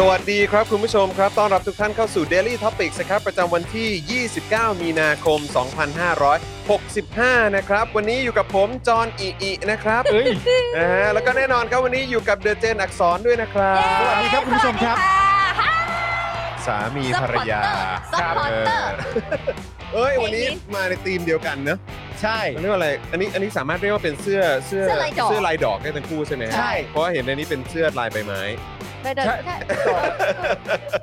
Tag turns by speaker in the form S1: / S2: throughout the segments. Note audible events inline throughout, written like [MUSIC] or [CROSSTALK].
S1: สวัสดีครับคุณผู้ชมครับ ต้อนรับทุกท่านเข้าสู่ Daily Topics นะครับประจำวันที่ 29 มีนาคม 2565 นะครับ วันนี้อยู่กับผมจอห์นอิอินะครับนะฮะแล้วก็แน่นอนครับวันนี้อยู่กับเดอะเจนอักษรด้วยนะครับ
S2: สวัสดีครับคุณผู้ชมครับ
S1: สามีภรรยา
S2: ซัพพอร์เตอร์
S1: ครับเออเอ้ย วันนี้มาในธีมเดียวกันเนอะ
S3: ใช่
S1: มันเรียกว่าอะไรอันนี้อันนี้สามารถเรียกว่าเป็นเสื้อเสื้อ
S2: เสื้อลายดอก
S1: เสื้อลายดอกได้ทั้งคู่ใช่ไหมฮะ
S3: ใช่
S1: เพราะว่าเห็นในนี้เป็นเสื้อลายใบไม้
S2: ไปเดินแค่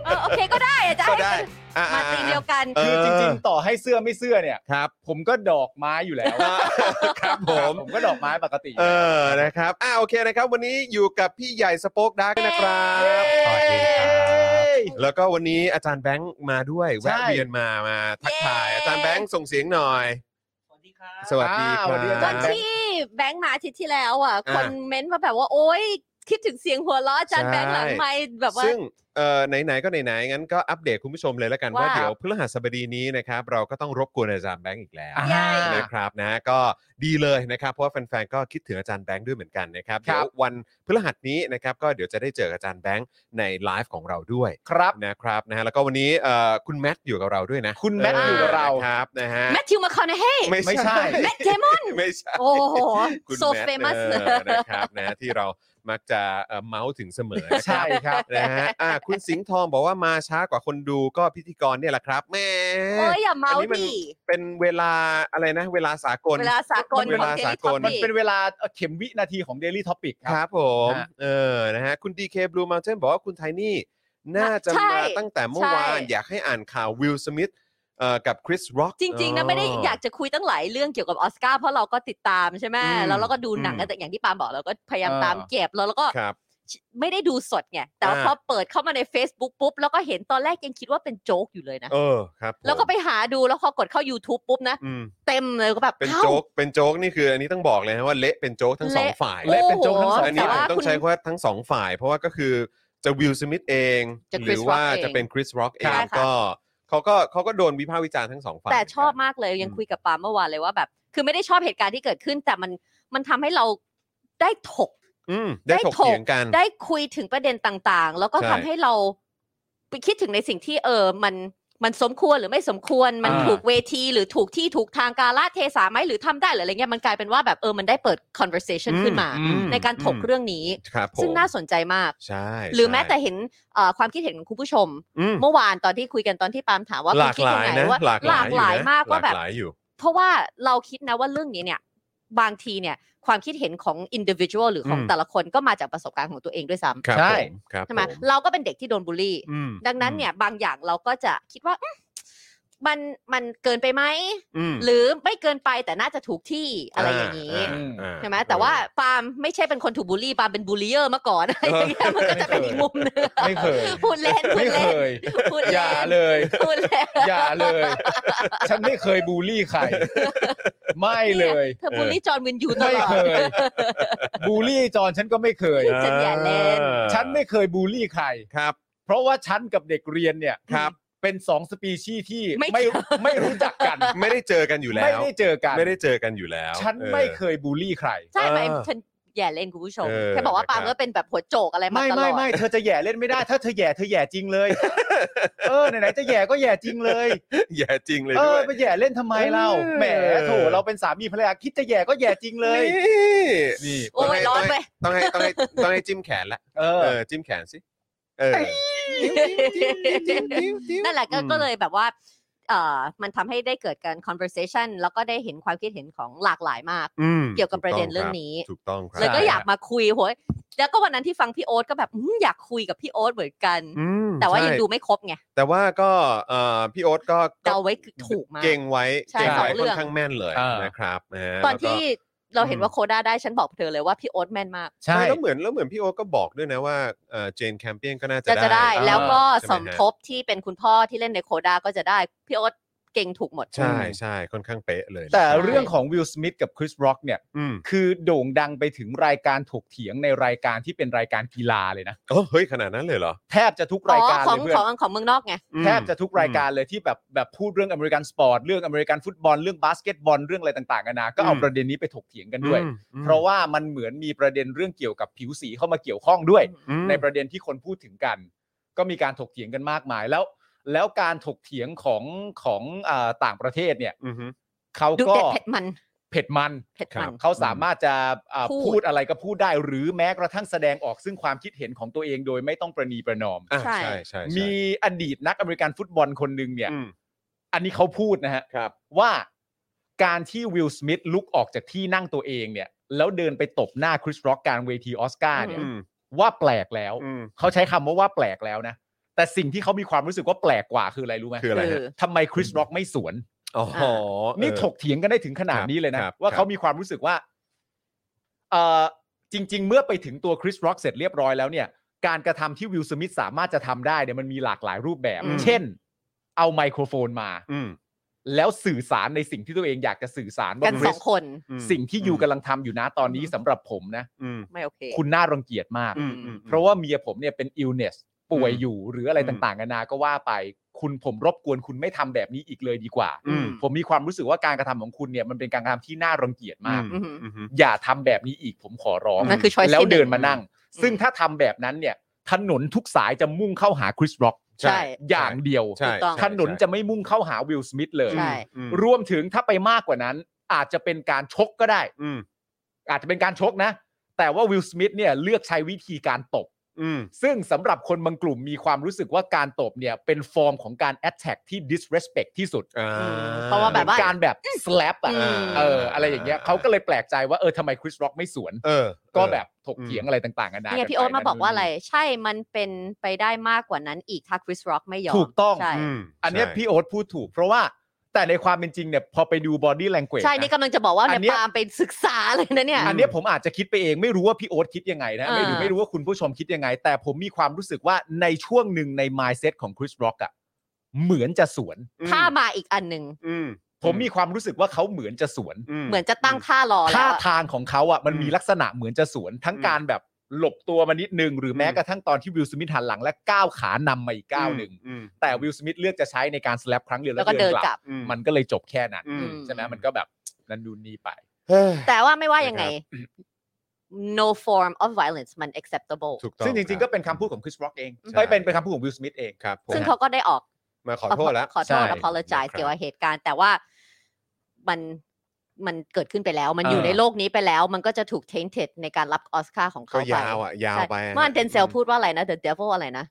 S2: เออโอเคก็ได้อะจ๊ะ
S1: ก็ได้อ่ะ
S2: มาตีเดียวกัน
S1: เอ
S3: คือจริง
S1: อ
S3: ๆ ต่อให้เสื้อไม่เสื้อเนี่ย
S1: ครับ
S3: ผมก็ดอกไม้อยู่แล้ว
S1: ครับผม
S3: ผมก็ดอกไม้ปกติ
S1: เออ นะครับ อ่าโอเคนะครับ วันนี้อยู่กับพี่ใหญ่สโป๊กดาร์กนะครับ
S3: สวัสดีครับ
S1: แล้วก็วันนี้อาจารย์แบงค์มาด้วย แวะเวียนมา มาทักทาย อาจารย์แบงค์ส่งเสียงหน่อย สวัสดีครับ ส
S3: อ่าสวั
S1: วัส
S3: สดี
S1: ดี
S3: อา
S1: ค
S3: จารย์
S1: รับ
S3: แบงค์
S2: ที่แบงค์มาอาทิตย์ที่แล้วอ่ะ
S1: อ่า
S2: คนเม้นต์มาแบบว่าโอ๊ยคิดถึงเสียงหัวเราะอาจารย์
S1: ใช่
S2: แบงค์หลังไมค์แบบว่า
S1: ซึ่งเอ่อไหนๆก็ไหนๆงั้นก็อัปเดตคุณผู้ชมเลยแล้วกันว่า
S2: ว่า
S1: เดี๋ยวพฤหัสบดีนี้นะครับ เราก็ต้องรบกวนอาจารย์แบงค์อีกแล้ว
S2: ใช่
S1: นะครับนะก็ดีเลยนะครับ เพราะว่าแฟนๆก็คิดถึงอาจารย์แบงค์ด้วยเหมือนกันนะครับ
S3: ค
S1: เดี๋
S3: รับ
S1: ยววันพฤหัสนี้นะครับก็เดี๋ยวจะได้เจอกับอาจารย์แบงค์ในไลฟ์ของเราด้วย
S3: ครับ
S1: นะครับนะฮะแล้วก็วันนี้เอ่อคุณแมทอยู่กับเราด้วยนะ
S3: คุณแมท
S1: เ
S3: ยู่กับเรา
S1: ครับนะฮะ
S2: แมทธิวมาคอนเฮ
S1: [LAUGHS]
S2: ย
S3: ไม่ใช่
S2: แมทเดมอน
S1: ไม่ใช่
S2: โอ้โห
S1: คุณ
S2: โซ
S1: แท
S2: เฟมัส
S1: เออนะครับนะที่เรามักจะเอ่อเมาส์ถึงเสมอนะค
S3: ใช่ [LAUGHS]
S1: รับ
S3: ครับ
S1: นะฮะอ่ะคุณสิงห์ทองบอกว่ามาช้ากว่าคนดูก็พิธีกรเนี่ยแหละครับแหม่
S2: โอ้ยอย่าเมา
S1: อันนี้มัน
S2: ดิ
S1: เป็นเวลาอะไรนะ เวลาสากล
S2: เวลาสากล
S1: เว
S2: ของ
S1: ลา
S2: เด
S1: สา
S2: ลิ
S1: ก
S2: ทอ
S1: ล
S3: มัน
S2: ปิ
S3: เป็นเวลาเข็มวินาทีของ Daily Topic ค
S1: ค
S3: รั
S1: รับ บผม
S3: ฮะ
S1: เออนะฮะคุณดีเคบลูมา u n เ a i n บอกว่าคุณไทนี่น่าจะ
S2: ใช่
S1: มาตั้งแต่เมื่อวาน
S2: ใช่
S1: อยากให้อ่านข่าววิลสมิธเอ่อกับคริสร็อก
S2: จริงๆนะไม่ได้อยากจะคุยตั้งหลายเรื่องเกี่ยวกับออสการ์เพราะเราก็ติดตามใช่ไหม
S1: อืม
S2: แล้วเราก็ดูหนัง
S1: อืม
S2: แต่อย่างที่ปาล์มบอกเราก็พยายาม
S3: อ่า
S2: ตามเก็บแล้วเราก็
S1: ครับ
S2: ไม่ได้ดูสดไง แต่ว่า
S1: อ่า
S2: พอเปิดเข้ามาใน Facebook ปุ๊บ แล้วก็เห็นตอนแรกยังคิดว่าเป็นโจ๊กอยู่เลยนะ
S1: เออครับผม
S2: แล้วก็ไปหาดูแล้วพอกดเข้า YouTube ปุ๊บนะ
S1: อืม
S2: เต็มเลยก็แบบ
S1: เป็น
S2: อ้า
S1: โจ๊ก เป็นโจ๊กนี่คืออันนี้ต้องบอกเลยนะว่าเละเป็นโจ๊กทั้งสอง
S2: เละ
S1: ฝ่าย
S3: และเป็นโจ๊กทั้งสอง
S1: อันนี้ผ
S2: แต่
S1: ม
S2: ว่า
S1: ต้อง
S2: คุณ
S1: ใช้คำว่าทั้งสองฝ่าย เพราะว่าก็คือจะวิลสมิธเอง
S2: จะ
S1: หรื
S2: Chris
S1: อ
S2: Rock
S1: ว่า
S2: เอง
S1: จะเป็นคริสร็อกเอ
S2: ใช่
S1: ง
S2: ค่ะ
S1: ก็เขาก็เขาก็โดนวิพากษ์วิจารณ์ทั้งสองฝ่าย
S2: แต่ชอบ
S1: เหมืน
S2: มากเลยยัง
S1: อืม
S2: คุยกับปาล์มเมื่อวานเลยว่าแบบ คือไม่ได้ชอบเหตุการณ์ที่เกิดขึ้น แต่มันมันทำให้เราได้ถก
S1: นอืมได้
S2: ได้
S1: ถก
S2: ถก
S1: เถียงกัน
S2: ได้คุยถึงประเด็นต่างๆ แล้วก็
S1: ใช่
S2: ทำให้เราไปคิดถึงในสิ่งที่เออมันมันสมควรหรือไม่สมควร มัน
S3: อ่า
S2: ถูกเวทีหรือถูกที่ถูกทางการละเทศะไหมหรือทำได้หรืออะไรเงี้ยมันกลายเป็นว่าแบบเออมันได้เปิด conversation
S1: อืม
S2: ขึ้นมา
S3: อืม
S2: ในการถกเรื่องนี้
S1: ครับผม
S2: ซึ่งน่าสนใจมาก
S1: ใช่
S2: หรือแม้แต่
S1: ใช่
S2: เห็นเอ่อความคิดเห็นของคุณผู้ชม
S1: อืม
S2: เมื่อวานตอนที่คุยกันตอนที่ปาล์มถามว่า
S1: ห
S2: คุ
S1: ลา
S2: ณ
S1: ก
S2: คิด
S1: ห
S2: ยั
S1: ลาง ย
S2: ไง
S1: นะ
S2: ว่า
S1: หลากหลาย
S2: หลาย
S1: นะ
S2: มากว่าแบบ
S1: หลกหลยอยู่
S2: เพราะว่าเราคิดนะว่าเรื่องนี้เนี่ย บางทีเนี่ยความคิดเห็นของ individual หรือของ
S1: อืม
S2: แต่ละคนก็มาจากประสบการณ์ของตัวเองด้วยซ้ำ
S1: ครับ
S3: ใช่
S1: ผมครับ
S2: ใช่ไหม
S1: ผ
S2: เราก็เป็นเด็กที่โดนบูลลี่
S1: อืม
S2: ดังนั้นเนี่ยบางอย่างเราก็จะคิดว่าอื้อมันมันเกินไปไหม
S1: อืม
S2: หรือไม่เกินไปแต่น่าจะถูกที่อะไรอย่างนี้
S1: อ่าอ่า
S2: ใช่ไหมแต่ว่าปาล์มไม่ใช่เป็นคนถูกบูลลี่ปาล์มเป็นบูลลี่เออร์มาก่อนอะไรอย่างเงี้ยมันก็จะเป็นอีกมุมหนึง
S3: ไม่เคย
S2: พูดเล่นพู
S3: ไม่
S2: ด
S3: เค
S2: เล่น
S3: ย
S2: พูด
S3: อ
S2: เล่
S3: ย่าน เลย
S2: พูดเล่น
S3: อย่าเลย
S2: [LAUGHS]
S3: ฉันไม่เคยบูลลี่ใคร ไม่เลย
S2: เธอบูลลี่จอห์นวินยูต
S3: ไม่
S2: ลอด
S3: เคย บูลลี่จอนฉันก็ไม่เคย
S2: ฉันอย่าเล่น
S3: ฉันไม่เคยบูลลี่ใคร
S1: ครับ
S3: เพราะว่าฉันกับเด็กเรียนเนี่ย
S1: ครับ
S3: เป็นสองสปีชีส์ที่
S2: ไม่
S3: ไม่ [LAUGHS] ไม่รู้จักกัน
S1: ไม่ได้เจอกันอยู่แล้
S3: ไม่
S1: ว
S3: ได้เจอกัน
S1: ไม่ได้เจอกันอยู่แล้ว
S3: ฉัน
S1: เออ
S3: ไม่เคยบูลลี่ใคร
S2: ใช่ไหม
S1: เออ
S2: ฉัน แย่เล่นคุณผู้ชม
S1: เออ
S2: แค่บอกว่า
S1: นะครับ
S2: ปาล์มก็เป็นแบบหัวโจกอะไรมา
S3: ไม่
S2: ตลอ
S3: ไม่
S2: ด
S3: ไม่เธอจะแย่เล่นไม่ได้ ถ้าเธอแย่เธอแย่จริงเลย เออไหนๆจะแย่ก็แย่จริงเลย
S1: แย่จริงเลย
S3: เอ
S1: ด้
S3: อ
S1: วย
S3: ไปแย่เล่นทำไมเรา
S1: เออ
S3: แหมโถเราเป็นสามีภรรยาคิดจะแย่ก็แย่จริงเลย
S1: นี่นี่
S2: โอ้ยร้อนไป
S1: ต้องให้ต้องให้ต้องให้จิ้มแขนละ
S3: เอ
S1: เอ
S3: อ
S1: อจิ้มแขนสิเออ
S2: นั่นแหละก็
S1: อืม
S2: ก็เลยแบบว่าเอ่อมันทำให้ได้เกิดการ conversation แล้วก็ได้เห็นความคิดเห็นของหลากหลายมาก
S1: อืม
S2: เกี่ยวกับประเด็นเรื่องนี้
S1: ถูกต้องครั
S2: เลยก็อยาก
S1: ใช่
S2: มาคุยโหยแล้วก็วันนั้นที่ฟังพี่โอ๊ตก็แบบอืมอยากคุยกับพี่โอ๊ตเหมือนกัน
S1: อืม
S2: แต่ว่ายัง
S1: ใช่
S2: ดูไม่ครบไง
S1: แต่ว่าก็เอ่อพี่โอ๊ตก็ก็
S2: เดาไว้คือถูกมาก
S1: เก่งไว้
S2: ใช่
S1: เก่งไว้
S2: สองเรื่
S1: ค่อ
S2: อง
S1: นข้างแม่นเลย
S3: อ่าน
S1: นะครับนะฮะ
S2: ตอน
S1: แล้วก็
S2: ที่เราเห็นว่าโคด้าได้ฉันบอกเธอเลยว่าพี่โอ๊ตแม่นมาก
S3: ใช่
S1: ใช่แล้วเหมือนแล้วเหมือนพี่โอ๊ตก็บอกด้วยนะว่าเจนแคมเปียนก็น่าจะ
S2: จะจะได้
S1: เออ
S2: แล้วก็
S1: ใช่
S2: ส
S1: ไห
S2: ม
S1: ฮะ
S2: ทบที่เป็นคุณพ่อที่เล่นในโคด้าก็จะได้พี่โอ๊ตเก่งถูกหมด
S1: ใช่ใช่ค่อนข้างเป๊ะเลยนะ
S3: แต่
S1: คบ
S3: เรื่องของวิลสมิธกับคริสร็อกเนี่ย
S1: อืม
S3: คือโด่งดังไปถึงรายการถกเถียงในรายการที่เป็นรายการกีฬาเลยนะ
S1: โอ้เฮ้ยขนาดนั้นเลยเหรอ
S3: แทบจะทุก
S2: อ๋
S3: ราย
S2: อ
S3: การ
S2: ข
S3: เล
S2: อง
S3: ยเพื่อ
S2: ของ
S3: น
S2: ของเมืองนอกไง
S1: อืม
S3: แทบจะทุกรายการเลยที่แบบแบบพูดเรื่องอเมริกันสปอร์ตเรื่องอเมริกันฟุตบอลเรื่องบาสเกตบอลเรื่องอะไรต่างๆกันานาก็เอาประเด็นนี้ไปถกเถียงกันด้วย
S1: อืมอืม
S3: เพราะว่ามันเหมือนมีประเด็นเรื่องเกี่ยวกับผิวสีเข้ามาเกี่ยวข้องด้วย
S1: อืม
S3: ในประเด็นที่คนพูดถึงกัน ก็มีการถกเถียงกันมากมายแล้ว แล้วการถกเถียงของของอาต่างประเทศเนี่ย
S1: อืม
S3: เขา
S2: ดู
S3: ก็
S2: เด็ดเผ็ดมัน
S3: เผ็ดมัน
S2: เผ็ด
S1: ครั
S2: มั
S1: บ
S2: น
S3: เขาสามารถจะอ่า
S2: พูด
S3: พูดอะไรก็พูดได้ หรือแม้กระทั่งแสดงออกซึ่งความคิดเห็นของตัวเองโดยไม่ต้องประนีประนอม
S1: อ่ะ
S2: ใช่
S1: ใช่ใช่ใช่
S3: มีอดีตนักอเมริกันฟุตบอลคนหนึ่งเนี่ย
S1: อืม
S3: อันนี้เขาพูดนะฮะ
S1: ครับ
S3: ว่าการที่วิลสมิธลุกออกจากที่นั่งตัวเองเนี่ย แล้วเดินไปตบหน้าคริสร็อกกลารเวทีออสการ์เนี่ย
S1: อืม
S3: ว่าแปลกแล้ว
S1: อืม
S3: เขาใช้คำว่าว่าแปลกแล้วนะ แต่สิ่งที่เขามีความรู้สึกว่าแปลกกว่าคืออะไรรู้ไหม
S1: คืออะไรฮะ
S2: คือ
S3: ทำไมคริสร็อกไม่สวน
S1: อ๋อ
S3: นี่ถกเถียงกันได้ถึงขนาดนี้เลยนะครับ ว่า
S1: ครับ
S3: เขามีความรู้สึกว่าเออจริง ๆ เมื่อไปถึงตัวคริสร็อกเสร็จเรียบร้อยแล้วเนี่ย การกระทำที่วิลสมิธสามารถจะทำได้เนี่ยมันมีหลากหลายรูปแบบ
S2: อืม
S3: เช่น เอาไมโครโฟนมา
S1: อืม
S3: แล้วสื่อสารในสิ่งที่ตัวเองอยากจะสื่อสารว่า
S2: กันสองคน
S1: อืม
S3: สิ่งที่ยูกำลังทำอยู่นะตอนนี้สำหรับผมนะ
S1: อืม
S2: ไม่โอเค
S3: คุณน่ารังเกียจมาก
S1: อืมอืม
S3: เพราะว่าเมียผมเนี่ยเป็นอิลเนสป่วย
S1: อืม
S3: อยู่หรืออะไรต่างๆนานาก็ว่าไป คุณผมรบกวนคุณไม่ทำแบบนี้อีกเลยดีกว่า
S1: อืม
S3: ผมมีความรู้สึกว่าการกระทำของคุณเนี่ยมันเป็นการกระทำที่น่ารังเกียจมาก
S2: อืม
S1: อืม
S3: อย่าทำแบบนี้อีกผมขอร้อง
S2: นั่นคือ choice
S3: แล้ว
S2: ที่ห
S3: เดิ
S2: นึ่
S3: น
S2: ง
S3: มานั่ง
S2: ม
S3: ซึ่งถ้าทำแบบนั้นเนี่ย ถนนทุกสายจะมุ่งเข้าหาคริสร็อก
S2: ใช่
S3: อย่างเดียว
S1: ใช่
S2: ถูกต้อง
S1: ใช่
S3: ถนนจะไม่มุ่งเข้าหาวิลสมิธเลย
S2: ใช่
S1: อืม
S3: รวมถึงถ้าไปมากกว่านั้น อาจจะเป็นการชกก็ได้
S1: อืม
S3: อาจจะเป็นการชกนะ แต่ว่าวิลสมิธเนี่ยเลือกใช้วิธีการตบ
S1: อืม
S3: ซึ่งสำหรับคนบางกลุ่มมีความรู้สึกว่าการตบเนี่ยเป็นฟอร์มของการ attack ที่ disrespect ที่สุด
S1: อ่า
S2: เพราะว่าแบบว่า
S3: การแบบ slap อ่ะ
S2: อืม
S3: เอออะไรอย่างเงี้ยเขาก็เลยแปลกใจว่าเออทำไมคริสร็อกไม่สวน
S1: เออ
S3: ก็แบบถกเถียงอะไรต่างๆกันานา
S2: นี่ไงพี่โอ๊ตมาบอกว่าอะไร ใช่ มันเป็นไปได้มากกว่านั้นอีกถ้าคริสร็อกไม่ยอม
S3: ถูกต้อง
S2: ใช่
S1: อืม
S3: อันเนี้ย
S1: ใช่
S3: พี่โอ๊ตพูดถูก เพราะว่าแต่ในความเป็นจริงเนี่ยพอไปดู body language
S2: ใช่ นี่กำลังจะบอกว่า
S3: อั
S2: เนี่ย
S3: นเนี้ย
S2: ปาล์มไปศึกษาเลยนะเนี่ย
S3: อันเนี้ยผมอาจจะคิดไปเองไม่รู้ว่าพี่โอ๊ตคิดยังไงนะไม่รู้
S2: อ่า
S3: ไม่รู้ว่าคุณผู้ชมคิดยังไง แต่ผมมีความรู้สึกว่าในช่วงหนึ่งใน mindset ของคริสร็อกอ่ะเหมือนจะสวน
S2: ถ้ามาอีกอันหนึ่ง
S1: อืม
S3: ผมมีความรู้สึกว่าเขาเหมือนจะสวน
S2: เหมือนจะตั้งท่ารอแล้
S3: ท่าว
S2: อะ
S3: ทางของเขาอ่ะมันมีลักษณะเหมือนจะสวน ทั้งการแบบหลบตัวมานิดนึง หรือแม้กระทั่งตอนที่วิลสมิธหันหลัง และก้าวขานำมาอีกก้าวหนึ่ง
S1: อืม
S3: แต่วิลสมิธเลือกจะใช้ในการสแลปครั้งเดียว
S2: แล้
S3: แล้ว
S2: วก็
S3: เดิ
S2: เดิ
S3: น
S2: น
S3: ก
S2: ก
S3: ลั
S2: ลั
S3: บบ
S1: อืม
S3: มันก็เลยจบแค่นั้น
S1: อืม
S3: ใช่ไหมมันก็แบบนันดูนนี่ไป
S2: แต่ว่าไม่ว่ายังไง
S1: นะครั
S2: no form of violence มัน acceptable
S1: ถูกต้อง
S3: ซึ่งจริงๆก็เป็นคำพูดของคริสร็อกเองไม่เป็นเป็นคำพูดของวิลสมิธเอง
S1: ครับผม
S2: ซึ่งเขาก็ได้ออก
S1: มาขอโทษแล้ว
S2: ขอโทษ
S3: ใช่
S2: apologize
S1: นะครับ
S2: เกี่ยวกับเหตุการณ์ แต่ว่ามันมันเกิดขึ้นไปแล้ว มันอยู่
S3: เออ
S2: ในโลกนี้ไปแล้ว มันก็จะถูก tainted ในการรับออสการ์ของเขา
S1: ก็
S2: ไป
S1: ยาวอะยาว
S2: ใช่
S1: ไปอะ
S2: เมื่อวานเดนเซล
S1: อืม
S2: พูดว่าอะไรนะ the devil อะไรนะ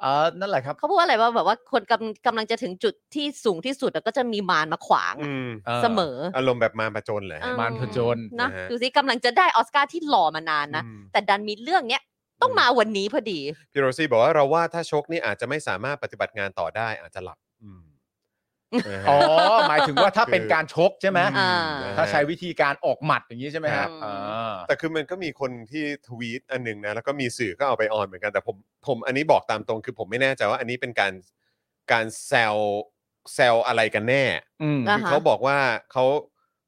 S3: เออนั่นแหละครับ
S2: เขาพูดว่าอะไรว่าแบบว่าคนกำกำลังจะถึงจุดที่สูงที่สุดแล้วก็จะมีมารมาขวางอะ
S1: อืม
S2: เสมอ
S1: อารมณ์แบบมาประจนเลย
S2: เอ
S1: ฮะ
S2: อ
S3: มารผจญ
S2: นะ
S1: นะฮะ
S2: ดูสิกำลังจะได้ออสการ์ที่หล่อมานานนะ
S1: อืม
S2: แต่ดันมีเรื่องเนี้ยต้องมาวันนี้พอดี
S1: พี่โรซี่บอกว่าเราว่าถ้าชกนี่อาจจะไม่สามารถปฏิบัติงานต่อได้อาจจะหลับอืมนะฮะ
S3: อ๋อหมายถึงว่าถ้าเป็นการชกใช่ไหม
S2: อ่า
S1: นะฮะ
S3: ถ้าใช้วิธีการออกหมัดอย่างนี้ใช่ไหมครับ
S2: ครับ
S3: อ่า
S1: แต่คือมันก็มีคนที่ทวีตอันหนึ่งนะแล้วก็มีสื่อก็เอาไปออนเหมือนกันแต่ผมผมอันนี้บอกตามตรงคือผมไม่แน่ใจว่าอันนี้เป็นการการแซวแซวอะไรกันแน่
S3: อืม
S2: อ่า
S1: คือ
S2: ฮะ
S1: เขาบอกว่าเขา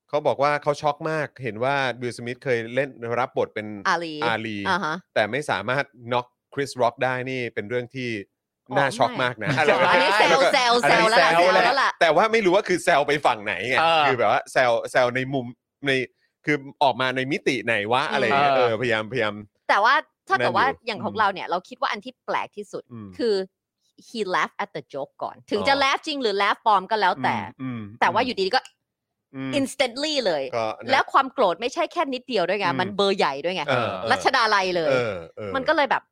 S1: เขาบอกว่าเขาช็อกมากเห็นว่าบิลสมิธเคยเล่นรับบทเป็น
S2: อาลี
S1: อาลี
S2: อ่าฮะ
S1: แต่ไม่สามารถน็อกคริสร็อกได้นี่เป็นเรื่องที่น่า
S2: อ๋อ
S1: ช็อก
S2: ไม่
S1: มากนะ
S3: ไม่
S1: อะไรแบบ
S2: อัน
S1: นี้
S2: นี้แซ
S3: ล้วก็
S2: แซว
S3: อัน
S2: แซ
S3: นี้
S2: วแล้
S3: แซวแหละ
S2: วล่ะแซวแล้วล่ะ
S1: แต่ว่าไม่รู้ว่าคือแซวไปฝั่งไหนไง
S3: เออ
S1: คือแบบว่าแซวแซวในมุมในใน คือออกมาในมิติไหนวะอะไรอย่างเงี้ย
S3: เอ
S1: เอ
S3: อ
S1: อพยายามพยายาม
S2: แต่ว่าถ้า
S1: นั่น
S2: แต่ว่า
S1: อยู่
S2: อย่างของ
S1: อืม
S2: เราเนี่ยเราคิดว่าอันที่แปลกที่สุด
S1: อืม
S2: คือ he laugh at the joke ก่อน ถึง
S1: อ๋อ
S2: จะ laugh จริงหรือ laugh ปลอมก็แล้วแต่
S1: อืม
S2: แต่ว่าอยู่ดีๆก็
S1: อืม
S2: instantly เลย
S1: ก็นะ
S2: แล้วความโกรธไม่ใช่แค่นิดเดียวด้วยไง
S1: อืม
S2: มันเบอร์ใหญ่ด้วยไง
S1: เออเออ
S2: รัชดาลัยเลย
S1: เออเออ
S2: มันก็เลยแบบ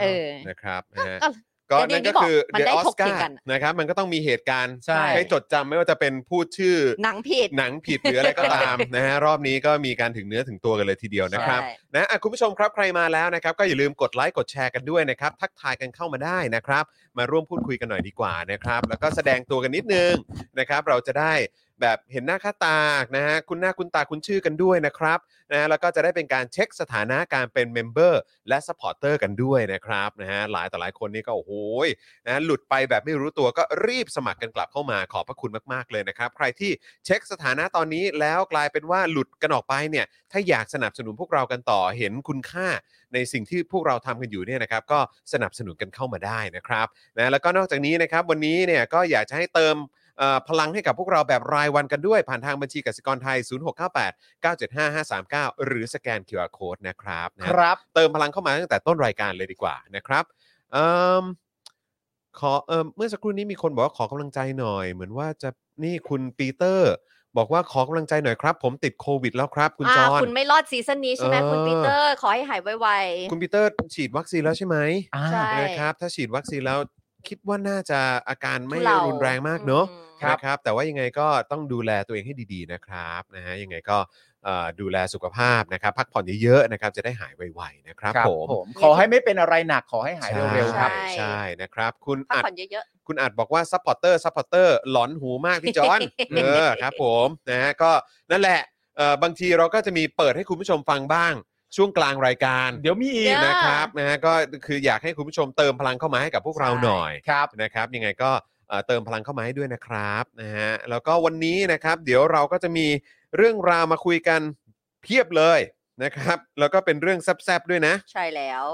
S2: เออ
S1: นะครับนะฮะ
S2: ก็
S1: ก็
S2: ก็
S1: นั่นก็คือ
S2: อย่างที่บอกมัน
S1: The
S2: ได้ถก
S1: Oscar
S2: เถียงกัน
S1: นะครับ มันก็ต้องมีเหตุการณ์
S3: ใช่
S1: ให้จดจำไม่ว่าจะเป็นพูดชื่อ
S2: หนังผิด
S1: หนังผิดหรืออะไรก็ตาม [LAUGHS] นะฮะรอบนี้ก็มีการถึงเนื้อถึงตัวกันเลยทีเดียวนะครับ
S2: ใช่
S1: นะอ่ะคุณผู้ชมครับใครมาแล้วนะครับก็อย่าลืมกดไลค์กดแชร์กันด้วยนะครับ ทักทายกันเข้ามาได้นะครับ มาร่วมพูดคุยกันหน่อยดีกว่านะครับ แล้วก็แสดงตัวกันนิดนึงนะครับ เราจะได้แบบเห็นหน้าค่าตานะฮะคุณหน้าคุณตาคุณชื่อกันด้วยนะครับนะฮะแล้วก็จะได้เป็นการเช็คสถานะการเป็นเมมเบอร์และสปอร์เตอร์กันด้วยนะครับนะฮะหลายต่อหลายคนนี่ก็โอ้โหยนะหลุดไปแบบไม่รู้ตัวก็รีบสมัครกันกลับเข้ามาขอบพระคุณมากๆเลยนะครับ ใครที่เช็คสถานะตอนนี้แล้วกลายเป็นว่าหลุดกันออกไปเนี่ย ถ้าอยากสนับสนุนพวกเรากันต่อเห็นคุณค่าในสิ่งที่พวกเราทำกันอยู่เนี่ยนะครับ ก็สนับสนุนกันเข้ามาได้นะครับนะแล้วก็นอกจากนี้นะครับวันนี้เนี่ยก็อยากจะให้เติมเอ่อพลังให้กับพวกเราแบบรายวันกันด้วย ผ่านทางบัญชีกสิกรไทย 0698 975 539 หรือสแกน QR Code นะครับนะ
S3: ครับ
S1: เติมพลังเข้ามาตั้งแต่ต้นรายการเลยดีกว่านะครับเอิ่มขอเอิ่มเมื่อสักครู่นี้มีคนบอกว่าขอกำลังใจหน่อย เหมือนว่าจะนี่คุณปีเตอร์ บอกว่าขอกำลังใจหน่อยครับ ผมติดโควิดแล้วครับ คุณจ
S2: อ่า
S1: อห์น
S2: คุณไม่รอดซีซั่นนี้ใช่ไหม
S1: เออ
S2: คุณปีเตอร์ขอให้หายไว
S1: คุณปีเตอร์ฉีดวัคซีนแล้วใช่ไหม
S3: อ่า
S2: ใช่
S1: นะครับ ถ้าฉีดวัคซีนแล้วคิดว่าน่าจะอาการ
S2: ๆ
S1: ไม่
S2: ทุเล
S1: รุนแรงมากเนอะ
S2: อืม
S3: ครับ
S1: นะครับ แต่ว่ายังไงก็ต้องดูแลตัวเองให้ดีๆนะครับนะฮะยังไงก็เอ่อดูแลสุขภาพนะครับพักผ่อนเยอะๆนะครับจะได้หายไวๆนะครับผม
S3: ขอให้ไม่เป็นอะไรหนักขอให้หายเร็วๆครับ
S2: ใช่
S1: ใช่นะครับ คุณ
S2: พัก
S1: อัด
S2: ผ่อนเยอะ
S1: คุณอัดบอกว่าซัพพอร์เตอร์ซัพพอร์เตอร์หลอนหูมาก
S2: [LAUGHS]
S1: พี่จอน เออครับผมนะฮะก็นั่นแหละเอ่อบางทีเราก็จะมีเปิดให้คุณผู้ชมฟังบ้าง ช่วงกลางรายการ
S3: เดี๋ยวมีอีก
S2: เดี๋ยว
S1: นะครับนะฮะก็คืออยากให้คุณผู้ชมเติมพลังเข้ามาให้กับพวกเราหน่อย
S3: ครับ
S1: นะครับยังไงก็เอ่อเติมพลังเข้ามาให้ด้วยนะครับนะฮะแล้วก็วันนี้นะครับ เดี๋ยวเราก็จะมีเรื่องราวมาคุยกันเพียบเลยนะครับ แล้วก็เป็นเรื่องแซบๆด้วยนะ
S2: ๆ ใช่แล้ว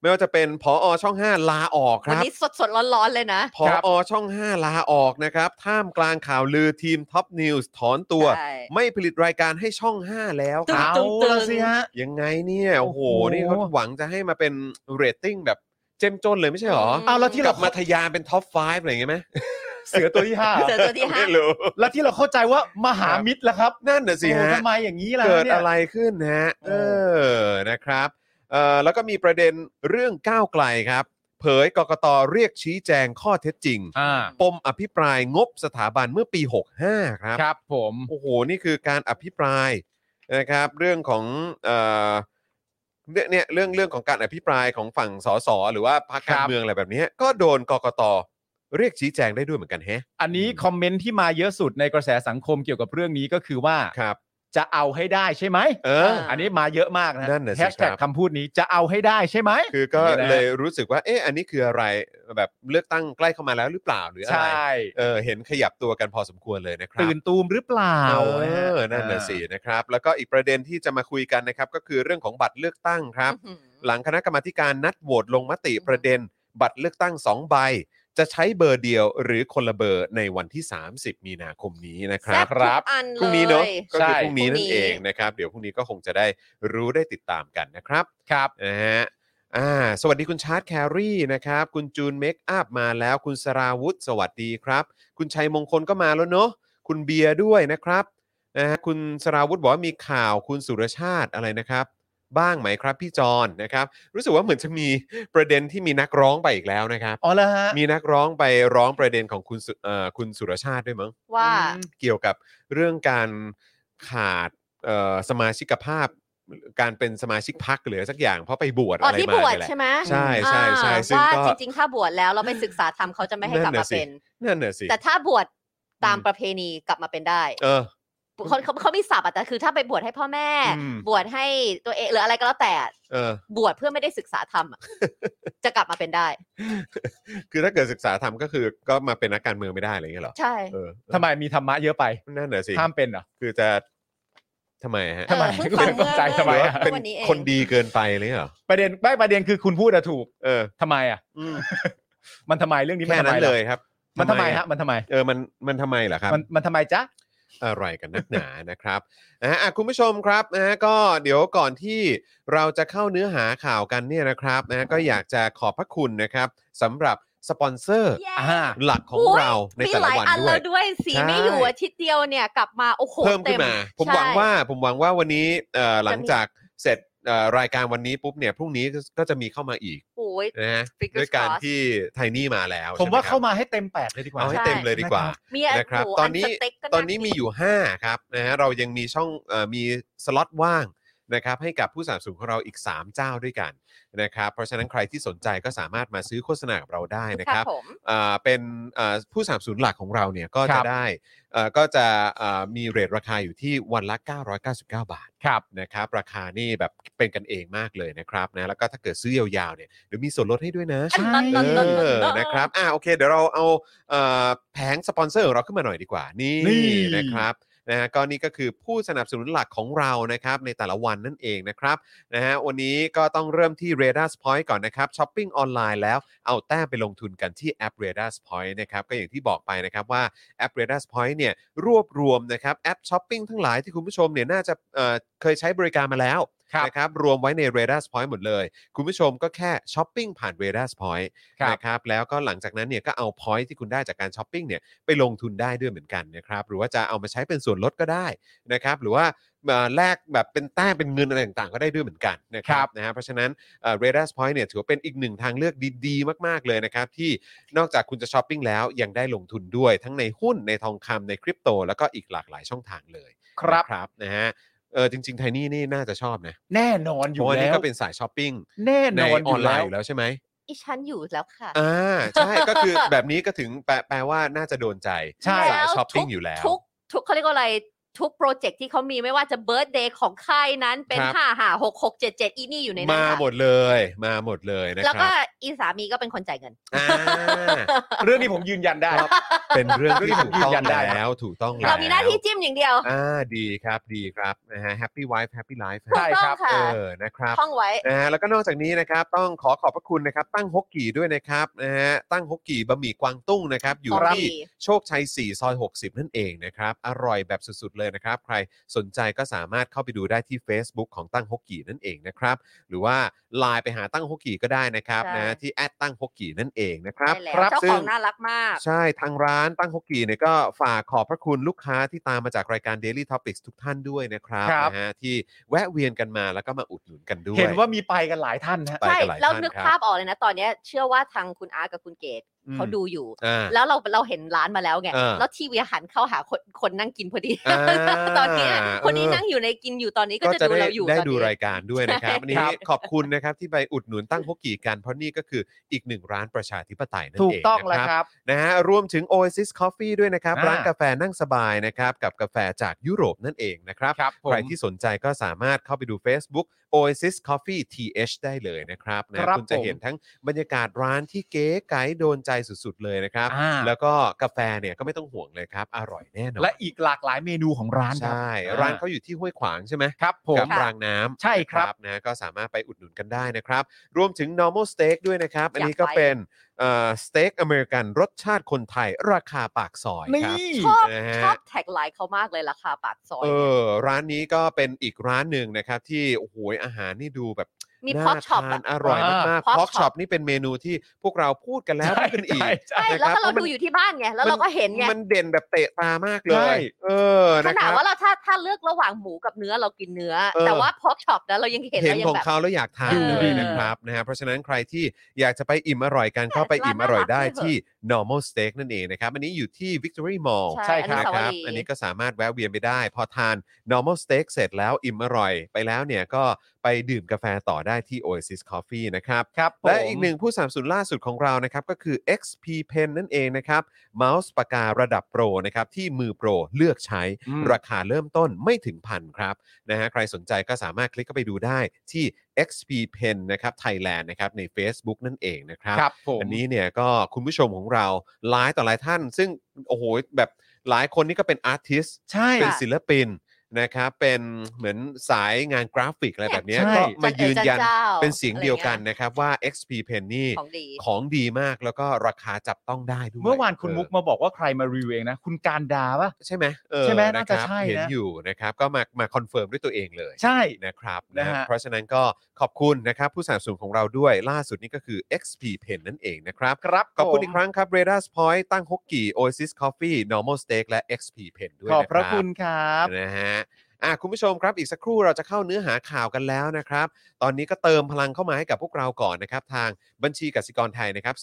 S1: ไม่ว่าจะเป็นพออช่อง 5 ลาออกค
S2: วัน
S1: รับ
S2: นี้สดๆร้อนๆเลยนะ
S1: พออช่อง 5 ลาออกนะครับ ท่ามกลางข่าวลือทีมท็อปนิวส์ถอนตัว
S2: ใช่
S1: ไม่ผลิตรายการให้ช่อง 5 แล้วค
S2: ง
S1: รับ
S2: ตึงตึง
S3: เอาละสิฮะ
S1: ยังไงเนี่ย โอ้โห
S3: โอ้โห
S1: นี่เขาหวังจะให้มาเป็นเรตติ้งแบบเจ้มจนเลยไม่ใช่หรอ
S2: ม
S3: เอาแล้วที่
S1: ก
S3: เรา
S1: ลับมาทะยานเป็นท็อป 5 อะไรอย่างเงี้ยไหม
S3: เสือตัวที่ห้า
S2: เสือตัวที่ห้า
S1: ไม่รู้
S3: แล้วที่เราเข้าใจว่ามหามิตรแล้วครับ
S1: นั่นน่ะสิฮะ
S3: โอ้ทำไมอย่างนี้ล่ะ
S1: เกิด
S3: นี่ย
S1: อะไรขึ้นนะฮะ
S3: เอ
S1: เอ
S3: อ
S1: อนะครับเอ่อแล้วก็มีประเด็นเรื่องก้าวไกลครับ เผยกกตเรียกชี้แจงข้อเท็จจริง
S3: อ่า
S1: ปมอภิปรายงบสถาบันเมื่อปี 65 ครับ
S3: ครับผม
S1: โอ้โห นี่คือการอภิปรายนะครับ เรื่องของเอ่อเรื่องเนี่ยเรื่องเรื่องของการอภิปรายของฝั่งสสหรือว่าพรรคการเมืองอะไรแบบเนี้ยก็โดนกกตเรียกชี้แจงได้ด้วยเหมือนกันแฮะ
S3: อันนี้คอมเมนต์ที่มาเยอะสุดในกระแสสังคมเกี่ยวกับเรื่องนี้ก็คือว่า
S1: ครับ
S3: จะเอาให้ได้ใช่ไหม
S1: เออ
S3: อันนี้มาเยอะมากนะ
S1: นั่นน่ะสิ
S3: แฮชแท็ก
S1: ครับ
S3: คำพูดนี้จะเอาให้ได้ใช่ไหม
S1: คือก็
S3: นี่นะ
S1: เลยรู้สึกว่า เอ๊ะ อันนี้คืออะไรแบบเลือกตั้งใกล้เข้ามาแล้วหรือเปล่าหรืออะ
S3: ใช
S1: ไร
S3: ่
S1: เออเห็นขยับตัวกันพอสมควรเลยนะครับ
S3: ตื่นตูมหรือเปล่า
S1: เออนั่นน่ะสินะครับ แล้วก็อีกประเด็นที่จะมาคุยกันนะครับ ก็คือเรื่องของบัตรเลือกตั้งครับ
S2: อื้อหือ
S1: หลังคณะกรรมาธิการนัดโหวตลงมติประเด็น บัตรเลือกตั้ง 2 ใบ จะใช้เบอร์เดียวหรือคนละเบอร์ในวันที่ 30 มีนาคมนี้นะครั
S2: แซ่
S1: บบ
S2: ทุกอัน
S1: พรุ่งนี้เนาะ
S2: ลย
S1: ก็คือพรุ่งนี้
S2: พรุ่
S1: นั่น
S2: งนี้
S1: เองนะครับ เดี๋ยวพรุ่งนี้ก็คงจะได้รู้ได้ติดตามกันนะครับ
S3: ครับ
S1: นะฮะอ่าสวัสดีคุณชาร์ตแครีนะครับ คุณจูนเมคอัพมาแล้ว คุณสราวุธ สวัสดีครับ คุณชัยมงคลก็มาแล้วเนาะ คุณเบียร์ด้วยนะครับนะฮะคุณสราวุธบอกว่ามีข่าวคุณสุรชาติอะไรนะครับ บ้างไหมครับพี่จอนนะครับ รู้สึกว่าเหมือนจะมีประเด็นที่มีนักร้องไปอีกแล้วนะครับ
S3: อ๋อแล้วฮะ
S1: มีนักร้องไปร้องประเด็นของคุณสุเอ่อคุณสุรชาติด้วยมั้ง
S2: ว่า
S1: เกี่ยวกับเรื่องการขาดเอ่อสมาชิกภาพ การเป็นสมาชิกพักหรือสักอย่างเพราะไปบวช
S2: อ๋อ
S1: อะไร
S2: ที่
S1: มา
S2: บวช
S1: เนี่ยแหละ
S2: ใช่ไหม
S1: ใช่ใช่ใช่
S2: อ่า
S1: ซึ่ง
S2: ว่า
S1: ก็
S2: จริงๆ ถ้าบวชแล้วเราไปศึกษาธรรมเขาจะไม่ให้กลับ
S1: นั่น
S2: มา
S1: น่ะสิ
S2: เป็น
S1: นั่นน่ะสิ
S2: แต่ถ้าบวชตามประเพณีกลับมาเป็นได้
S1: เออ
S2: เขาเขาเขามีศัพท์อะแต่คือถ้าไปบวชให้พ่อแม่
S1: อืม
S2: บวชให้ตัวเองหรืออะไรก็แล้วแต่
S1: เออบ
S2: วชเพื่อไม่ได้ศึกษาธรร
S1: [LAUGHS]
S2: มอะจะกลับมาเป็นได้
S1: คือถ้าเกิดศึกษาธรรมก็คือก็มาเป็นนักการเมืองไม่ได้อะไรอย่างเงี้ยเหรอ
S2: ใช่
S1: เออ
S3: ทำไมมีธรรมะเยอะไป
S1: นั่นน่ะสิ
S3: ห้ามเป็นเหรอ
S1: คือจะทำไมฮะ
S3: ทำไม
S2: เออเพิ่งฟัง
S3: คุณ
S2: เมื่อ
S3: ใจทำไม
S1: หรือ
S3: อะ
S1: ว่าเป็น
S2: วัอง
S1: คนดีเกินไปเลยเหรอ
S3: ประเด็นไม่ประเด็นคือคุณพูดอะถูก
S1: เออ
S3: ทำไมอะ
S1: อืม
S3: มันทำไมเรื่องนี้มั
S1: แค่
S3: นทำ
S1: นั้
S3: ไม
S1: นเลย
S3: ล่ะ
S1: ครับ
S3: มันทำไมฮะมันทำไม
S1: เออมันมันทำไมเหรอครับ
S3: มันมันทำไมจ๊ะ
S1: อะไรกันนักหนานะครับ [LAUGHS] นะฮะอ่ะคุณผู้ชมครับนะฮะก็เดี๋ยวก่อนที่เราจะเข้าเนื้อหาข่าวกันเนี่ยนะครับนะฮะก็อยากจะขอบพระคุณนะครับสำหรับสปอนเซอร์
S3: อ่า
S1: หลักของ
S2: ย
S1: เราใน
S2: มี
S1: แต่
S2: ห
S1: ละ
S2: ลาย
S1: วัน
S2: อัน
S1: ด้ว
S2: แล้
S1: ย
S2: วด้วยสีไม่
S1: ใช่
S2: อยู่อาทิตย์เดียวเนี่ยกลับมาโอ้โห
S1: เพิ่มขึ้น
S2: ต็
S1: มา ผม
S2: ใช่
S1: หวังว่าผมหวังว่าวันนี้เอ่อหลังจากเสร็จเอ่อรายการวันนี้ปุ๊บเนี่ยพรุ่งนี้ก็ก็จะมีเข้ามาอีก
S2: โอ้ย
S1: นะฮะ
S2: Fingers
S1: ด้วยการ
S2: crossed
S1: ที่ไทนี่มาแล้ว
S3: ผมว่า
S1: ใช่ไห
S3: เข้ามาให้เต็มแปดเลยดีกว่า
S1: เอาให้
S2: ใช่
S1: เต็มเลยดีกว่า
S2: มีอัน
S1: นะครับ
S2: โโห
S1: ตอนนี้
S2: สเกก็า
S1: ตอนนี้มีอยู่ 5 ครับนะฮะเรายังมีช่องเอ่อมีสล็อตว่างนะครับให้กับผู้สนับสนุนของเราอีก 3 เจ้าด้วยกันนะครับเพราะฉะนั้นใครที่สนใจก็สามารถมาซื้อโฆษณากับเราได้นะ
S2: ค
S1: ค
S2: รั
S1: รั
S2: บบ ผม
S1: เอ่อเป็นเอ่อผู้สนับสนุนหลักของเราเนี่ยก็
S3: ครั
S1: จะ
S3: บ
S1: ได้เอ่อก็จะเอ่อมีเรทราคาอยู่ที่วันละ 999 บาท
S3: ครับ
S1: นะครับราคานี่แบบเป็นกันเองมากเลยนะครับนะแล้วก็ถ้าเกิดซื้อยาวๆเนี่ยเดี๋ยวมีส่วนลดให้ด้วยนะ
S3: ใช่
S2: อัน
S1: เอ
S2: นั้นนั้นนั้น
S1: อ
S2: นั้น
S1: นะครับอ่าโอเค เดี๋ยวเราเอาเอ่อแผงสปอนเซอร์ของเราขึ้นมาหน่อยดีกว่านี่
S3: นี่
S1: นะครับนะฮะก็นี่ก็คือผู้สนับสนุนหลักของเรานะครับในแต่ละวันนั่นเองนะครับนะฮะวันนี้ก็ต้องเริ่มที่ r a d a r s Point ก่อนนะครับช้อปปิ้งออนไลน์แล้วเอาแต้มไปลงทุนกันที่แอป r a d a r s Point นะครับก็อย่างที่บอกไปนะครับว่า แอป r a d a r s Point เนี่ยรวบรวมนะครับแอปช้อปปิ้งทั้งหลายที่คุณผู้ชมเนี่ยน่าจะเอ่อเคยใช้บริการมาแล้ว
S3: ครับ
S1: นะครับรวมไว้ใน r a d a r s Point หมดเลย คุณผู้ชมก็แค่ช้อปปิ้งผ่าน r a d a r s Point
S3: ครับ
S1: นะครับแล้วก็หลังจากนั้นเนี่ยก็เอา point ที่คุณได้จากการช้อปปิ้งเนี่ยไปลงทุนได้ด้วยเหมือนกันนะครับหรือว่าจะเอามาใช้เป็นส่วนลดก็ได้นะครับหรือว่าเอ่อแลกแบบเป็นแต้มเป็นเงินอะไรต่างๆ ก็ได้ด้วยเหมือนกันนะค
S3: ครั
S1: รับบ นะฮะเพราะฉะนั้น เรดัสพอยต์เนี่ยถือว่าเป็นอีกหนึ่งทางเลือกดีๆ มาก ๆ เลยนะครับ ที่นอกจากคุณจะช้อปปิ้งแล้วยังได้ลงทุนด้วยทั้งในหุ้นในทองคำในคริปโต แล้วก็อีกหลากหลายช่องทางเลย
S3: ครับ
S1: นะครับนะฮะเออจริง ๆ ไทนี่นี่น่าจะชอบนะ
S3: แน่นอนอ
S1: เพ
S3: ยู่
S1: ราะว่า
S3: แล้
S1: นี่
S3: ว
S1: ก็เป็นสายช้อปปิ้ง
S3: แน่
S1: ใน
S3: นอน
S1: อ
S3: อ
S1: อน
S3: ยู่
S1: ไล
S3: แล้ว
S1: น์อยู่แล้วใช่ไหม
S2: อีฉันอยู่แล้วค่ะ
S1: อ่าใช่ ก็คือ [LAUGHS] แบบนี้ก็ถึงแปลแปลว่าน่าจะโดนใจ
S3: ใช่
S1: สาย
S2: แล้ว
S1: ช้อปปิ้ง
S2: ทุก
S1: อยู่แล้ว
S2: ทุกทุกเขาเรียกว่าอะไรทุกโปรเจกต์ที่เขามีไม่ว่าจะเบิร์ d เดย์ของค่ายนั้นเป็น
S1: ครับ
S2: ห้าห้าหกหกเจ็ดเจ็ดอีนี่อยู่ในนั้น
S1: มา
S2: ค่ะ
S1: หมดเลยมาหมดเลยนะ
S2: แล้ว
S1: ค
S2: ก็
S1: รับ
S2: อีสามีก็เป็นคนจ่ายเงิน [LAUGHS]
S1: อ่า
S3: เรื่องนี้ผมยืนยันได้
S1: เป็นเรื่องที่ถูกต้อง
S3: ยืนยันได้
S1: แล้วถูกต้องแล้ว
S2: เรามีหน้าที่จิ้มอย่างเดียว
S1: อ่าดีครับดีครับนะฮะแฮปปี้ไวฟ์แฮปปี้ไลฟ์
S3: ใช่
S2: ต้อง
S3: ครับ
S2: ค่ะ
S1: เออนะครับ
S2: ท่องไว้
S1: นะฮะแล้วก็นอกจากนี้นะครับต้องขอขอบพระคุณนะครับ ตั้งฮกกี่ด้วยนะครับนะฮะตั้งฮกกี่บะหมี่กวางตุ้งนะครับอยู่
S2: ครับ
S1: ที่โชคชัย 4 ซอย 60 นั่นเองนะครับอร่อยแบบสุดๆเลยนะครับ ใครสนใจก็สามารถเข้าไปดูได้ที่ Facebook ของตั้งฮกกี่นั่นเองนะครับ หรือว่าไลน์ไปหาตั้งฮกกี่ก็ได้นะครับนะฮะที่แอดตั้งฮกกี่นั่นเองนะครับ
S2: ได้แล้ว
S3: ครับ
S2: เจ้า
S1: ซึ่
S2: ข
S1: ง
S2: องน่ารักมาก
S1: ใช่ทางร้านตั้งฮกกีเนี่ยก็ฝากขอบพระคุณลูกค้าที่ตามมาจากรายการ Daily Topics ทุกท่านด้วยนะครับ
S3: ครับ
S1: นะฮะที่แวะเวียนกันมาแล้วก็มาอุดหนุนกันด้วย
S3: เห็นว่ามีไปกันหลายท่านนะฮะ
S1: ไป
S2: ใช่
S1: กันหลาย
S2: เรา
S1: ท่าน
S2: นึก
S1: ครับ
S2: ภาพออกเลยนะ ตอนเนี้ยเชื่อว่าทางคุณอาร์ตกับคุณเกด
S1: อืม
S2: เขาดูอยู่
S1: อ่า
S2: แล้วเราเราเห็นร้านมาแล้วไง
S1: อ่า
S2: แล้วทีวีหันเข้าหาคนคนนั่งกินพอดี
S1: อ่า
S2: ตอนเนี้ยคนนี้นั่งอยู่ในกินอยู่ตอนนี้ก็
S1: ก็
S2: จะ
S1: จะ
S2: ดู
S1: ได้
S2: เราอยู่
S1: ได้
S2: ตอน
S1: ดู
S2: นี้
S1: รายการด้วยนะครับ
S2: ใช่
S1: วันนี้
S3: ครับ
S1: ขอบคุณนะครับที่ไปอุดหนุนตั้งฮกกีกัน เพราะนี่ก็คืออีกหนึ่งร้านประชาธิปไตยนั่น
S3: ถูก
S1: เอง
S3: ต้องแล้ว
S1: นะค
S3: ครับรับ
S1: นะฮะรวมถึง Oasis Coffee ด้วยนะครับ
S3: อ่า
S1: ร้านกาแฟนั่งสบายนะครับกับกาแฟจากยุโรปนั่นเองนะครับ
S3: ครับผม
S1: ใครที่สนใจก็สามารถเข้าไปดู Facebook Oasis Coffee TH ได้เลยนะครับนะครับ คุณจะ
S3: ผม
S1: เห็นทั้งบรรยากาศร้านที่เก๋ไก๋โดนใจสุดๆเลยนะครับ
S3: อ่า
S1: แล้วก็กาแฟเนี่ยก็ไม่ต้องห่วงเลยครับ อร่อยแน่นอน
S3: และอีกหลากหลายเมนูของร้านคร
S1: ใช
S3: ับ่
S1: ร้านเขาอยู่ที่ห้วยขวางใช่ไหม
S3: ครับผ
S1: กั
S3: ม
S1: บรางน้ำ
S3: ใช่ครับ
S1: นะนะก็สามารถไปอุดหนุนกันได้นะครับ รวมถึง normal steak ด้วยนะครับ อันนี้ก็
S2: อยากไป
S1: เป็นเอ่อสเต็กอเมริกันรสชาติคนไทยราคาปากซอย
S3: นี่
S1: ครับ
S2: ชอบ
S1: นะฮะ
S2: ชอบแท็กไลน์เขามากเลยราคาปากซอย
S1: เออร้านนี้ก็เป็นอีกร้านหนึ่งนะครับ ที่โอ้โหอาหารนี่ดูแบบ
S2: มี
S1: น่า
S2: Pork Chop
S1: ทาน
S2: อะ
S1: อร่อยมาก
S2: อ่า
S1: ๆพ็อก
S2: Pork
S1: ช็อ
S2: Chop
S1: ปนี่เป็นเมนูที่พวกเราพูดกันแล้ว
S3: ใช่
S1: พูดกันอีก
S3: ใช่ใช่
S2: ใช่แล้ว
S1: นะครับ
S2: ถ้าเรา
S1: เพราะมัน
S2: ดูอยู่ที่บ้านไงแล้วเราก็เห็นไง
S1: มันเด่นแบบเตะตามากเล
S3: ใช่
S1: ย เออ
S2: ข
S1: นะค
S2: นาด
S1: รับ
S2: ว่าเราถ้าถ้าเลือกระหว่างหมูกับเนื้อเรากินเนื้อ
S1: เออ
S2: แต่ว่าพอกช็อปนะเรายังเห็น
S1: เห็น
S2: เรายั
S1: ของ
S2: แบบ
S1: เขาแล้วอยากทาน
S2: ดู
S1: เล
S2: ดี
S1: ยนะครับนะฮะเพราะฉะนั้นใครที่อยากจะไปอิ่มอร่อยกัน
S2: เนี่ย
S1: เข้าไปอิ่มอร่อยได้
S2: ร้านน่ารัก
S1: ที่ normal steak นั่นเองนะครับ อันนี้อยู่ที่ victory mall
S3: ใช่
S2: อ
S3: ครั
S2: นุ
S3: บ
S2: สาว
S1: นะครับ
S2: รีย์
S1: อันนี้ก็สามารถแวะเวียนไปได้ พอทาน normal steak เสร็จแล้วอิ่มอร่อยไปแล้วเนี่ยก็ไปดื่มกาแฟต่อได้ที่ Oasis Coffee นะครับ
S3: ครับผม
S1: และอีกหนึ่งผู้สามสนุนล่าสุดของเรานะครับก็คือ XP Pen นั่นเองนะครับเมาส์ปากการะดับโปรนะครับที่มือโปรเลือกใช้
S3: อืม
S1: ราคาเริ่มต้นไม่ถึงพันครับนะฮะใครสนใจก็สามารถคลิกเข้าไปดูได้ที่ XP Pen นะครับไทยแลนด์นะครับใน Facebook นั่นเองนะครับ
S3: ครับผม
S1: อันนี้เนี่ยก็คุณผู้ชมของเราหลายต่อหลายท่าน ซึ่งโอ้โหแบบหลายคนนี่ก็เป็นอาร์ติส
S3: ใช่
S1: เป็นศิลปิน นะครับเป็นเหมือนสายงานกราฟิกอะไรแบบเนี้ย
S3: ใช่
S1: ก็
S2: จั
S1: มา
S2: ดเอ
S1: ยืนยัน
S2: จ้า
S1: เป็นเสียงเดียวกัน
S2: อะไร
S1: นะครับว่า XP Pen นี่
S2: เงี้ยของดี
S1: ของดีมากแล้วก็ราคาจับต้องได้ด้วย
S3: เมื่อวานคุณมุกมาบอกว่าใครมารีวิวเองนะ คุณการดาปะ
S1: ใช่ไหมเออ
S3: ใช่ไหม
S1: ครั
S3: น่า
S1: บ
S3: จะใช่นะ
S1: เห็นอยู่นะครับ ก็มามาคอนเฟิร์มด้วยตัวเองเลย
S3: ใช่
S1: นะครับ
S3: นะ
S1: นะ
S3: ฮะ
S1: เพราะฉะนั้นก็ขอบคุณนะครับ ผู้สนับสนุนของเราด้วยล่าสุดนี่ก็คือ XP Pen นั่นเองนะครับ
S3: ครับ
S1: ขอบคุณ
S3: ผม
S1: อีกครั้งครับ r a d a r Point ตั้งฮกกี่ Oasis Coffee Normal Steak และ XP Pen ด้วย
S3: ข
S1: น
S3: อบพระคุณครับ
S1: นะฮะอ่ะคุณผู้ชมครับอีกสักครู่เราจะเข้าเนื้อหาข่าวกันแล้วนะครับ ตอนนี้ก็เติมพลังเข้ามาให้กับพวกเราก่อนนะครับ ทางบัญชีกสิกรไทยนะครับ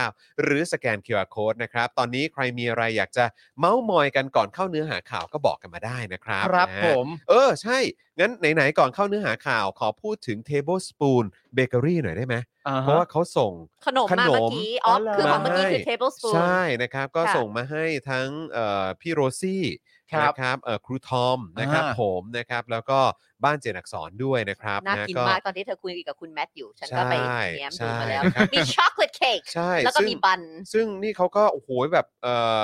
S1: 0698975539 หรือสแกน QR Code นะครับ ตอนนี้ใครมีอะไรอยากจะเม้ามอยกันก่อนเข้าเนื้อหาข่าวก็บอกกันมาได้นะครับ
S3: ครับ
S1: นะฮะ
S3: ผม
S1: เออ ใช่ งั้น ไหน ๆ ก่อนเข้าเนื้อหาข่าวขอพูดถึง Tablespoon Bakery หน่อยได้ไหม เพราะว่าเขาส่ง
S2: ขนมมา
S1: ขน
S2: เมื่อ
S1: ม
S2: กี้อ๋อ
S3: อ๋อเหรอ
S2: คือของเมื่อกี้คือ table spoon
S1: ใช่นะครับ ก็
S2: ค่ะ
S1: ส่งมาให้ทั้งเอ่อพี่โรซี่
S3: ครับ
S1: นะครับเอ่อครูทอมนะครับ
S3: อ่า
S1: ผมนะครับ แล้วก็บ้านเจนอักษรด้วยนะครับ
S2: น่ากินมากตอนที่เธอคุยกับคุณแมทอยู่ ฉันก็ไปแง้มดูมาแล้ว
S1: ใช่ครับ
S2: มีช็อกโกแลตเค้ก
S1: ใช่
S2: แล้วก็
S1: ซึ่ง
S2: มีบัน
S1: ซึ่งนี่เขาก็โอ้โหแบบเอ่อ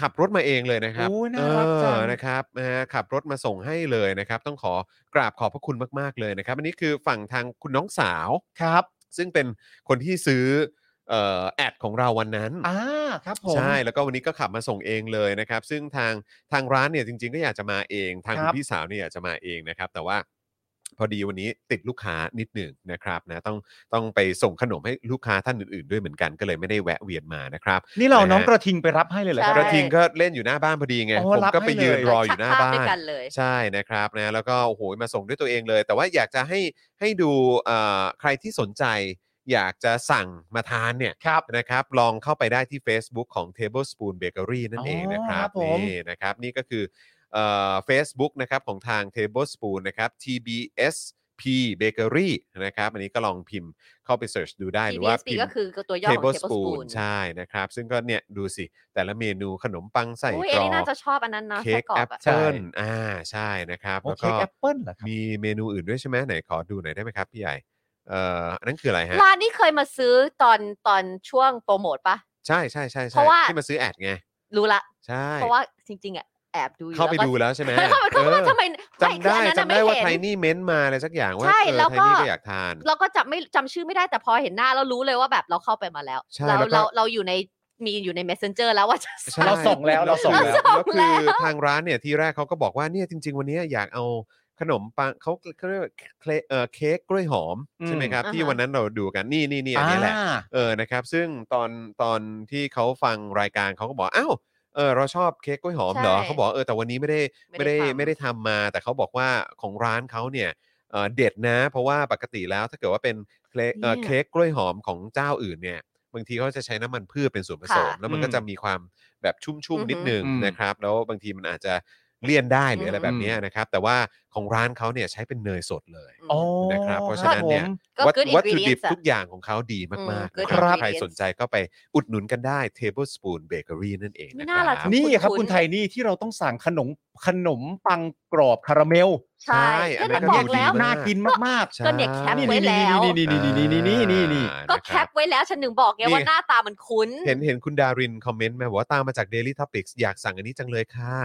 S1: ขับรถมาเองเลยนะครับ
S3: โอ้ย
S1: เอ
S3: น่ารักจัง
S1: อนะครับนะฮะขับรถมาส่งให้เลยนะครับ ต้องขอกราบขอบพระคุณมากๆเลยนะครับ อันนี้คือฝั่งทางคุณน้องสาว
S3: ครับ
S1: ซึ่งเป็นคนที่ซื้อเอ่อแอดของเราวันนั้น
S3: อ่า ครับผม
S1: ใช่ แล้วก็วันนี้ก็ขับมาส่งเองเลยนะครับ ซึ่งทางทางร้านเนี่ยจริง ๆ ก็อยากจะมาเอง ทาง
S3: ค
S1: คุณ
S3: รับ
S1: พี่สาวเนี่ยอยากจะมาเองนะครับ แต่ว่าพอดีวันนี้ติดลูกค้านิดหนึ่งนะครับนะต้องต้องไปส่งขนมให้ลูกค้าท่านอื่น ๆ ด้วยเหมือนกันก็เลยไม่ได้แวะเวียนมานะครับ
S3: นี่เราเอาน้อง
S1: นะฮะ
S3: กระทิงไปรับให้เลยเหรอค
S2: ใช่
S3: รับ
S1: กระทิงก็เล่นอยู่หน้าบ้านพอดีไง
S3: โอ้
S1: ผม
S3: รับ
S1: ก็ไป
S3: ให้เลย
S1: ยืนรออยู่หน้าบ้า
S2: ชักภพด้วย
S1: น
S2: กันเลย
S1: ใช่นะครับนะแล้วก็โอ้โหมาส่งด้วยตัวเองเลย แต่ว่าอยากจะให้ให้ดูเอ่อใครที่สนใจ อยากจะสั่งมาทานเนี่ย
S3: ครับ
S1: นะครับลองเข้าไปได้ที่ Facebook ของ Tablespoon Bakery นั่นเองนะครั
S3: อ๋อครับ บผม
S1: นี่นะครับนี่ก็คือเอ่อ Facebook นะครับของทาง Tablespoon นะครับ TBS P Bakery นะครับอันนี้ก็ลองพิมพ์เข้าไป search ดูได้หรือว่า
S2: ปี
S1: พิม
S2: ก็
S1: พ์
S2: คือตัวย่อของ
S1: table
S2: table
S1: spoon
S2: spoon
S1: ใช่นะครับ ซึ่งก็เนี่ยดูสิ แต่ละเมนูขนมปังใส่
S2: อุ้ย
S1: ก
S2: เอ
S1: รอ
S2: ลิน่าก จะชอบอันนั้นนะ
S1: เค้
S2: ไส้
S1: ก
S2: กรอ
S1: แอบ ป
S2: อะ
S3: ใช่
S1: เปิ้ลอ่าใช่นะครับ
S3: โอ
S1: แล้ว
S3: เค
S1: ก็
S3: แอปเปิ้ลเหรอครับ
S1: มีเมนูอื่นด้วยใช่ไหมไหนขอดูหน่อยได้ไหมครับ พี่ใหญ่เอ่ออันนั้นคืออะไรฮะ
S2: ร้านนี้เคยมาซื้อตอนตอนช่วงโปรโมทปะ
S1: ใช่ใช่ใช่ใช่
S2: เพราะว่า
S1: ที่มาซื้อแอดไง
S2: รู้ละ
S1: ใช่
S2: เพราะว่าจริงๆอะแอบดูอยู่
S1: เข้าไป
S2: แล้วก็
S1: ดูแล้วใช่ไหม
S2: เข้าไปเข้าไปทำไม
S1: จำได้
S2: ม่คืออันนั้นน่ะ
S1: จำได้ว่า
S2: ม่
S1: ไท
S2: เห็น
S1: นี่เม้นมาอะไรสักอย่างว่า
S2: ใช่
S1: เออ
S2: แล้ว
S1: ไท
S2: ก็
S1: นี่ก็อยากทาน
S2: เราก็จำไม่จำชื่อไม่ได้แต่พอเห็นหน้าเรารู้เลยว่าแบบเราเข้าไปมาแล้ว
S1: ใช่
S2: เรา
S1: แล้วก็
S2: เราเราอยู่ในมีอยู่ใน messenger แล้วว่าจะ
S1: ใช่
S3: เราส่งแล้วเราส่งแล้ว
S1: แล้วคือทางร้านเนี่ยทีแรกเขาก็บอกว่าเนี่ยจริง ๆ วันนี้อยากเอาขนมปังเขาเขาเรียกว่าเคลเอ่อเค้กกล้วยหอมใช่ไหมครับ
S2: อืม
S1: ที่
S2: อ่าฮะ
S1: วันนั้นเราดูกันนี่นี่นี่อันนี้แหละ
S3: อ่า
S1: เออนะครับซึ่งตอนตอนที่เขาฟังรายการเขาก็บอกอ้าวเออเราชอบเค้กกล้วยหอมเหรอ
S2: ใช่
S1: เขาบอกเออแต่วันนี้ไม่ได้ไม่ได้
S2: ไม่ได้ทำ
S1: ไม่ได้ทำมา แต่เขาบอกว่าของร้านเขาเนี่ยเอ่อเด็ดนะ เพราะว่าปกติแล้วถ้าเกิดว่าเป็นเคลเอ่อเค้กกล้วยหอมของเจ้าอื่นเนี่ย บางทีเขาจะใช้น้ำมันพืชเป็นส่วนผสม
S2: ค่ะ
S1: แล้วมันก็
S3: อืม
S1: จะมีความแบบชุ่ม
S2: อือฮึ
S1: ๆนิดนึง
S3: อืม
S1: นะครับ แล้วบางทีมันอาจจะเลี่ยนได้หรืออะไร
S2: อือฮึ
S1: แบบเนี้ยนะครับ แต่ว่าของร้านเขาเนี่ยใช้เป็นเนยสดเลย
S3: โอ้
S1: นะครับ เพราะฉะนั้นเนี่ย
S3: ครับผม
S1: วั
S2: ก็
S1: ต
S2: good
S1: วัตถุดิบ
S2: ingredients อะ
S1: ทุกอย่างของเขาดี
S2: อืม
S1: มากๆ
S2: good
S1: นะครับ
S2: ingredients
S1: ใครสนใจก็ไปอุดหนุนกันได้ Tablespoon Bakery นั่นเอง
S2: ไม่
S1: นะค
S2: น่าล่ะ
S1: รับ
S3: นี่ครับ
S2: คุ้นๆ
S3: คุณไทยนี่ที่เราต้องสั่งขนมขนมปังกรอบคาราเมล
S2: ใช่
S1: อั
S2: ก็
S1: น
S2: เนี่
S1: นั้น
S2: ย
S1: ก็
S2: บ
S1: ดู
S2: อก
S1: ดี
S2: แล้ว
S3: น่ากินมากๆ
S1: ใช่
S2: ก็เนี่ยแคป
S3: นี่
S2: ไว้
S3: นี่
S2: แล้ว
S3: นี่นี่นี่นี่นี่นี่นี่
S2: ก็
S1: นะ
S2: แครับ ปไว้แล้วฉันหนึ่งบอกไง
S1: นี่
S2: ว่าหน้าตามันคุ้น
S1: เห็นเห็นคุณดารินคอมเมนต์มาบอกว่าตามมาจาก Daily Topics อยากสั่งอันนี้จังเลยค่ะ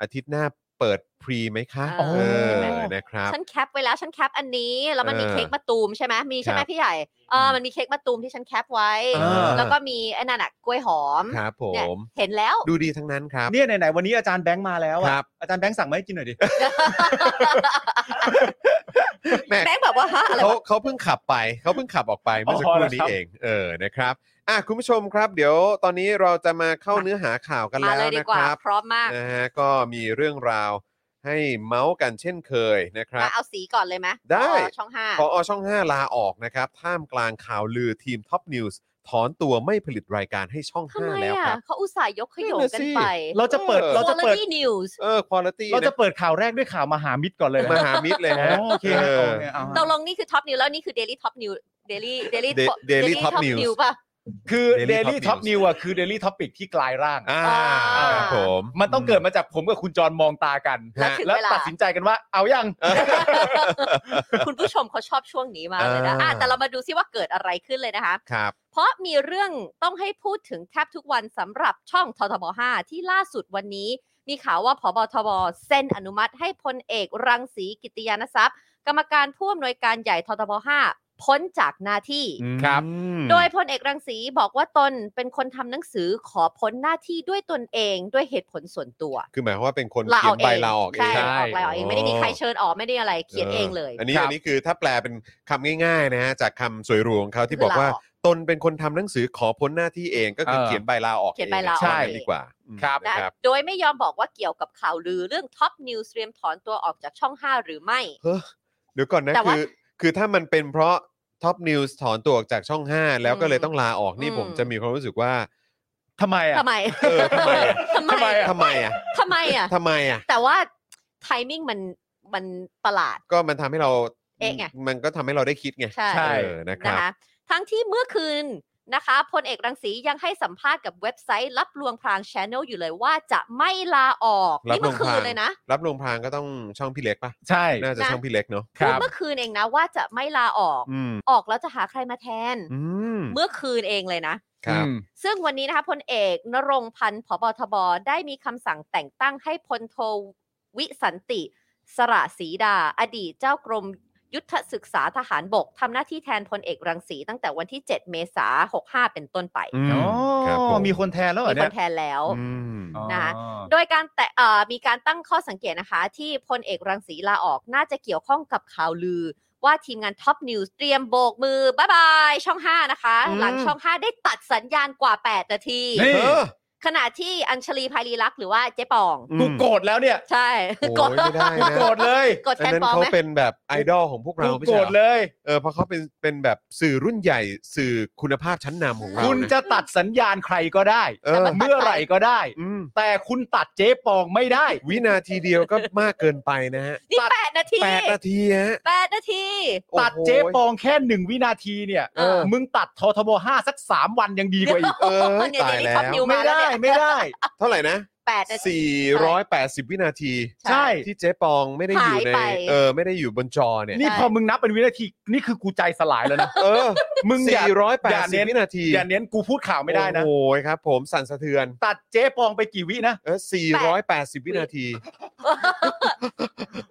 S1: อาทิตย์หน้าเปิดพรีไหมคะ
S2: อ๋อ
S1: เออนะครับ
S2: ฉันแคปไว้แล้วฉันแคปอันนี้ แล้วมันมี
S1: เออ
S2: เค้กมะตูมใช่ไหมมีใช่ไห
S1: ค
S2: ม
S1: รับ
S2: พี่ใหญ่เออมันมีเค้กมะตูมที่ฉันแคปไว้
S3: อ่า
S2: แล้วก็มีไอ้นั่นอะกล้วยหอม
S1: ครับผ
S2: เนี่ย
S1: ม
S2: เห็นแล้ว
S1: ดูดีทั้งนั้นครับ
S3: เนี่ยไหนๆวันนี้อาจารย์แบงค์มาแล้ว
S1: ครั
S3: อะ
S1: บ
S3: อาจารย์แบงค์สั่งมาให้กินหน่อยดิ
S1: แหม่
S2: แบงค์แบบว่าฮะอะไร
S1: เขา
S2: วะ
S1: เขาเพิ่งขับไปเขาเพิ่งขับออกไปเมื่อสักครู่
S3: อ๋อเหรอ
S1: นี้
S3: ครับ
S1: เองเออนะครับอ่ะคุณผู้ชมครับ เดี๋ยวตอนนี้เราจะมาเข้าเนื้อหาข่าวกัน
S2: มา
S1: แล้ว
S2: เลยดี
S1: นะ
S2: กว่า
S1: ครับ
S2: พร้อมมาก
S1: นะฮะก็มีเรื่องราวให้เมาส์กันเช่นเคยนะครับ
S2: มาเอาสีก่อนเลยไหม
S1: ได้
S2: อ๋อช่องห้า
S1: พอช่อง 5 ลาออกนะครับ ท่ามกลางข่าวลือทีมท็อปนิวส์ถอนตัวไม่ผลิตรายการให้ช่อง
S2: ทำไม
S1: 5 แล้วค
S2: อ่ะ
S1: รับ
S2: เขาอุตส่าห์ยกขยง
S1: นั่นน่ะ
S2: กัน
S1: สิ
S2: ไป
S3: เราจะเปิด
S1: เออ
S3: เราจะเปิด
S2: Quality News
S1: เออคุณภาพ
S3: เราจะเปิดข่าวแรกด้วยข่าวมหามิตรก่อนเลยนะ
S1: มหามิตรเลยฮะ
S3: อ๋อโอเค
S1: เอ
S3: ฮะโอ
S1: อ
S3: เคเอาฮะ
S2: ตกลงนี่คือท็อปนิวแล้วนี่คือ Daily Top News Daily Daily
S1: Da-
S2: Top-
S1: Daily
S2: Daily
S1: Top
S2: Top
S1: News
S2: News ป่ะ
S3: คือ
S1: Daily
S3: Daily
S1: Top
S3: Top New อ่ะคือ Daily Topic ที่กลายร่าง
S1: อ่า
S2: อ่า
S1: ครับผม
S3: มันต้องเกิดมาจากผมกับคุณจรมองตากัน
S2: แล้วถึง
S3: แล้ว
S2: เวลา
S3: ตัดสินใจกันว่าเอายัง
S2: [LAUGHS] คุณผู้ชมเขาชอบช่วงนี้มากเลยนะ
S1: อ่า
S2: อ่ะแต่เรามาดูซิว่าเกิดอะไรขึ้นเลยนะคะ
S1: ครับ
S2: เพราะมีเรื่องต้องให้พูดถึงแทบทุกวันสำหรับช่องททบ5ที่ล่าสุดวันนี้ มีข่าวว่าพบทบเซ็นอนุมัติให้พลเอกรังสีกิติยานทรัพย์ กรรมการผู้อำนวยการใหญ่ททบ5พ้นจากหน้าที่
S3: ครับ
S2: โดยพลเอกรังสีบอกว่าตนเป็นคนทำหนังสือขอพ้นหน้าที่ด้วยตนเองด้วยเหตุผลส่วนตัว
S1: คือหมายความว่าเป็นคน
S2: ลา
S1: เขี
S2: อย อน ก
S1: ใบ
S2: เอง
S1: ลาออกเอ
S2: ใช่
S1: ง
S3: ใช่
S2: ลาออกลาออกเองไม่ได้มีใครเชิญออกไม่ได้อะไรเขียนเองเลย
S1: อันนี้
S3: ครับ
S1: อันนี้คือถ้าแปลเป็นคำง่ายๆนะฮะจากคำสวยหรูของเขาที่บอกว่า
S2: ลาออก
S1: ตนเป็นคนทำหนังสือขอพ้นหน้าที่เองก็คือ
S3: เออ
S1: เขียนใบลาออก
S2: เขียนใบลาออก
S1: ใช่ดีกว่า
S3: ครับ
S1: นะ
S2: นะครับ โดยไม่ยอมบอกว่าเกี่ยวกับข่าวลือเรื่องท็อปนิวส์เตรียมถอนตัวออกจากช่อง 5 หรือไม่
S1: เฮ้อเดี๋ยวก่อนนะ
S2: แต่ว่า
S1: คือคือถ้ามันเป็นเพราะท็อปนิวส์ถอนตัวออกจากช่อง 5 แล้วก็เลย
S2: อืม
S1: ต้องลาออกนี่
S2: อืม
S1: ผมจะมีความรู้สึกว่า
S3: ทำไมอ่ะ
S2: ทำไม
S1: เออทำไมอะ
S2: ทำ
S3: ทำ
S2: ไม
S3: ไมอะ
S1: ทำไมอ่ะ
S2: ทำไมอ่ะ
S1: ทำไมอ่ะ
S2: แต่ว่าไทมิ่งมันมันประหลาด
S1: ก็มันทำให้เรา
S2: เอ๊ะไง
S1: มันก็ทำให้เราได้คิดไง
S2: ใช่
S3: ใช่
S1: เออนะค
S2: นะ
S1: รับ
S2: คะทั้งที่เมื่อคืนนะคะพลเอกรังสียังให้สัมภาษณ์กับเว็บไซต์ รับลวงพรางชแนลอยู่เลยว่าจะไม่ลาออก นี่
S1: ล
S2: เมื่
S1: ง
S2: อคื
S1: พาน ง
S2: เลยนะ
S1: รับลงพางก็ต้องช่องพี่เล็กปะ
S3: ใช่
S1: น่าจะ
S2: นะ
S1: ช่องพี่เล็กเนาะ
S3: ค
S2: พูด
S3: รับ
S2: เมื่อคืนเองนะว่าจะไม่ลาออก
S1: อืม
S2: ออกแล้วจะหาใครมาแทน
S1: อืม
S2: เมื่อคืนเองเลยนะ
S1: ครับ
S3: อืม
S2: ซึ่งวันนี้นะคะพลเอกนรงค์พันธ์ผบทบ ได้มีคำสั่งแต่งตั้งให้พลโทวิสันติ สระศรีดา อดีตเจ้ากรมยุทธศึกษาทหารบกทำหน้าที่แทนพลเอกรังสีตั้งแต่วันที่ 7 เมษายน65 เป็นต้นไป
S1: อืม
S3: อ๋อ
S1: ครับผม
S3: มีคนแทนแล้วเหรอ
S2: มีค
S3: เนี่ย
S2: นแทนแล้ว
S1: อืม
S3: อ๋อ
S2: นะ โดยการแต่เอ่อมีการตั้งข้อสังเกตนะคะ ที่พลเอกรังสีลาออกน่าจะเกี่ยวข้องกับข่าวลือ ว่าทีมงานท็อปนิวส์เตรียมโบกมือบายบาย ช่อง 5 นะคะ
S1: อืม
S2: หลังช่อง 5 ได้ตัดสัญญาณกว่า 8 นาที
S3: นี่
S1: เออ
S2: ขณะที่อัญชลีภายลีลักษณ์หรือว่าเจ๊ปอง
S3: กู
S1: อืม
S3: โกรธแล้วเนี่ย
S2: ใช่
S1: โอ้ย
S2: กด
S1: ไม่ได้
S3: กู
S1: นะ
S3: โกรธเลย
S2: กด
S1: อัน
S2: แฟน
S1: นั้น
S2: ปลอม
S1: เขา
S2: ไหม
S1: เป็นแบบไอดอลของพวกเรา
S3: กู
S1: ไม่
S3: โกร
S1: ใช่
S3: ธ
S1: เหรอ
S3: เลย
S1: เออเพราะเขาเป็นเป็นแบบสื่อรุ่นใหญ่สื่อคุณภาพชั้นนำของเรา
S3: คุณ
S1: เนี่ย
S3: จะตัดสัญญาณใครก็ได้
S1: เออ
S3: เมื่อไหร่ก็ได้
S1: อืม
S3: แต่คุณตัดเจ๊ปองไม่ได้
S1: วินาทีเดียวก็มากเกินไปนะฮะ
S2: นี่
S3: ตัด
S2: แปดนาที
S1: แปดนาทีฮะ
S2: แปดนาที
S1: โอ้โห
S3: ตัดเจ๊ปองแค่หนึ่งวินาทีเนี่ย
S2: เออ
S3: มึงตัดททบห้าสักสามวันยังดีกว่าอีก
S1: เออ
S2: เนี่ย
S1: ตาย
S2: เดี๋ยว
S1: แล้ว
S2: นี้ท็อปนิวมา
S3: ไม่
S2: แล้ว
S3: ได้
S2: เนี่ย
S3: ไม่ได้
S1: เท่าไหร่นะ
S2: แปดนาที
S1: 480 วินาที
S3: ใช่
S1: ที่เจ๊ปองไม่ได้อยู่ใน
S2: หายไป
S1: เออไม่ได้อยู่บนจอเนี่ย
S3: นี่
S2: ใช่
S3: พอมึงนับเป็นวินาทีนี่คือกูใจสลายแล้วนะ
S1: [LAUGHS] เออ
S3: มึงอย่า อย่าเน้น
S1: 480 วินาที
S3: อย่าเน้นกูพูดข่าวไม่ได้นะ
S1: โอ้ยครับ ผมสั่นสะเทือน
S3: ตัดเจ๊ปองไปกี่วินะ
S1: เออ480 วินาที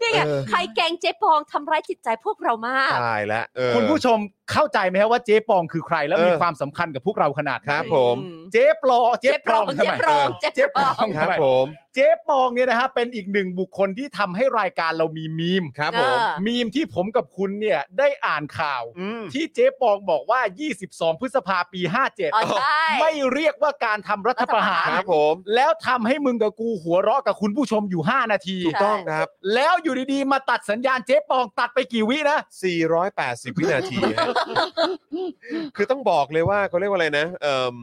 S2: นี่ไง
S1: เออ
S2: ใครแกล้งเจ๊ปองทำร้ายจิตใจพวกเรามาก
S1: ตายแล้วเออ
S3: คุณผู้ชมเข้าใจไหมฮะว่าเจ๊ปองคือใครแล้ว
S1: เออ
S3: มีความสำคัญกับพวกเราขนาดไหน
S1: ครับผม
S3: เจ๊ปลอเจ๊ปลองทำ
S2: เจ๊
S3: ไม
S2: ปลอง
S3: เออ
S2: เจ๊
S3: เจ๊ป
S2: ป
S3: ล
S2: ล
S3: อ
S2: อง ง
S3: ทำ
S1: ครับ
S3: ไม
S1: ผม
S3: เจ๊ปองเนี่ยนะฮะเป็นอีกหนึ่งบุคคลที่ทำให้รายการเรามีมีม
S1: ครับ
S2: เอ
S1: ผม
S2: อ
S3: มีมที่ผมกับคุณเนี่ยได้อ่านข่าว
S1: อืม
S3: ที่เจ๊ปองบอกว่า 22 พฤษภาปี
S2: อ๋อ
S3: 57
S2: ใช่
S3: ไม่เรียกว่าการทำรัฐประหา
S1: ค
S3: ร
S1: รับผม
S3: แล้วทำให้มึงกับกูหัวเราะกับคุณผู้ชมอยู่ 5 นาที
S1: ถูกต้องครับ
S3: แล้วอยู่ดีๆ มาตัดสัญญาณเจ๊ปองตัดไปกี่วินะ
S1: 480 วินาทีฮะ คือต้องบอกเลยว่าเขาเรียกว่าอะไรนะ เอ่ม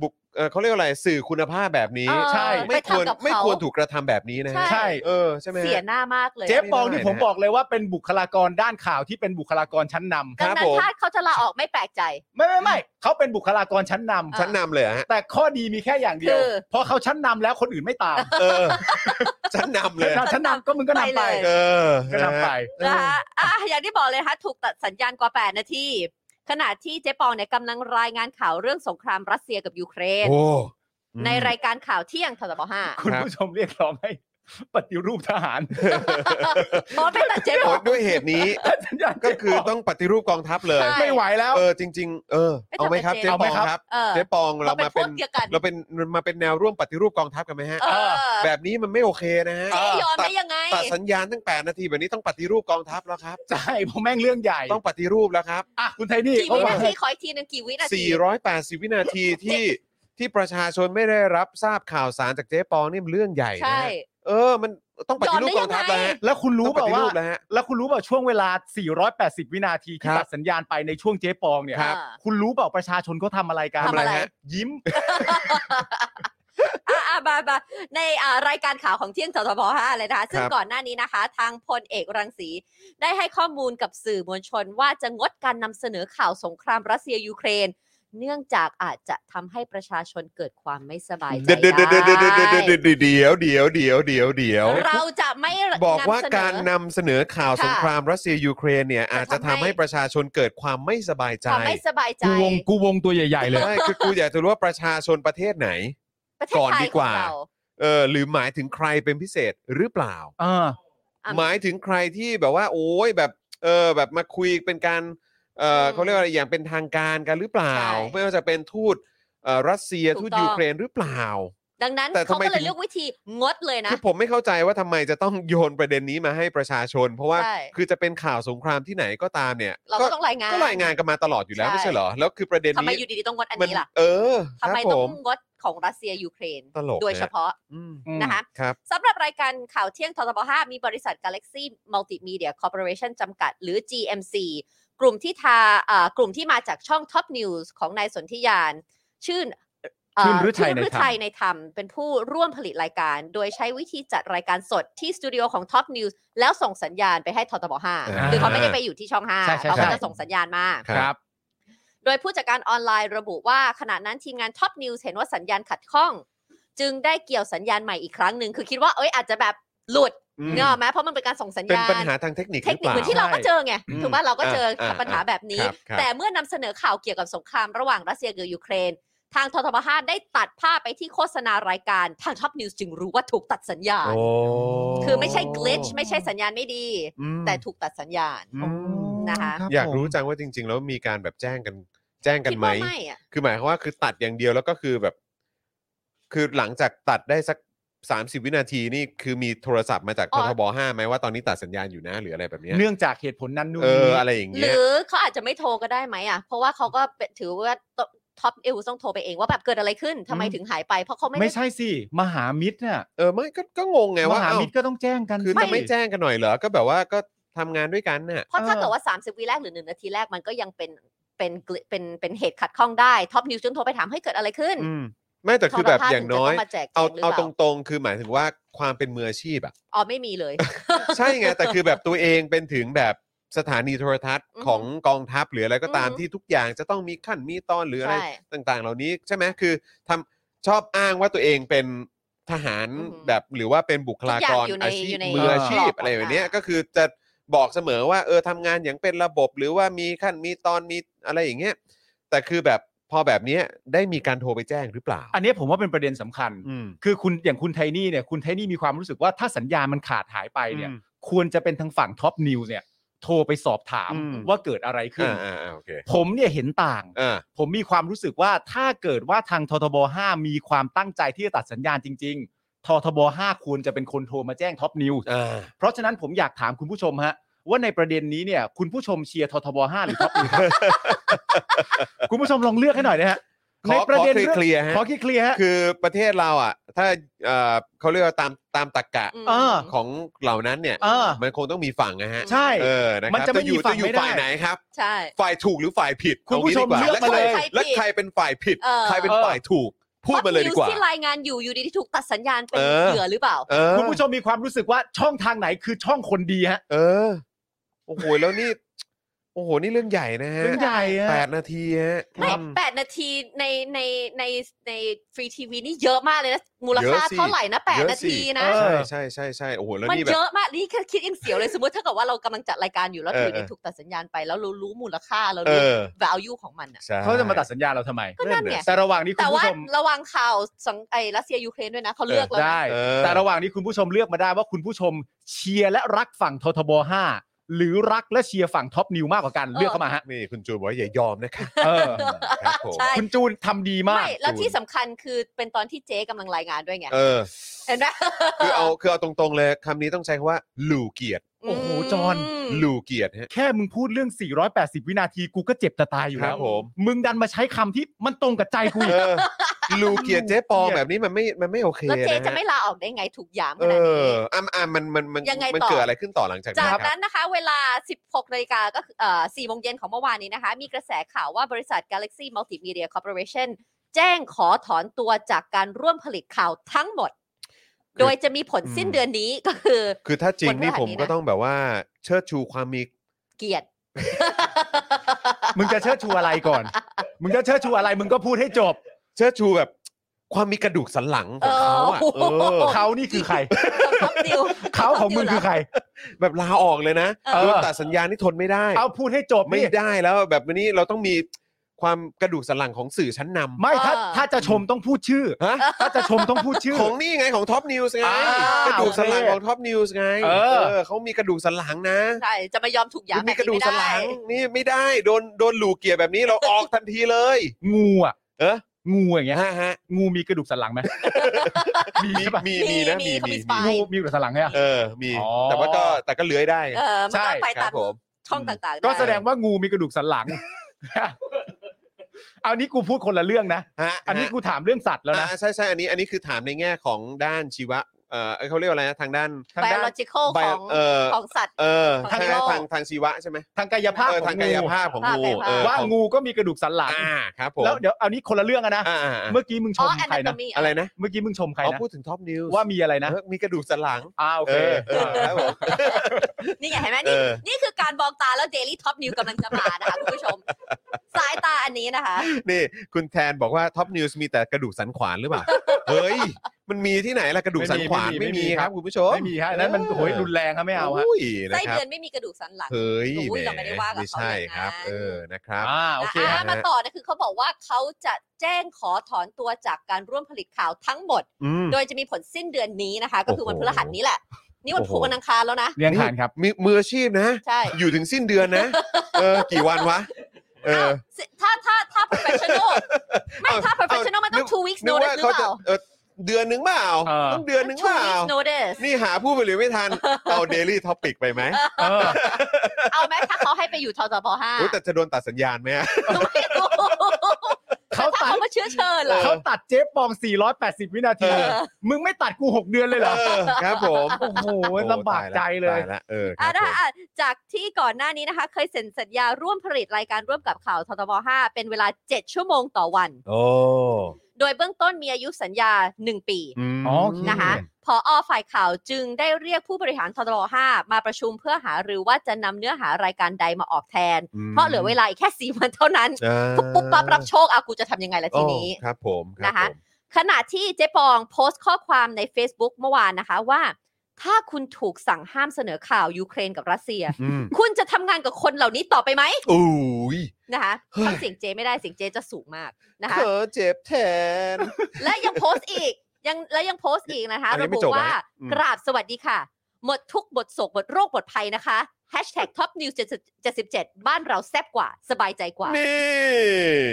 S1: บุกเอ่อเขาเรียกว่าอะไรสื่อคุณภาพแบบนี้
S2: เออ
S3: ใช่
S1: ไม่ควร
S2: ปทำกับเขา
S1: ไม่ควรถูกกระทำแบบนี้นะฮะ
S2: ใช่
S1: เออใช่ไหมฮะ
S2: เสียหน้ามากเลย
S3: เจ๊ปองนี่
S1: ไม่ได้นะ
S3: ผมบอกเลยว่าเป็นบุคลากรด้านข่าวที่เป็นบุคลากรชั้นนำ
S1: ครับ
S2: ดังนั้
S1: ผ
S2: น
S1: ม
S2: ถ้าเขาจะลาออกไม่แปลกใจ
S3: ไม่ไม่ไม่เขาเป็นบุคลากรชั้นนำ
S1: ชั้นนำเลยเหรอฮะ
S3: แต่ข้อดีมีแค่อย่างเดียว
S2: คือ
S3: พอเขาชั้นนำแล้วคนอื่นไม่ตาม
S1: เออ [LAUGHS] ชั้นนำเลย
S3: เราชั้นนำก็มึงก็นำไป
S1: เออ
S3: ก็นำไป
S2: นะคะอ่ะอย่างที่บอกเลยนะคะถูกตัดสัญญาณกว่า 8 นาที ขณะที่เจ๊ปองเนี่ยกำลังรายงานข่าวเรื่องสงครามรัสเซียกับยูเครน
S1: โอ้
S2: ใน
S1: อืม
S2: รายการข่าวเที่ยงทบ
S1: [LAUGHS]
S2: ห้า
S3: คุณผู้ชมเรียกร้องให้ [LAUGHS] ปฏิรูปทหาร [LAUGHS]
S2: เพราะเป็นตัดเจ๊ป
S1: โอ้
S2: อง
S1: ด้วยเหตุนี้
S3: สัญญาณ
S1: ก็
S3: เจ๊ป
S1: คือต้องปฏิรูปกองทัพเลย
S2: ใช่
S3: ไม่ไหวแล้ว
S1: เออจริง ๆ เออเอาไหมครับเจ๊
S3: เอา
S1: ป
S3: ไหม
S1: อง
S3: ครับ
S1: ครับ
S2: เออ
S1: เจ๊ปองเรา
S2: เรา
S1: มาเป็
S2: เป็นพวน กเดียวกัน
S1: เราเป็นมาเป็นแนวร่วมปฏิรูปกองทัพกันไหมฮะ
S2: เออ
S1: แบบนี้มันไม่โอเคนะฮะ
S2: เจ๊ยอม
S1: ตั
S2: ได้
S1: ด
S2: ยังไง
S1: ตัดสัญญาณตั้งแปดนาทีแบบนี้ต้องปฏิรูปกองทัพแล้วครับ
S3: ใช่เพราะแม่งเรื่องใหญ่
S1: ต้องปฏิรูปแล้วครับ
S3: อ่ะคุณไทนี่
S2: กี่
S3: เขา
S2: วิ
S3: บอ
S2: นาที
S3: ก
S2: ขออีกทีหนึงกี่วินาที
S1: 480 วินาทีที่ที่ประชาชนไม่ได้รับทราบข่าวสารจากเจ๊ปองนี่มันเรื่องใหญ่
S2: ใช่
S1: นะฮะเออ มันต้องปฏิรูปกองทัพแล้วฮะ
S3: แล้วคุณรู้
S1: ต้องป
S3: เปล่า
S1: ฏิรู
S3: ว่า
S1: ปแล้วฮะ
S3: แล้วคุณรู้เปล่าช่วงเวลา 480 วินาทีที่
S1: ครับ
S3: ตัดสัญญาณไปในช่วงเจ๊ปองเนี่ย
S2: ครับ
S3: คุณรู้เปล่าประชาชนเขาทำอะไรกัน
S2: ทำอะไรทำอะไรฮะ
S3: ยิ้ม
S2: อ่ะอ่ะมามาในอ่ารายการข่าวของเที่ยงททบ5เลยนะคะ ซึ่ง
S1: ครับ
S2: ก่อนหน้านี้นะคะ ทางพลเอกรังสี ได้ให้ข้อมูลกับสื่อมวลชนว่าจะงดการนำเสนอข่าวสงครามรัสเซียยูเครน เนื่องจากอาจจะทำให้ประชาชนเกิดความไม่สบายใจ
S1: เดี๋ยวเดี๋ยวเดี๋ยวเดี๋ยว
S2: ได้
S1: เดี๋ยวเดี๋ยวเดี๋ยวเดี๋ยวเดี๋ยว
S2: เราจะไม่
S1: บอกว่า
S2: ำเสน
S1: การนำเสนอข่าว
S2: ค่ะ
S1: สงครามรัสเซียยูเครนเนี่ยอาจจะทำ
S2: ทำให้
S1: ให้ประชาชนเกิดความไม่สบายใจ
S2: ความไม่สบายใจ
S3: กูวงกูวงตัวใหญ่ ๆ เลย
S1: [LAUGHS] ไม่คือกูอยากจะรู้ว่าประชาชนประเทศไหน
S2: ประเทศ
S1: ก่อน
S2: ไทย
S1: ดีกว่า
S2: ของเร
S1: เออหรือหมายถึงใครเป็นพิเศษหรือเปล่า
S3: อ่า
S2: อ่ะ
S1: หมายถึงใครที่แบบว่า โอ้ยแบบเออแบบมาคุยเป็นการเออ
S2: อืม
S1: เขาเรียกว่าอะไรอย่างเป็นทางการกันหรือเปล่า
S2: ใช่
S1: ไม่ว่าจะเป็นทูตเอ่อรัสเซีย
S2: ถูก
S1: ทูต
S2: ต้อง
S1: ยูเครนหรือเปล่า
S2: ดังนั้น
S1: แต่ทำ
S2: เขา
S1: ไม
S2: ก็เล
S1: ถึ
S2: ย
S1: ง
S2: เลือกวิธีงดเลยนะ
S1: คือผมไม่เข้าใจว่าทำไมจะต้องโยนประเด็นนี้มาให้ประชาชน เพราะว่า
S2: ใช่
S1: คือจะเป็นข่าวสงครามที่ไหนก็ตามเนี่ย
S2: เราก็ต้องรายงาน
S1: ก็รายงานกันมาตลอดอยู่แล้ว
S2: ใช่
S1: ไม่ใช่เหรอแล้วคือประเด็น
S2: ทำไม
S1: นี้
S2: อยู่ดีๆต้องงดอัน
S1: มั
S2: นี้ล่ะ
S1: เออค
S2: ทำ
S1: รับ
S2: ไม
S1: ผ
S2: ต้อง
S1: ม
S2: งดของรัสเซียยูเครน
S1: ตลก
S2: โดยเฉ
S1: นะ
S2: พาะ
S1: อืม
S2: นะคะ
S1: ครับ
S2: สำหรับรายการข่าวเที่ยงททบ5มีบริษัท Galaxy Multimedia Corporation จำกัด หรือ GMC กลุ่มที่ทาเอ่อกลุ่มที่มาจากช่อง Top News ของนายสนธิยาน ชื่นเอ่อ
S3: ชื่นฤทัยในธรรม
S2: ชื่ฤทัยในธรรม เป็นผู้ร่วมผลิตรายการ โดยใช้วิธีจัดรายการสดที่สตูดิโอของ Top News แล้วส่งสัญญาณไปให้ททบ
S1: อ่า
S2: 5คือเขาไม่ได้ไปอยู่ที่ช่อง5
S3: ใช่ใช่
S2: เขาก็
S3: ใช่
S2: จะส่งสัญญาณมา
S1: ครับ
S3: ครับ
S2: โดยผู้จัดการออนไลน์ระบุว่าขณะนั้นทีมงาน Top News เห็นว่าสัญญาณขัดข้อง จึงได้เกี่ยวสัญญาณใหม่อีกครั้งหนึ่งคือคิดว่าเอ้ยอาจจะแบบหลุด
S1: อืม
S2: เนกอะไหมเพราะมันเป็นการส่งสัญ
S1: เป็น
S2: ญาณ
S1: ปัญหาทางเทคนิคห
S2: เทค
S1: รือเป
S2: นิค
S1: ล่า
S2: เหมือนที่เราก็เจอไง
S3: อืม
S2: ถูกป่ะเราก็เจอ
S1: เออเออ
S2: ปัญหาแบบนี้
S1: ครับครับ
S2: แต่เมื่อนำเสนอข่าวเกี่ยวกับสงครามระหว่างรัสเซียกับยูเครน ทางททบห้าได้ตัดภาพไปที่โฆษณารายการทาง Top News จึงรู้ว่าถูกตัดสัญญาณ
S1: โอ้
S2: คือไม่ใช่ glitch ไม่ใช่สัญญาณไม่ดี
S1: อืม
S2: แต่ถูกตัดสัญญาณ
S1: อืม
S2: นะคะ
S1: อยากรู้จังว่าจริง ๆ แล้วมีการแบบแจ้งกันแจ้งกัน
S2: คิด
S1: ไหม
S2: ว่าไม่อะ
S1: คือหมายความว่าคือตัดอย่างเดียวแล้วก็คือแบบ คือหลังจากตัดได้สัก 30 วินาทีนี่คือมีโทรศัพท์มาจาก
S2: อ๋
S1: ท
S2: อ
S1: ทบห้าไหมว่าตอนนี้ตัดสัญญาณอยู่นะหรืออะไรแบบเนี้ย
S3: เนื่องจากเหตุผลนั้นนู่น
S1: เออ
S3: นี่
S1: อะไรอย่าง
S2: ห
S1: เงี้ย
S2: รือเขาอาจจะไม่โทรก็ได้ไหมอ่ะ เพราะว่าเขาก็เป็นถือว่าท็อปเอลต้องโทรไปเองว่าแบบเกิดอะไรขึ้นทำไม
S1: อืม
S2: ถึงหายไป เพราะเขาไม่
S3: ไม่
S2: ได้
S3: ใช่สิ มหามิตรเนี่ย
S1: เออไม่ก็ก็งงไง
S3: ม
S1: ว่า
S3: หา
S1: เอ้า
S3: มิตรก็ต้องแจ้งกัน
S1: คือ
S3: สิ
S1: จะไม่แจ้งกันหน่อยเหรอ ก็แบบว่าก็ทำงานด้วยกันน่ะ
S2: เพราะถ้า
S3: เออ
S2: เกิดว่า 30 วิแรกหรือหนึ่งนาทีแรกมันก็ยังเป็นเป็นเป็นเป็นเหตุขัดข้องได้ท็อปนิวส์จนโทรไปถามให้ยเกิดอะไรขึ้น
S1: อืม ไม่แต่คือแบบ
S2: ทรภพ
S1: อย่าง
S2: ถึจะ
S1: น้อย
S2: ต้มแจกแจ
S1: เอา
S2: งหรื
S1: เอา
S2: ปล่
S1: ตรงๆ คือหมายถึงว่าความเป็นมืออาชีพอะ
S2: อ๋อไม่มีเลย
S1: ใช่ไง แต่คือแบบตัวเองเป็นถึงแบบสถานีโทรทัศน์
S2: อือฮึ
S1: ของกองทัพหรืออะไรก็ตาม
S2: อือฮึ
S1: ที่ทุกอย่างจะต้องมีขั้นมีตอนหรืออะไร
S2: ใช่
S1: ต่างๆ เหล่านี้ใช่ไหมคือทำชอบอ้างว่าตัวเองเป็นทหาร
S2: อือฮึ
S1: แบบหรือว่าเป็นบุคลากร
S2: ทุกอย่างอยู่ใน
S1: อาชี
S2: อยู่
S1: พ
S2: ใน
S1: มืออาชีพ
S2: กรอบ
S1: อะไรแบบเนี้ย
S2: อ่า
S1: ก็คือจะบอกเสมอว่าเออทำงานอย่างเป็นระบบ หรือว่ามีขั้นมีตอนมีอะไรอย่างเงี้ยแต่คือแบบพอแบบเนี้ยได้มีการโทรไปแจ้งหรือเปล่า
S3: อันนี้ผมว่าเป็นประเด็นสำคัญ
S1: อืม
S3: คือคุณอย่างคุณไทนี่เนี่ยคุณไทนี่มีความรู้สึกว่าถ้าสัญญาณมันขาดหายไปเนี่ย
S1: อืม
S3: ควรจะเป็นทางฝั่งท็อปนิวส์เนี่ย โทรไปสอบถาม
S1: อืม
S3: ว่าเกิดอะไรขึ้น
S1: อ่าอ่าอ่าโอเค
S3: ผมเนี่ยเห็นต่าง
S1: อ่า
S3: ผมมีความรู้สึกว่าถ้าเกิดว่าทางททบ5มีความตั้งใจที่จะตัดสัญญาณจริง ๆ ททบ5ควรจะเป็นคนโทรมาแจ้งท็อปนิวส์
S1: อ่า
S3: เพราะฉะนั้นผมอยากถามคุณผู้ชมฮะ ว่าในประเด็นนี้เนี่ย คุณผู้ชมเชียร์ททบ5หรือท็อปนิวส์ [LAUGHS] คุณผู้ชมลองเลือกให้หน่อยนะฮะ
S1: ขอ
S3: ในประเด็น
S1: ขอเคลียร์ๆฮะ
S3: ขอเคลียร์ๆฮะ
S1: คือประเทศเราอ่ะ ถ้าเอ่อเขาเรียกว่าตามตามตรกกะ
S2: ม
S3: เออ
S1: ของเหล่านั้นเนี่ย
S3: เออ
S1: มันคงต้องมีฝั่งนะฮะ
S3: ใช่
S1: เออนะครับ
S3: มันจะไม่
S1: อยู่
S3: มีฝั่
S1: จะ
S3: ง
S1: อยู่
S3: ไม่ได้
S1: ฝ่ายไหนครับ
S2: ใช่
S1: ฝ่ายถูกหรือฝ่ายผิด
S3: คุณผู้ชม
S1: า
S3: เลือก
S1: งี้ดี
S3: มาเลย
S1: แะใครและใครเป็นฝ่ายผิด
S2: เออ
S1: ใครเป็นฝ่ายถูก พูดมาเลยดีกว่า
S2: ท็อปนิวส์ที่รายงานอยู่อยู่ดีๆถูกตัดสัญญาณเป็น
S1: เออ
S2: เหยื่อหรือเปล่า
S1: เออ
S3: คุณผู้ชมมีความรู้สึกว่าช่องทางไหนคือช่องคนดีฮะ
S1: เออโอ้โหแล้วนี่ โอ้โหนี่เรื่องใหญ่นะฮะ
S3: เรื่องใหญ่ฮะ
S1: แปดนาทีฮะ
S2: ไม่
S1: อืม
S2: แปดนาทีในในในในฟรีทีวีนี่เยอะมากเลยนะมูล
S1: เยอะ
S2: ค่า
S1: สิ
S2: เท่าไหร่นะแปด
S1: เยอ
S2: นา
S1: สิ
S2: ทีนะ
S3: เออ
S1: ใช่ใช่ใช่ใช่โอ้โหแล้ว
S2: มัน
S1: นี่แบ
S2: เย
S1: บ
S2: อะมากนี่แค่คิดยังเสียวเลยสมมติถ้าเกิดว่าเรากำลังจัดรายการอยู่แล้ว
S1: เออ
S2: อยู่ดีถูกตัดสัญญาณไปแล้วเรารู้มูลค่าเรา
S1: เอ
S2: รู้
S1: อ
S2: value ของมันอ่ะ
S1: ใช่
S3: เขาจะมาตัดสัญญาเราทำไม
S2: ก็นั่นไง
S3: แต่ระหว่างนี้คุ
S2: แต่
S3: ณ
S2: ว่า
S3: ผู้ชม
S2: ระวังข่าวสังไอรัสเซียยูเครนด้วยนะเขาเลือกแล้วนะ
S3: ได้
S1: เออ
S3: แต่ระหว่างนี้คุณผู้ชมเลือกมาได้ว่าคุณผู้ชมเชียร์และรักฝั่งททบ5หรือรักและเชียร์ฝั่งท็อปนิวมากกว่ากันเลือกเข้ามาฮะ
S1: นี่คุณจูนบอกว่าอย่ายอมนะคะ
S3: เออ
S1: ครับผม
S2: ใช่
S3: คุณจูนทำดีมาก
S2: ไม่แล้วที่สำคัญคือเป็นตอนที่เจ๊กำลังรายงานด้วยไง
S1: เออ
S2: เห็นไหม
S1: คือเอาคือเอาตรงๆเลยคำนี้ต้องใช้คำว่าหลูเกียรติ
S3: โอ้โหจอห์น
S2: ม
S1: หลูเกียรติฮะ
S3: แค่มึงพูดเรื่อง 480 วินาทีกูก็เจ็บจะตายอยู่แล้ว
S1: ครับผม
S3: มึงดันมาใช้คำที่มันตรงกับใจกูอี
S1: เอก อหลูเกียรติเจ๊ปองแบบนี้มันไม่มันไม่โอเค
S2: แล้วเจ
S1: นะ
S2: จะ
S1: ฮะ
S2: ไม่ลาออกได้ไงถูกหยามข
S1: เอ
S2: นา
S1: อ
S2: ดนี้
S1: อ่ะอ่ะมันมันมัน
S2: ยังไงต่อ
S1: มันเกิดอะไรขึ้นต่อหลังจากนั้น
S2: จาก
S1: ครับ
S2: นั้นนะคะ เวลา 16นาฬิกาก็คือเอ่อ4โมงเย็นของเมื่อวานนี้นะคะ มีกระแสข่าวว่าบริษัท Galaxy Multimedia Corporation แจ้งขอถอนตัวจากการร่วมผลิตข่าวทั้งหมด โดยจะมีผลสิ้นเดือนนี้ก็คือ
S1: คือถ้าจริงนี่
S2: วันพฤหัส
S1: ผม
S2: นี้นะ
S1: ก็ต้องแบบว่าเชิดชูความมี
S2: เกียรติ
S3: [LAUGHS] มึงจะเชิดชูอะไรก่อน [LAUGHS] มึงจะเชิดชูอะไรมึงก็พูดให้จบ
S1: เชิดชูแบบความมีกระดูกสันหลังของเขาอะ
S2: เออ
S1: เออ
S3: เขานี่คือใคร
S2: ท็อปนิว
S3: เขาของมึงคือใคร
S1: แบบลาออกเลยนะ
S3: เออ
S1: โดนตัดสัญญาณนี่ทนไม่ได้
S3: เอาพูดให้จบ
S1: ไม่
S3: นี่
S1: ได้แล้วแบบนี้เราต้องมี ความกระดูกสันหลังของสื่อชั้นนำ
S3: ไม่ถ้า
S2: เออ
S3: ถ้าจะชมต้องพูดชื่อ
S1: ฮะ
S3: ถ้าจะชมต้องพูดชื่อ
S1: ของนี่ไงของท็อปนิวส์ไง
S3: อ่าก
S1: ระดูกสันหลัง
S3: โอเค
S1: ของท็อปนิวส์ไง
S3: เออ
S1: เขามีกระดูกสันหลังนะ
S2: ใช่จะไม่ยอมถูกหยาม
S1: มีกระดูกสันหลัง
S2: แบบนี้ไม่ไ
S1: นี่ไม่ได้โดนโดนหลูเกียร์แบบนี้เราออกทันทีเลย
S3: งูอ่ะ
S1: เออ
S3: งูอย่างเงี้ย
S1: ฮะฮะ
S3: งูมีกระดูกสันหลังไหม มี
S1: มี
S3: ใช่ปะ
S1: มีมีนะ
S2: มี
S1: มีมี
S2: เขามีสปาย
S3: งูมีกระดูกสันหลังไหมอะ
S1: เออมี
S3: อ๋อ
S1: แต่ว่าก็แต่ก็เลื้อยได้
S2: เออมัน
S3: ใช่
S2: ก็ไป
S1: ค
S2: ตา
S1: รั
S2: ม
S1: บผม
S2: ช่องต่างๆ
S3: ก็แสดง
S2: ไ
S3: ว่างูมีกระดูกสันหลัง [LAUGHS] เอานี้กูพูดคนละเรื่องนะ
S1: ฮะ
S3: อันนี้
S1: ฮะ
S3: กูถามเรื่องสัตว์แล้วนะ
S1: อ่าใช่ใช่อันนี้อันนี้คือถามในแง่ของด้านชีวะเออเอ้ยเขาเรียกว่าอะไรนะทางด้าน
S3: ทางด้าน
S2: biological ข
S1: bio-
S2: อง
S1: เออ
S2: ของสัตว์
S1: เออ
S2: ของ
S1: ทาง
S2: โลก
S1: ทางทางชีวะใช่ไหม
S3: ทางกายภาพ
S1: เออ
S3: ขอ
S1: ทาง
S3: ง
S1: กาย
S3: งู
S1: ภาพของงูเออ
S3: ว่า
S1: ของ
S3: งูก็มีกระดูกสันหลัง
S1: อ่าครับผม
S3: แล้วเดี๋ยวเอานี้คนละเรื่องอะนะ
S1: อ่าอ่าอ่า
S3: เมื่อกี้มึงช
S2: อ๋อ
S3: ม
S2: แอน
S3: ใครนะ
S2: โมี
S1: อะไรนะ
S3: เมื่อกี้มึงชมใคร
S1: เอา
S3: นะ
S1: พูดถึงท็อปนิว
S3: ว่ามีอะไรนะ
S1: มีกระดูกสันหลัง
S3: อ่าโอเค
S1: เออครับผม
S2: นี่ไงเห็นไหม
S1: เอ
S2: นี่
S1: อ
S2: นี่คือการมองตาแล้วเดลี่ท็อปนิวกำลังจะมานะคะคุณผู้ชม สายตาอันนี้นะคะ
S1: นี่คุณแทนบอกว่าท็อปนิวส์มีแต่กระดูกสันขวานหรือเปล่า เฮ้ย มันมีที่ไหนล่ะกระดูกสันขวานไม่มีครับคุณผู้ชม
S3: ไม่มีฮะอันนั้นมันโหยรุนแรงครับไม่เอาฮะ
S1: อุ้ย
S2: ไส้
S1: นะครับ
S2: เดือนไม่มีกระดูกสันหลัง
S1: เฮ้ย
S2: อุ้ยเราไม่ได้ว่ากับ
S1: ไม่ใช่
S2: เขาอย่างนั้น
S1: ครับ เออนะครับ
S3: อ่าโอเค
S2: อ่ะ
S3: ฮะ
S2: มาต่อนะคือเขาบอกว่าเขาจะแจ้งขอถอนตัวจากการร่วมผลิตข่าวทั้งหมด
S1: อืม
S2: โดยจะมีผลสิ้นเดือนนี้นะคะ ก็คือวันพฤหัสนี้แหละ นี่วัน
S1: โอ้โห
S2: พุธวันอังคารแล้วนะ
S3: เรียงขานครับ
S1: มีมืออาชีพนะ
S2: ใช่
S1: อยู่ถึงสิ้นเดือนนะ เออ กี่วันวะ เออ
S2: สิถ้าถ้าถ้า professional ไม่ถ้า professional มันต้อง two weeks
S1: นึก
S2: notice
S1: ว่า
S2: หรื
S1: เขา
S2: อเป
S1: จะ
S2: ล่า
S1: เออเดือนหนึงเปล่า
S3: เออ
S1: ต้องเดือนหนึงเป
S2: two
S1: ล่า
S2: weeks notice
S1: นี่หาผู้บริหารไม่ทัน เอาเดลี่ท็อปิกไปไหม
S3: เออ
S2: เอาไหมถ้าเขาให้ไปอยู่ททบห้า
S1: อุ๊ยแต่จะโดนตัดสัญญาณไหมอะ
S2: ไม่รู้
S3: เขา
S2: แต่
S3: ตัด
S2: ถ้าเขามาเชื้อเชิญเหรอ
S3: เขาตัดเจ๊ปอง 480 วินาที
S1: เออ
S3: มึงไม่ตัดกู 6 เดือนเลยเหรอ
S1: เออครับผม
S3: โอ้โหลำบากใจเลย
S1: ตาะเออค
S2: อ่ะ
S1: รับผ
S2: นะ
S1: ม
S2: อ่ะจากที่ก่อนหน้านี้นะคะ เคยเซ็นสัญญาร่วมผลิตรายการร่วมกับข่าวททบ5เป็นเวลา 7 ชั่วโมงต่อวัน
S1: โอ้
S2: โดยเบื้องต้นมีอายุสัญญา 1 ปี
S1: ม
S3: อ๋อโอเค
S2: นะคะ พออฝ่ายข่าวจึงได้เรียกผู้บริหารททบ5มาประชุมเพื่อหารือว่าจะนำเนื้อหารายการใดมาออกแทน เพราะเหลือเวลาอีกแค่ [LAUGHS] 4 วันเท่านั้น
S1: อ่า
S2: ปุ๊บปั๊บรับโชคอากูจะทำยังไงล่ะทีนี้
S1: โอ้ครับผมรับ
S2: นะคะ
S1: ผม
S2: ขณะที่เจ๊ปองโพสต์ข้อความใน Facebook เมื่อวานนะคะว่า ถ้าคุณถูกสั่งห้ามเสนอข่าวยูเครนกับรัสเซีย
S1: อืม
S2: คุณจะทำงานกับคนเหล่านี้ต่อไปไหม
S1: อุ้ย
S2: นะคะ
S1: เฮ้ย
S2: ฟังเสียงเจไม่ได้เสียงเจจะสูงมากนะคะ
S1: เธอเจ็บแทน
S2: และยังโพสต์อีกยังและยังโพสต์อีกนะคะ
S1: อันนี้
S2: ระ
S1: ไม่
S2: บุ
S1: จบ
S2: ว่า
S1: นะอืม
S2: กราบสวัสดีค่ะ หมดทุกข์หมดโศกหมดโรคหมดภัยนะคะแฮชแท็กท็อปนิว77 บ้านเราแซ่บกว่า สบายใจกว่า
S1: นี่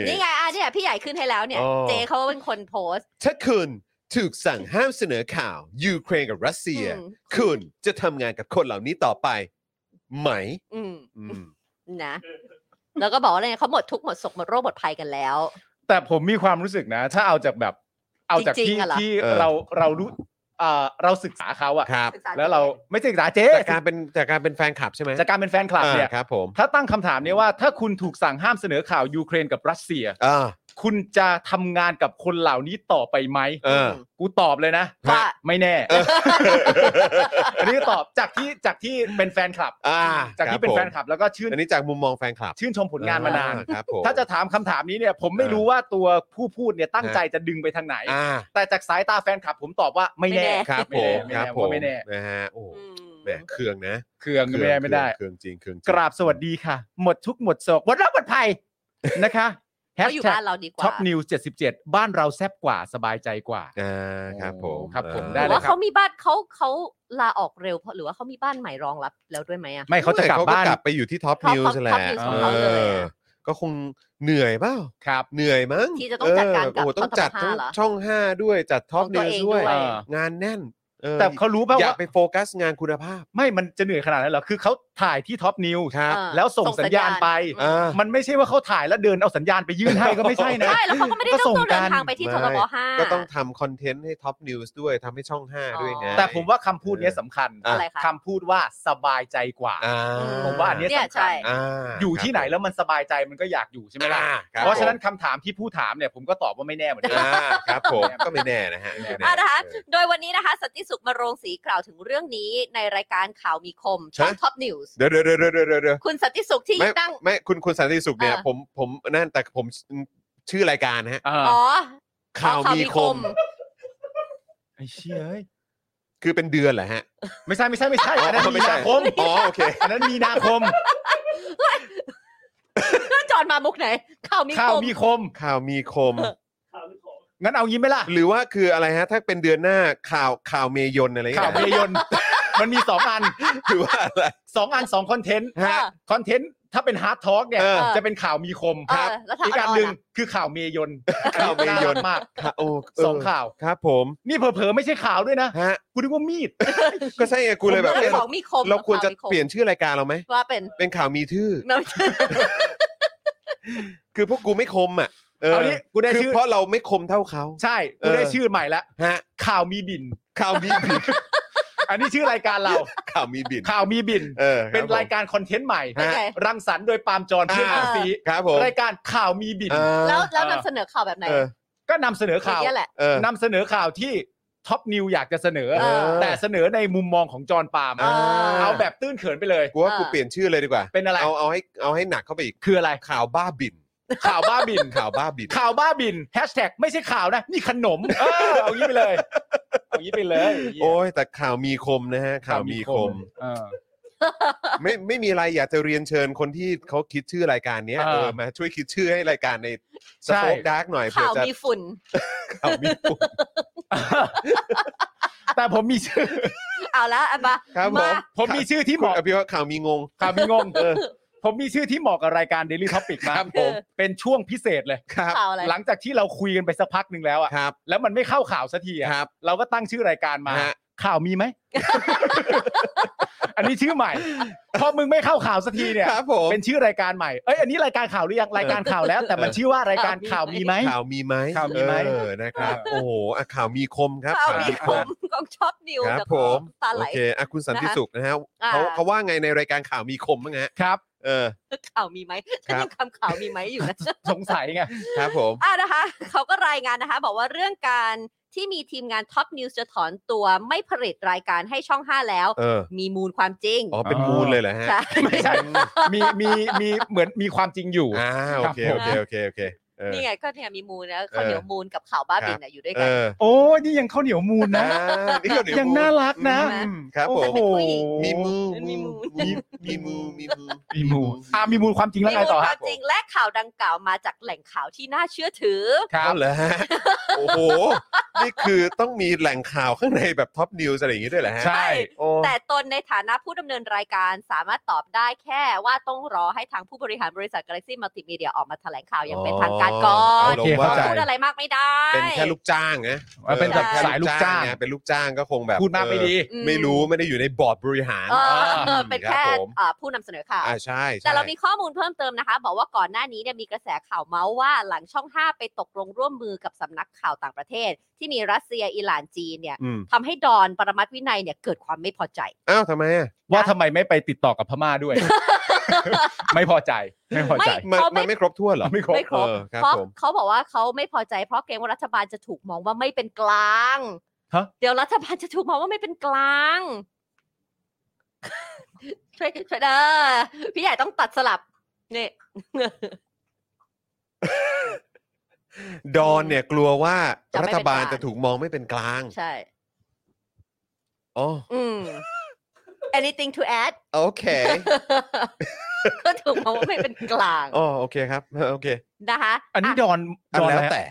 S2: นี่ไงอ่ะเนี่ยพี่ใหญ่ขึ้นให้แล้วเนี่ย
S1: อ๋อ
S2: เจเขาเป็นคนโพสต์
S1: ถ้าคุณถูกสั่งห้ามเสนอข่าวยูเครนกับรัสเซีย
S2: อืม
S1: คุณจะทำงานกับคนเหล่านี้ต่อไป ไหม
S2: อืม
S1: อืม
S2: นะ แล้วก็บอกว่าอะไรนะเขาหมดทุกข์หมดโศกหมดโรคหมดภัยกันแล้ว
S3: แต่ผมมีความรู้สึกนะ ถ้าเอาจากแบบ เอาจาก
S2: จริ
S3: ที่
S2: งๆอะเหรอ
S3: ที่เราเรารู้เอ่อเราศึกษาเขาอะ
S1: ครับ
S2: ศึกษ
S3: แล้วเราไม่ใช่ศึกษาเจ๊
S1: จากการเป็นจากการเป็นแฟนคลับใช่ไหม
S3: จากการเป็นแฟนคลับเนี่ย
S1: อ่าครับผม
S3: ถ้าตั้งคำถามเนี้ว่าถ้าคุณถูกสั่งห้ามเสนอข่าวยูเครนกับรัสเซีย
S1: อ่า
S3: คุณจะทำงานกับคนเหล่านี้ต่อไปไหม
S1: เออ
S3: กูตอบเลยนะ
S2: ว่า
S3: ไม่แน่ อันนี้ตอบจากที่จากที่เป็นแฟนคลับ
S1: อ่า
S3: จากที่เป็นแฟนค
S1: ครับ
S3: ลับแล้วก็ชื่
S1: ผม
S3: น
S1: [LAUGHS] อันนี้จากมุมมองแฟนคลับ
S3: ชื่นชมผลงานมานาน
S1: อ่ครับผม
S3: ถ้าจะถามคำถามนี้เนี่ย ผมไม่
S1: เออ
S3: รู้ว่าตัวผู้พูดเนี่ยตั้งใจจะดึงไปทางไหน
S1: อ่า
S3: แต่จากสายตาแฟนคลับผมตอบว่าไม่แน่
S1: ครับ
S3: ไม่
S1: ผ
S3: แน่ไม่
S1: มค
S3: แน่
S1: รับผ
S3: ว่าม ไม่แน่
S1: นะฮะโอ้
S2: อืม
S1: แหมเคืองนะ
S3: เครื่องไม่ได้ไม่ได้
S1: เคืองเคืองจริงเคืองจง
S3: กราบสวัสดีค่ะ หมดทุกข์หมดโศกหมดรักหมดภัยนะคะแฮช
S2: [LAUGHS] เขาอยู่
S3: แท็ก
S2: บ้านเราดีกว่า
S3: ท็อปนิว77 บ้านเราแซบกว่าสบายใจกว่า
S1: อ่าครับผม
S3: ครับผม
S1: อ่า
S3: ได้
S2: หรื
S3: ลย
S2: อว่า
S3: ครับ
S2: เขามีบ้านเขาเขาลาออกเร็วเพราะหรือว่าเขามีบ้านใหม่รองรับแล้วด้วยไหมอ่ะ
S3: ไม่เขาจะกลับบ้าน
S1: เขกลับไปอยู่ที่ท็อป
S2: ท็อป
S1: นิวส์แหละ
S2: Top News
S3: ของเขาเลย
S1: เออก็คงเหนื่อยเปล่า
S3: ครับ
S1: เหนื่อยมั้ง
S2: ที่จะต้องจัดการกั
S1: เออ
S2: บ
S1: โอ้โหต้องจัดทั้
S2: ท็
S1: ง
S2: อปห้าเหรอ
S1: ช่อง 5 ด้วยจัดท็อป
S2: ของตั
S1: นิวส์
S2: วเอง
S1: ด้วย
S2: ด้วย
S3: เออง
S1: านแน่นเออ
S3: แต่เขารู้ป่า
S1: อยาก
S3: ว่า
S1: ไปโฟกัสงานคุณภาพ
S3: ไม่มันจะเหนื่อยขนาดนั้นเหรอคือเขาถ่ายที่ท็อปนิว
S1: ครับ
S2: เออ
S3: แล้วส่งสัญญาณไป
S2: เออ
S1: อ่า
S3: มันไม่ใช่ว่าเขาถ่ายแล้วเดินเอาสัญญาณไปยื่นให้ก็ไม่ใช่นะ
S2: ใช่แล้วเขาก็ไม่ได้
S3: ก็
S2: ต้อง
S3: ส่ง
S2: เดิน
S3: กัน
S2: ทางไปที่
S1: ไม่
S2: ทรบห้า
S1: ก็ต้องทำคอนเทนต์ให้ท็อปนิวส์ด้วยทำให้ช่อง 5 ด้วยไง
S2: อ๋อ
S3: แต่ผมว่าคำพูดเนี้ยสำคัญ
S2: อะไรคะ
S3: คำพูดว่าสบายใจกว่า
S1: อ่า
S3: ผมว่าอันเนี้ย
S2: เนี่ย
S3: สำคัญ
S2: ใช่
S1: า
S3: อยู่ที่ไหน
S1: ครับ
S3: แล้วมันสบายใจมันก็อยากอยู่ใช่ไหมล่ะ
S1: อ่คบ
S3: เพราะฉะนั้น
S1: ผม
S3: คำถามที่ผู้ถามเนี่ยผมก็ตอบว่าไม่แน่เหมือนเดิม
S1: อ่าครับผมก็ไม่แน่นะฮะไม่แ
S2: อ่ะนะคะโดยวันนี้นะคะ สันติสุขมาโรงศรีกล่าวถึงเรื่องนี้ในรายการข่าวมีคมช่อง
S1: ฮะ
S2: ท็อปนิวส์
S1: เดี๋ยวเดี๋ยวเดี๋ยวเดี๋ยวเดี๋ยวเดี๋ยว
S2: คุณสันติสุขที่
S1: ไม่
S2: นั่ง
S1: ไม่คุณคุณสันติสุขเนี่ย
S2: เออ
S1: ผมผมนั่นแต่ผมชื่อรายการนะฮะ
S3: อ่า
S2: อ๋อ
S1: ข่าวมีคม
S3: ไอ้เชี่ยเอ้ย
S1: คือเป็นเดือนเหรอฮะ
S3: ไม่ใช่ไม่ใช่ไม่ใช่
S1: อ๋อ
S3: อันนั้น
S1: ไม่
S3: มี
S1: ใช่
S3: นาคม
S1: อ๋อโอเค
S3: อันนั้นมีนาคม
S2: จ อนมามุกไหน ข่าวมี
S3: ข่าว
S2: คม
S3: มีคม
S1: ข่าวมีคม
S3: งั้นเอางี้ไหมล่ะ
S1: หรือว่าคืออะไรฮะ ถ้าเป็นเดือนหน้าข่าวข่าวเมยนอะไรอย่าง
S3: ข่าว
S1: เงี้ย
S3: เมยน มันมีสองอัน
S1: หรือว่าอะไร
S3: สองอันสองคอนเทนต์
S2: ฮะ
S3: คอนเทนต์ถ้าเป็นฮาร์ดทอล์กเนี่ย
S1: เออ
S3: จะเป็นข่าวมีคม
S2: เออแล้วถ้า
S3: อีกอัน
S2: อ่อนๆ
S3: หนึ่ง
S2: ล่ะ
S3: คือข่าวเมยน
S1: ข่าวเมยน
S3: รักมาก
S1: ค่ะโอ้เ
S3: สองข่าว
S1: ครับ ผม
S3: นี่เผลอๆไม่ใช่ข่าวด้วยนะ
S1: ฮะ
S3: กูนึกว่ามีด
S1: ก็ใช่ไงกูเลยแบบ
S2: เรื่
S1: เอ๊ะ
S2: องของมีคม
S1: เราควรจะ
S2: ข่มีคม
S1: เปลี่ยนชื่อรายการเราไหม
S2: ว่าเป็น
S1: เป็นข่าวมีทื่อ
S2: ไม่ใช่
S1: คือพวกกูไม่คมอ่ะเออ
S3: เอานี้กูได้
S1: คือ
S3: ชื่อ
S1: เพราะเราไม่คมเท่าเขา
S3: ใช่กูได้
S1: เออ
S3: ชื่อใหม่ละ
S1: ฮะ
S3: ข่าวมีบิน
S1: ข่าวมีบิ
S3: [LAUGHS]
S1: น
S3: อันนี้ชื่อรายการเรา
S1: ข่าวมีบิน
S3: ข่าวมีบิน
S1: เออคบ
S3: เป็นราย
S1: ผม
S3: การคอนเทนต์ใหม่
S2: ฮะ
S3: รังสรรค์โดยปาล์มจอน
S1: อ่า
S3: เพื่อนอาซี
S1: ครับผม
S3: รายการข่าวมีบิน
S1: อ่า
S2: แล้วแล้ว
S3: เออ
S2: นำเสนอข่าวแบบไหน
S1: เออ
S3: ก็นำเสนอข่าว
S2: เนี่ยแหละ
S1: เออ
S3: นำเสนอข่าวที่ท็อปนิวอยากจะเสนอ
S2: เออ
S3: แต่เสนอในมุมมองของจอห์นปาล์ม
S1: อ่า
S3: เอาแบบตื้นเขินไปเลย
S1: กูว่ากูเปลี่ยนชื่อเลยดีกว่า
S3: เป็นอะไร
S1: เอาเอาให้เอาให้หนักเข้าไปอีก
S3: คืออะไร
S1: ข่าวบ้าบิน
S3: ข่าวบ้าบิน
S1: ข่าวบ้าบิน
S3: ข่าวบ้าบินแฮชแท็กไม่ใช่ข่าวนะ นี่ขนม เออเอางี้ไปเลย เอางี้ไปเลย
S1: โอ้ยแต่ข่าวมีคมนะฮะข่าวมีคม
S3: เออ
S1: ไม่ไม่มีอะไรอยากจะเรียนเชิญคนที่เขาคิดชื่อรายการเนี้ย
S3: อ่า
S1: เออมาช่วยคิดชื่อให้รายการในส
S3: ใช่
S1: โตกดาร์กหน่อยเผื่
S2: ข่า
S1: อ
S2: ว
S1: จะ
S2: มีฝุ่น
S1: ข่าวมีคม
S3: แต่ผมมีชื่อ
S2: เอาละอ่ะมา
S1: ครับผม
S2: มา
S3: ผมมีชื่อที่เห
S1: คุณ
S3: มาะ
S1: อภิวัตข่าวมีงง
S3: ข่าวมีงงผมมีชื่อที่เหมาะกับรายการ Daily Topic มา
S1: ค
S3: ก
S1: รับผม
S3: เป็นช่วงพิเศษเลย
S1: ครับ
S2: ข่าวอะไร
S3: หลังจากที่เราคุยกันไปสักพักหนึ่งแล้วอะ
S1: ครับ
S3: แล้วมันไม่เข้าข่าวสักทีอะ
S1: ครับ
S3: เราก็ตั้งชื่อรายการมา
S1: ฮะ
S3: ข่าวมี [LAUGHS] ไหม อันนี้ชื่อใหม่พอมึงไม่เข้าข่าวสักทีเนี่ย
S1: ครับผม
S3: เป็นชื่อรายการใหม่เอ้ยอันนี้รายการข่าวหรือยังรายการข่าวแล้ว แต่มันชื่อว่ารายการข่าวมีไหม
S1: ข่าวมีไหม
S3: ข่าวมีไหม
S1: เออนะครับ โอ้โหอ่ะข่าวมีคมครับ
S2: [LAUGHS] ข่าวมีคมกองช็อปนิว
S1: ครั
S2: แต่
S1: บผม
S2: ตาไห
S1: โอ
S2: ล
S1: เคอ่ะคุณสันติ
S2: นะคะ
S1: สุขนะฮะ
S2: อ่า
S1: เขาเขาว่าไงในรายการข่าวมีคมบ้างฮะ
S3: ครับ
S1: เออ
S2: ข่าวมีไหมฉั
S1: ครั
S2: น
S1: บ
S2: ยังคำข่าวมีไหมอยู่นะ
S1: [LAUGHS]
S3: สงสัยไง
S1: ครับผม
S2: อ่านะคะเขาก็รายงานนะคะ บอกว่าเรื่องการที่มีทีมงานท็อปนิวส์จะถอนตัวไม่ผลิตรายการให้ช่อง 5 แล้ว
S1: เออ
S2: มีมูลความจริง
S1: อ๋อเป็นมูลเลยเหรอฮะ
S2: ใช่
S3: ไม่ใช่ [LAUGHS] มีมีมีเหมือนมีความจริงอยู่
S1: อ่าโอเคโอเคโอเคโอเคเออ
S2: นี่ไงก็เนี่ยมีมูลนะ
S1: เออ
S2: ข้าวเหนียวมูลกับข่าวบ้าบินน่ะอยู่ด้วย
S1: เอ
S2: กัน
S1: อ
S3: โอ้ยนี่ยังข้าวเหนียวมูลนะ
S1: อ่านี่ก็เดี๋ว
S3: ยัง
S1: มูล
S3: น่ารักนะ
S2: อืม
S1: ครับผม
S3: โอ้โห
S1: มีมู
S2: มีมู
S1: มีมีมูมีมู
S3: มีมูลอ่ะมีมูลความจริงแล้ว
S2: มี
S3: ไง
S2: มูล
S3: ต่อ
S2: ค
S3: ฮะ
S2: วามจริงและข่าวดังกล่าวมาจากแหล่งข่าวที่น่าเชื่อถือ
S3: ครับ
S1: เอาเหรอฮะโอ้โห นี่คือต้องมีแหล่งข่าวข้างในแบบท็อปนิวส์อะไรอย่างงี้ด้วยเหรอฮะ
S3: ใช่
S1: โอ้
S2: แต่ตนในฐานะผู้ดำเนินรายการสามารถตอบได้แค่ว่าต้องรอให้ทางผู้บริหารบริษัท Galaxy Multimedia ออกมาแถลงข่าวอย่างเป็นทางการก่อน
S1: เาลงว่า
S3: โอเคเข้าใจ
S2: พูดอะไรมากไม่ได้
S1: เป็นแค่ลูกจ้างนะ
S3: เออเป็นแบบสายลูกจ้าง
S1: ไเป็นลูกจ้างก็คงแบบ
S3: พูดมากไม่ดี
S1: เออไม่รู้ไม่ได้อยู่ในบอร์ดบริหาร
S2: เอ
S1: อื
S2: อ
S1: ม
S2: เป็น
S1: รั
S2: แค่
S1: บผม
S2: อ่าผู้นำเสนอข่าว
S1: อ่าใช่ใช่
S2: แต่เรามีข้อมูลเพิ่มเติมนะคะ บอกว่าก่อนหน้านี้เนี่ยมีกระแสข่าวเมาส์ว่าหลังช่อง 5 ไปตกลงร่วมมือกับสำนักข่าวต่างประเทศ ที่มีรัสเซียอิหร่านจีนเนี่ย
S1: อืม
S2: ทำให้ดอนปรมัตถ์วินัยเนี่ยเกิดความไม่พอใจ
S1: อ้าวทำไมอ่ะ
S3: ว่าทำไมไม่ไปติดต่อกับพม่าด้วย ไม่พอใจ ไม่พอใจ
S1: มัน
S2: เขา
S1: มั
S2: ไม่
S1: นไม่ครบถ้วนเหรอ
S3: ไม่ครบ
S2: ไม่ครบ
S1: เออครับ
S2: เพราะ
S1: ผม
S2: เขาบอกว่าเขาไม่พอใจ เพราะเกรงว่ารัฐบาลจะถูกมองว่าไม่เป็นกลาง
S3: ฮะ
S2: เดี๋ยวรัฐบาลจะถูกมองว่าไม่เป็นกลางช่วยช่วยเด้อพี่ใหญ่ต้องตัดสลับนี่
S1: ดอนเนี่ยกลัวว่า
S2: จะ
S1: รั
S2: ไม่เป็น
S1: ฐบาล
S2: กลาง
S1: จะถูกมองไม่เป็นกลาง
S2: ใช่
S1: อ๋อ
S2: อืม anything to add [LAUGHS]
S1: โอเค
S2: ก็ถูกมองว่าไม่เป็นกลาง
S1: อ๋อโอเคครับเออโอเค
S2: นะคะ
S3: อันนี้
S2: ะ
S3: ดอน
S1: อัน
S3: ดอน
S1: แล้
S3: อะไร
S1: ว
S3: ฮะ
S1: แต่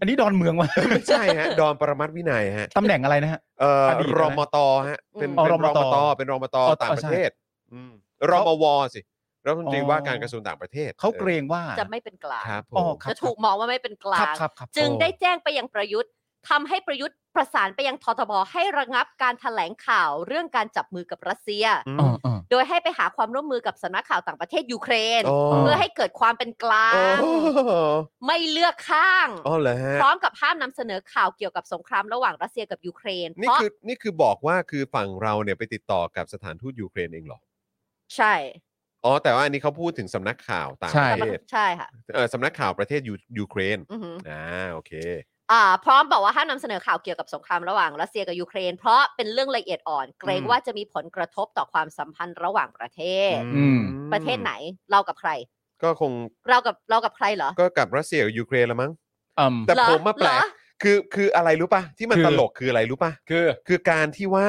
S3: อันนี้ดอนเมืองวะ
S1: ไม่ใช่ฮะ ดอนปรมัตถ์วินัยฮะ
S3: ตำแหน่งอะไรนะฮะ
S1: เอ่อ
S3: อดีต
S1: ร
S3: นะ
S1: มตฮะเป็น
S3: อ๋อ
S1: เป็นรม
S3: รมต
S1: ตเป็นรมต
S3: อ๋อ
S1: ต่าง
S3: อ๋อ
S1: ป
S3: ใช่
S1: ระเทศอืมรมวสิรัฐมนตรี
S3: อ๋อ
S1: ว่าการกระทรวงต่างประเทศ
S3: เขาเกรงว่า
S2: จะไม่เป็นกลาง
S1: ครับผ
S3: อ๋อ
S1: ม
S3: ครับ
S2: จะถูกมองว่าไม่เป็นก
S3: ค
S2: ลา
S3: รับ
S2: ง
S3: ครับครับ
S2: จึง
S1: โอ้
S2: ได้แจ้งไปยังประยุทธ์ทำให้ประยุทธ์ประสานไปยังททบให้ระงับการแถลงข่าวเรื่องการจับมือกับรัสเซีย
S1: อืม
S3: อ่าอ่า
S2: โดยให้ไปหาความร่วมมือกับสำนักข่าวต่างประเทศยูเครน
S1: อ๋อ
S3: เ
S2: เพื่อให้เกิดความเป็นกลาง
S1: อ๋อ
S2: ไม่เลือกข้าง
S1: อ๋อเหรอฮะ
S2: พร้อมกับห้ามนำเสนอข่าวเกี่ยวกับสงครามระหว่างรัสเซียกับยูเครน
S1: นี่
S2: เพราะ
S1: คือนี่คือบอกว่าคือฝั่งเราเนี่ยไปติดต่อกับสถานทูตยูเครนเองเหรอ
S2: ใช่
S1: อ๋อแต่ว่าอันนี้เขาพูดถึงสำนักข่าวต่าง
S3: ใช่
S1: ประเทศ
S2: ใช่ค่ะ
S1: เออสำนักข่าวประเทศยูยูเครน
S2: อือหือ
S1: อ่าโอเค
S2: อ่าพร้อมบอกว่าห้ามนำเสนอข่าวเกี่ยวกับสงครามระหว่างรัสเซียกับยูเครน เพราะเป็นเรื่องละเอียดอ่อน เกรง
S1: อืม
S2: ว่าจะมีผลกระทบต่อความสัมพันธ์ระหว่างประเทศ
S3: อืม
S2: ประเทศไหนเรากับใคร
S1: ก็คง
S2: เรากับเรากับใครเหรอ
S1: ก็กับรัสเซียกับยูเครนละมั้ง
S3: อืม
S1: แต่
S2: เหรอ
S1: ผมมาแปลก
S2: เหรอ
S1: คือคืออะไรรู้ป่ะที่มันตลกคืออะไรรู้ป่ะ
S3: คือ
S1: คือการที่ว่า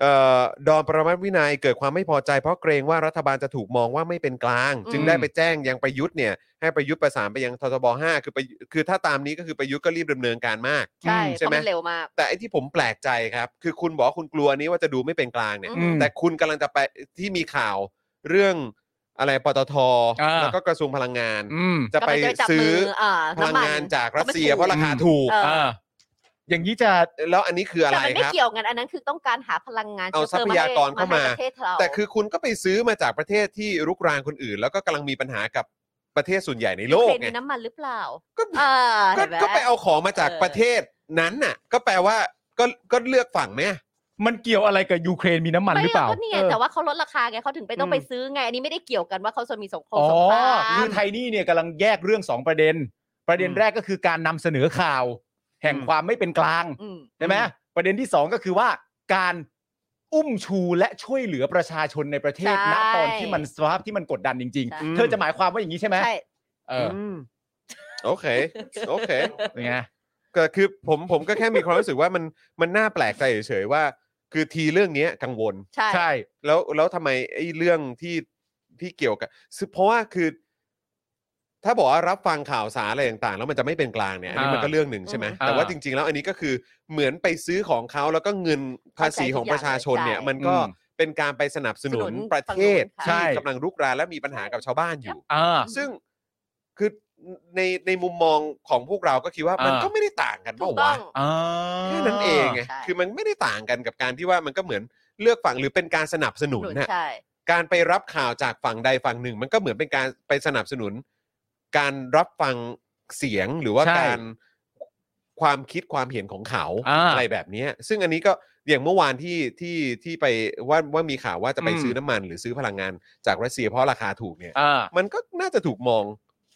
S1: เอ่อดอนประมัติวินัยเกิดความไม่พอใจเพราะเกรงว่ารัฐบาลจะถูกมองว่าไม่เป็นกลาง
S2: อืม
S1: จึงได้ไปแจ้งยังประยุทธ์เนี่ยให้ประยุทธ์ประสานไปยังททบ5คือไปคือถ้าตามนี้ก็คือประยุทธ์ก็รีบดำเนินการมาก
S2: ใช่
S1: ใช่ไหม
S2: เพราะนเร็วมาก
S1: แต่ไอ้ที่ผมแปลกใจครับคือคุณบอกว่าคุณกลัวนี้ว่าจะดูไม่เป็นกลางเนี่ย
S2: อืม
S1: แต่คุณกำลังจะไปที่มีข่าวเรื่องอะไรปตท
S3: อ่า
S1: แล้วก็กระทรวงพลังงาน
S3: อืม
S1: จะไป
S2: กำลังจับ
S1: ซื้
S2: มื
S1: อ
S2: เอ่อ
S1: พลัง
S2: น้ำมัน
S1: งานจากรัสเซีย
S2: เอา
S1: เพ
S2: ไปถูก
S1: ราะราคาถูก
S2: เอ
S3: อ่าอย่างนี้จะ
S1: แล้วอันนี้คืออะไร
S2: แต่มัน
S1: ค
S2: ไม่
S1: รับ
S2: เกี่ยวกันอันนั้นคือต้องการหาพลังงาน
S1: เอาท
S2: ชื้พลิ
S1: รัพยากรเข้ามา
S2: ให้ประเทศเรา
S1: แต่คือคุณก็ไปซื้อมาจากประเทศที่รุกรานคนอื่น แล้วก็กำลังมีปัญหากับประเทศส่วนใหญ่ในโลก
S2: เครน
S1: ไง
S2: มีน้ำมันหรือเปล่า
S1: ก็
S2: เออ
S1: ก็
S2: เห็นหม
S1: ก็ไปเอาของมาจาก
S2: เออ
S1: ประเทศนั้นน่ะ ก็แปลว่าก็ก็เลือกฝั่งไหมอะ
S3: มันเกี่ยวอะไรกับยูเครนมีน้ำมันหรือเปล่า
S2: ไก็เนี่ย
S3: ออ
S2: แต่ว่าเขาลดราคาไงเขาถึงไปต้อง
S3: อืม
S2: ไปซื้อไง อันนี้ไม่ได้เกี่ยวกันว่าเขาจะมีสงคราม
S3: อ๋อ
S2: สงคราม
S3: คือไทยนี่เนี่ยกำลังแยกเรื่องสองประเด็น ประเด็น
S1: อืม
S3: แรกก็คือการนำเสนอข่าว แห่ง
S1: อืม
S3: ความไม่เป็นกลาง
S2: อืม
S3: ใช่ไหมประเด็นที่สองก็คือว่าการอุ้มชูและช่วยเหลือประชาชนในประเทศ
S2: ใช่
S3: ณตอนที่มันสภาพที่มันกดดันจริง
S2: ใช่
S3: ๆ เธอจะหมายความว่าอย่างนี้ใช่ไหม
S2: ใช่
S3: เออ
S1: มโอเค โอเค
S3: เป็นไง
S1: ก็คือผมผมก็แค่มีความรู้สึกว่ามันมันน่าแปลกใจเฉยๆว่า คือทีเรื่องเนี้ยกังวล
S2: ใช่
S3: ใช่
S1: แล้วแล้วทำไมไอ้เรื่องที่ที่เกี่ยวกับซึ่งเพราะว่าคือ ถ้าบอกว่ารับฟังข่าวสารอะไรต่างๆ แล้วมันจะไม่เป็นกลางเนี่ยอันนี้
S3: อ่ามั
S1: มันก็เรื่องหนึ่งใช่ไหม
S2: อืม
S1: แต่ว่า
S3: อ่า
S1: จริง ๆ แล้วอันนี้ก็คือเหมือนไปซื้อของเขาแล้วก็เงินภาษีของประชาชนเนี่ย
S2: ใช่
S1: มันก็
S3: อืม
S1: เป็นการไปสนับสนุน
S2: สนับสนุน
S1: ประเทศที่
S2: ฝั่งนู้นค่ะ
S3: ใช่
S1: กำลังรุกรานและมีปัญหากับชาวบ้านอยู่
S3: อ่า
S1: ซึ่งคือในในมุมมองของพวกเราก็คิดว่ามัน
S3: อ่า
S1: ก็ไม่ได้ต่างกัน
S2: ถู
S1: เป
S2: ก
S1: ล่า
S2: ต้อ
S1: วะ
S2: ง
S3: อ่า
S1: แค่นั้นเองไง
S2: ใช่
S1: คือมันไม่ได้ต่างกันกับการที่ว่ามันก็เหมือนเลือกฝั่งหรือเป็นการสนับสนุน
S2: หนุน
S1: น่ะ
S2: ใช่
S1: การไปรับข่าวจากฝั่งใดฝั่งหนึ่ง มันก็เหมือนเป็นการไปสนับสนุน การรับฟังเสียงหรือว่า
S3: ใช่
S1: การความคิดความเห็นของเขา
S3: อ่า
S1: ไรแบบเนี้ยซึ่งอันนี้ก็อย่างเมื่อวานที่ที่ที่ไปว่าว่ามีข่าวว่าจะไป
S3: อืม
S1: ซื้อน้ำมัน หรือซื้อพลังงานจากรัสเซียเพราะราคาถูกเนี่ย
S3: อ่า
S1: มันก็น่าจะถูกมอง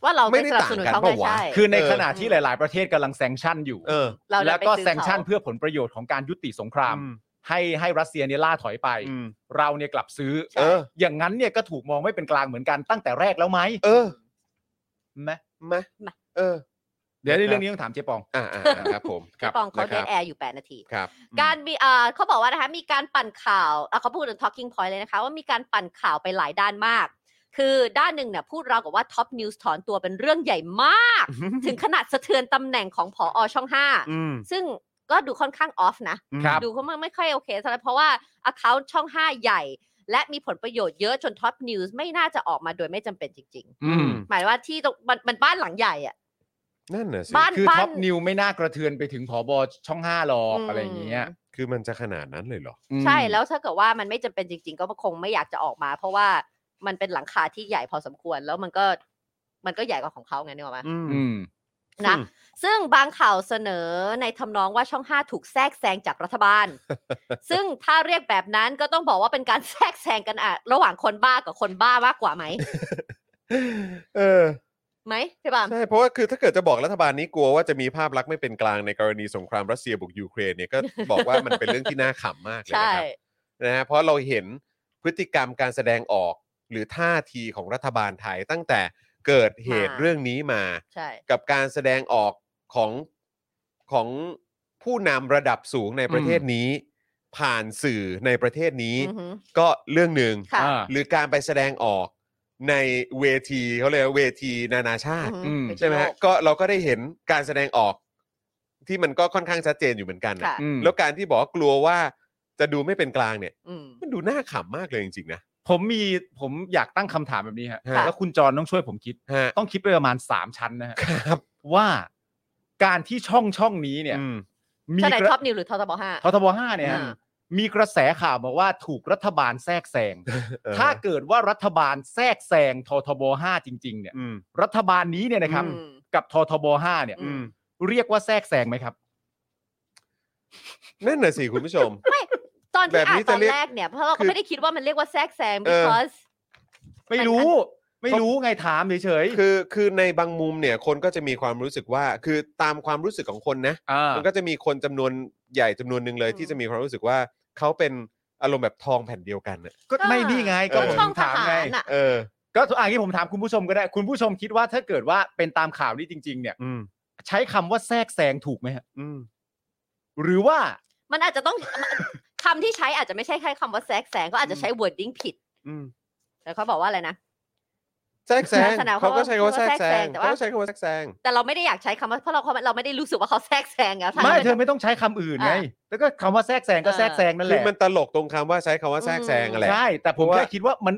S2: ว่าเรา
S1: ไม่
S2: ไม่
S1: ได้
S2: สนับสนุนเขา
S1: ต่างกัน
S2: ไง
S1: เปล่าวะ
S2: ใช่
S3: คือใน
S1: เออ
S3: ขณะที่หลาย ๆ ประเทศกำลังแซงชั่นอยู่
S1: เออ
S2: เราเลย
S3: แล้วก็
S2: ไปซื้อ
S3: แซงชั่น
S2: เขา
S3: เพื่อผลประโยชน์ของการยุติสงคราม
S1: อืม
S3: ให้ให้รัสเซียเนี่ยล่าถอยไป
S1: อืม
S3: เราเนี่ยกลับซื้อ
S1: ใช่เออ
S3: อย่างนั้นเนี่ยก็ถูกมองไม่เป็นกลางเหมือนกันตั้งแต่แรกแล้วไหม
S1: เออ
S3: ไหม
S1: มา
S2: มา
S1: เออ
S3: เดี๋ยวใน
S1: ครับ
S3: เรื่องนี้ต้องถามเจ๊ปอง
S1: อ่าอ่าอ่าครับ ผมครับ
S2: ปองเขา
S1: นะค
S2: เด
S1: รั
S2: ท
S1: บ
S2: แอร์อยู่ 8 นาที
S1: ครับอืม
S2: การมีเอ่อเขาบอกว่านะคะมีการปั่นข่าวอ่ะเขาพูดถึง talking point เลยนะคะ ว่ามีการปั่นข่าวไปหลายด้านมาก คือด้านหนึ่งเนี่ยพูดเราวกับว่าท็อปนิวส์ถอนตัวเป็นเรื่องใหญ่มาก
S3: [LAUGHS]
S2: ถึงขนาดสะเทือนตำแหน่งของผออช่อง
S1: อืม
S2: 5 ซึ่งก็ดูค่อนข้างออฟนะ
S3: ครับ
S2: ดูเขาไม่ค่อยโอเคเท่าไหร่เพราะว่า Account ช่อง 5 ใหญ่ และมีผลประโยชน์เยอะจนท็อปนิวส์ไม่น่าจะออกมาโดยไม่จำเป็นจริง
S3: อืม
S2: ๆ หมายว่าที่ตรงมันมันบ้านหลังใหญ่อะ
S1: นั่นน่ะสิ
S2: บ้าน
S3: คือท็อปนิวไม่น่ากระเทือนไปถึงผอบช่องห้าหรอก
S2: อืม
S3: อะไรอย่างเงี้ย
S1: คือมันจะขนาดนั้นเลยเหรอ
S3: อืม
S2: ใช่แล้วถ้าเกิดว่ามันไม่จำเป็นจริง ๆ ก็คงไม่อยากจะออกมา เพราะว่ามันเป็นหลังคาที่ใหญ่พอสมควรแล้วมันก็มันก็ใหญ่กว่าของเขาไงนึกออกไหม
S3: อืม
S2: นะ
S1: อืม
S2: ซึ่งบางข่าวเสนอในทำนองว่าช่อง 5 ถูกแทรกแซงจากรัฐบา
S1: [LAUGHS]
S2: ล ซึ่งถ้าเรียกแบบนั้นก็ต้องบอกว่าเป็นการแทรกแซงกันอะระหว่างคนบ้ากับคนบ้ามากกว่าไหม
S1: [LAUGHS] เออ
S2: ไหมใช่ป่ะ
S1: ใช่เพราะว่าคือถ้าเกิดจะบอกรัฐบาลนี้กลัวว่าจะมีภาพลักษณ์ไม่เป็นกลางในกรณีสงครามรัสเซียบุกยูเครนเนี่ยก็ บอกว่ามันเป็นเรื่องที่น่าขำมากเลย
S2: [LAUGHS] ใช่
S1: นะครับนะฮะเพราะเราเห็นพฤติกรรมการแสดงออก หรือท่าทีของรัฐบาลไทยตั้งแต่เกิดเหตุ
S2: มา
S1: เรื่องนี้มา
S2: ใช่
S1: กับการแสดงออกของของผู้นำระดับสูงในประเทศนี้ ผ่านสื่อในประเทศนี้
S2: อือหือ
S1: ก็เรื่องหนึ่ง
S2: ค่ะ
S3: อ่า
S1: หรือการไปแสดงออกในเวทีเขาเรียกว่าเวทีนานาชาติ
S2: อือ
S3: อื
S2: หือ
S3: ม
S2: เป็น
S1: ใช่ไหม
S2: โล
S1: ฮะ
S2: ก
S1: ก็เราก็ได้เห็นการแสดงออกที่มันก็ค่อนข้างชัดเจนอยู่เหมือนกันนะ
S2: ค่ะ
S3: อืม
S1: แล้วการที่บอกว่ากลัวว่าจะดูไม่เป็นกลางเนี่ย
S2: อืม
S1: มันดูน่าขำมากเลยจริงๆนะ
S3: ผมมีผมอยากตั้งคำถามแบบนี้ฮะ
S1: ค่ะ
S3: แล้วคุณจรต้องช่วยผมคิด
S1: ฮะ
S3: ต้องคิดไปประมาณสามชั้นนะฮะ
S1: ครับ
S3: ว่าการที่ช่องช่องนี้เนี่ย
S1: อืม
S3: มี
S2: ช่ไหน
S3: กระ
S2: ท็อปนิวหรือททบห้า
S3: ททบห้าเนี่ยฮะ
S2: อ่า
S3: มีกระแสข่าวบอกว่าถูกรัฐบาลแทรกแซง
S1: เออ
S3: ถ้าเกิดว่ารัฐบาลแทรกแซงททบ5จริง ๆ เนี่ย
S1: อืม
S3: รัฐบาลนี้เนี่ยนะครับ
S2: อืม
S3: กับททบ5เนี่ย
S2: อืม
S3: เรียกว่าแทรกแซงไหมครับ
S1: นั่นน่ะสิคุณผู้ช
S3: [LAUGHS]
S1: ม
S2: ตอนที่
S1: แบบ
S2: อ่า
S1: นี้
S2: นต
S1: จะ
S2: อน
S1: เรียก
S2: แรกเนี่ยเพราะเราก็
S1: คือ
S2: ไม่ได้คิดว่ามันเรียกว่าแทรกแซง
S1: เออ
S2: because
S3: ไม่รู้ ไม่รู้ไงถามเฉย
S1: คือคือในบางมุมเนี่ยคนก็จะมีความรู้สึกว่า คือตามความรู้สึกของคนนะ
S3: ๆอ่า
S1: มันก็จะมีคนจำนวนใหญ่จำนวนหนึ่งเลย
S2: อืม
S1: ที่จะมีความรู้สึกว่าเขาเป็นอารมณ์แบบทองแผ่นเดียวกันน่ะ
S3: ก็ไม่นี่ไง
S1: ก็
S3: ก็
S2: ก็
S3: ผม
S2: ช่องท
S3: ถาม
S2: หา
S3: ไง
S2: รน่ะ
S1: เออ
S3: ก็อ่างี้ผมถามคุณผู้ชมก็ได้ คุณผู้ชมคิดว่าถ้าเกิดว่าเป็นตามข่าวนี้จริง ๆ เนี่ย
S1: อืม
S3: ใช้คำว่าแทรกแซงถูกไหมฮะ
S1: อืม
S3: หรือว่า
S2: มันอาจจะต้อง [LAUGHS] คำที่ใช้อาจจะไม่ใช่แค่คำว่าแทรกแซงก็อาจจะใช้ wording ผิด
S1: อืม
S2: แต่เขาบอกว่าอะไรนะ
S1: แทรกแซง
S2: ลักษณะเขา
S1: เขาก็ใช้คำว่าแทรกแซง
S2: แต่ว่า
S1: เขาก็ใช้คำว่าแทรกแซง
S2: แต่เราไม่ได้อยากใช้คำว่าเพราะเราเราไม่ได้รู้สึกว่าเขาแทรกแซงอะ
S3: ไม่
S2: ถ้า
S3: เธอไม่ต้องใช้คำอื่นไง
S2: อ่ะ
S3: แล้วก็คำว่าแทรกแซงก็
S2: เออ
S3: แทรกแซงนั่นแห
S1: คือ
S3: ละ
S1: มันตลกตรงคำว่าใช้คำว่าแทรกแซงอะไร
S3: ใช่ แต่ผม
S1: เพราะว่า
S3: แค่คิดว่ามัน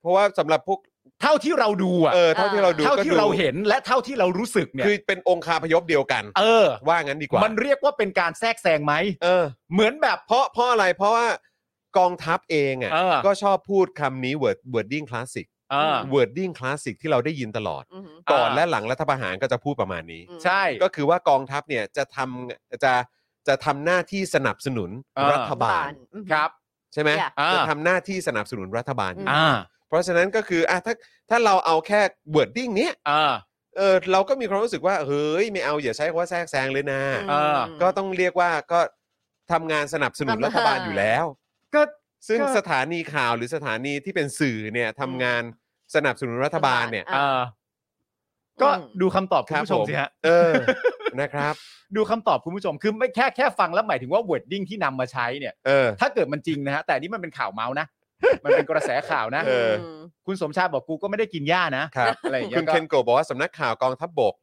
S1: เพราะว่าสำหรับพวก
S3: เท่าที่เราดูอ่ะ
S1: เออเท่าที่เราดู
S3: เท่า
S1: ก็
S3: ที่
S1: ดู
S3: เราเห็นและเท่าที่เรารู้สึกเนี่ย
S1: คือเป็นองค์คาพยพเดียวกัน
S3: เออ
S1: ว่างั้นดีกว่า
S3: มันเรียกว่าเป็นการแทรกแซงไหม
S1: เออ
S3: เหมือนแบบ
S1: เพราะเพราะอะไรเพราะว่ากองทัพเองอ่ะ
S3: เออ
S1: ก็ชอบพูดคำนี้ word wording classic
S3: เออ
S1: wording classic ที่เราได้ยินตลอด
S2: อือหือ
S1: ก่อน
S3: อ่า
S1: และหลังรัฐประหารก็จะพูดประมาณนี้
S2: อืม
S3: ใช่
S1: ก็คือว่ากองทัพเนี่ยจะทำจะจะทำหน้าที่สนับสนุน
S3: เออ
S1: รัฐบาล
S3: ครับ
S1: ใช่ไหม
S2: อ่ะ
S1: จะทำหน้าที่สนับสนุนรัฐบาล
S3: อ่า
S1: เพราะฉะนั้นก็คืออ่ะถ้าถ้าเราเอาแค่ wording เนี้ย
S3: อ่า
S1: เออเราก็มีความรู้สึกว่า เฮ้ย ไม่เอาอย่าใช้คำว่าแทรกแซงเลยนะ
S3: เออ
S2: ม
S1: ก็ต้องเรียกว่าก็ทำงานสนับสนุนรัฐบาลอยู่แล้ว
S3: ก็
S1: ซึ่ง
S3: ก็
S1: สถานีข่าวหรือสถานีที่เป็นสื่อเนี่ยทำงานสนับสนุนรัฐบาลเนี่ย
S2: อ่ะ
S3: อ่าก็
S2: อืม
S3: ดูคำตอบคุณ
S1: ครับ
S3: ผู้ชม
S1: ผม
S3: สิฮะ
S1: เออนะครับ
S3: ดูคำตอบคุณผู้ชมคือไม่แค่แค่ฟังแล้วหมายถึงว่า wording ที่นำมาใช้เนี่ย
S1: เออ
S3: ถ้าเกิดมันจริงนะฮะ แต่อันนี่มันเป็นข่าวเมาส์นะ มันเป็นกระแสข่าวนะ
S1: เออ
S2: ม
S3: คุณสมชายบอกกูก็ไม่ได้กินหญ้านะครับ
S1: [LAUGHS]
S3: อะไรอย่างเงี้
S1: คุ
S3: ย
S1: ณ
S3: ก็
S1: เคนโกะบอกว่าสำนักข่าวกองทัพบก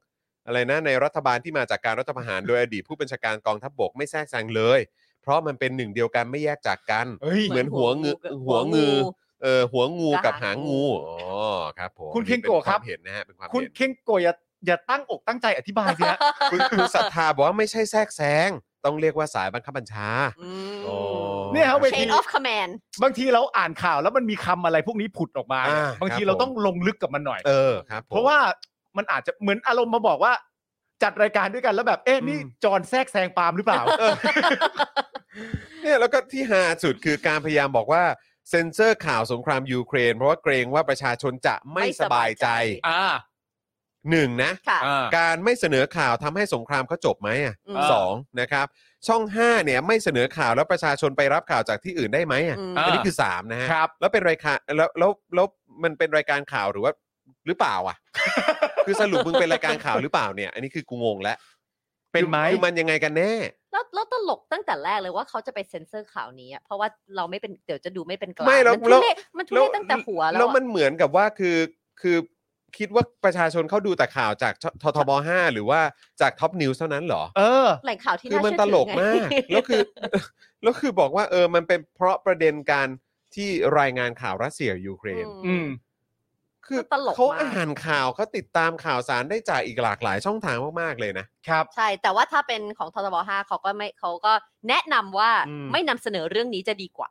S1: อะไรนะในรัฐบาลที่มาจากการรัฐประหารโดยอดีตผู้บัญชาการกองทัพบกไม่แทรกแซงเลย เพราะมันเป็นหนึ่งเดียวกันไม่แยกจากกัน
S3: เฮ้ย
S1: เหมือนหัวงือหัวงือ เออหัวงูกับหางงูอ๋อครับผม
S3: คุณเคนโกะ
S1: ป็วาม
S3: ครับ
S1: เห็นนะฮะเป็นความ
S3: คุณ
S1: เห็น
S3: เคนโกะอย่าอย่าตั้งอกตั้งใจอธิบายสิ
S1: [LAUGHS]
S3: ฮะ [LAUGHS]
S1: คุณคุณศรัทธาบอกว่าไม่ใช่แทรกแซงต้องเรียกว่าสายบังคับบัญชา
S2: อืม
S1: โอ้
S3: เนี่ยฮะเวที
S2: chain of command
S3: บางทีเราอ่านข่าวแล้วมันมีคำอะไรพวกนี้ผุดออกมาเนี่ย
S1: อ่า
S3: บางที
S1: ครับ
S3: เรา
S1: ผม
S3: ต้องลงลึกกับมันหน่อย
S1: เออครับผม
S3: เพราะว่ามันอาจจะเหมือนอารมณ์มาบอกว่า จัดรายการด้วยกันแล้วแบบเอ๊ะนี่
S1: อืม
S3: จอนแทรกแซงปาล์มหรือเปล่า
S1: เออเนี่ยแล้วก็ที่หาสุดคือการพยายามบอกว่าเซ็นเซอร์ข่าวสงครามยูเครน เพราะว่าเกรงว่าประชาชนจะไม่สบายใจ
S3: อ่า
S1: หนึ่งนะ
S2: ค่ะ
S3: อ่า
S1: การไม่เสนอข่าวทำให้สงครามเขาจบไหมอ่ะ
S2: อืม
S1: สองนะครับ ช่อง 5 เนี่ยไม่เสนอข่าวแล้วประชาชนไปรับข่าวจากที่อื่นได้ไหมอ่ะ
S2: อืม
S3: อ่ะ
S1: อันนี้คือ 3 นะฮะ
S3: ครับ
S1: แล้วเป็นรายการแล้วแล้วแล้วมันเป็นรายการข่าวหรือว่า หรือเปล่าอ่ะ [LAUGHS] คือสรุปมึงเป็นรายการข่าวหรือเปล่าเนี่ย อันนี้คือกูงงแล้ว
S3: เป็นไหม
S1: คือมันยังไงกันแน่
S2: แล้วแล้วตลกตั้งแต่แรกเลยว่าเขาจะไปเซ็นเซอร์ข่าวนี้อะเพราะว่าเราไม่เป็นเดี๋ยวจะดูไม่เป็นกลาง
S1: ไม่แล้ว
S2: นทุเรศมันทุ
S1: แล้
S2: เร
S1: ว
S2: ศตั้งแต่หัวแล้
S1: แล้ว ว
S2: อะ
S1: มันเหมือนกับว่าคือคือคิดว่าประชาชนเขาดูแต่ข่าวจากททบห้าหรือว่าจากท็อปนิวส์เท่านั้นเหรอ
S3: เออ
S2: แหล่งข่าวที่
S1: คือ
S2: น่า
S1: มัน
S2: เชื่อ
S1: ต
S2: ถื
S1: ลก
S2: ไง [LAUGHS]
S1: มาก แล้วคือ [LAUGHS] แล้วคือบอกว่าเออมันเป็นเพราะประเด็นการที่รายงานข่าวรัสเซียยูเครน
S3: อืม
S1: คือ
S2: มันตลกมาก
S1: เขาอ่านข่าวเขาติดตามข่าวสารได้จากอีกหลากหลายช่องทางมากๆเลยนะ
S3: ครับ
S2: ใช่ แต่ว่าถ้าเป็นของททบห้าเขาก็ไม่เขาก็แนะนำว่า
S1: อืม
S2: ไม่นำเสนอเรื่องนี้จะดีกว่า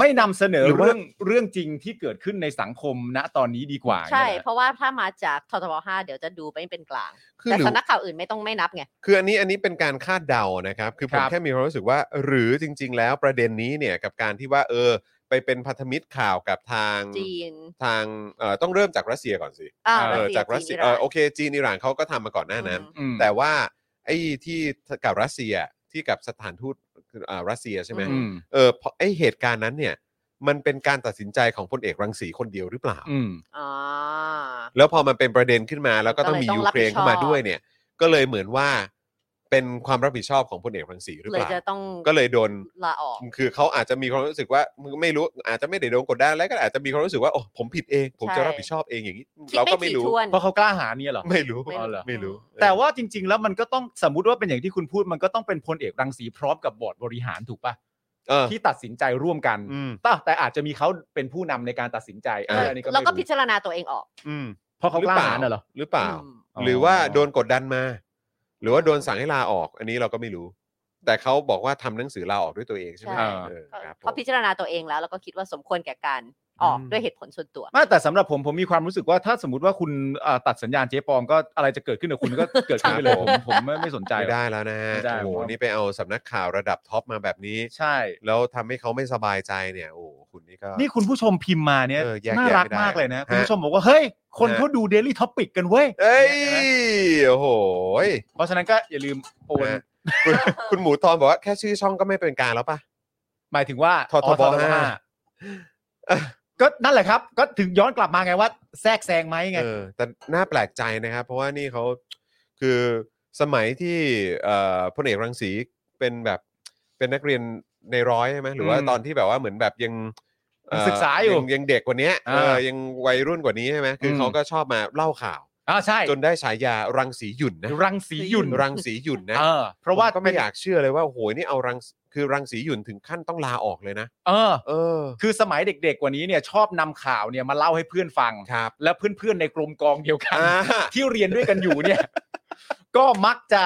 S3: ไม่นำเสนอ
S1: หรือว่า
S3: เรื่องเรื่องจริงที่เกิดขึ้นในสังคมณตอนนี้ดีกว่า
S2: ใช่
S3: เนี่ย
S2: เพราะว่าถ้ามาจากททบห้าเดี๋ยวจะดูไม่เป็นกลาง
S1: คือ
S2: แต่
S1: หรือ
S2: สำนักข่าวอื่นไม่ต้องไม่นับไง
S1: คืออันนี้อันนี้เป็นการคาดเดานะครับ คือผมแค่มีความรู้สึกว่า หรือจริง ๆ แล้วประเด็นนี้เนี่ยกับการที่ว่าเออ ไปเป็นพันธมิตรข่าวกับทาง
S2: จีน
S1: ทางเอ่อต้องเริ่มจากรัสเซียก่อนสิ
S2: อ่า
S1: เออจากรัสเซียเออโอเคจีนอิหร่านเขาก็ทำมาก่อนหน้านั้น
S3: อืม
S1: แต่ว่าไอ้ที่กับรัสเซียที่กับสถานทูตอ่ารัสเซียใช่ไหม
S3: อืม
S1: เออเพราะไอ้เหตุการณ์นั้นเนี่ย มันเป็นการตัดสินใจของพลเอกรังสีคนเดียวหรือเปล่า
S3: อืม
S2: อ่า
S1: แล้วพอมันเป็นประเด็นขึ้นมาแล้วก็ต้องมี
S2: ก็เลยต้
S1: ยู
S2: องรับ
S1: เคร
S2: ผิ
S1: น
S2: ดชอบ
S1: เข้ามาด้วยเนี่ย ก็เลยเหมือนว่าเป็นความรับผิดชอบของพลเอกรังสีหรือ
S2: เล
S1: เป
S2: ย
S1: ล่า
S2: จะต้อง
S1: ก็เลยโดน
S2: ลาออก
S1: คือเขาอาจจะมีความรู้สึกว่ามึงไม่รู้อาจจะไม่ได้โดนกดดันแล้วก็อาจจะมีความรู้สึกว่าโอ้ผมผิดเอง ผมจะ
S2: ใช่
S1: รับผิดชอบเองอย่างนี้
S2: คิด
S1: เราก็
S2: ไม่
S1: ไม่
S2: ถี่
S1: รู้
S2: ถ้วน
S3: เพราะเขากล้าหาญเนี่ยเหรอ
S1: ไม่รู้
S2: ไม่รู้
S1: อ๋อเหรอ
S2: ไม่
S1: ไม่
S2: รู้
S1: รู้
S3: แต่ว่าจริง ๆ แล้วมันก็ต้องสมมติว่าเป็นอย่างที่คุณพูดมันก็ต้องเป็นพลเอกรังสีพร้อมกับบอร์ดบริหารถูกป่ะ
S1: เออ
S3: ที่ตัดสินใจร่วมกัน
S1: อืม
S3: แต่แต่อาจจะมีเขาเป็นผู้นำในการตัดสินใจเออ
S1: เอออั
S3: อันนี้ก็
S2: แล้ว
S3: ไม่
S2: ก็
S3: รู้
S2: พิจารณาตัวเองออก
S1: อืม
S3: เพราะเขากล้าหาญน่ะเหรอ
S1: หรือเปล่า
S2: อืม
S1: หรือว่าโดนกดดันมา หรือว่าโดนสั่งให้ลาออก อันนี้เราก็ไม่รู้ แต่เขาบอกว่าทำหนังสือลาออกด้วยตัวเองใช่ไหม
S2: ใช่
S1: เออครับ
S2: เพราะ
S1: ผม
S2: พิจารณาตัวเองแล้ว แล้วก็คิดว่าสมควรแก่การออก
S1: อืม
S2: ด้วยเหตุผลส่วนตัว
S3: ไม่แต่สำหรับผมผมมีความรู้สึกว่าถ้าสมมติว่าคุณเอ่อตัดสัญญาณเจ๊ปองก็อะไรจะเกิดขึ้นกับคุณก็ เกิดขึ้นไปเลยผมผมไม่ไม่สนใจ
S1: ไม่ได้แล้วนะฮะ
S3: ไม่ได้
S1: โอ้โห
S3: ผมว่านี่
S1: นี่ไปเอาสำนักข่าวระดับท็อปมาแบบนี้
S3: ใช่
S1: แล้วทำให้เขาไม่สบายใจเนี่ย โอ้โหคุณนี่ก็
S3: นี่คุณผู้ชมพิมพ์มาเนี่ย
S1: เออแยกแยะ
S3: น่ารัก
S1: ไม่ได้
S3: มากเลยนะ
S1: ฮะ
S3: คุณผู้ชมบอกว่า เฮ้ย คน
S1: ฮะ
S3: เขาดู Daily Topic กันเว้ย
S1: เอ้ยโอ้โหย
S3: เพราะฉะนั้นก็อย่าลืมโอน
S1: นะฮะคุณ [LAUGHS] คุณหมูทอมบอกว่าแค่ชื่อช่องก็ไม่เป็นกลารแล้วป่ะ
S3: หมายถึงว่า
S1: ททบ
S3: อ๋อ
S1: ห้า
S3: ก็นั่นแหละครับ ก็ถึงย้อนกลับมาไงว่าแทรกแซงไหมไง
S1: เออแต่น่าแปลกใจนะครับ เพราะว่านี่เขาคือสมัยที่เอ่อพลเอกรังสีเป็นแบบ เป็นนักเรียนในร้อยใช่ไหมหรือว่า
S3: อืม
S1: ตอนที่แบบว่าเหมือนแบบยังเ
S3: ศึกษาอยู่
S1: งยังเด็กกว่าเนี้ย
S3: อ่า
S1: เออยังวัยรุ่นกว่านี้ใช่ไหมคืออ
S3: ม
S1: เขาก็ชอบมาเล่าข่าว
S3: อ่าใช่
S1: จนได้ฉายารังสีหยุ่นนะ
S3: รังสีหยุ่น
S1: รังสีหยุ่นนะ
S3: เออเพราะว่า
S1: ผมก็ไม่อยากเชื่อเลยว่าโอ้โหนี่เอารังคือรังสีหยุ่นถึงขั้นต้องลาออกเลยนะ
S3: เออ
S1: เออ
S3: คือสมัยเด็ก ๆ กว่านี้เนี่ยชอบนำข่าวเนี่ยมาเล่าให้เพื่อนฟัง
S1: ครับ
S3: และเพื่อนๆในกลุ่มกองเดียวกัน
S1: อ่า
S3: ที่เรียนด้วยกันอยู่เนี่ย [LAUGHS] ก็มักจะ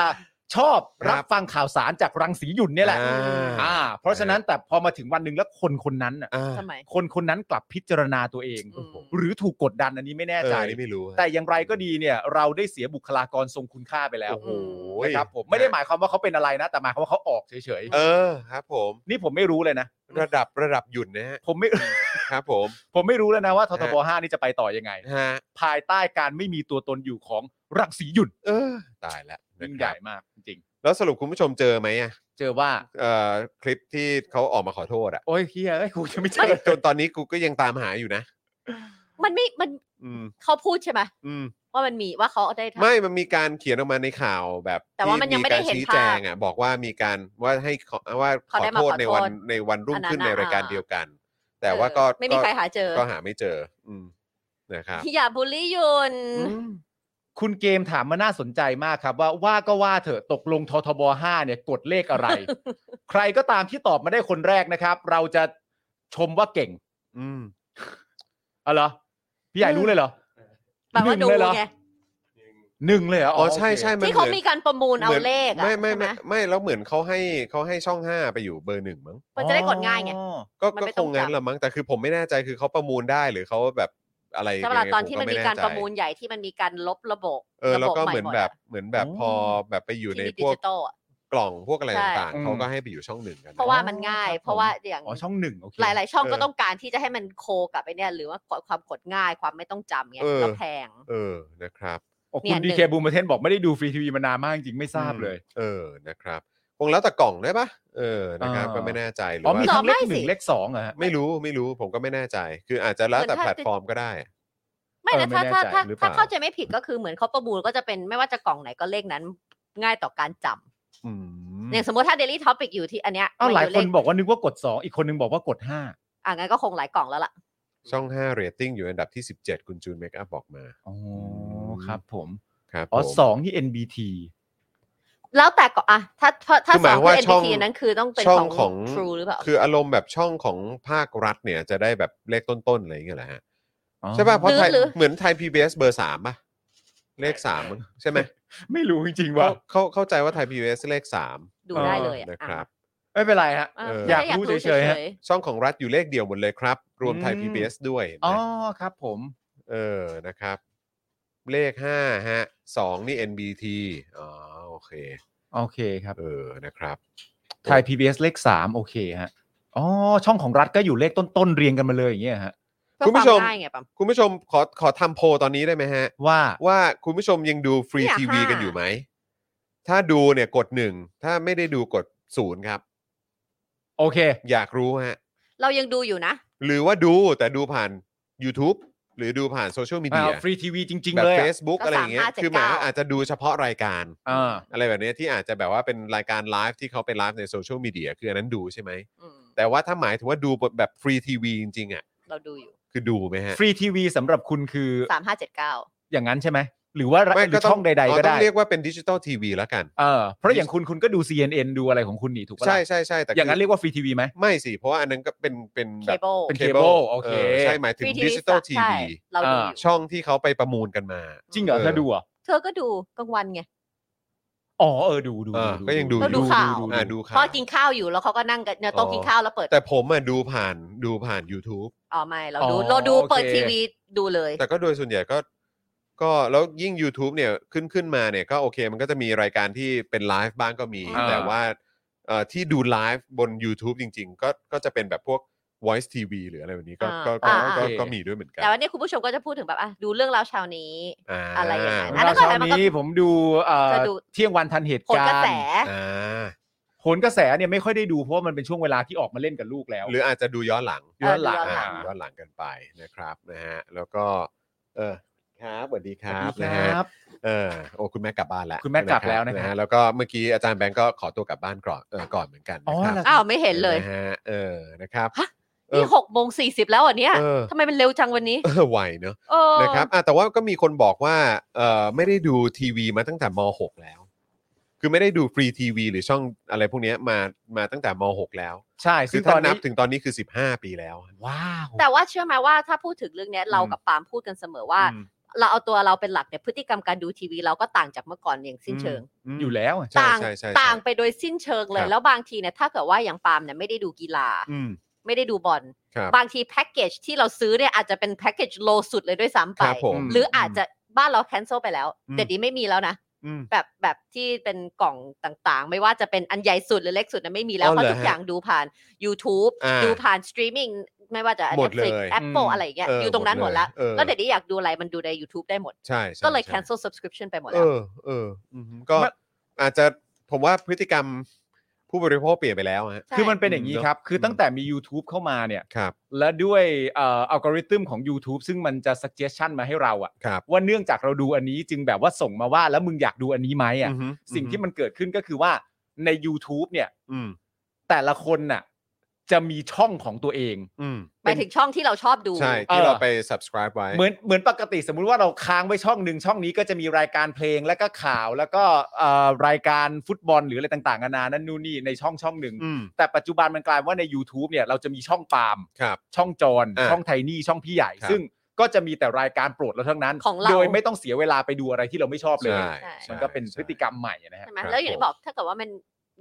S3: ชอบ
S1: ครับ
S3: รับฟังข่าวสารจากรังสีหยุ่นเนี่ยแหละ
S1: อ่า
S3: อ่า เพราะฉะนั้นแต่พอมาถึงวันหนึ่งแล้วคนคนนั้นน่ะ
S1: อ่า
S2: สมัย
S3: คนคนนั้นกลับพิจารณาตัวเอง
S2: อืม
S3: หรือถูกกดดันอันนี้ไม่แน่
S1: เออ
S3: ใจ
S1: อันนี้ไม่รู้ฮะ
S3: แต่อย่างไรก็ดีเนี่ย เราได้เสียบุคลากรทรงคุณค่าไปแล้ว
S1: โอ้โห
S3: นะครับผมไม่ได้หมายความว่าเขาเป็นอะไรนะ แต่หมายความว่าเขาออกเฉย
S1: เออครับ ผม
S3: ๆนี่ผมไม่รู้เลยนะ
S1: ระดับระดับหยุ่นนะฮะ
S3: ผมไม่ [LAUGHS]
S1: ครับ ผม
S3: ผมไม่รู้แล้วนะว่าททบห้านี่จะไปต่อยังไง
S1: ฮะ
S3: ภายใต้การไม่มีตัวตนอยู่ของรังสีหยุ่น
S1: เออตายแล้วนะ
S3: ยิ่ง
S1: ค
S3: ให
S1: รั
S3: ญ่
S1: บ
S3: มากจริง
S1: แล้วสรุปคุณผู้ชมเจอไหมอ่ะ
S3: ๆเจอว่า
S1: เอ่อคลิปที่เขาออกมาขอโทษอ่ะ
S3: โอ้ยเฮียเอ้ยกูจะไม่
S1: จ
S3: เจอน
S1: จนตอนนี้กูก็ยังตามหาอยู่นะ
S2: มันไม่มัน
S1: อืม
S2: เขาพูดใช่ไหม
S1: อืม
S2: ว่ามันมีว่าเขาได้ทำ
S1: ไม่มันมีการเขียนออกมาในข่าวแบบ
S2: แต่ว่ามันยังไม่ได้เห็น
S1: ที่
S2: ภา
S1: ชี้
S2: พ
S1: แจงอ่ะบอกว่ามีการว่าให้ขอว่าขอ
S2: เขาได้มา
S1: โทษ
S2: ขอ
S1: ใน
S2: โทษ
S1: วันในวันรุ่งขึ้น
S2: อันนั้น
S1: ใน
S2: น่ะ
S1: รายการ
S2: อ่า
S1: เดียวกัน แต่ว่าก็
S2: เออไม่มีใครหาเจอ
S1: ก็หาไม่เจอ อืม
S2: [LAUGHS]
S1: นะครับ
S2: อย่าบูลลี่ยุน
S3: คุณเกมถามมาน่าสนใจมากครับ ว่าว่าก็ว่าเถอะตกลงททบห้าเนี่ยกดเลขอะไร
S2: [LAUGHS]
S3: ใครก็ตามที่ตอบมาได้คนแรกนะครับ เราจะชมว่าเก่ง
S1: อืม
S3: เอาเหรอพี่ใหญ่รู้เลยเหรอ
S2: แบบว่า
S3: ห
S2: ดู
S3: นึ่เลยเหรอ
S2: ไง
S3: หนึ่งเลยเหรอ
S1: อ๋
S3: อ๋
S1: อ
S3: อ
S1: ใช่ใช่น
S2: ที่เขา
S1: หอน
S2: มีการประมูลเอา
S1: หน
S2: เลขอะ
S1: ไม่ไม่
S2: ใช่ห
S1: ไม่ไม่แล้วเหมือนเขาให้เขาให้ช่องห้าไปอยู่เบอร์หนึ่งมั้ง
S2: มันจะได้กดง่ายไง
S3: อ๋อ
S1: ก็
S2: มัน
S1: ก็
S2: ไม่
S1: ค
S2: ต้อง
S1: ง
S2: จำ
S1: งั้นละมั้งแต่คือผมไม่แน่ใจคือเขาประมูลได้หรือเขาแบบอะไร
S2: ใช่เวลา
S1: ยังไง
S2: ตอนที่มัน
S1: ผ
S2: มีการ
S1: ไแใจ
S2: ประมูลใหญ่ที่มันมีการลบระบบ
S1: เออแล้วก็
S2: ระบบ
S1: เหมือน
S2: ใ
S1: แบบ
S2: ดะ
S1: เหมือนแบบพอแบบไปอยู่ในพ
S2: ที่มีดิ
S1: วก
S2: จิตอลอะ
S1: กล่องพวกอะไร
S2: ใช่
S1: ต่างๆเขาก็ให้ไปอยู่ช่องหนึ่งกันน
S2: เพราะว่ามันง่าย เพราะว่าอย่าง
S3: อ๋อช่องหนึ่งโอเค
S2: หลาย ๆ ช่องก็ต้องการที่จะให้มันโคกับไปเนี่ยหรือว่าความกดง่ายความไม่ต้องจำไงก็แพง
S1: เออนะครับ
S3: โอ้
S2: เนี่
S3: คุ
S2: ย
S3: ณ
S2: หนึ่
S3: ดี
S2: ง
S3: เคบูมเทนบอกไม่ได้ดูฟรีทีวีมานานมากจริงๆไม่ทราบเลย
S1: เออนะครับคงแล้วแต่กล่องได้ปะเออนะครับ
S3: อ่า
S1: ก็ไม่แน่ใจหรือ
S3: อ๋อ
S1: ว่า
S3: มี
S2: สอง
S3: ทำเลขห
S2: ไม่สิ
S3: นึ่งเลขสองเหรอฮะ
S1: ไม่รู้ไม่รู้ผมก็ไม่แน่ใจ คืออาจจะแล้วแต่
S2: เหมือนถ้า
S1: แพลตฟอร์มก็ได้
S2: ไม่นะ
S3: เออ
S2: ถ้า
S3: ไม่แน่
S2: ถ้า
S3: ใจ
S2: ถ้า
S1: หรือเปล่า
S2: ถ้าเข้าใจไม่ผิดก็คือเหมือนเขาประมูลก็จะเป็นไม่ว่าจะกล่องไหนก็เลขนั้น ง่ายต่อการจำ
S1: อืม
S2: อย่างสมมติถ้า Daily Topic อยู่ที่อันเนี้ย
S3: อ้าวหลายค
S2: มัเล
S3: น
S2: ข
S3: บอกว่านึกว่ากดสองอีกคนนึงบอกว่ากดห้า
S2: อ่ะงั้นก็คงหลายกล่องแล้วล่ะ
S1: ช่อง 5 เรตติ้งอยู่อันดับที่ 17 คุณจูนเมคอัพบอกมา
S3: อ๋อ
S1: ม
S3: ครับผม
S1: ครับ
S3: อ๋อ
S1: ผม
S3: สองที่ NBT
S2: แล้วแต่ก็อ่ะถ้าถ้าถ้า
S1: คือห
S2: ส
S1: มา
S2: อย ง
S1: ว่า
S2: คือ
S1: ช่อง
S2: NBT นั้นคือต้องเป็น
S1: ช่อง
S2: ของ
S1: ของ
S2: True หรือเปล่า
S1: คืออารมณ์แบบช่องของภาครัฐเนี่ยจะได้แบบเลขต้นๆอะไรอย่างเงี้ยแหละฮะ
S3: อ๋อ
S1: ใช่ป่ะเพราะไทย
S2: หรือ
S1: เหมือนไทย PBS เบอร์สามป่ะเลขสามมั้งใช่ไหม
S3: ไม่รู้จริงๆ
S1: เขา
S3: ว่า
S1: เขาเข้าใจว่าไทย PBS เลข 3
S2: ดู
S3: เออ
S2: ได้เลยอะ
S1: นะครับ
S3: ไม่เป็นไรฮะ
S2: อ่ะ
S1: เออ
S2: แค่
S3: อยากรู้เฉยๆฮะ
S1: ช่องของรัฐอยู่เลขเดียวหมดเลยครับ รวมไทย
S3: อืม
S1: PBS ด้วยนะ
S3: อ๋อครับผม
S1: เออนะครับ เลข 5 ฮะ 2 นี่ NBT อ๋อโอเค
S3: โอเคครับ
S1: เออนะครับ
S3: ไทย PBS เลขสามโอเคฮะอ๋อช่องของรัฐก็อยู่เลขต้นๆเรียงกันมาเลยอย่างเงี้ยฮะ
S1: คุ
S2: เพื่อ
S1: ณผู้ชม
S2: วาง่ายไงปั๊ม
S1: คุณผู้ชมขอขอทำโพลตอนนี้ได้ไหมฮะ
S3: ว่า
S1: ว่าคุณผู้ชมยังดูฟรี
S2: เนี่ย
S1: ทีวี
S2: ค่ะ
S1: กันอยู่ไหม ถ้าดูเนี่ยกดหนึ่งถ้าไม่ได้ดูกดศูนย์ครับ
S3: โอเค
S1: อยากรู้ฮะ
S2: เรายังดูอยู่นะ
S1: หรือว่าดูแต่ดูผ่าน YouTube หรือดูผ่านโซเชียลมีเดีย
S3: ฟรีทีวีจริง
S1: แบ
S3: ๆ
S1: บ
S3: เลยอะ
S1: Facebook
S2: ก็
S1: อะไรอย่างเงี้ย
S2: 3579
S1: คือหมายว่าอาจจะดูเฉพาะรายการ
S3: อ่า
S1: อะไรแบบเนี้ยที่อาจจะแบบว่าเป็นรายการไลฟ์ที่เขาไปไลฟ์ในโซเชียลมีเดียคืออันนั้นดูใช่ไหม
S2: อืม
S1: แต่ว่าถ้าหมายถึงว่าดูแบบฟรีทีวีจริงๆอ่ะ
S2: เราดูอยู่
S1: คือดูไหมฮะ
S3: ฟรีทีวีสำหรับคุณคือ
S2: สามห้าเจ็ดเก้า
S3: อย่างนั้นใช่ไหม หรือว่าหรือช่องใด ๆ ก็
S1: ต้
S3: ได้
S1: องเรียกว่าเป็นดิจิตอลทีวีแล้วกัน
S3: เออเพราะอย่างคุณคุณก็ดู CNN ดูอะไรของคุณนี่ถูกปะล่ะ
S1: ใช่ใช่ใช่แต่
S3: อย่างนั้นเรียกว่าฟรีทีวีไหม
S1: ไม่สิ เพราะว่าอันนั้นก็เป็นเป็น
S2: เค
S1: แบบ
S2: เบิล
S3: เป็น cable โอเค
S1: ใช่หมายถึงดิจิตอลที
S2: ใช่
S1: วี
S2: เราดูอยู่
S1: ช่องที่เขาไปประมูลกันมา
S3: จริงเหรอ
S1: เออ
S3: ถ้าดูอ่ะ
S2: เธอก็ดูกลางวันไง
S3: อ๋อเออดูดู
S1: เออก็ยังดู
S2: ก็
S1: อ
S2: ดู
S1: ยู่
S2: ข่าว
S1: อ่าดูข่าว
S2: พ่อกินข้าวอยู่แล้วเขาก็นั่งกันเนี่ยโต๊ะ
S1: อ๋อ
S2: กินข้าวแล้วเปิด
S1: แต่ผมอ่ะดูผ่านดูผ่าน YouTube
S2: อ๋อไม่เราดู
S3: อ๋อ
S2: เราดู
S3: โอเค
S2: เปิดทีวีดูเลย
S1: แต่ก็โดยส่วนใหญ่ก็ก็แล้วยิ่ง YouTube เนี่ยขึ้นขึ้นมาเนี่ยก็โอเค มันก็จะมีรายการที่เป็นไลฟ์บ้างก็มี
S3: อ่า
S1: แต่ว่าเอ่อที่ดูไลฟ์บน YouTube จริง ๆ ก็ก็จะเป็นแบบพวก Voice TV หรืออะไรแบบนี้ก็ก็ก็
S2: า
S1: ก็
S3: โอเค
S1: ก็มีด้วยเหมือนกัน
S2: แต่วันนี้คุณผู้ชมก็จะพูดถึงแบบอ่ะดูเรื่องราวเช้านี้
S1: า
S2: อะไรอย่างนั้
S3: แล้ว
S2: แล้วก็
S3: เช้า
S2: แล้วมันก็
S3: นี้ผมดูเอ่อ
S2: จะดู
S3: เที่ยงวันทันเหตุ
S2: ผล
S3: การ
S2: กระ
S3: ณ์
S2: แส
S1: อ่า
S3: โหนกระแสเนี่ยไม่ค่อยได้ดูเพราะว่ามันเป็นช่วงเวลาที่ออกมาเล่นกับลูกแล้ว
S1: หรืออาจจะดูย้อนหลัง
S3: ย้อนหลัง
S1: าย้อนหลังกันไปนะครับนะฮะแล้วก็เออ ครับสวัสดีค
S3: ส
S1: รั
S3: วั
S1: บ
S3: สดี
S1: นะ
S3: ค
S1: ฮะ
S3: รับ
S1: เออโอ้คุณแม่กลับบ้านแล้ว
S3: คุณแม่กลับแล้วนะฮะ
S1: ฮะแล้วก็เมื่อกี้อาจารย์แบงก์ก็ขอตัวกลับบ้านก่อนเออก่อนเหมือนกัน
S3: อ๋อ
S1: นะครับ
S3: แล้ว
S2: อ้าวไม่เห็นเลย
S1: นะฮะเออนะครับ
S2: ฮะ
S1: เอ
S2: นี่
S1: อ
S2: หกโมงสี่สิบแล้วเหรอ่ะเนี่ย
S1: เออ
S2: ทำไมมันเร็วจังวันนี้
S1: เออไหวเนอะ
S2: เออ
S1: นะครับอ่ะแต่ว่าก็มีคนบอกว่าเออไม่ได้ดูทีวีมาตั้งแต่ม .6 แล้ว คือไม่ได้ดูฟรีทีวีหรือช่องอะไรพวกเนี้ยมามาตั้งแต่ม .6 แล้ว
S3: ใช่
S1: คื
S3: ซึ่
S1: อง
S3: ต
S1: ถ้า
S3: อน
S1: นั
S3: นี้
S1: บถึงตอนนี้คือ 15 ปีแล้ว
S3: ว้าว
S2: แต่ว่าเชื่อไหมว่าถ้าพูดถึงเรื่องเนี้ยเรากับปาล์มพูดกันเสมอว่า เราเอาตัวเราเป็นหลักเนี่ยพฤติกรรมการดูทีวีเราก็ต่างจากเมื่อก่อนอย่างสิ้นเชิง
S3: อยู่แล้วอะ
S1: ใช่
S2: ต่าง
S1: ใช่ใช่
S2: ต่างไปโดยสิ้นเชิง
S1: ค
S2: เล
S1: รั
S2: ย
S1: บ
S2: แล้วบางทีเนี่ยถ้าเกิดว่าอย่างปาล์มเนี่ยไม่ได้ดูกีฬา
S3: อืม
S2: ไม่ได้ดูบอล
S1: ครับ
S2: บางทีแพ็กเกจที่เราซื้อเนี่ยอาจจะเป็นแพ็กเกจโลสุดเลยด้วยซ้ำ
S1: ค
S2: ไป
S1: รับผม
S2: หรืออาจจะบ้านเราแคนเซิลไปแล้ว
S3: อืม
S2: แต่ดีไม่มีแล้วนะ
S3: อืม
S2: แบบแบบที่เป็นกล่องต่างๆ ไม่ว่าจะเป็นอันใหญ่สุดหรือเล็กสุดนะไม่มีแล้ว
S1: อ๋อ
S2: เพ
S1: เหรอ
S2: ราะทุกอย่างดูผ่าน YouTube
S1: อ่า
S2: ดูผ่านสตรีมมิ่งไม่ว่าจะ
S1: หมด
S2: Netflix
S1: เลย
S2: Apple
S3: อืม
S2: อะไรอย่างเงี้ย
S1: เ
S2: อยู่ตรงนั้นหมดแล้ว
S1: เออ
S2: แล้วเดี๋ยวนี้อยากดูอะไรมันดูใน YouTube ได้หมด
S1: ใช่ใช่
S2: ก็เลย
S1: ใช่
S2: cancel subscription ไปหมด
S1: เอ
S2: แล้ว
S1: อเอออือหือก็
S3: มัน
S1: อาจจะผมว่าพฤติกรรมผู้บริโภคเปลี่ยนไปแล้วฮะ
S2: ใช่
S3: คือมันเป็นอย่างนี้
S1: เนอะ
S3: ครับ คือตั้งแต่มี YouTube เข้ามาเนี่ย
S1: ครับ
S3: และด้วยเอ่ออัลกอริทึมของ YouTube ซึ่งมันจะ suggestion มาให้เราอะ
S1: ครับ
S3: ว่าเนื่องจากเราดูอันนี้จึงแบบว่าส่งมาว่าแล้วมึงอยากดูอันนี้ไหมอะ
S1: อือหือ
S3: สิ่งที่มันเกิดขึ้นก็คือว่าใน YouTube เนี่ย
S1: อืม
S3: แต่ละคนน่ะจะมีช่องของตัวเอง
S1: อืม
S2: หมายถึงช่องที่เราชอบดู
S1: ใช่
S3: เอ
S1: ที่
S3: อ
S1: เราไป subscribe ไว้
S3: เหมือนเหมือนปกติสมมุติว่าเราค้างไว้ช่องหนึ่งช่องนี้ก็จะมีรายการเพลงแล้วก็ข่าว แล้วก็เอ่อรายการฟุตบอลหรืออะไรต่างๆนานานั่นนู่นนี่ในช่องช่องหนึ่ง
S1: อืม
S3: แต่ปัจจุบันมันกลายว่าใน YouTube เนี่ยเราจะมีช่องปาล์ม
S1: ครับ
S3: ช่องจอน
S1: อ่า
S3: ช่องไทนี่ช่องพี่ใหญ่
S1: ครับ
S3: ซึ่งก็จะมีแต่รายการโปรดเราทั้งนั้น
S2: ของเรา
S3: โดยไม่ต้องเสียเวลาไปดูอะไรที่เราไม่ชอบเลย
S1: ใช่
S2: ใช่
S3: มันก็เป็น
S1: ใช่
S3: พฤติกรรมใหม่นะฮะ
S2: ใช่ไหม
S1: ครับ
S2: แล้วอย่างที่บอกถ้าเกิดว่ามัน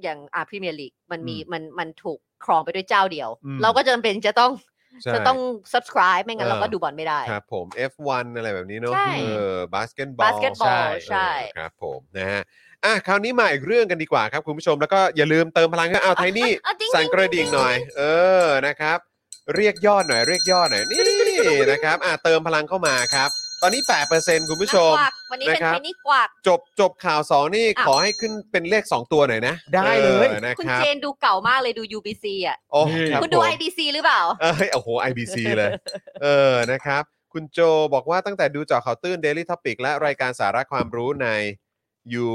S2: อย่างอาพรีเมียร์ลีกมันมีมันมันถูกครองไปด้วยเจ้าเดียว
S3: อืม
S2: เราก็จำเป็นจะต้อง
S1: ใช่
S2: จะต้อง subscribe ไม่งั้น
S1: เออ
S2: เราก็ดูบอลไม่ได้
S1: ครับผม F1 อะไรแบบนี้เนอะ
S2: ใช่
S1: เออบาสเกตบอล
S2: basketball ใช่
S1: ครับผมนะฮะอ่ะคราวนี้มาอีกเรื่องกันดีกว่าครับคุณผู้ชมแล้วก็อย่าลืมเติมพลังให้เอาไทนี่
S2: เอาจริง
S1: สั่นกระดิ่งหน่อย เออ นะครับ เรียกยอดหน่อย เรียกยอดหน่อย นี่นะครับ อ่าเติมพลังเข้ามาครับ ตอนนี้ 8%คุณผู้ชม
S2: นักกวักวันนี้เป็น
S1: นะครับ
S2: เทนนิสกวัก
S1: จบจบข่าว 2 นี่
S2: อ่ะ
S1: ขอให้ขึ้นเป็นเลข 2 ตัวหน่อยนะ
S3: ได้เลย
S1: ออนะ
S2: คุณ
S1: ครับ
S2: เจนดูเก่ามากเลยดู UBC อ่ะ
S1: โอ้
S3: นี่
S1: รับ
S2: คุณดู
S1: ผม
S2: IBC หรือเปล่า
S1: เอ้ยโอ้โห IBC เลย เออ นะครับ คุณโจบอกว่าตั้งแต่ดูเจอข่าวตื้น Daily Topic และรายการสาระความรู้ใน You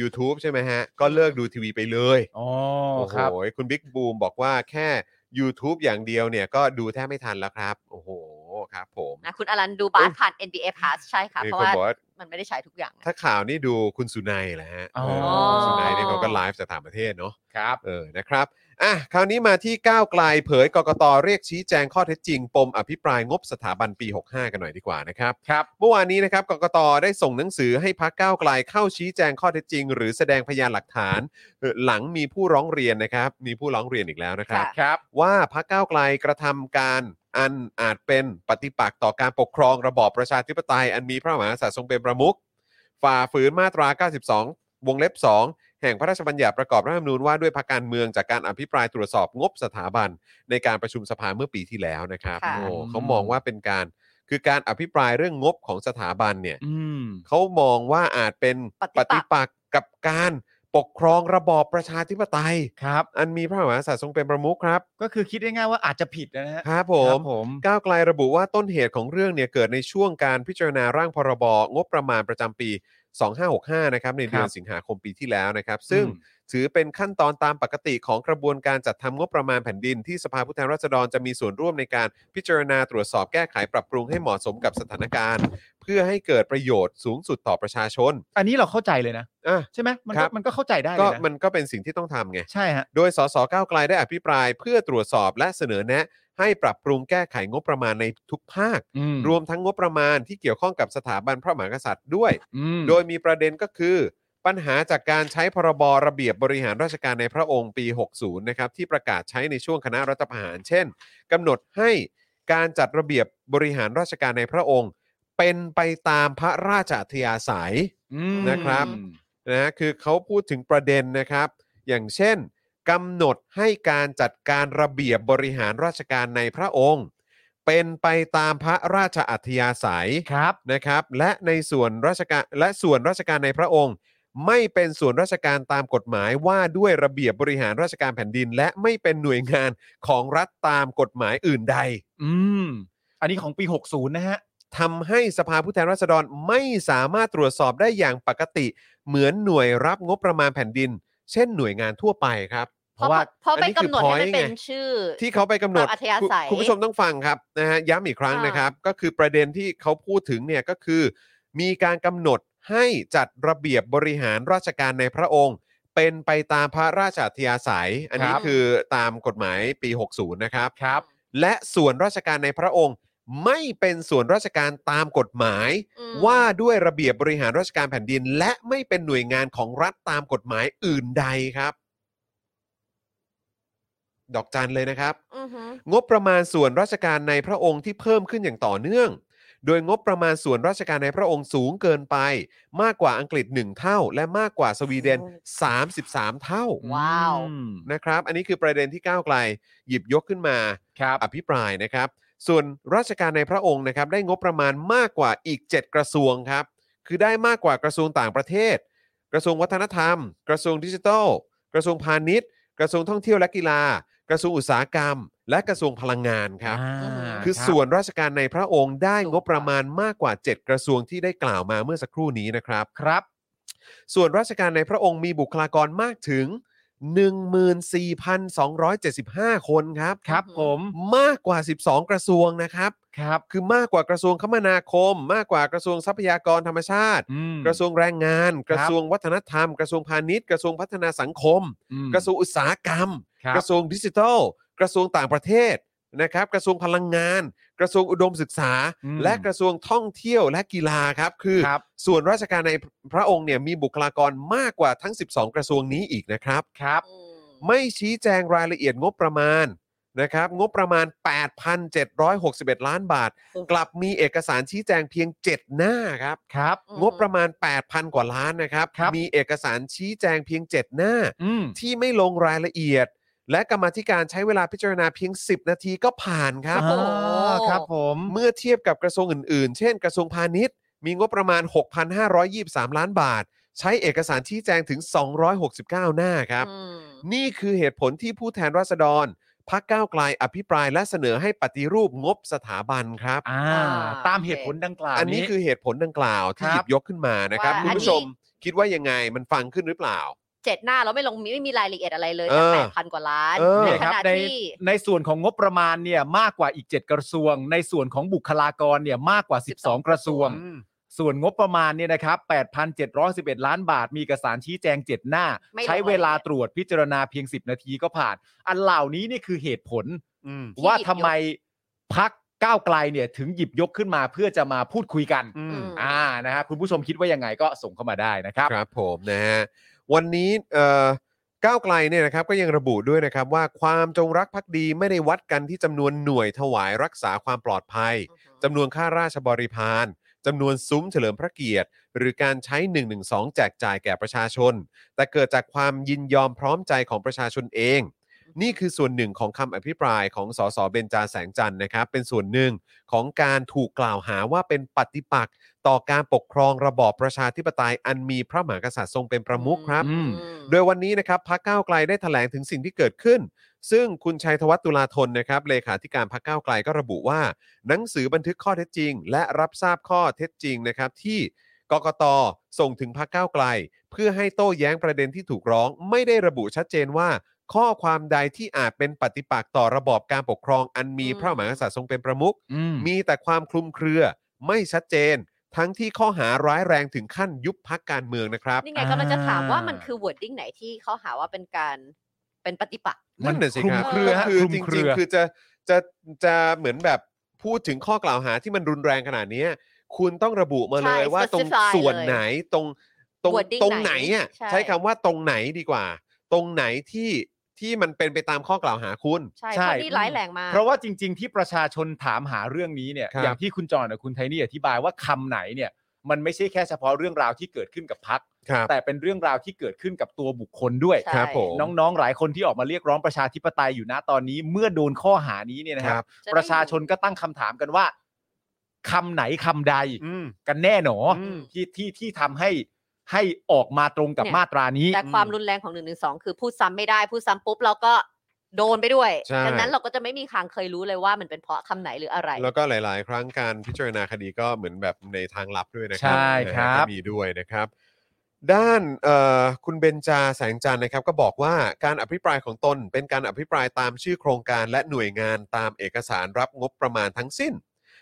S1: YouTube ใช่ไหมฮะ ก็เลิกดูทีวีไปเลย
S3: อ๋อ
S1: โอ้โห
S3: ครับ
S1: คุณบิ๊กบูมบอกว่าแค่ YouTube อย่างเดียวเนี่ยก็ดูแทบไม่ทันแล้วครับ โอ้โห ครับผม
S2: นะคุณอลันดูบาสผ่าน NBA Pass ใช่ค่ะ
S1: มี
S2: เพราะ
S1: คน
S2: ว่า
S1: บอกว่า
S2: มันไม่ได้ใช้ทุกอย่าง
S1: ถ้าข่าวนี่ดูคุณสุนัยแหละฮะ
S3: อ๋อ
S1: เออคุณสุนัยเนี่ยเขาก็ไลฟ์จากต่างประเทศเนาะ
S3: ครับ
S1: เออ นะครับ อ่ะ คราวนี้มาที่ก้าวไกลเผยกกตเรียกชี้แจงข้อเท็จจริง ปมอภิปรายงบสถาบันปี 65 กันหน่อยดีกว่านะครับ
S3: ครับ
S1: เมื่อวานนี้นะครับกกตได้ส่งหนังสือให้พักก้าวไกลเข้าชี้แจงข้อเท็จจริง หรือแสดงพยานหลักฐานเอ่อหลังมีผู้ร้องเรียนนะครับ มีผู้ร้องเรียนอีกแล้วนะครับ
S2: ค่ะ
S3: ครับ
S1: ว่าพักก้าวไกลกระทำการอันอาจเป็นปฏิปักษ์ต่อการปกครองระบอบประชาธิปไตย อันมีพระมหากษัตริย์ทรงเป็นประมุขฝ่าฝืนมาตรา 92 วงเล็บ 2 แห่งพระราชบัญญัติประกอบรัฐธรรมนูญว่าด้วยพรรคการเมืองจากการอภิปรายตรวจสอบงบสถาบันในการประชุมสภาเมื่อปีที่แล้วนะครับ
S2: ค่ะ
S1: โอ้เขามองว่าเป็นการคือการอภิปรายเรื่องงบของสถาบันเนี่ย
S3: อืม
S1: เขามองว่าอาจเป็นป
S2: ปฏิ
S1: ฏิ
S2: ปั
S1: ปัก
S2: กษ์
S1: ษ์กับการปกครองระบอบประชาธิปไตย
S3: ครับ
S1: อันมีพระมหากษัตริย์ทรงเป็นประมุขครับ
S3: ก็คือคิดง่ายๆว่าอาจจะผิดนะฮะ
S1: ครับผม
S3: ผม
S1: ก้าวไกลระบุว่าต้นเหตุของเรื่องเนี่ยเกิดในช่วงการพิจารณาร่างพรบงบประมาณประจำปี 2565 นะครับในเดือน
S3: ครับ
S1: สิงหาคมปีที่แล้วนะครับ ซึ่งถือเป็นขั้นตอนตามปกติของกระบวนการจัดทำงบประมาณแผ่นดิน ที่สภาผู้แทนราษฎรจะมีส่วนร่วมในการพิจารณาตรวจสอบแก้ไขปรับปรุงให้เหมาะสมกับสถานการณ์ เพื่อให้เกิดประโยชน์สูงสุดต่อประชาชน
S3: อันนี้เราเข้าใจเลยนะ
S1: อ่ะ
S3: ใช่ไหมมัน
S1: ครั
S3: ก็
S1: บ
S3: มันก็เข้าใจได้เล
S1: ก็
S3: ยนะ
S1: มันก็เป็นสิ่งที่ต้องทำไง
S3: ใช่ฮะ
S1: โดยสสก้าวไกลได้อภิปรายเพื่อตรวจสอบและเสนอแนะ ให้ปรับปรุงแก้ไขงบประมาณในทุกภาค
S3: อืม
S1: รวมทั้งงบประมาณที่เกี่ยวข้องกับสถาบันพระมหากษัตริย์ด้วย
S3: อืม
S1: โดยมีประเด็นก็คือ ปัญหาจากการใช้พรบระเบียบบริหารราชการในพระองค์ปี 60 นะครับที่ประกาศใช้ในช่วงคณะรัฐประหาร เช่นกำหนดให้การจัดระเบียบบริหารราชการในพระองค์ เป็นไปตามพระราชอัธยาศัย
S3: อืม
S1: นะครับ นะฮะคือเขาพูดถึงประเด็นนะครับ อย่างเช่นกำหนดให้การจัดการระเบียบบริหารราชการในพระองค์ เป็นไปตามพระราชอัธยาศัย
S3: ครับ
S1: นะครับและในส่วนราชการและส่วนราชการในพระองค์ ไม่เป็นส่วนราชการตามกฎหมายว่าด้วยระเบียบบริหารราชการแผ่นดิน และไม่เป็นหน่วยงานของรัฐตามกฎหมายอื่นใด
S3: อืม อันนี้ของปี 60 นะฮะ
S1: ทำให้สภาผู้แทนราษฎรไม่สามารถตรวจสอบได้อย่างปกติ เหมือนหน่วยรับงบประมาณแผ่นดิน เช่นหน่วยงานทั่วไปครับ
S3: เพราะว่า
S2: เพราะ
S1: อัน
S2: ไป
S1: นี้
S2: กำหนด
S1: คือ
S2: ให้มัน
S1: point
S2: เป็น
S1: ไง
S2: ชื่อ
S1: ที่เขาไปกำหนด
S2: ตามอัธยาศัย
S1: คุณคุณผู้ชมต้องฟังครับนะฮะย้ำอีกครั้ง
S2: อ่าน
S1: นะครับ ก็คือประเด็นที่เขาพูดถึงเนี่ยก็คือ มีการกำหนดให้จัดระเบียบบริหารราชการในพระองค์ เป็นไปตามพระราชอัธยาศัย อันนี้
S3: ครับ
S1: คือตามกฎหมายปี 60 นะครับ
S3: ครับ
S1: และส่วนราชการในพระองค์ ไม่เป็นส่วนราชการตามกฎหมาย
S2: อืม
S1: ว่าด้วยระเบียบบริหารราชการแผ่นดิน และไม่เป็นหน่วยงานของรัฐตามกฎหมายอื่นใดครับ ดอกจันเลยนะครับ
S2: อือหือง
S1: บประมาณส่วนราชการในพระองค์ที่เพิ่มขึ้นอย่างต่อเนื่อง โดยงบประมาณส่วนราชการในพระองค์สูงเกินไป มากกว่าอังกฤษ 1 เท่า และมากกว่าสวีเดน 33 เท่า
S2: ว้าว
S3: อืม
S1: นะครับ อันนี้คือประเด็นที่ก้าวไกล หยิบยกขึ้นมา
S3: ครับ
S1: อภิปรายนะครับ ส่วนราชการในพระองค์นะครับได้งบประมาณมากกว่าอีก 7 กระทรวงครับ คือได้มากกว่ากระทรวงต่างประเทศ กระทรวงวัฒนธรรม กระทรวงดิจิทัล กระทรวงพาณิชย์ กระทรวงท่องเที่ยวและกีฬา กระทรวงอุตสาหกรรม และกระทรวงพลังงานครับ
S3: อ่า
S1: คือ
S3: รับ
S1: ส่วนราชการในพระองค์ได้งบประมาณมากกว่า 7 กระทรวงที่ได้กล่าวมาเมื่อสักครู่นี้นะครับ
S3: ครับ
S1: ส่วนราชการในพระองค์มีบุคลากรมากถึง 14,275 คนครับ
S3: ครับผม
S1: มากกว่า 12 กระทรวงนะครับ
S3: ครับ
S1: คือมากกว่ากระทรวงคมนาคม มากกว่ากระทรวงทรัพยากรธรรมชาติ
S3: อืม
S1: กระทรวงแรงงาน กระ
S3: ครับ
S1: ทรวงวัฒนธรรม กระทรวงพาณิชย์ กระทรวงพัฒนาสังคม
S3: อืม
S1: กระทรวงอุตสาหกรรม
S3: ครับ
S1: กระทรวงดิจิทัล กระทรวงต่างประเทศนะครับ กระทรวงพลังงาน กระทรวงอุดมศึกษา
S3: อืม
S1: และกระทรวงท่องเที่ยวและกีฬาครับ คือ
S3: ครับ
S1: ส่วนราชการในพระองค์เนี่ยมีบุคลากรมากกว่าทั้ง 12 กระทรวงนี้อีกนะครับ
S3: ครับ
S2: อืม
S1: ไม่ชี้แจงรายละเอียดงบประมาณนะครับ งบประมาณ 8,761 ล้านบาท กลับมีเอกสารชี้แจงเพียง 7 หน้าครับ
S3: ครับ
S2: อื
S1: งบประมาณ 8,000 กว่าล้านนะครับ
S3: ครับ
S1: มีเอกสารชี้แจงเพียง 7 หน้า
S3: อืม
S1: ที่ไม่ลงรายละเอียด และกรรมาธิการใช้เวลาพิจารณาเพียง 10 นาทีก็ผ่านครับ
S3: อ่าครับผม
S1: เมื่อเทียบกับกระทรวงอื่นๆ เช่นกระทรวงพาณิชย์ มีงบประมาณ 6,523 ล้านบาท ใช้เอกสารชี้แจงถึง 269 หน้าครับ
S2: อืม
S1: นี่คือเหตุผลที่ผู้แทนราษฎรพักก้าวไกลอภิปรายและเสนอให้ปฏิรูปงบสถาบันครับ
S3: อ่า ตามเหตุผลดังกล่าว
S1: อันนี้คือเหตุผลดังกล่าวที่
S3: ครั
S1: ห
S3: บ
S1: ยิบยกขึ้นมานะครับ
S2: ว่า
S1: คุณผู้ชมคิดว่ายังไงมันฟังขึ้นหรือเปล่า
S2: เจ็ดหน้าเราไม่ลงมีไม่มีรายละเอียดอะไรเลย
S1: เอ
S2: จาก
S1: อ
S2: แปดพันกว่าล้าน
S1: เออ
S2: ใน
S3: เนี่ย
S2: ข
S3: ครับ
S2: ณะ
S3: ใน
S2: ที่
S3: ในส่วนของงบประมาณเนี่ยมากกว่าอีก 7 กระทรวง ในส่วนของบุคลากรเนี่ยมากกว่า 12 กระทรวง
S1: อืม
S3: ส่วนงบประมาณเนี่ยนะครับ 8,711 ล้านบาท มีเอกสารชี้แจง 7 หน้า
S2: ไม่ลง
S3: ใช้เวลาตรวจพิจารณาเพียง 10 นาทีก็ผ่าน อันเหล่านี้นี่คือเหตุผล
S1: อืม
S3: ว่าทำไมพักก้าวไกลเนี่ยถึงหยิบยกขึ้นมาเพื่อจะมาพูดคุยกัน
S1: อืม
S2: ม
S3: อ่านะฮะคุณผู้ชมคิดว่ายังไงก็ส่งเข้ามาได้นะครับ
S1: ครับผมนะฮะวันนี้เอ่อก้าวไกลเนี่ยนะครับก็ยังระบุด้วยนะครับว่าความจงรักภักดีไม่ได้วัดกันที่จำนวนหน่วยถวายรักษาความปลอดภัยจำนวนข้าราชบริพารจำนวนซุ้มเฉลิมพระเกียรติ หรือการใช้ 112 แจกจ่ายแก่ประชาชน แต่เกิดจากความยินยอมพร้อมใจของประชาชนเอง นี่คือส่วนหนึ่งของคำอภิปรายของสสเบญจาแสงจันทร์นะครับ เป็นส่วนหนึ่งของการถูกกล่าวหาว่าเป็นปฏิปักษ์ต่อการปกครองระบอบประชาธิปไตยอันมีพระมหากษัตริย์ทรงเป็นประมุขครับ
S3: อืม
S1: โดยวันนี้นะครับพักก้าวไกลได้ถแถลงถึงสิ่งที่เกิดขึ้น ซึ่งคุณชัยธวัฒน์ตุลาธนนะครับเลขาธิการพักก้าวไกลก็ระบุว่า หนังสือบันทึกข้อเท็จจริง และรับทราบข้อเท็จจริงนะครับที่กกตส่งถึงพักก้าวไกล เพื่อให้โต้แย้งประเด็นที่ถูกร้อง ไม่ได้ระบุชัดเจนว่า ข้อความใดที่อาจเป็นปฏิปักษ์ต่อระบอบการปกครองอันมี
S2: อืม
S1: พระมหากษัตริย์ทรงเป็นประมุข
S3: อืม
S1: มีแต่ความคลุมเครือไม่ชัดเจน ทั้งที่ข้อหาร้ายแรงถึงขั้นยุบพักการเมืองนะครับ
S2: นี่ไงกำลังจะถามว่ามัน
S3: อ่า
S2: คือ wording ไหนที่เขาหาว่าเป็นการเป็นปฏิปักษ์
S1: นั่นน่ะสิครับ
S2: คลุมเครือ
S1: ก็
S2: ฮะ
S1: คือ
S3: คลุม
S1: จ
S3: เครื
S1: ริง
S3: อ
S1: ๆ คือจะจะจะเหมือนแบบพูดถึงข้อกล่าวหาที่มันรุนแรงขนาดเนี้ยคุณต้องระบุมาเลย
S2: ใช่
S1: ว่าตรง
S2: specify
S1: ส่วนไหนตรงตรง
S2: wording
S1: ตรงไหนอ่ะ
S2: ไหนใช่
S1: ใช้คำว่าตรงไหนดีกว่า ตรงไหนที่ที่มันเป็นไปตามข้อกล่าวหาคุณ
S2: ใช่
S3: ใช่
S2: เพราะนี่ร้ายแรงมาก
S3: เพราะว่าจริง ๆ ที่ประชาชนถามหาเรื่องนี้เนี่ย
S1: ครับ
S3: อย่างที่คุณจอห์นกับคุณไทนี่อธิบายว่าคำไหนเนี่ย มันไม่ใช่แค่เฉพาะเรื่องราวที่เกิดขึ้นกับพัก
S1: ครับ
S3: แต่เป็นเรื่องราวที่เกิดขึ้นกับตัวบุคคลด้วย
S2: ใช่
S1: ครับผม
S3: น้องๆหลายคนที่ออกมาเรียกร้องประชาธิปไตยอยู่นะตอนนี้ เมื่อโดนข้อหานี้เนี่ยนะค
S1: ครั
S3: รับ บ ประชาชนก็ตั้งคำถามกันว่าคำไหนคำใด
S1: อืม
S3: กันแน่หนออ
S1: ม
S3: ที่ที่ที่ทำให้ให้ออกมาตรงกับ
S2: เนี่ย
S3: มาตรานี้
S2: แต่ความรุนแรงของหนึ่งหนึ่งสองคือพูดซ้ำไม่ได้ พูดซ้ำปุ๊บเราก็ โดนไปด้วย
S1: ใช่
S2: ดันั้นเราก็จะไม่มีทางเคยรู้เลยว่ามันเป็นเพราะคำไหนหรืออะไร
S1: แล้วก็หลาย ๆ ครั้งการพิจารณาคดีก็เหมือนแบบในทางลับด้วยนะครั
S3: ใช่ครับ
S1: นะฮะก็มีด้วยนะครับ ด้านเอ่อคุณเบนจาแสงจันทร์นะครับ ก็บอกว่าการอภิปรายของตน เป็นการอภิปรายตามชื่อโครงการและหน่วยงานตามเอกสารรับงบประมาณทั้งสิ้น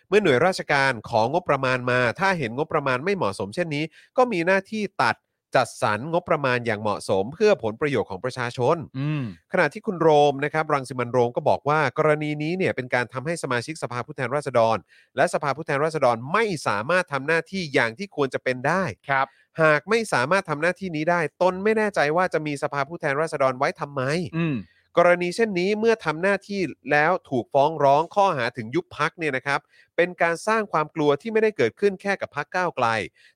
S1: เมื่อหน่วยราชการของงบประมาณมา ถ้าเห็นงบประมาณไม่เหมาะสมเช่นนี้ ก็มีหน้าที่ตัดจัดสรรงบประมาณอย่างเหมาะสม เพื่อผลประโยชน์ของประชาชน
S3: อืม
S1: ขณะที่คุณโรมนะครับรังสิมันต์โรมก็บอกว่ากรณีนี้เนี่ยเป็นการทำให้สมาชิกสภาผู้แทนราษฎร และสภาผู้แทนราษฎรไม่สามารถทำหน้าที่อย่างที่ควรจะเป็นได้
S3: ครับ
S1: หากไม่สามารถทำหน้าที่นี้ได้ ตนไม่แน่ใจว่าจะมีสภาผู้แทนราษฎรไว้ทำไม
S3: อืม
S1: กรณีเช่นนี้เมื่อทำหน้าที่แล้วถูกฟ้องร้องข้อหาถึงยุบพักเนี่ยนะครับ เป็นการสร้างความกลัวที่ไม่ได้เกิดขึ้นแค่กับพักก้าวไกล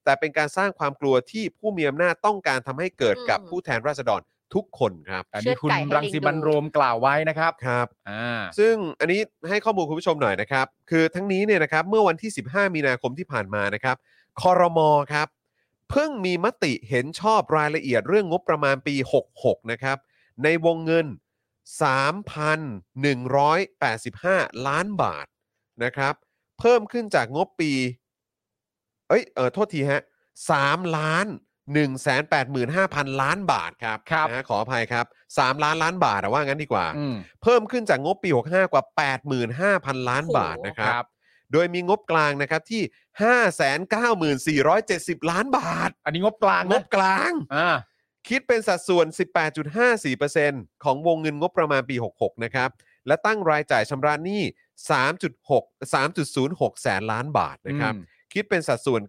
S1: แต่เป็นการสร้างความกลัวที่ผู้มีอำนาจต้องการทำให้เกิดกับ
S2: อืม
S1: ผู้แทนราษฎรทุกคนครับ
S3: อันนี้คุณ
S2: เชือดไก่ให้ลิงดู
S3: รังสิบันโรมกล่าวไว้นะครับ
S1: ครับ
S3: อ่า
S1: ซึ่งอันนี้ให้ข้อมูลคุณผู้ชมหน่อยนะครับ คือทั้งนี้เนี่ยนะครับเมื่อวันที่ 15 มีนาคมที่ผ่านมานะครับคอรมอครับ เพิ่งมีมติเห็นชอบรายละเอียดเรื่องงบประมาณปี 66 นะครับ ในวงเงิน 3,185 ล้านบาทนะครับ เพิ่มขึ้นจากงบปี เอ้ยเออโทษทีฮะ3ล้าน185,000 ล้านบาทครับ
S3: ครับ
S1: นะฮะขออภัยครับ 3 ล้านล้านบาทอะว่างั้นดีกว่า
S3: อืม
S1: เพิ่มขึ้นจากงบปี 65 กว่า 85,000 ล้านบาทนะค
S3: ค
S1: รั
S3: รับ บ
S1: โดยมีงบกลางนะครับที่ 594,70 ล้านบาท
S3: อันนี้งบกลาง
S1: ง
S3: นะ
S1: บกลาง
S3: อ่า
S1: คิดเป็นสัดส่วน 18.54%ของวงเงินงบประมาณปี 66 นะครับ และตั้งรายจ่ายชำระหนี้ 3.6 3.06 แสนล้านบาทนะครับ คิดเป็นสัดส่วน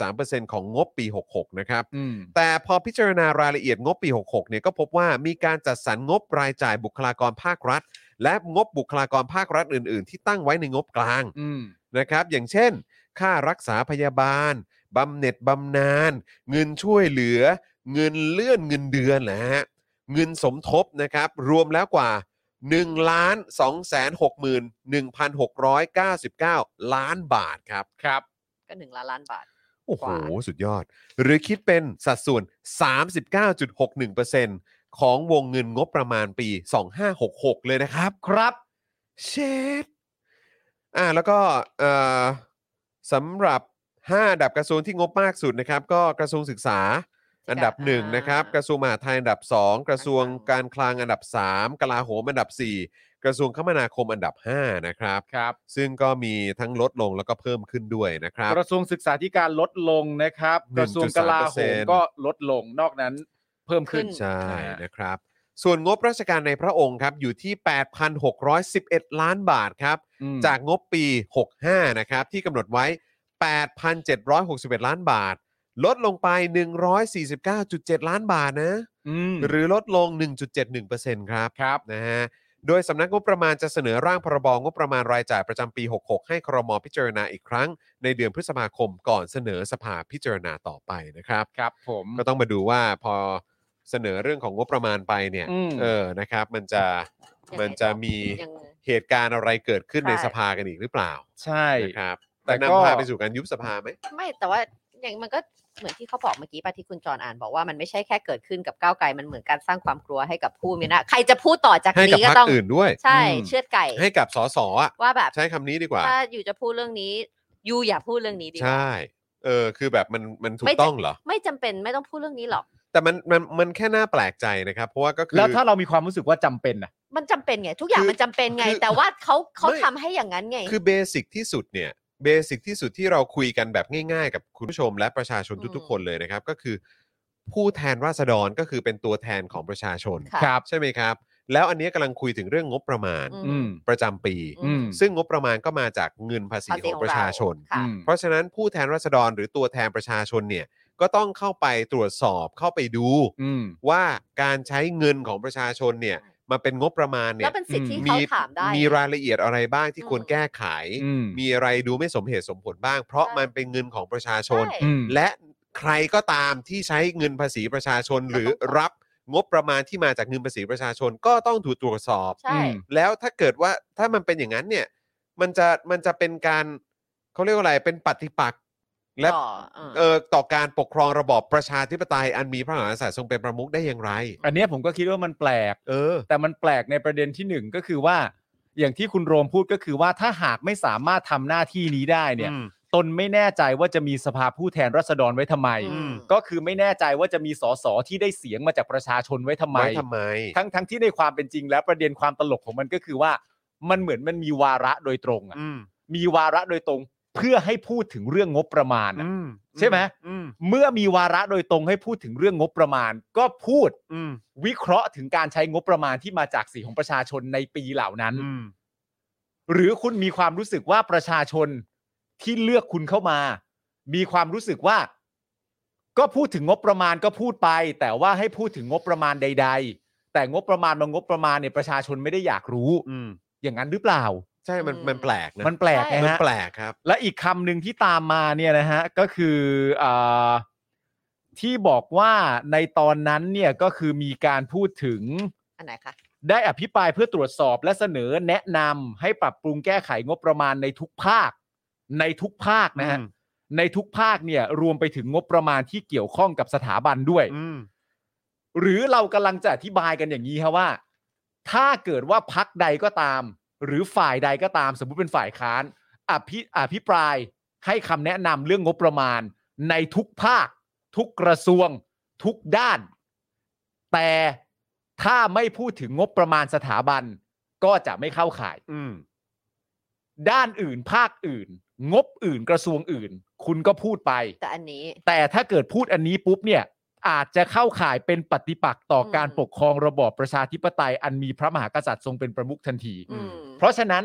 S1: 9.63%ของงบปี 66 นะครับ
S3: อืม
S1: แต่พอพิจารณารายละเอียดงบปี 66 เนี่ยก็พบว่ามีการจัดสรรงบรายจ่ายบุคลากรภาครัฐ และงบบุคลากรภาครัฐอื่น ๆ ที่ตั้งไว้ในงบกลาง
S3: อืม
S1: นะครับ อย่างเช่น ค่ารักษาพยาบาลบำเหน็จบำนาญเงินช่วยเหลือ เงินเลื่อนเงินเดือนนะฮะเงินสมทบนะครับ รวมแล้วกว่า1ล้าน2แสน6หมื่น1,699 ล้านบาทครับ
S3: ครับ
S2: ก็หนึ่งล้านล้านบาท
S1: โอ้โห
S2: กว่า
S1: สุดยอด หรือคิดเป็นสัดส่วน 39.61%ของวงเงินงบประมาณปี 2566 เลยนะครับ
S3: ครับ
S1: เชดอ่าแล้วก็เอ่อสำหรับ 5 อันดับกระทรวงที่งบมากสุดนะครับ ก็กระทรวงศึกษาอันดับ 1 นะครับ กระทรวงมหาดไทยอันดับ 2 กระทรวงการคลังอันดับ 3 กลาโหมอันดับ 4 กระทรวงคมนาคมอันดับ 5 นะครับ
S3: ครับ
S1: ซึ่งก็มีทั้งลดลงแล้วก็เพิ่มขึ้นด้วยนะครับ
S3: กระทรวงศึกษาธิการลดลงนะครับ กระทรวงกลาโหม
S1: 1.3%
S3: ก็ลดลง นอกนั้นเพิ่มขึ้น
S2: ขึ้น
S1: ใช่
S3: อ่าน
S1: นะครับ ส่วนงบราชการในพระองค์ครับ อยู่ที่ 8,611 ล้านบาทครับ
S3: อืม
S1: จากงบปี 65 นะครับ ที่กำหนดไว้ 8,761 ล้านบาท ลดลงไป 149.7 ล้านบาทนะ
S3: อืม
S1: หรือลดลง 1.71%ครับ
S3: ครับ
S1: นะฮะ โดยสำนักงบประมาณจะเสนอร่างพรบงบประมาณรายจ่ายประจำปี 66 ให้ครมพิจารณาอีกครั้ง ในเดือนพฤษภาคมก่อนเสนอสภาพิจารณาต่อไปนะครับ
S3: ครับผม
S1: ก็ต้องมาดูว่าพอเสนอเรื่องของงบประมาณไปเนี่ย
S3: อืม
S1: เออนะครับ มันจะ
S2: ยังไงต่อ
S1: มันจะมี
S2: ยัง
S1: เหตุการณ์อะไรเกิดขึ้น
S2: ใช่
S1: ในสภากันอีกหรือเปล่า
S3: ใช่
S1: นะครับ
S3: แต่
S1: แต่
S3: ก็
S1: นำพาไปสู่การยุบสภาไหม
S2: ไม่แต่ว่าอย่างมันก็เหมือนที่เขาบอกเมื่อกี้ป่ะที่คุณจรอ่านบอกว่ามันไม่ใช่แค่เกิดขึ้นกับก้าวไกลมันเหมือนการสร้างความกลัวให้กับผู้มีอำนะ ใครจะพูดต่อจาก
S1: ให้กับ
S2: นี้ก็
S1: พรร
S2: ต้
S1: ค
S2: อง
S1: อื่นด้วย
S2: ใช่
S3: อืม
S2: เชือดไก่
S1: ให้กับสสอะ
S2: ว่าแบบ
S1: ใช้คำนี้ดีกว่า
S2: ถ้าอยู่จะพูดเรื่องนี้ยูอย่าพูดเรื่องนี้ดีกว่า
S1: ใช่เออคือแบบมันมันถูก
S2: ไม่จะ
S1: ต้องเหรอ
S2: ไม่จำเป็นไม่ต้องพูดเรื่องนี้หรอก
S1: แต่มันมันมันแค่น่าแปลกใจนะครับ เพราะว่าก็คือ
S3: แล้วถ้าเรามีความรู้สึกว่าจำเป็นนะ
S2: มันจำเป็นไง ทุกอย่าง
S1: คือ
S2: มันจำเป็นไง
S1: คือ
S2: แต่ว่าเขาเขา
S1: ไม่
S2: ทำให้อย่างนั้นไง
S1: คือเบสิกที่สุดเนี่ยเบสิกที่สุดที่เราคุยกันแบบง่ายๆ กับคุณผู้ชมและประชาชน
S2: อืม
S1: ทุกๆ คนเลยนะครับ ก็คือ ผู้แทนราษฎรก็คือเป็นตัวแทนของประชาชน
S2: ค่ะ
S3: ครับ
S1: ใช่ไหมครับ แล้วอันเนี้ยกำลังคุยถึงเรื่องงบประมาณ
S3: อื
S2: อื
S3: ม
S1: ประจำปี
S2: อื
S3: อื
S2: ม
S3: ม
S1: ซึ่งงบประมาณก็มาจากเงินภาษีของประชาชน
S2: ภษีของเรค่ะ
S3: อืม
S1: เพราะฉะนั้นผู้แทนราษฎรหรือตัวแทนประชาชนเนี่ยก็ต้องเข้าไปตรวจสอบเข้าไปดู
S3: อืม
S1: ว่าการใช้เงินของประชาชนเนี่ยมาเป็นงบประมาณเนี่
S2: แล้ว
S1: ย
S2: เป็นสิทธิ์ที่
S3: อืม
S2: เขาถามได้
S1: มีรายละเอียดอะไรบ้างที่
S2: อืม
S1: ควรแก้ไข
S3: อืม
S1: มีอะไรดูไม่สมเหตุสมผลบ้าง เพราะมันเป็นเงินของประชาชน
S2: ใช่
S3: อืม
S1: และใครก็ตามที่ใช้เงินภาษีประชาชน หรือรับงบประมาณที่มาจากเงินภาษีประชาชนก็ต้องถูกตรวจสอบ
S2: ใช่
S3: อืม
S1: แล้วถ้าเกิดว่าถ้ามันเป็นอย่างนั้นเนี่ย มันจะมันจะเป็นการเขาเรียกว่าอะไรเป็นปฏิปักษ์ และ
S2: ต่ออ่า
S1: เออต่อการปกครองระบอบประชาธิปไตยอันมีพระมหากษัตริย์ทรงเป็นประมุขได้อย่างไร
S3: อันเนี้ยผมก็คิดว่ามันแปลก
S1: เออ
S3: แต่มันแปลกในประเด็นที่หนึ่งก็คือว่า อย่างที่คุณโรมพูดก็คือว่าถ้าหากไม่สามารถทำหน้าที่นี้ได้เนี่ย ตนไม่แน่ใจว่าจะมีสภาผู้แทนราษฎรไว้ทำไม
S2: อืม
S3: ก็คือไม่แน่ใจว่าจะมีสสที่ได้เสียงมาจากประชาชนไว้ทำไม
S1: ไว้ทำไม
S3: ทั้งทั้งที่ในความเป็นจริงแล้วประเด็นความตลกของมันก็คือว่า มันเหมือนมันมีวาระโดยตรงอะมีวาระโดยตรง เพื่อให้พูดถึงเรื่องงบประมาณอะใช่ไหมเมื่อมีวาระโดยตรงให้พูดถึงเรื่องงบประมาณ ก็พูดวิเคราะห์ถึงการใช้งบประมาณที่มาจากเสียงของประชาชนในปีเหล่านั้น หรือคุณมีความรู้สึกว่าประชาชนที่เลือกคุณเข้ามา มีความรู้สึกว่า ก็พูดถึงงบประมาณก็พูดไป แต่ว่าให้พูดถึงงบประมาณใด ๆ แต่งบประมาณบางงบประมาณเนี่ยประชาชนไม่ได้อยากรู้อย่างนั้นหรือเปล่า
S1: ใช่ มัน
S2: อืม
S1: มันแปลกนะ
S3: มันแปลก
S2: ใช่
S3: นะ
S1: มัน
S3: ฮะ
S1: แปลกครับ
S3: และอีกคำหนึ่งที่ตามมาเนี่ยนะฮะก็คืออาที่บอกว่าในตอนนั้นเนี่ยก็คือมีการพูดถึง
S2: อันไหนคะ
S3: ได้อภิปรายเพื่อตรวจสอบและเสนอแนะนำให้ปรับปรุงแก้ไขงบประมาณในทุกภาค ในทุกภาคนะฮะในทุกภาคเนี่ยรวมไปถึงงบประมาณที่เกี่ยวข้องกับสถาบันด้วย หรือเรากำลังจะอธิบายกันอย่างนี้ครับว่า ถ้าเกิดว่าพักใดก็ตาม หรือฝ่ายใดก็ตาม สมมุติเป็นฝ่ายค้านอภิอภิปรายให้คำแนะนำเรื่องงบประมาณ ในทุกภาค ทุกกระทรวง ทุกด้าน แต่ถ้าไม่พูดถึงงบประมาณสถาบัน ก็จะไม่เข้าข่าย
S1: อืม
S3: ด้านอื่นภาคอื่น งบอื่นกระทรวงอื่น คุณก็พูดไป
S2: แต่อันนี้
S3: แต่ถ้าเกิดพูดอันนี้ปุ๊บเนี่ย อาจจะเข้าข่ายเป็นปฏิปักษ์ต่ออ
S2: ม
S3: การปกครองระบอบประชาธิปไตย อันมีพระมหากษัตริย์ทรงเป็นประมุขทันที
S2: อืม
S3: เพราะฉะนั้น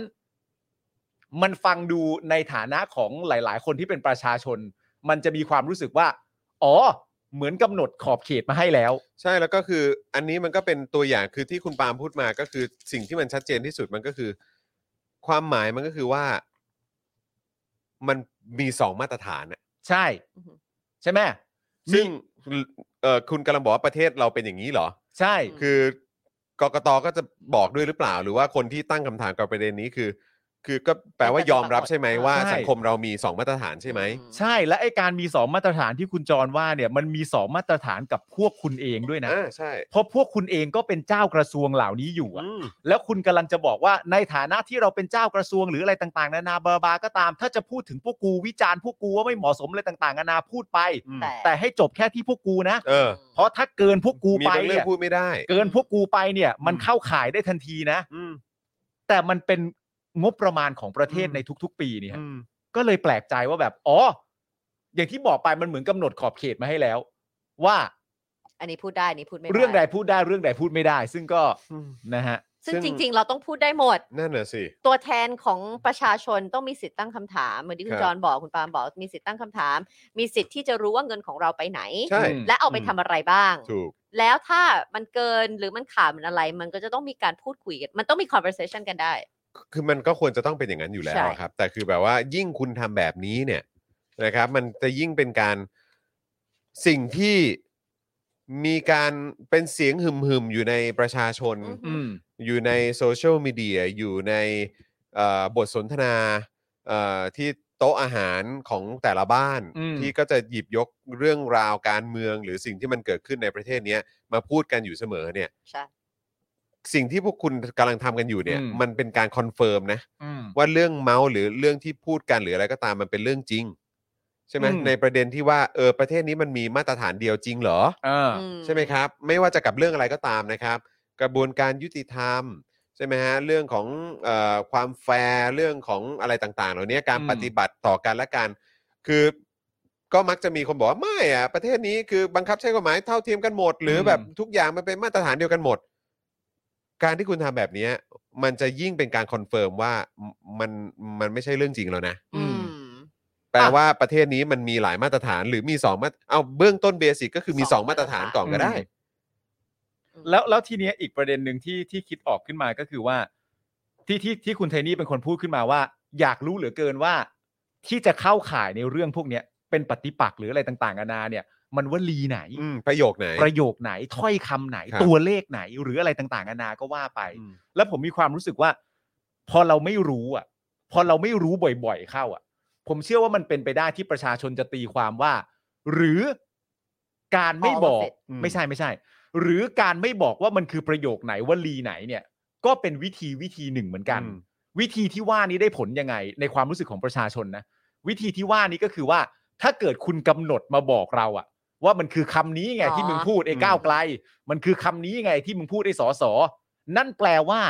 S3: มันฟังดูในฐานะของหลาย ๆ คนที่เป็นประชาชน มันจะมีความรู้สึกว่า อ๋อ เหมือนกำหนดขอบเขตมาให้แล้ว
S1: ใช่ แล้วก็คือ อันนี้มันก็เป็นตัวอย่าง คือที่คุณปาล์มพูดมา ก็คือ สิ่งที่มันชัดเจนที่สุด มันก็คือ ความหมายมันก็คือว่า มันมีสองมาตรฐานน่ะ
S3: ใช่
S2: อือหือ
S3: ใช่ไหม
S1: ซึ่งเอ่อคุณกำลังบอกว่าประเทศเราเป็นอย่างนี้เหรอ
S3: ใช่
S2: อืม
S1: คือกกตก็จะบอกด้วยหรือเปล่า หรือว่าคนที่ตั้งคำถามกับประเด็นนี้คือ คือก็แปลว่ายอมรับใช่ไหมว่า
S3: ใช่
S1: สังคมเรามีสองมาตรฐานใช่ไหม
S3: ใช่และไอการมีสองมาตรฐานที่คุณจรว่าเนี่ย มันมีสองมาตรฐานกับพวกคุณเองด้วยนะ
S1: อ่าใช่
S3: เพราะพวกคุณเองก็เป็นเจ้ากระทรวงเหล่านี้อยู่อะ
S1: อืม
S3: แล้วคุณกำลังจะบอกว่าในฐานะที่เราเป็นเจ้ากระทรวงหรืออะไรต่างๆนานาบาบาก็ตาม ถ้าจะพูดถึงพวกกูวิจารณ์พวกกูว่าไม่เหมาะสมอะไรต่างๆนานาพูดไป
S2: แต่
S3: แต่ให้จบแค่ที่พวกกูนะ
S1: เออ
S3: เพราะถ้าเกินพวกกู
S1: มี
S3: ไป
S1: บางเรื่อ
S3: เนี่
S1: ง
S3: ย
S1: พูดไม่ได้
S3: เกินพวกกูไปเนี่ย มันเข้าข่ายได้ทันทีนะแต่มันเป็นงบประมาณของประเทศในทุก ๆ ปีเนี่ยก็เลยแปลกใจว่าแบบอ๋ออย่างที่บอกไปมันเหมือนกำหนดขอบเขตมาให้แล้ว ว่า
S2: อันนี้พูดได้อันนี้พูดไม่
S3: เรื่องใดพูดได้เรื่องใดพูดไม่ได้ ซึ่งก็นะฮะ
S2: ซึ่ง
S1: ซึ่
S2: จ
S1: ง
S2: ริง ๆ เราต้องพูดได้หมด
S1: นั่นน่ะสิ
S2: ตัวแทนของประชาชนต้องมีสิทธิ์ตั้งคำถามเหมือนที่คุ
S1: ครับ
S2: ณจรบอกคุณปาล์มบอกมีสิทธิ์ตั้งคำถาม มีสิทธิ์ที่จะรู้ว่าเงินของเราไปไหน
S1: ใช่
S3: อืม
S2: และเอาไปทำอะไรบ้าง
S1: ถูก
S2: แล้วถ้ามันเกินหรือมันขาดมันอะไร มันก็จะต้องมีการพูดคุยกัน มันต้องมี conversation กันได้
S1: คือมันก็ควรจะต้องเป็นอย่างนั้นอยู่แล้ว
S2: ใช่
S1: ครับ แต่คือแบบว่ายิ่งคุณทำแบบนี้เนี่ยนะครับ มันจะยิ่งเป็นการสิ่งที่มีการเป็นเสียงหึมๆ อยู่ในประชาชน
S3: อืม
S1: อยู่ในโซเชียลมีเดียอยู่ในเอ่อบทสนทนาเอ่อที่โต๊ะอาหารของแต่ละบ้าน
S3: อืม
S1: ที่ก็จะหยิบยกเรื่องราวการเมือง หรือสิ่งที่มันเกิดขึ้นในประเทศเนี้ยมาพูดกันอยู่เสมอเนี่ย
S2: ใช่
S1: สิ่งที่พวกคุณกำลังทำกันอยู่เนี่ย
S3: อืม
S1: มันเป็นการคอนเฟิร์มนะ
S3: อืม
S1: ว่าเรื่องเมาส์หรือเรื่องที่พูดกันหรืออะไรก็ตามมันเป็นเรื่องจริง ใช่ไหม
S3: อืม
S1: ในประเด็นที่ว่าเออประเทศนี้มันมีมาตรฐานเดียวจริงเหรอ
S3: อ่า
S2: อื
S1: ใช่ไหมครับ ไม่ว่าจะกับเรื่องอะไรก็ตามนะครับ กระบวนการยุติธรรม ใช่ไหมฮะเรื่องของเออความแฟร์เรื่องของอะไรต่างๆ เหล่านี้การ
S3: อืม
S1: ปฏิบัติต่อกันและกัน คือก็มักจะมีคนบอกว่าไม่อะประเทศนี้คือบังคับใช้กฎหมายเท่าเทียมกันหมด หรือแบบทุกอย่างมันเป็นมาตรฐานเดียวกันหมด การที่คุณทำแบบเนี้ยมันจะยิ่งเป็นการคอนเฟิร์มว่ามันมันไม่ใช่เรื่องจริงแล้วนะ
S2: อืม
S1: แปลว่าประเทศนี้มันมีหลายมาตรฐาน หรือมีสองมาตรเอาเบื้องต้นเบสิกก็คือมีส
S2: ส
S1: อ
S2: อง ง
S1: มาตรฐานก่อนก็ได้
S3: อืม แล้วแล้วทีเนี้ยอีกประเด็นหนึ่งที่ที่คิดออกขึ้นมาก็คือว่า ที่ที่ที่คุณไทนี่เป็นคนพูดขึ้นมาว่า อยากรู้เหลือเกินว่า ที่จะเข้าข่ายในเรื่องพวกเนี้ยเป็นปฏิปักษ์หรืออะไรต่างๆนานาเนี่ย มันวลีไหน
S1: อืมประโยคไหน
S3: ประโยคไหนถ้อยคำไหน
S1: ครับ
S3: ตัวเลขไหนหรืออะไรต่างๆนานาก็ว่าไป แล้วผมมีความรู้สึกว่า พอเราไม่รู้อ่ะ พอเราไม่รู้บ่อยๆเข้าอ่ะ ผมเชื่อว่ามันเป็นไปได้ที่ประชาชนจะตีความว่า หรือการไม่บอก
S2: All of it
S1: อืม
S3: ไม่ใช่ไม่ใช่ หรือการไม่บอกว่ามันคือประโยคไหนว่าลีไหนเนี่ย ก็เป็นวิธีวิธีหนึ่งเหมือนกัน
S1: อืม
S3: วิธีที่ว่านี้ได้ผลยังไง ในความรู้สึกของประชาชนนะ วิธีที่ว่านี้ก็คือว่า ถ้าเกิดคุณกำหนดมาบอกเราอะว่ามันคือคำนี้ไง
S2: อ๋อ
S3: ที่มึงพูดไอ้ก้าวไกล มันคือคำนี้ไงที่มึงพูดไอ้สอสอนั่นแปลว่า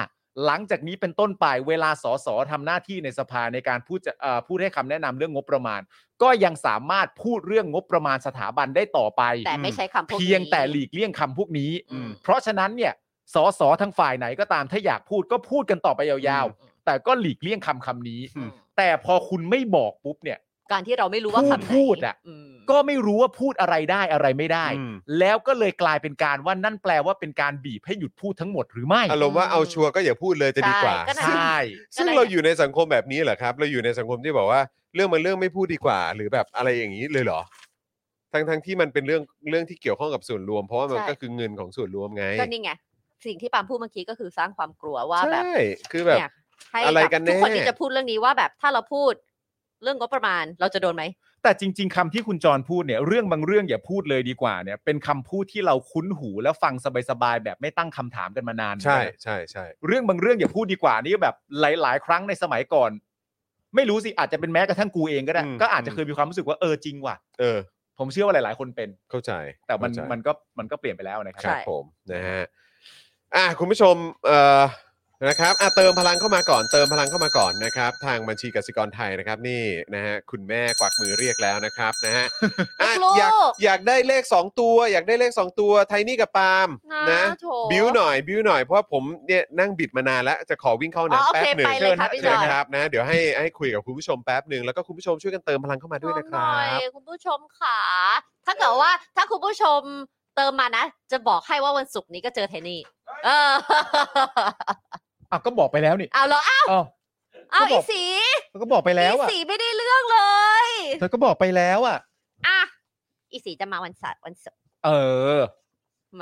S3: หลังจากนี้เป็นต้นไปเวลาสอสอทำหน้าที่ในสภาในการพูดจะเอ่อพูดให้คำแนะนำเรื่องงบประมาณ ก็ยังสามารถพูดเรื่องงบประมาณสถาบันได้ต่อไป
S2: แต่ไม่ใช้คำพวกนี้
S3: เพียงแต่หลีกเลี่ยงคำพวกนี้
S2: อืม
S3: เพราะฉะนั้นเนี่ยสอสอทั้งฝ่ายไหนก็ตามถ้าอยากพูดก็พูดกันต่อไปยาวๆ แต่ก็หลีกเลี่ยงคำคำนี้
S2: อืม
S3: แต่พอคุณไม่บอกปุ๊บเนี่ย
S2: การที่เราไม่รู้ว่า
S3: พูด
S2: คำไหน
S3: พูดอะ
S2: ม
S3: ก็ไม่รู้ว่าพูดอะไรได้อะไรไม่ได้
S1: อืม
S3: แล้วก็เลยกลายเป็นการว่านั่นแปลว่าเป็นการบีบให้หยุดพูดทั้งหมดหรือไม่
S1: อารมณ์ว่าเอาชัวร์ก็อย่าพูดเลยจะดีกว่า
S2: ใช่นั่น
S3: ใช
S2: แหละ
S3: ่
S1: ซึ่ง
S2: ก็ได้
S1: เราอยู่ในสังคมแบบนี้เหรอครับ เราอยู่ในสังคมที่บอกว่าเรื่องมันเรื่องไม่พูดดีกว่า หรือแบบอะไรอย่างนี้เลยเหรอ ทั้งทั้งที่มันเป็นเรื่องเรื่องที่เกี่ยวข้องกับส่วนรวม เพราะว่ามัน
S2: ใช่
S1: ก็คือเงินของส่วนรวมไง
S2: ก็นี่ไง สิ่งที่ปาล์มพูดเมื่อกี้ก็คือสร้างความกลัวว่าแบบ
S1: ใช่คือแบบ
S2: เนี่ยให้
S1: อะไร
S2: แบบ
S1: กันแน่
S2: ทุกคนที่จะพูดเรื่องนี้ว่าแบบถ้าเราพูดเรื่องงบประมาณเราจะโดนไหม
S3: แต่จริง ๆคำที่คุณจรพูดเนี่ยเรื่องบางเรื่องอย่าพูดเลยดีกว่าเนี่ย เป็นคำพูดที่เราคุ้นหูแล้วฟังสบายๆแบบไม่ตั้งคำถามกันมานานเห
S1: ใช่
S3: มือนกัน
S1: ใช่ใช่
S3: เรื่องบางเรื่องอย่าพูดดีกว่านี่แบบหลาย ๆ ครั้งในสมัยก่อน ไม่รู้สิอาจจะเป็นแม้กระทั่งกูเองก็ได้ก็อาจจะเคยมีความรู้สึกว่าเออจริงว่ะ
S1: เออ
S3: ผมเชื่อว่าหลาย ๆ คนเป็น
S1: เข้าใจ
S3: แต่มัน
S1: เข้าใจ
S3: มันก็มันก็เปลี่ยนไปแล้วนะค
S1: ค
S3: รั
S1: รับ
S2: ใช่
S1: ผมนะฮะอ่ะคุณผู้ชมเอ่อนะครับอ่ะเติมพลังเข้ามาก่อน เติมพลังเข้ามาก่อนนะครับ ทางบัญชีกสิกรไทยนะครับ นี่นะฮะคุณแม่กวักมือเรียกแล้วนะครับนะฮะอ่ะ
S2: [LAUGHS] ลูก
S1: อยากอยากได้เลข 2 ตัว อยากได้เลข 2 ตัวไทนี่กับปาล์มนะ
S2: โถ
S1: บิวหน่อยบิวหน่อยเพราะว่าผมเนี่ยนั่งบิดมานานแล้วจะขอวิ่งเข้า
S2: อ๋อ
S1: น้ำ
S2: โอ
S1: แป๊บ
S2: เค
S1: หนึ่ง
S2: ไปเลยค่ะพี่จอย
S1: เญครับนะเดี๋ยวให้ให้คุยกับคุณผู้ชมแป๊บหนึ่งแล้วก็คุณผู้ชมช่วยกันเติมพลังเข้ามาด้วยนะค
S2: ห
S1: รั
S2: น่อย
S1: บ
S2: คุณผู้ชมค่ะ ถ้าเกิดว่าถ้าคุณผู้ชมเติมมานะ จะบอกให้ว่าวันศุกร์นี้ก็เจอเทนี่ เออ [LAUGHS]
S3: อ่ะก็บอกไปแล้วนี่
S2: เอาเหรออ้าว
S3: อ๋อ
S2: เอา
S3: ก็บ
S2: อี
S3: อก
S2: สี
S3: ก็บอกไปแล้วอ่ะ
S2: สีไม่ได้เรื่องเลย
S3: เธอก็บอกไปแล้วอ่ะ
S2: อ่ะอีสีจะมาวันเสาร์วันศุกร์
S3: เออ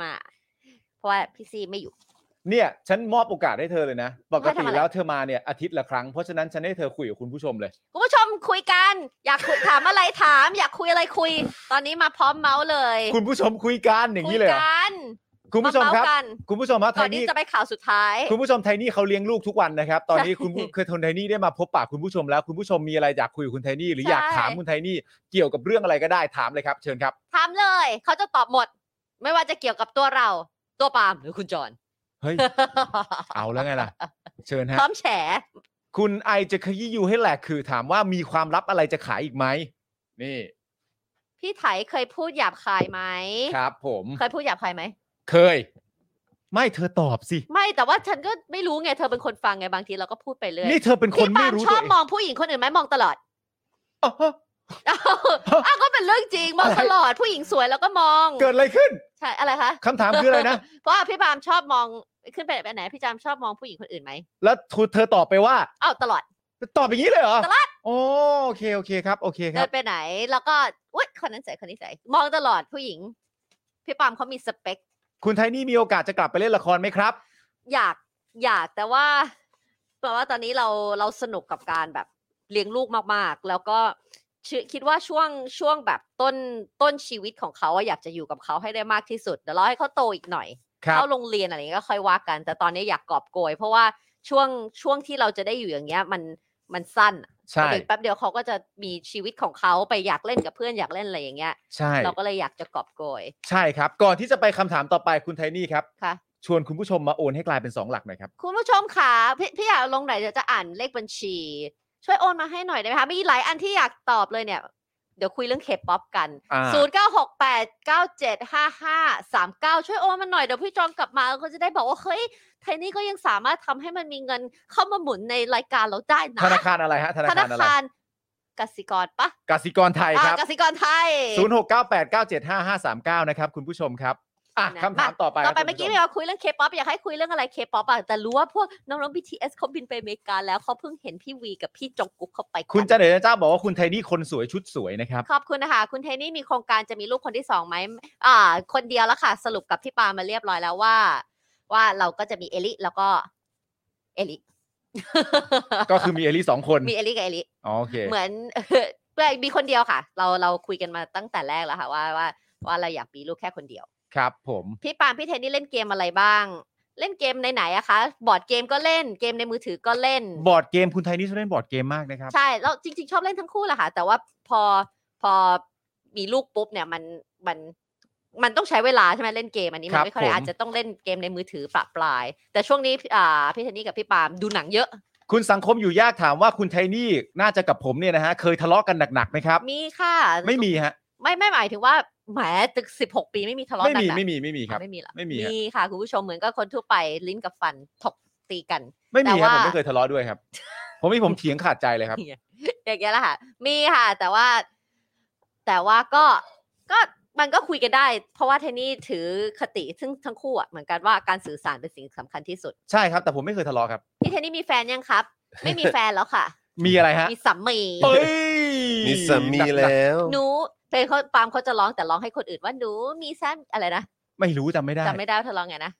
S2: มา เพราะว่าพี่ซีไม่อยู่
S3: เนี่ย ฉันมอบโอกาสให้เธอเลยนะ ปกติ
S2: ให้ทำอะไร
S3: แล้วเธอมาเนี่ยอาทิตย์ละครั้งเพราะฉะนั้นฉันให้เธอคุยกับคุณผู้ชมเลย
S2: คุณผู้ชมคุยกัน อยากคุย ถามอะไรถาม อยากคุยอะไรคุย ตอนนี้มาพร้อมเมาส์เลย
S3: คุณผู้ชมคุยกันอย่างนี้เลยเหรอ
S2: กัน
S3: คุณผู้ชมาครับ
S2: เาส์กัน
S3: คุณผู้ชมฮะไท
S2: ก่อน
S3: นี่
S2: ที่จะไปข่าวสุดท้าย
S3: คุณผู้ชมไทนี่เขาเลี้ยงลูกทุกวันนะครับ ตอนนี้
S2: ใช่
S3: คุณผู้เคยทนไทนี่ได้มาพบปะคุณผู้ชมแล้ว คุณผู้ชมมีอะไรอยากคุยกับคุณไทนี่หรืออยาก
S2: ใช่
S3: ถามคุณไทนี่เกี่ยวกับเรื่องอะไรก็ได้ถามเลยครับ เชิญ
S2: [LAUGHS]
S3: ครับ
S2: ถามเลยเขาจะตอบหมด ไม่ว่าจะเกี่ยวกับตัวเรา ตัวปาล์มหรือคุณจอน [LAUGHS]
S3: เฮ้ย เอาแล้วไงล่ะ เชิญฮะ
S2: พร้อมแฉ
S3: คุณไอจะขยี้ยูให้แหลกคือถามว่ามีความลับอะไรจะขายอีกไหมนี่
S2: พี่ไถเคยพูดหยาบคายไหม
S3: ครับ ผม
S2: เคยพูดหยาบคายไหม
S3: เคย ไม่เธอตอบสิ
S2: ไม่แต่ว่าฉันก็ไม่รู้ไงเธอเป็นคนฟังไงบางทีเราก็พูดไปเรื่อย
S3: นี่เธอเป็นคน
S2: พี่
S3: ไม่
S2: ปาล์ม
S3: รู้
S2: ช
S3: ตั
S2: อ
S3: วเอ
S2: บ
S3: ง
S2: มองผู้หญิงคนอื่นไหมมองต
S3: [LAUGHS]
S2: ลอด
S3: อ๋อ
S2: เอ้าอ้าวก็เป็นเรื่องจริงมอง
S3: อะไร
S2: ตลอดผู้หญิงสวยแล้วก็มอง
S3: เกิดอะไรขึ้น
S2: ใช่อะไรคะ
S3: คำถามคืออะไรนะ
S2: เพราะว่าพี่ปาล์มชอบมองขึ้นไปไหนไปไหนพี่จามชอบมองผู้หญิงคนอื่นไหม
S3: แล้วทูเธอตอบไปว่า
S2: อ้าวตลอด
S3: ตอบอย่างนี้เลยเหรอ
S2: ตลอด
S3: โอโอเคโอเคครับ โอเคค
S2: เดิ
S3: รับ
S2: นไปไหน แล้วก็อุ้ยคนนั้นใส่คนนี้ใส่มองตลอดผู้หญิง พี่ปาล์มเขามีสเปค
S3: คุณไทนี่มีโอกาสจะกลับไปเล่นละครไหมครับ
S2: อยากอยากแต่ว่าแต่ว่าตอนนี้เราเราสนุกกับการแบบเลี้ยงลูกมากๆ แล้วก็เชื่อคิดว่าช่วงช่วงแบบต้นต้นชีวิตของเขาอะอยากจะอยู่กับเขาให้ได้มากที่สุดเดี๋ยวรอให้เขาโตอีกหน่อย
S3: ครับ
S2: เข้าโรงเรียนอะไรอย่างเงี้ยก็ค่อยว่ากัน แต่ตอนนี้อยากกอบโกย เพราะว่าช่วงช่วงที่เราจะได้อยู่อย่างเงี้ยมันมันสั้นอะ
S3: ใช่
S2: เดี๋ยวแป๊บเดียวเขาก็จะมีชีวิตของเขาไปอยากเล่นกับเพื่อนอยากเล่นอะไรอย่างเงี้ย
S3: ใช่
S2: เราก็เลยอยากจะกอบโกย
S3: ใช่ครับ ก่อนที่จะไปคำถามต่อไปคุณไทนี่ครับ
S2: ค่ะ
S3: ชวนคุณผู้ชมมาโอนให้กลายเป็นสองหลักหน่อยครับ
S2: คุณผู้ชมค่ะพี่พี่อยากลงไหนเดี๋ยวจะอ่านเลขบัญชี ช่วยโอนมาให้หน่อยได้ไหมคะ มีหลายอันที่อยากตอบเลยเนี่ย เดี๋ยวคุยเรื่องเคป๊อปกัน
S3: อ่า
S2: 0968975539 ช่วยโอนมาหน่อย เดี๋ยวพี่จองกลับมาแล้วก็จะได้บอกว่า เฮ้ย ไทยนี่ก็ยังสามารถทำให้มันมีเงินเข้ามาหมุนในรายการเราได้นะ
S3: ธนาคารอะไรฮะธนา
S2: ธ
S3: คาร
S2: นา
S3: อะไร
S2: คารกสิกรปะ
S3: กสิกรไทย
S2: อ่า
S3: ครับ
S2: กสิกรไทย
S3: 0698975539 นะครับ คุณผู้ชมครับอ่ะ
S2: นะ
S3: คำถาม
S2: มา
S3: ต่อไป
S2: ต่อ
S3: ค
S2: ไป
S3: รับ
S2: เมื่อกี้
S3: คุณ
S2: มี
S3: ผู้ช
S2: เราคุยเรื่องเคป๊อปอยากให้คุยเรื่องอะไรเคป๊อปอ่ะแต่รู้ว่าพวกน้องๆ BTS เขาบินไปอเมริกาแล้วเขาเพิ่งเห็นพี่วีกับพี่จงกุ๊กเขาไปกัน
S3: คุณจันเดชเจ้าบอกว่าคุณไทนี่คนสวยชุดสวย
S2: [LAUGHS]
S3: นะครับ
S2: ขอบคุณนะคะ คุณเทนี่มีโครงการจะมีลูกคนที่สองไหมอ่า คนเดียวแล้วค่ะ สรุปกับพี่ปามาเรียบร้อยแล้วว่า ว่าเราก็จะมีเอลิแล้วก็ เอลิ
S3: [LAUGHS] ก็คือมีเอลี่สองคน
S2: มีเอลิกับเอลิ
S3: อ๋อโอเค
S2: เหมือน [LAUGHS] เพื่อนมีคนเดียวค่ะ เราเราคุยกันมาตั้งแต่แรกแล้วค่ะ ว่าว่าว่าเราอยากมีลูกแค่คนเดียว
S3: ครับผม
S2: พี่ปาล์มพี่เทนนี่เล่นเกมอะไรบ้าง เล่นเกมไหนๆอะคะบอร์ดเกมก็เล่นเกมในมือถือก็เล่น
S3: บอร์ดเกมคุณไทยนี่ชอบเล่นบอร์ดเกมมากนะครับ
S2: ใช่แล้วจริง ๆ ชอบเล่นทั้งคู่แหละค่ะ แต่ว่าพอพอมีลูกปุ๊บเนี่ยมันมันมันต้องใช้เวลาใช่ไหมเล่นเกมอันนี้มั
S3: ครั
S2: น
S3: บ
S2: ไม่ค่อยได้
S3: ผม
S2: อาจจะต้องเล่นเกมในมือถือปะปลาย แต่ช่วงนี้อ่าพี่เทนนี่กับพี่ปาล์มดูหนังเยอะ
S3: คุณสังคมอยู่ยากถามว่าคุณไทยนี่น่าจะกับผมเนี่ยนะฮะเคยทะเลาะกันหนักๆไหมครับ
S2: มีค่ะ
S3: ไม่มีฮะ
S2: ไม่ไม่หมายถึงว่าแหมตึกสิบหกปีไม่มีทะเลาะ
S3: ไม่
S2: กัน
S3: มี
S2: นะ
S3: ไม่มีไม่มีครับ
S2: ไม่มีเหรอ
S3: ไม่มีฮะ
S2: มีค่ะ คุณผู้ชมเหมือนก็คนทั่วไปลิ้นกับฟันถกตีกัน
S3: ไม่มี
S2: แต่
S3: ครับ
S2: ว่า
S3: ผมไม่เคยทะเลาะด้วย
S2: [LAUGHS]
S3: ครับ ผมมีผมเถียงขาดใจเลยครับ
S2: อย่างเงี้ยแหละค่ะ มีค่ะ แต่ว่า แต่ว่าก็ก็มันก็คุยกันได้ เพราะว่าเทนนี่ถือคติซึ่งทั้งคู่อ่ะเหมือนกันว่าการสื่อสารเป็นสิ่งสำคัญที่สุด
S3: ใช่ครับ แต่ผมไม่เคยทะเลาะครับ
S2: นี่เทนนี่มีแฟนยังครับ ไม่มีแฟนแล้วค่ะ
S3: มีอะไรฮะ
S2: มีสามี
S3: เอ้ย
S1: มีสามีแล้ว
S2: หนูเพลงเขาปาล์มเขาจะร้องแต่ร้องให้คนอื่นว่าหนูมีแซมอะไรนะ
S3: ไม่รู้จำไม่ได้
S2: จำไม่ได้ว่าเธอร้องไงนะ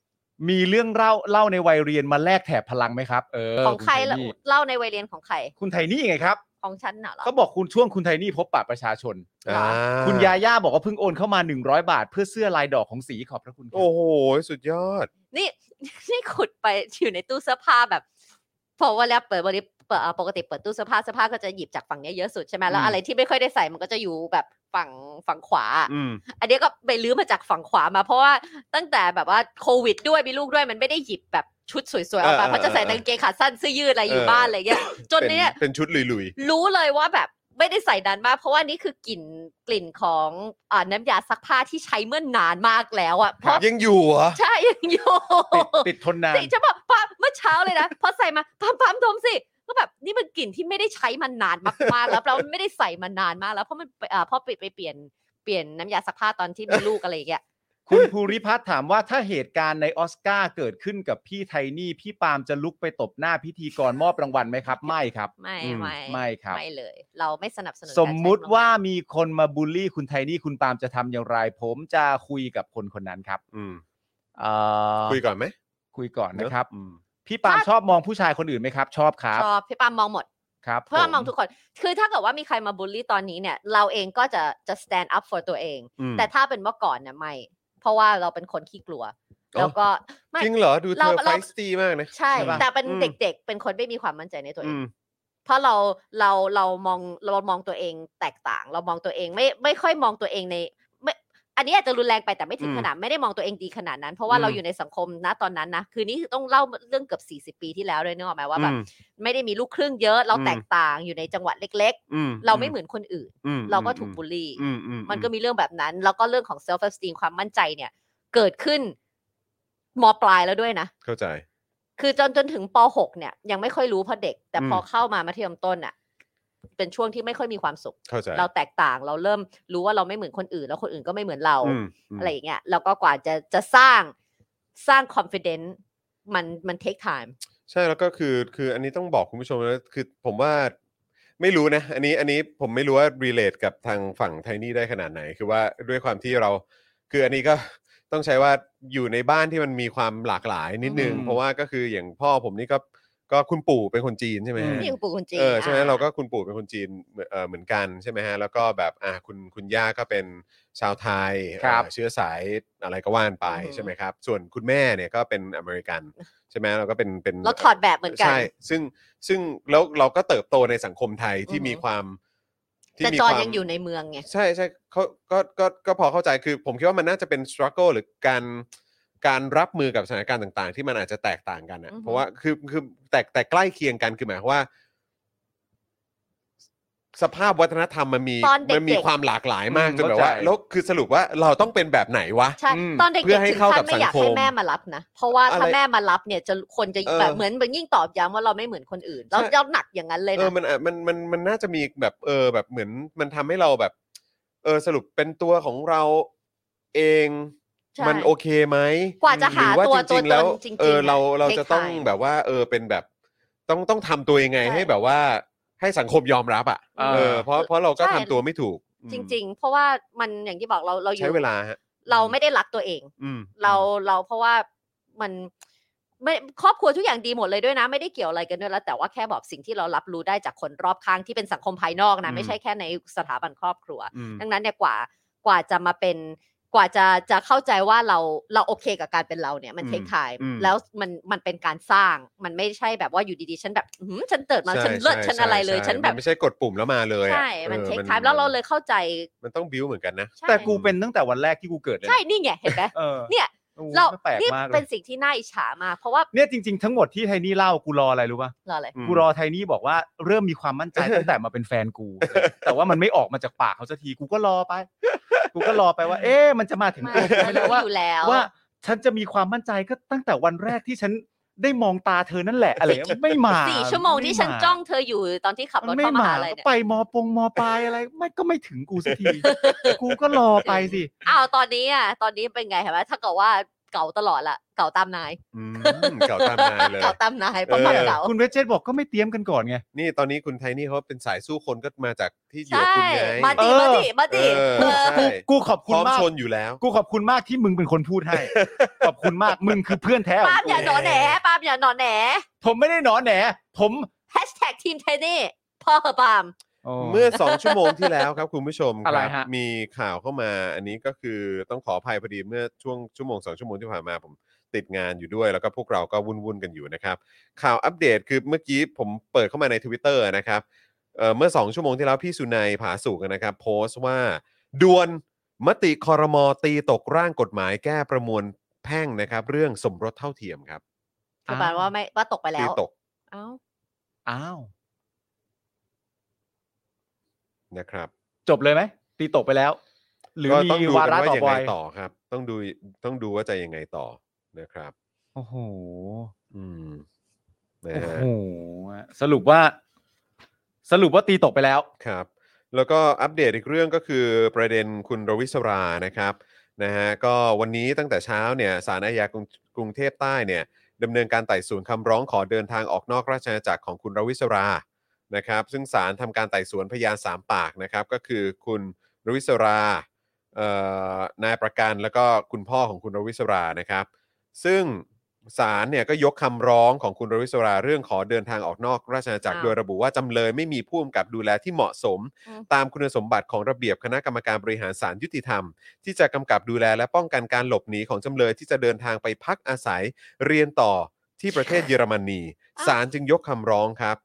S3: มีเรื่องเล่าเล่าในวัยเรียนมาแลกแถบพลังไหมครับเออ
S2: ของใคร
S3: ณไท
S2: ละ
S3: ยนี่
S2: เล่าในวัยเรียนของใคร
S3: คุณไทยนี่ไงครับ
S2: ของฉันน่ะเหรอ
S3: เขาบอกคุณช่วงคุณไทยนี่พบปะประชาชน
S1: อ่า
S3: คุณยาย่าบอกว่าเพิ่งโอนเข้ามา 100 บาท เพื่อเสื้อลายดอกของสีขอบพระคุณครับ
S1: โอ้โห สุดยอด
S2: นี่ [LAUGHS] นี่ขุดไปอยู่ในตู้เสื้อผ้าแบบเพราะว่าแล้วเปิดวันนี้เปิดเอ่อปกติเปิดตู้เสื้อผ้าเสื้อผ้าก็จะหยิบจากฝั่งเนี้ยเยอะสุดใช่ไหมแล้วอะไรที่ไม่ค่อยได้ใส่มันก็จะอยู่แบบฝั่งฝั่งขวา
S1: อืม
S2: อันเนี้ยก็ไปลื้อมาจากฝั่งขวามา เพราะว่าตั้งแต่แบบว่าโควิดด้วยมีลูกด้วยมันไม่ได้หยิบแบบชุดสวยๆออก
S1: เออเอ
S2: มา
S1: อ
S2: เพราะจะใส่กางเกงขาสั้นเสื้อยืดอะไรอยู่
S1: เออ
S2: บ้านอะไรเงี้ยจน
S1: เป็น
S2: เนี่ย
S1: เป็นชุดลุย
S2: รู้เลยว่าแบบไม่ได้ใส่นานมากเพราะว่านี่คือกลิ่นกลิ่นของอ่าน้ำยาซักผ้าที่ใช้เมื่อนานมากแล้วอ่ะเพราะ
S1: ๆ ยังอยู่เหรอ
S2: ใช่ [LAUGHS] ยังอยู่
S3: ติดติดทนนาน
S2: [LAUGHS] สิฉันบอกปั๊มเมื่อเช้าเลยนะ พอใส่มาปั๊มปั๊มดมสิก็แบบนี่มันกลิ่นที่ไม่ได้ใช้มานานมากๆแล้วเราไม่ได้ใส่มานานมากแล้วเพราะมันเอ่อพอปิดไปเปลี่ยนเปลี่ยนน้ำยาซักผ้าตอนที่มีลูกอะไรอย่างเงี้ย
S3: คุณภูริพัฒน์ถามว่าถ้าเหตุการณ์ในออสการ์เกิดขึ้นกับพี่ไทนี่ พี่ปาล์มจะลุกไปตบหน้าพิธีกรมอบรางวัลไหมครับ ไม่ครับ
S2: ไม่
S3: อืม
S2: ไม่
S3: ไม่ครับ
S2: ไม่เลย เราไม่สนับสนุน
S3: สมมุติว่ามีคนมาบูลลี่คุณไทนี่คุณปาล์มจะทำอย่างไร ผมจะคุยกับคนคนนั้นครับ
S1: อืม
S3: เอ่อ
S1: คุยก่อนไหม
S3: คุยก่อนนะครับ
S1: อืม
S3: พี่ปาล์มชอบมองผู้ชายคนอื่นไหมครับ ชอบ
S2: กา
S3: คั
S2: รร
S3: บ
S2: ใช้มองชอบพี่ปามมองหมด
S3: ครับ
S2: เพื่อมอง
S3: ผ
S2: ทุกคน คือถ้าเกิดว่ามีใครมาบูลลี่ตอนนี้เนี่ย เราเองก็จะจะ stand up for ตัวเอง
S1: อืม
S2: แต่ถ้าเป็นเมื่อก่อนเนี่ยไม่ เพราะว่าเราเป็นคนขี้กลัว
S1: อ๋อ
S2: แล้วก็ไม่
S1: จริงเหรอ ดูเธ
S2: เรา
S1: อไฟ
S2: เรา
S1: สตีมากนะ
S2: ใช่
S1: ใช่ปะ
S2: แต่เป็น
S1: อืม
S2: เด็กๆ เป็นคนไม่มีความมั่นใจในตัวเอ
S1: อื
S2: ง
S1: ม
S2: เพราะเราเราเรามองเรามองตัวเองแตกต่าง เรามองตัวเองไม่ไม่ค่อยมองตัวเองในไม่อันนี้อาจจะรุนแรงไปแต่ไม่ถึง
S1: อืม
S2: ขนาดไม่ได้มองตัวเองดีขนาดนั้น เพราะว่าเรา
S1: อืม
S2: อยู่ในสังคมนะตอนนั้นนะคือนี่คือต้องเล่าเรื่องเกือบ40 ปีที่แล้วเลยนึกออกไหมว่าแบบ
S1: อืม
S2: ไม่ได้มีลูกครึ่งเยอะเรา
S1: อืม
S2: แตกต่างอยู่ในจังหวัดเล็ก
S1: อื
S2: ๆ เราไม่เหมือนคนอื่น
S1: อืม
S2: เราก็ถูกบูลลี่
S1: อืมอื
S2: มันก็มีเรื่องแบบนั้น แล้วก็เรื่องของ self esteem ความมั่นใจเนี่ย เกิดขึ้นมปลายแล้วด้วยนะ
S1: เข้าใจ
S2: คือจนจนถึงป .6 เนี่ยยังไม่ค่อยรู้เพราะเด็ก แต่พอเข้ามามัธยมต้นอ่ะ เป็นช่วงที่ไม่ค่อยมีความสุข
S1: เข้าใจ
S2: เราแตกต่างเราเริ่มรู้ว่าเราไม่เหมือนคนอื่น แล้วคนอื่นก็ไม่เหมือนเรา
S1: อืมม
S2: อะไรอย่างเงี้ยแล้วก็กว่าจะจะสร้างสร้าง confidence มันมัน take time
S1: ใช่ แล้วก็คือ คืออันนี้ต้องบอกคุณผู้ชมนะคือผมว่า ไม่รู้นะ อันนี้ อันนี้ผมไม่รู้ว่า relate กับทางฝั่งไทนี่ได้ขนาดไหน คือว่าด้วยความที่เรา คืออันนี้ก็ต้องใช้ว่าอยู่ในบ้านที่มันมีความหลากหลายนิดนึง
S3: อืม
S1: เพราะว่าก็คืออย่างพ่อผมนี่ก็ ก็คุณปู่เป็นคนจีนใช่ไหมฮะ
S2: นี่คือปู่คนจีน
S1: เออใช่ไหม
S2: อ่ะ
S1: เราก็คุณปู่เป็นคนจีนเหมือนเอ่อเหมือนกันใช่ไหมฮะแล้วก็แบบอ่าคุณคุณย่าก็เป็นชาวไทย
S3: ครับ
S1: เอ่อเชื้อสายอะไรก็ว่านไป
S2: อือหือ
S1: ใช่ไหมครับ ส่วนคุณแม่เนี่ยก็เป็นอเมริ
S2: [LAUGHS]
S1: กันใช่ไหมเราก็เป็นเป็น
S2: เราถอดแบบเหมือนกัน
S1: ใช่ซึ่งซึ่งแล้วเราก็เติบโตในสังคมไทยที่
S2: อือหือ
S1: มีความที่
S2: แต่
S1: มี
S2: จอน
S1: ความ
S2: ยังอยู่ในเมืองไง
S1: ใช่ใช่เขาก็ก็ก็พอเข้าใจคือ ผมคิดว่ามันน่าจะเป็น struggle หรือการการรับมือกับสถานการณ์ต่าง ๆ ที่มันอาจจะแตกต่างกันนะ
S2: อือฮึ
S1: เพราะว่าคือคือแตกแต่ใกล้เคียงกันคือหมายความว่า สภาพวัฒนธรรมมันมี
S2: ตอนเด็ก
S1: มั
S2: ๆ
S1: มีความหลากหลายมาก
S3: อืม
S1: จนแบบว่า
S3: เข้าใจ
S1: แล้วคือสรุปว่าเราต้องเป็นแบบไหนวะ
S2: ใช่
S3: อืม
S2: ตอนเด็ก
S1: เพื่อ
S2: ๆ
S1: ให้
S2: ถึง
S1: เข้ากั
S2: ขั้
S1: บ
S2: นไม่อยาก
S1: สังค
S2: ให้
S1: ม
S2: แม่มารับนะ เพราะว่าถ้า
S1: อะไร
S2: แม่มารับเนี่ยจะคนจะ
S1: เออ
S2: แบบเหมือนเหมือนยิ่งตอบย้ำว่าเราไม่เหมือนคนอื่นเรา
S1: ใช่
S2: เราหนักอย่างนั้นเลย
S1: เอ
S2: นะ
S1: อมันอ่ะมันมันมันน่าจะมีแบบเออแบบเหมือนมันทำให้เราแบบ เออสรุปเป็นตัวของเราเอง
S2: ใช่
S1: มันโอเคไหม
S2: กว่าจะหา
S1: รือว่าจ
S2: ตัวตัว
S1: ริงๆแล้ว
S2: ตนจริงๆ
S1: เออเรา
S2: นี่ย
S1: เรา
S2: take
S1: จะต้อง
S2: time
S1: แบบว่าเออเป็นแบบต้องต้องทำตัวยังไง
S2: ใช่
S1: ให้แบบว่าให้สังคมยอมรับอ่ะ
S3: เออ
S1: เออเพราะเพราะเราก็
S2: ใช่
S1: ทำตัวไม่ถูกอืม
S2: จริง ๆ เพราะว่ามันอย่างที่บอกเราเราอยู่
S1: ใช้เวลาฮะ
S2: เราไม่ได้รักตัวเอง
S1: อืม
S2: เราเราเพราะว่ามัน ไม่ครอบครัวทุกอย่างดีหมดเลยด้วยนะ ไม่ได้เกี่ยวอะไรกันด้วยแล้ว แต่ว่าแค่บอกสิ่งที่เรารับรู้ได้จากคนรอบข้างที่เป็นสังคมภายนอก
S1: อื
S2: นะ
S1: ม
S2: ไม่ใช่แค่ในสถาบันครอบครัว
S1: อืม
S2: ดังนั้นเนี่ยกว่ากว่าจะมาเป็นกว่าจะจะเข้าใจว่าเราเราโอเคกับการเป็นเราเนี่ยมันเทคไทม์แล้วมันมันเป็นการสร้างมันไม่ใช่แบบว่าอยู่ดีๆฉันแบบอื้อหือฉันเติดมา
S1: ใช่
S2: ฉันเลิศ
S1: ใช่
S2: ฉันอะไรเลย
S1: ใช่
S2: ฉันแบ
S1: มั
S2: บ
S1: ไม่ใช่กดปุ่มแล้วมาเลยอะ
S2: ใช่มัน
S1: ออ
S2: เทคไทม์แล้วเราเลยเข้าใจ
S1: มันต้องบิวเหมือนกันนะ
S2: ใช่
S3: แต่กูเป็นตั้งแต่วันแรกที่กูเกิดเลยนะ
S2: ใช่นี่ไงเห็นไหม
S3: เออ
S2: เนี่ย
S3: โอ้โห
S2: เรา
S3: แปลก
S2: นี่
S3: มากเล
S2: เป็
S3: ย
S2: นสิ่งที่น่าอิจฉามากเพราะว่า
S3: เนี่ยจริง ๆ ทั้งหมดที่ไทนี่เล่ากูรออะไรรู้ป่ะ
S2: เราอะไร
S1: อืม
S3: กูรอไทนี่บอกว่าเริ่มมีความมั่น
S1: [LAUGHS]
S3: ใจ ตั้งแต่มาเป็นแฟนกู แต่ว่ามันไม่ออกมาจากปากเขาสักทีกูก็รอไป กูก็รอไปว่า เอ๊ะมันจะมาถึง
S2: ไม่
S3: ตัวกูไหมนะ
S2: เรารู้
S3: ว่า
S2: อยู่แล้ว
S3: ว่าฉันจะมีความมั่นใจก็ตั้งแต่วันแรกที่ฉันได้มองตาเธอนั่นแหละอะไรอย่างเงี้ยไม่มา
S2: สี่ชั่วโมงที่ฉันจ้องเธออยู่ตอนที่ขับร
S3: มั
S2: ถ
S3: นไม่
S2: เข้าม
S3: มา
S2: หาลัย
S3: ก็
S2: เนี่ย
S3: ไปมอปงมอปลายอะไรไม่ก็ไม่ถึงกูสั
S2: [LAUGHS]
S3: กที กูก็รอไปสิ
S2: อ้าวตอนนี้อ่ะตอนนี้เป็นไงเห็นไหมถ้าเกิดว่าเก่าตลอดละเก่าตามนาย
S1: อืมเก่าตามนายเลย
S2: เก่าตามนายเพราะ
S1: เออ
S2: ความเก่า
S3: คุณเวจเจตบอกก็ไม่เตรียมกันก่อนไง
S1: นี่ตอนนี้คุณไทนี่เขาเป็นสายสู้คนก็มาจากที่อยู่กับ
S2: ใช่
S1: คุณไง
S2: มาดิ
S3: เออ
S2: มาดิมาดิ
S1: เออ
S2: เออ
S1: ใช่
S3: กูกูขอบ
S1: พ
S3: คุณ
S1: ร้อม
S3: มาก
S1: ชนอยู่แล้ว
S3: กูขอบคุณมากที่มึงเป็นคนพูด [LAUGHS] ให้ ขอบคุณมากมึงคือเพื่อนแท้ข
S2: ปา
S3: อง
S2: ล์ม
S3: กู
S2: อย่าหนอแหนปาล์มอย่าหนอแหน
S3: ผมไม่ได้หนอนแหนผม
S2: แฮชแท็กทีมเทนนี่พ่อเหอะปาล์ม
S3: เมื่อ
S1: เมื่อ 2 ชั่วโมงที่แล้วครับ คุณผู้ชมค
S3: อะไร
S1: รับ
S3: ฮะ
S1: มีข่าวเข้ามาอันนี้ก็คือต้องขออภัยพอดีเมื่อช่วงชั่วโมง 2 ชั่วโมงที่ผ่านมาผมติดงานอยู่ด้วย แล้วก็พวกเราก็วุ่นๆกันอยู่นะครับ ข่าวอัปเดตคือเมื่อกี้ผมเปิดเข้ามาใน Twitter นะครับเอ่อเมื่อ 2 ชั่วโมงที่แล้วพี่สุนัยผาสุกนะครับ โพสต์ว่าดวนมติคอรมอตีตกร่างกฎหมายแก้ประมวลแพ่งนะครับ เรื่องสมรสเท่าเทียมครับ
S2: คือปาล์มว่าไม่ว่าตกไปแล้
S1: ตี
S2: ว
S1: ตก
S2: เอ้า
S3: อ้าว
S1: นะครับ
S3: จบเลยไหมตีตกไปแล้ว หรือ
S1: ก็ต้อง
S3: มี
S1: ดู
S3: วา
S1: กัน
S3: ระ
S1: ว่า
S3: ต่อ
S1: ยัง
S3: ไป
S1: ไงต่อครับ ต้องดูต้องดูว่าจะยังไงต่อนะครับ
S3: โอ้โห
S1: อืมนะ
S3: โอ้
S1: ฮะ
S3: โหสรุปว่า สรุปว่าตีตกไปแล้ว
S1: ครับ แล้วก็อัปเดตอีกเรื่องก็คือประเด็นคุณรวิศรานะครับนะฮะก็วันนี้ตั้งแต่เช้าเนี่ยศาลอาญากรุงกรุงเทพใต้เนี่ยดำเนินการไต่สวนคำร้องขอเดินทางออกนอกราชอาณาจักรของคุณรวิศรานะครับ ซึ่งศาลทำการไต่สวนพยานสามปากนะครับ ก็คือคุณรวิศราเอ่อนายประกันแล้วก็คุณพ่อของคุณรวิศรานะครับ ซึ่งศาลเนี่ยก็ยกคำร้องของคุณรวิศราเรื่องขอเดินทางออกนอกราชอาณาจักรโดยระบุว่าจำเลยไม่มีผู้กำกับดูแลที่เหมาะสม ตามคุณสมบัติของระเบียบคณะกรรมการบริหารศาลยุติธรรม ที่จะกำกับดูแลและป้องกันการหลบหนีของจำเลยที่จะเดินทางไปพักอาศัยเรียนต่อที่ประเทศเยอรมนีศาลจึงยกคำร้องครับ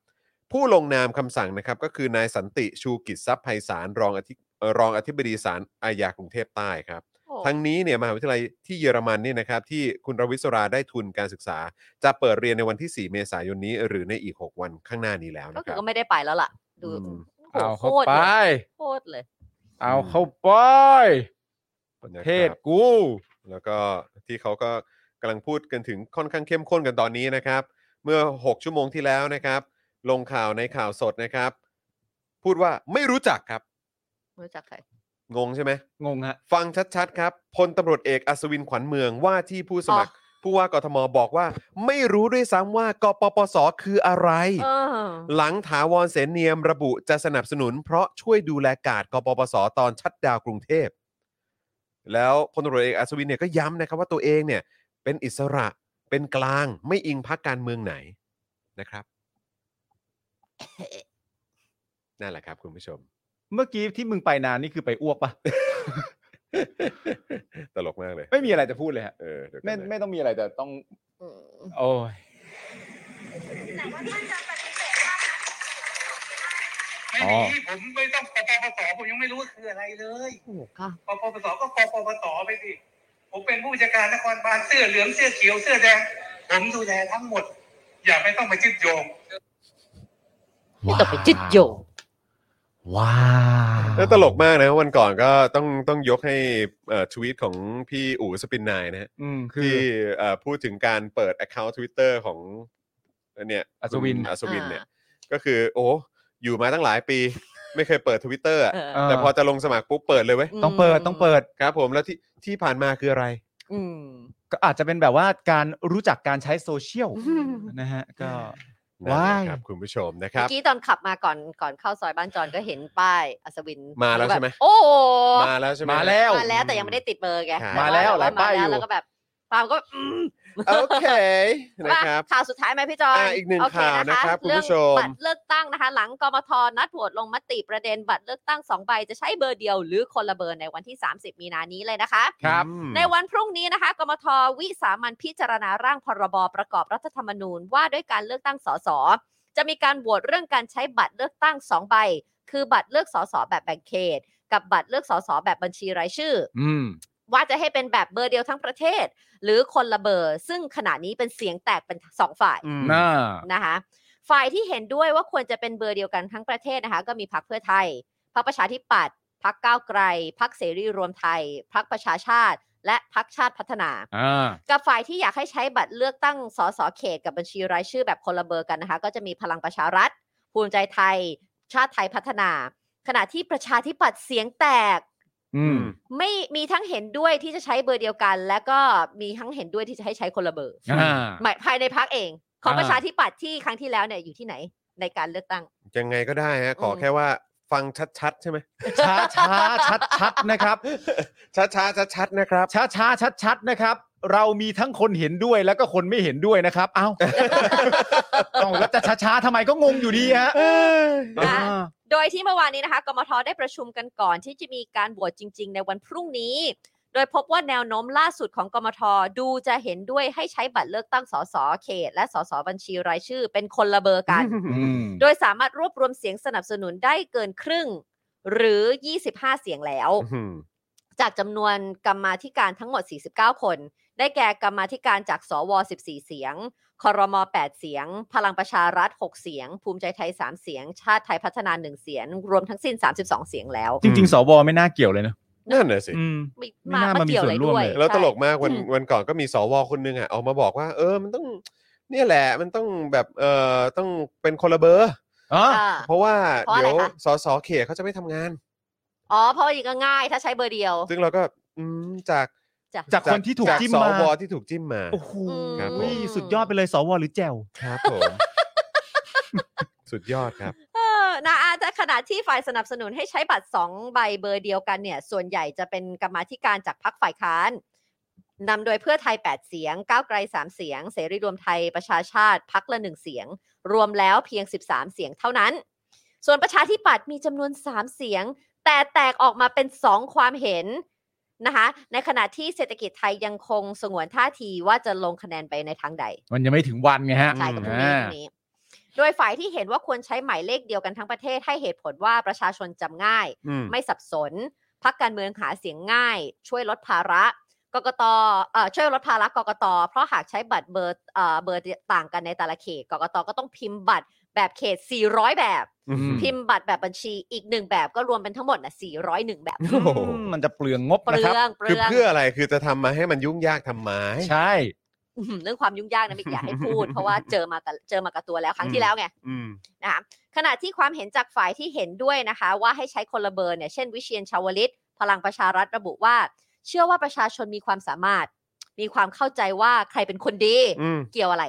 S1: ผู้ลงนามคำสั่งนะครับก็คือนายสันติชูกิจทรัพย์ไพศาลรองอธิเอ่อรองอธิบดีศาลอาญากรุงเทพใต้ครับ
S2: โอ้
S1: ทั้งนี้เนี่ยมหาวิทยาลัยที่เยอรมันเนี่ยนะครับที่คุณรวิศราได้ทุนการศึกษา จะเปิดเรียนในวันที่ 4 เมษายนนี้ หรือในอีก 6 วันข้างหน้านี้แล้ว
S2: ก็
S1: นะค
S2: คือ
S1: รับ
S2: ก็ไม่ได้ไปแล้วล่ะ ดู
S1: อืม
S2: โอ้โหโคตรเลยโคตรเลย
S3: เอาเข้าไป
S1: นะครับ
S3: เทศกู
S1: แล้วก็ที่เขาก็กำลังพูดกันถึงค่อนข้างเข้มข้นกันตอนนี้นะครับ เมื่อ 6 ชั่วโมงที่แล้วนะครับ ลงข่าวในข่าวสดนะครับ พูดว่าไม่รู้จักครับ
S2: ไม่รู้จักใคร
S1: งงใช่ไหม
S3: งงฮะ
S1: ฟังชัดๆครับพลตำรวจเอกอัศวินขวัญเมืองว่าที่ผู้สมัคร ผู้ว่ากทมบอกว่า ไม่รู้ด้วยซ้ำว่ากปปสคืออะไร
S2: เออ
S1: หลังถาวรเสนเนียมระบุจะสนับสนุน เพราะช่วยดูแลกาดกปปสตอนชัดดาวน์กรุงเทพ แล้วพลตำรวจเอกอัศวินเนี่ยก็ย้ำนะครับว่าตัวเองเนี่ยเป็นอิสระเป็นกลางไม่อิงพักการเมืองไหนนะครับ นั่นแหละครับคุณผู้ชม [LAUGHS]
S3: เมื่อกี้ที่มึงไปนานนี่คือไปอ้วกปะ
S1: ตลกมากเลย
S3: ไม่มีอะไรจะพูดเลยฮะ
S1: เออเดี๋ยวก่
S3: ไม่
S1: อนนะ
S3: ไม่ต้องมีอะไรแต่ต้อง
S2: อืม
S3: โอ้ย
S4: ไม่มีผมไม่ต้องกปปสผมยังไม่รู้ว่าคืออะไรเลย
S2: โอ้โหค่ะ
S4: กปปสก็กปปสไปสิผมเป็นผู้จัดการนครบาลเสื้อเหลืองเสื้อเขียวเสื้อแดงผมดูแลทั้งหมด อย่าไม่ต้องมาจิดโยง
S2: นี่ต่อไปจิตโย
S3: ว้า
S1: เออตลกมากนะวันก่อนก็ต้องต้องยกให้เอ่อทวีตของพี่อู๋สปินนายนะฮะ
S3: อืมคือ
S1: ที่เอ่อพูดถึงการเปิด Account Twitter ของเนี่ย
S3: อัศวิน
S1: คุณอัศวินเนี่ย
S2: อ่
S1: ก็คือ โอ้อยู่มาตั้งหลายปี ไม่เคยเปิด Twitter อะ
S2: เออ
S1: แต่พอจะลงสมัครปุ๊บเปิดเลยเว้ย
S3: ต้องเปิดต้องเปิด
S1: ครับผมแล้วที่ที่ผ่านมาคืออะไร
S2: อืม
S3: ก็อาจจะเป็นแบบว่าการรู้จักการใช้โซเชียลนะฮะก็
S1: นั่นแหละ
S3: ว้าย
S1: ครับคุณผู้ชมนะค
S2: เมื่
S1: รับ
S2: อกี้ตอนขับมาก่อนก่อนเข้าซอยบ้านจอนก็เห็นป้ายอัศวิน
S1: มาแล้วใช่ไหม
S2: บบโอ้โห
S1: มาแล้วใช่ไหม
S3: มาแล้ว
S2: มาแล้วแต่ยังไม่ได้ติดเบอร์ไง
S1: ครับ
S3: มาแล้ว
S2: ต่
S3: หลายป้ายอยู่
S2: แล้วก็แบบ ปาล์มก็อืม
S1: โอเคนะครับ
S2: ข่าวสุดท้ายไหมพี่จอย
S1: อ่ะอีกหนึ่ง
S2: โเค
S1: ข่าวนะครับคุณ
S2: เรื่
S1: ผู้ชม
S2: บัตรเลือกตั้งนะคะ หลังกมทนัดโหวตลงมติประเด็นบัตรเลือกตั้งสองใบจะใช้เบอร์เดียว หรือคนละเบอร์ในวันที่ 30 มีนานี้เลยนะคะ
S3: ครับ
S1: อืม
S2: ในวันพรุ่งนี้นะคะกมทวิสามันพิจารณาร่างพรบประกอบรัฐธรรมนูญว่าด้วยการเลือกตั้งสสจะมีการโหวตเรื่องการใช้บัตรเลือกตั้งสองใบ คือบัตรเลือกสสแบบแบ่งเขต กับบัตรเลือกสสแบบบัญชีรายชื่อ
S3: อืม
S2: ว่าจะให้เป็นแบบเบอร์เดียวทั้งประเทศ หรือคนละเบอร์ ซึ่งขณะนี้เป็นเสียงแตกเป็นสองฝ่าย
S1: อืม
S3: น่า
S2: นะคะฝ่ายที่เห็นด้วยว่าควรจะเป็นเบอร์เดียวกันทั้งประเทศนะคะก็มีพักเพื่อไทย พักประชาธิปัตย์พักก้าวไกล พักเสรีรวมไทย พักประชาชาติ และพักชาติพัฒนา
S3: อ่า
S2: กับฝ่ายที่อยากให้ใช้บัตรเลือกตั้งสสเขตกับบัญชีรายชื่อแบบคนละเบอร์กันนะคะ ก็จะมีพลังประชารัฐ ภูมิใจไทย ชาติไทยพัฒนา ขณะที่ประชาธิปัตย์เสียงแตก
S3: อืม
S2: ไม่มีทั้งเห็นด้วยที่จะใช้เบอร์เดียวกัน และก็มีทั้งเห็นด้วยที่จะให้ใช้คนละเบอร์
S3: อ่า
S2: หมายภายในพักเอง ของ
S3: อ่า
S2: ประชาธิปัตย์ที่ครั้งที่แล้วเนี่ยอยู่ที่ไหนในการเลือกตั้ง
S1: ยังไงก็ได้ฮะขออ
S2: ม
S1: แค่ว่าฟังชัดๆ ใช่ไหม
S3: ช้าช้าชัดชัดนะครับ
S1: ช้าๆชัดๆนะครับ
S3: ช้าช้าชัดชัดนะครับ เรามีทั้งคนเห็นด้วยแล้วก็คนไม่เห็นด้วยนะครับ เอ้า เอาแล้วจะช้าช้าทำไมก็งงอยู่ดีฮะอ่า
S2: โดยที่เมื่อวานนี้นะคะกมทได้ประชุมกันก่อนที่จะมีการโหวตจริง ๆ ในวันพรุ่งนี้ โดยพบว่าแนวโน้มล่าสุดของกมทดูจะเห็นด้วยให้ใช้บัตรเลือกตั้งสสเขต และสสบัญชีรายชื่อ เป็นคนละเบอร์กัน
S3: อืม
S2: โดยสามารถรวบรวมเสียงสนับสนุนได้เกินครึ่ง หรือ 25 เสียงแล้ว
S1: อืม
S2: จากจำนวนกรรมาธิการทั้งหมด 49 คน ได้แก่กรรมาธิการจากสว 14 เสียง ครม 8 เสียง พลังประชารัฐ 6 เสียง ภูมิใจไทย 3 เสียง ชาติไทยพัฒนา 1 เสียง รวมทั้งสิ้น 32 เสียงแล้ว
S3: จริง ๆ สวไม่น่าเกี่ยวเลยนะ
S1: นั่นน่ะสิ
S3: อืม
S2: ไม่
S3: ไม่น่ามามีส่วนร่วมเลย
S1: แล้ว
S2: ใช่
S1: ตลกมากวัน
S2: อืม
S1: วันก่อนก็มีสวคนหนึงอ่ะออกมาบอกว่า เออมันต้องเนี่ยแหละมันต้องแบบเออต้องเป็นคนละเบอร์
S3: อ๋อ
S2: อ่า
S1: เพราะว่า
S2: เพราะอะไร
S1: เดี๋ยว
S2: คะ
S1: สสเขตเขาจะไม่ทำงาน
S2: อ๋อ เพราะว่าอย่างก็ง่ายถ้าใช้เบอร์เดียว
S1: ซึ่งเราก็อืมจาก
S2: จ้ะ
S3: จากคนที่ถูกจิ้มมา
S1: สวที่ถูกจิ้มมา
S3: โอ้โห
S1: ครับผม
S3: สุดยอดไปเลยสวหรือแจว
S1: ครับผม
S3: [LAUGHS]
S1: สุดยอดครับ
S2: เออนะอาจจะขณะที่ฝ่ายสนับสนุนให้ใช้บัตร 2 ใบเบอร์เดียวกันเนี่ย ส่วนใหญ่จะเป็นกรรมาธิการจากพรรคฝ่ายค้านนำโดยเพื่อไทย 8 เสียง ก้าวไกล 3 เสียง เสรีรวมไทยประชาชาติพักละ 1 เสียง รวมแล้วเพียง 13 เสียงเท่านั้น ส่วนประชาธิปัตย์มีจำนวน 3 เสียง แต่แตกออกมาเป็น 2 ความเห็นนะคะ ในขณะที่เศรษฐกิจไทยยังคงสงวนท่าทีว่าจะลงคะแนนไปในทางใด
S3: มันยังไม่ถึงวันไงฮะ
S2: ใช่กับพรุ่งนี้
S3: อ่า
S2: พรุ่งนี้ โดยฝ่ายที่เห็นว่าควรใช้หมายเลขเดียวกันทั้งประเทศให้เหตุผลว่าประชาชนจำง่าย
S1: อืม
S2: ไม่สับสน พักการเมืองหาเสียงง่าย ช่วยลดภาระกกตเอ่อช่วยลดภาระกกต เพราะหากใช้บัตรเบอร์เอ่อเบอร์ต่างกันในแต่ละเขตกกตก็ต้องพิมพ์บัตรแบบเขต 400 แบบ
S1: อืม
S2: พิมพ์บัตรแบบบัญชีอีกหนึ่งแบบก็รวมเป็นทั้งหมดนะ401 แบบ
S1: โอ้โห
S3: อืมมันจะเปลืองงบ
S2: เป
S3: นะ
S2: ลื
S3: ครับ
S2: องเป
S1: คือ
S2: ลือง
S1: เพื่ออะไรคือจะทำมาให้มันยุ่งยากทำไม
S3: ใช่
S2: อื้อหือเรื่องความยุ่งยากนะไม่อยากให้พูด เพราะว่าเจอมากับเจอมากับตัวแล้วครั้งที่แล้วไง
S1: อืม
S2: นะคะขณะที่ความเห็นจากฝ่ายที่เห็นด้วยนะคะ ว่าให้ใช้คนละเบอร์เนี่ยเช่นวิเชียนชาวลิต พลังประชารัฐระบุว่า เชื่อว่าประชาชนมีความสามารถ มีความเข้าใจว่าใครเป็นคนดี
S1: อืม
S2: เกี่ยวอะไร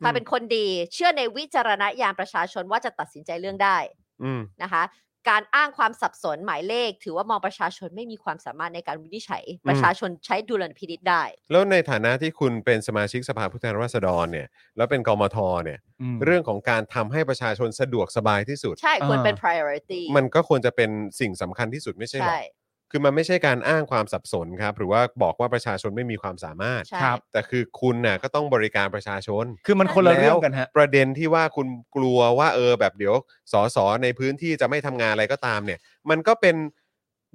S2: ใครเป็นคนดี เชื่อในวิจารณญาณประชาชนว่าจะตัดสินใจเรื่องได้
S1: อืม
S2: นะคะ การอ้างความสับสนหมายเลข ถือว่ามองประชาชนไม่มีความสามารถในการวินิจฉัย ประชาชนใช้ดุลพินิจได้
S1: แล้วในฐานะที่คุณเป็นสมาชิกสภาผู้แทนราษฎรเนี่ย แล้วเป็นกมทเนี่ย เรื่องของการทำให้ประชาชนสะดวกสบายที่สุด
S2: ใช่ควรเป็น
S3: อ่า
S2: priority
S1: มันก็ควรจะเป็นสิ่งสำคัญที่สุดไม่ใช่เหรอ
S2: ใช่
S1: คือมันไม่ใช่การอ้างความสับสนครับ หรือว่าบอกว่าประชาชนไม่มีความสามารถ
S2: ใช่
S3: ครับ
S1: แต่คือคุณน่ะก็ต้องบริการประชาชน
S3: คือมันคนละเรื่องกันฮะ
S1: ประเด็นที่ว่าคุณกลัวว่าเออแบบเดี๋ยวสสในพื้นที่จะไม่ทำงานอะไรก็ตามเนี่ย มันก็เป็น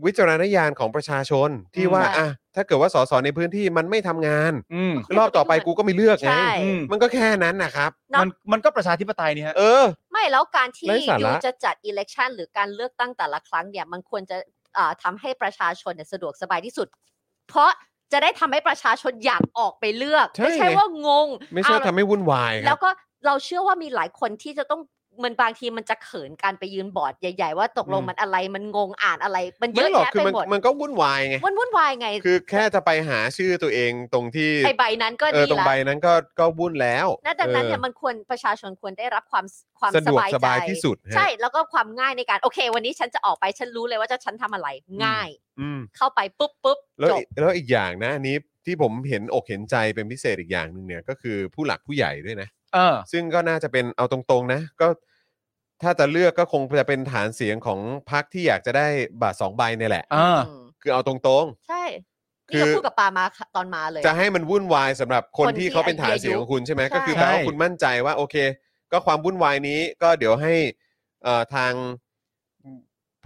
S1: วิจารณญาณของประชาชนที่ว่า
S2: ใช่
S1: อ่ะถ้าเกิดว่าสสในพื้นที่มันไม่ทำงาน
S3: อืม
S1: รอบต่อไปกูก็ไม่เลือกไง
S2: ใช่
S3: อืม
S1: มันก็แค่นั้นนะครับ
S2: เนอะ
S3: มันมันก็ประชาธิปไตยนี่ฮะ
S1: เออ
S2: ไม่แล้วการที่
S1: ไร้สาระ
S2: ยูจะจัดอิเล็กชันหรือการเลือกตั้งแต่ละครั้งเนี่ยมันควรจะเอ่อทำให้ประชาชนเนี่ยสะดวกสบายที่สุด เพราะจะได้ทำให้ประชาชนอยากออกไปเลือก ไม่ใช่ว่างง
S1: ไม่ใช่
S2: เอา
S1: ทำให้วุ่นวายค
S2: แล้
S1: รั
S2: ว
S1: บ
S2: ก็เราเชื่อว่ามีหลายคนที่จะต้องมันบางทีมันจะเขินการไปยืนบอร์ดใหญ่ ๆ ว่าตกลง
S1: อืม
S2: มันอะไรมันงงอ่านอะไร มันเย
S1: ไม่
S2: อะ
S1: หรอก
S2: แยะ
S1: คือ
S2: ไป
S1: มัน
S2: หมด
S1: มันก็วุ่นวายไง
S2: มันวุ่นวายไง
S1: คือแค่จะไปหาชื่อตัวเองตรงที่
S2: ไอใบนั้นก็
S1: เอ
S2: ดี
S1: อตรง
S2: ละ
S1: ใบนั้นก็ก็วุ่นแล้ว
S2: นั่นดังนั้นเนี่ย
S1: ออ
S2: มันควรประชาชนควรได้รับความความ
S1: สะดวกส
S2: ใจ
S1: บายที่สุดฮะ
S2: ใช่แล้วก็ความง่ายในการโอเค วันนี้ฉันจะออกไปฉันรู้เลยว่าจะฉันทำอะไรง่าย
S1: อืม
S2: เข้าไปปุ๊บปุ๊บ
S1: แล้ว
S2: จบ
S1: อีกแล้วอีกอย่างนะอันนี้ ที่ผมเห็นอกเห็นใจเป็นพิเศษอีกอย่างหนึ่งเนี่ยก็คือผู้หลักผู้ใหญ่ด้วยนะ
S3: เออ
S1: ซึ่งก็น่าจะเป็นเอาตรงๆนะ ก็ถ้าจะเลือกก็คงจะเป็นฐานเสียงของพรรคที่อยากจะได้บาทสองใบเนี่ยแหละ
S3: อ่า
S2: อืม
S1: คือเอาตรงๆ
S2: ใช่
S1: คือ
S2: นี่เราพูดกับปามาตอนมาเลย
S1: จะให้มันวุ่นวายสำหรับคน
S2: คนที่
S1: ที่เขาเป็นฐานเสียงของคุณใช่ไหม
S2: ใช่
S1: ก็คือแปลว่า
S3: ใช่
S1: คุณมั่นใจว่า โอเค ก็ความวุ่นวายนี้ก็เดี๋ยวให้เอ่อทาง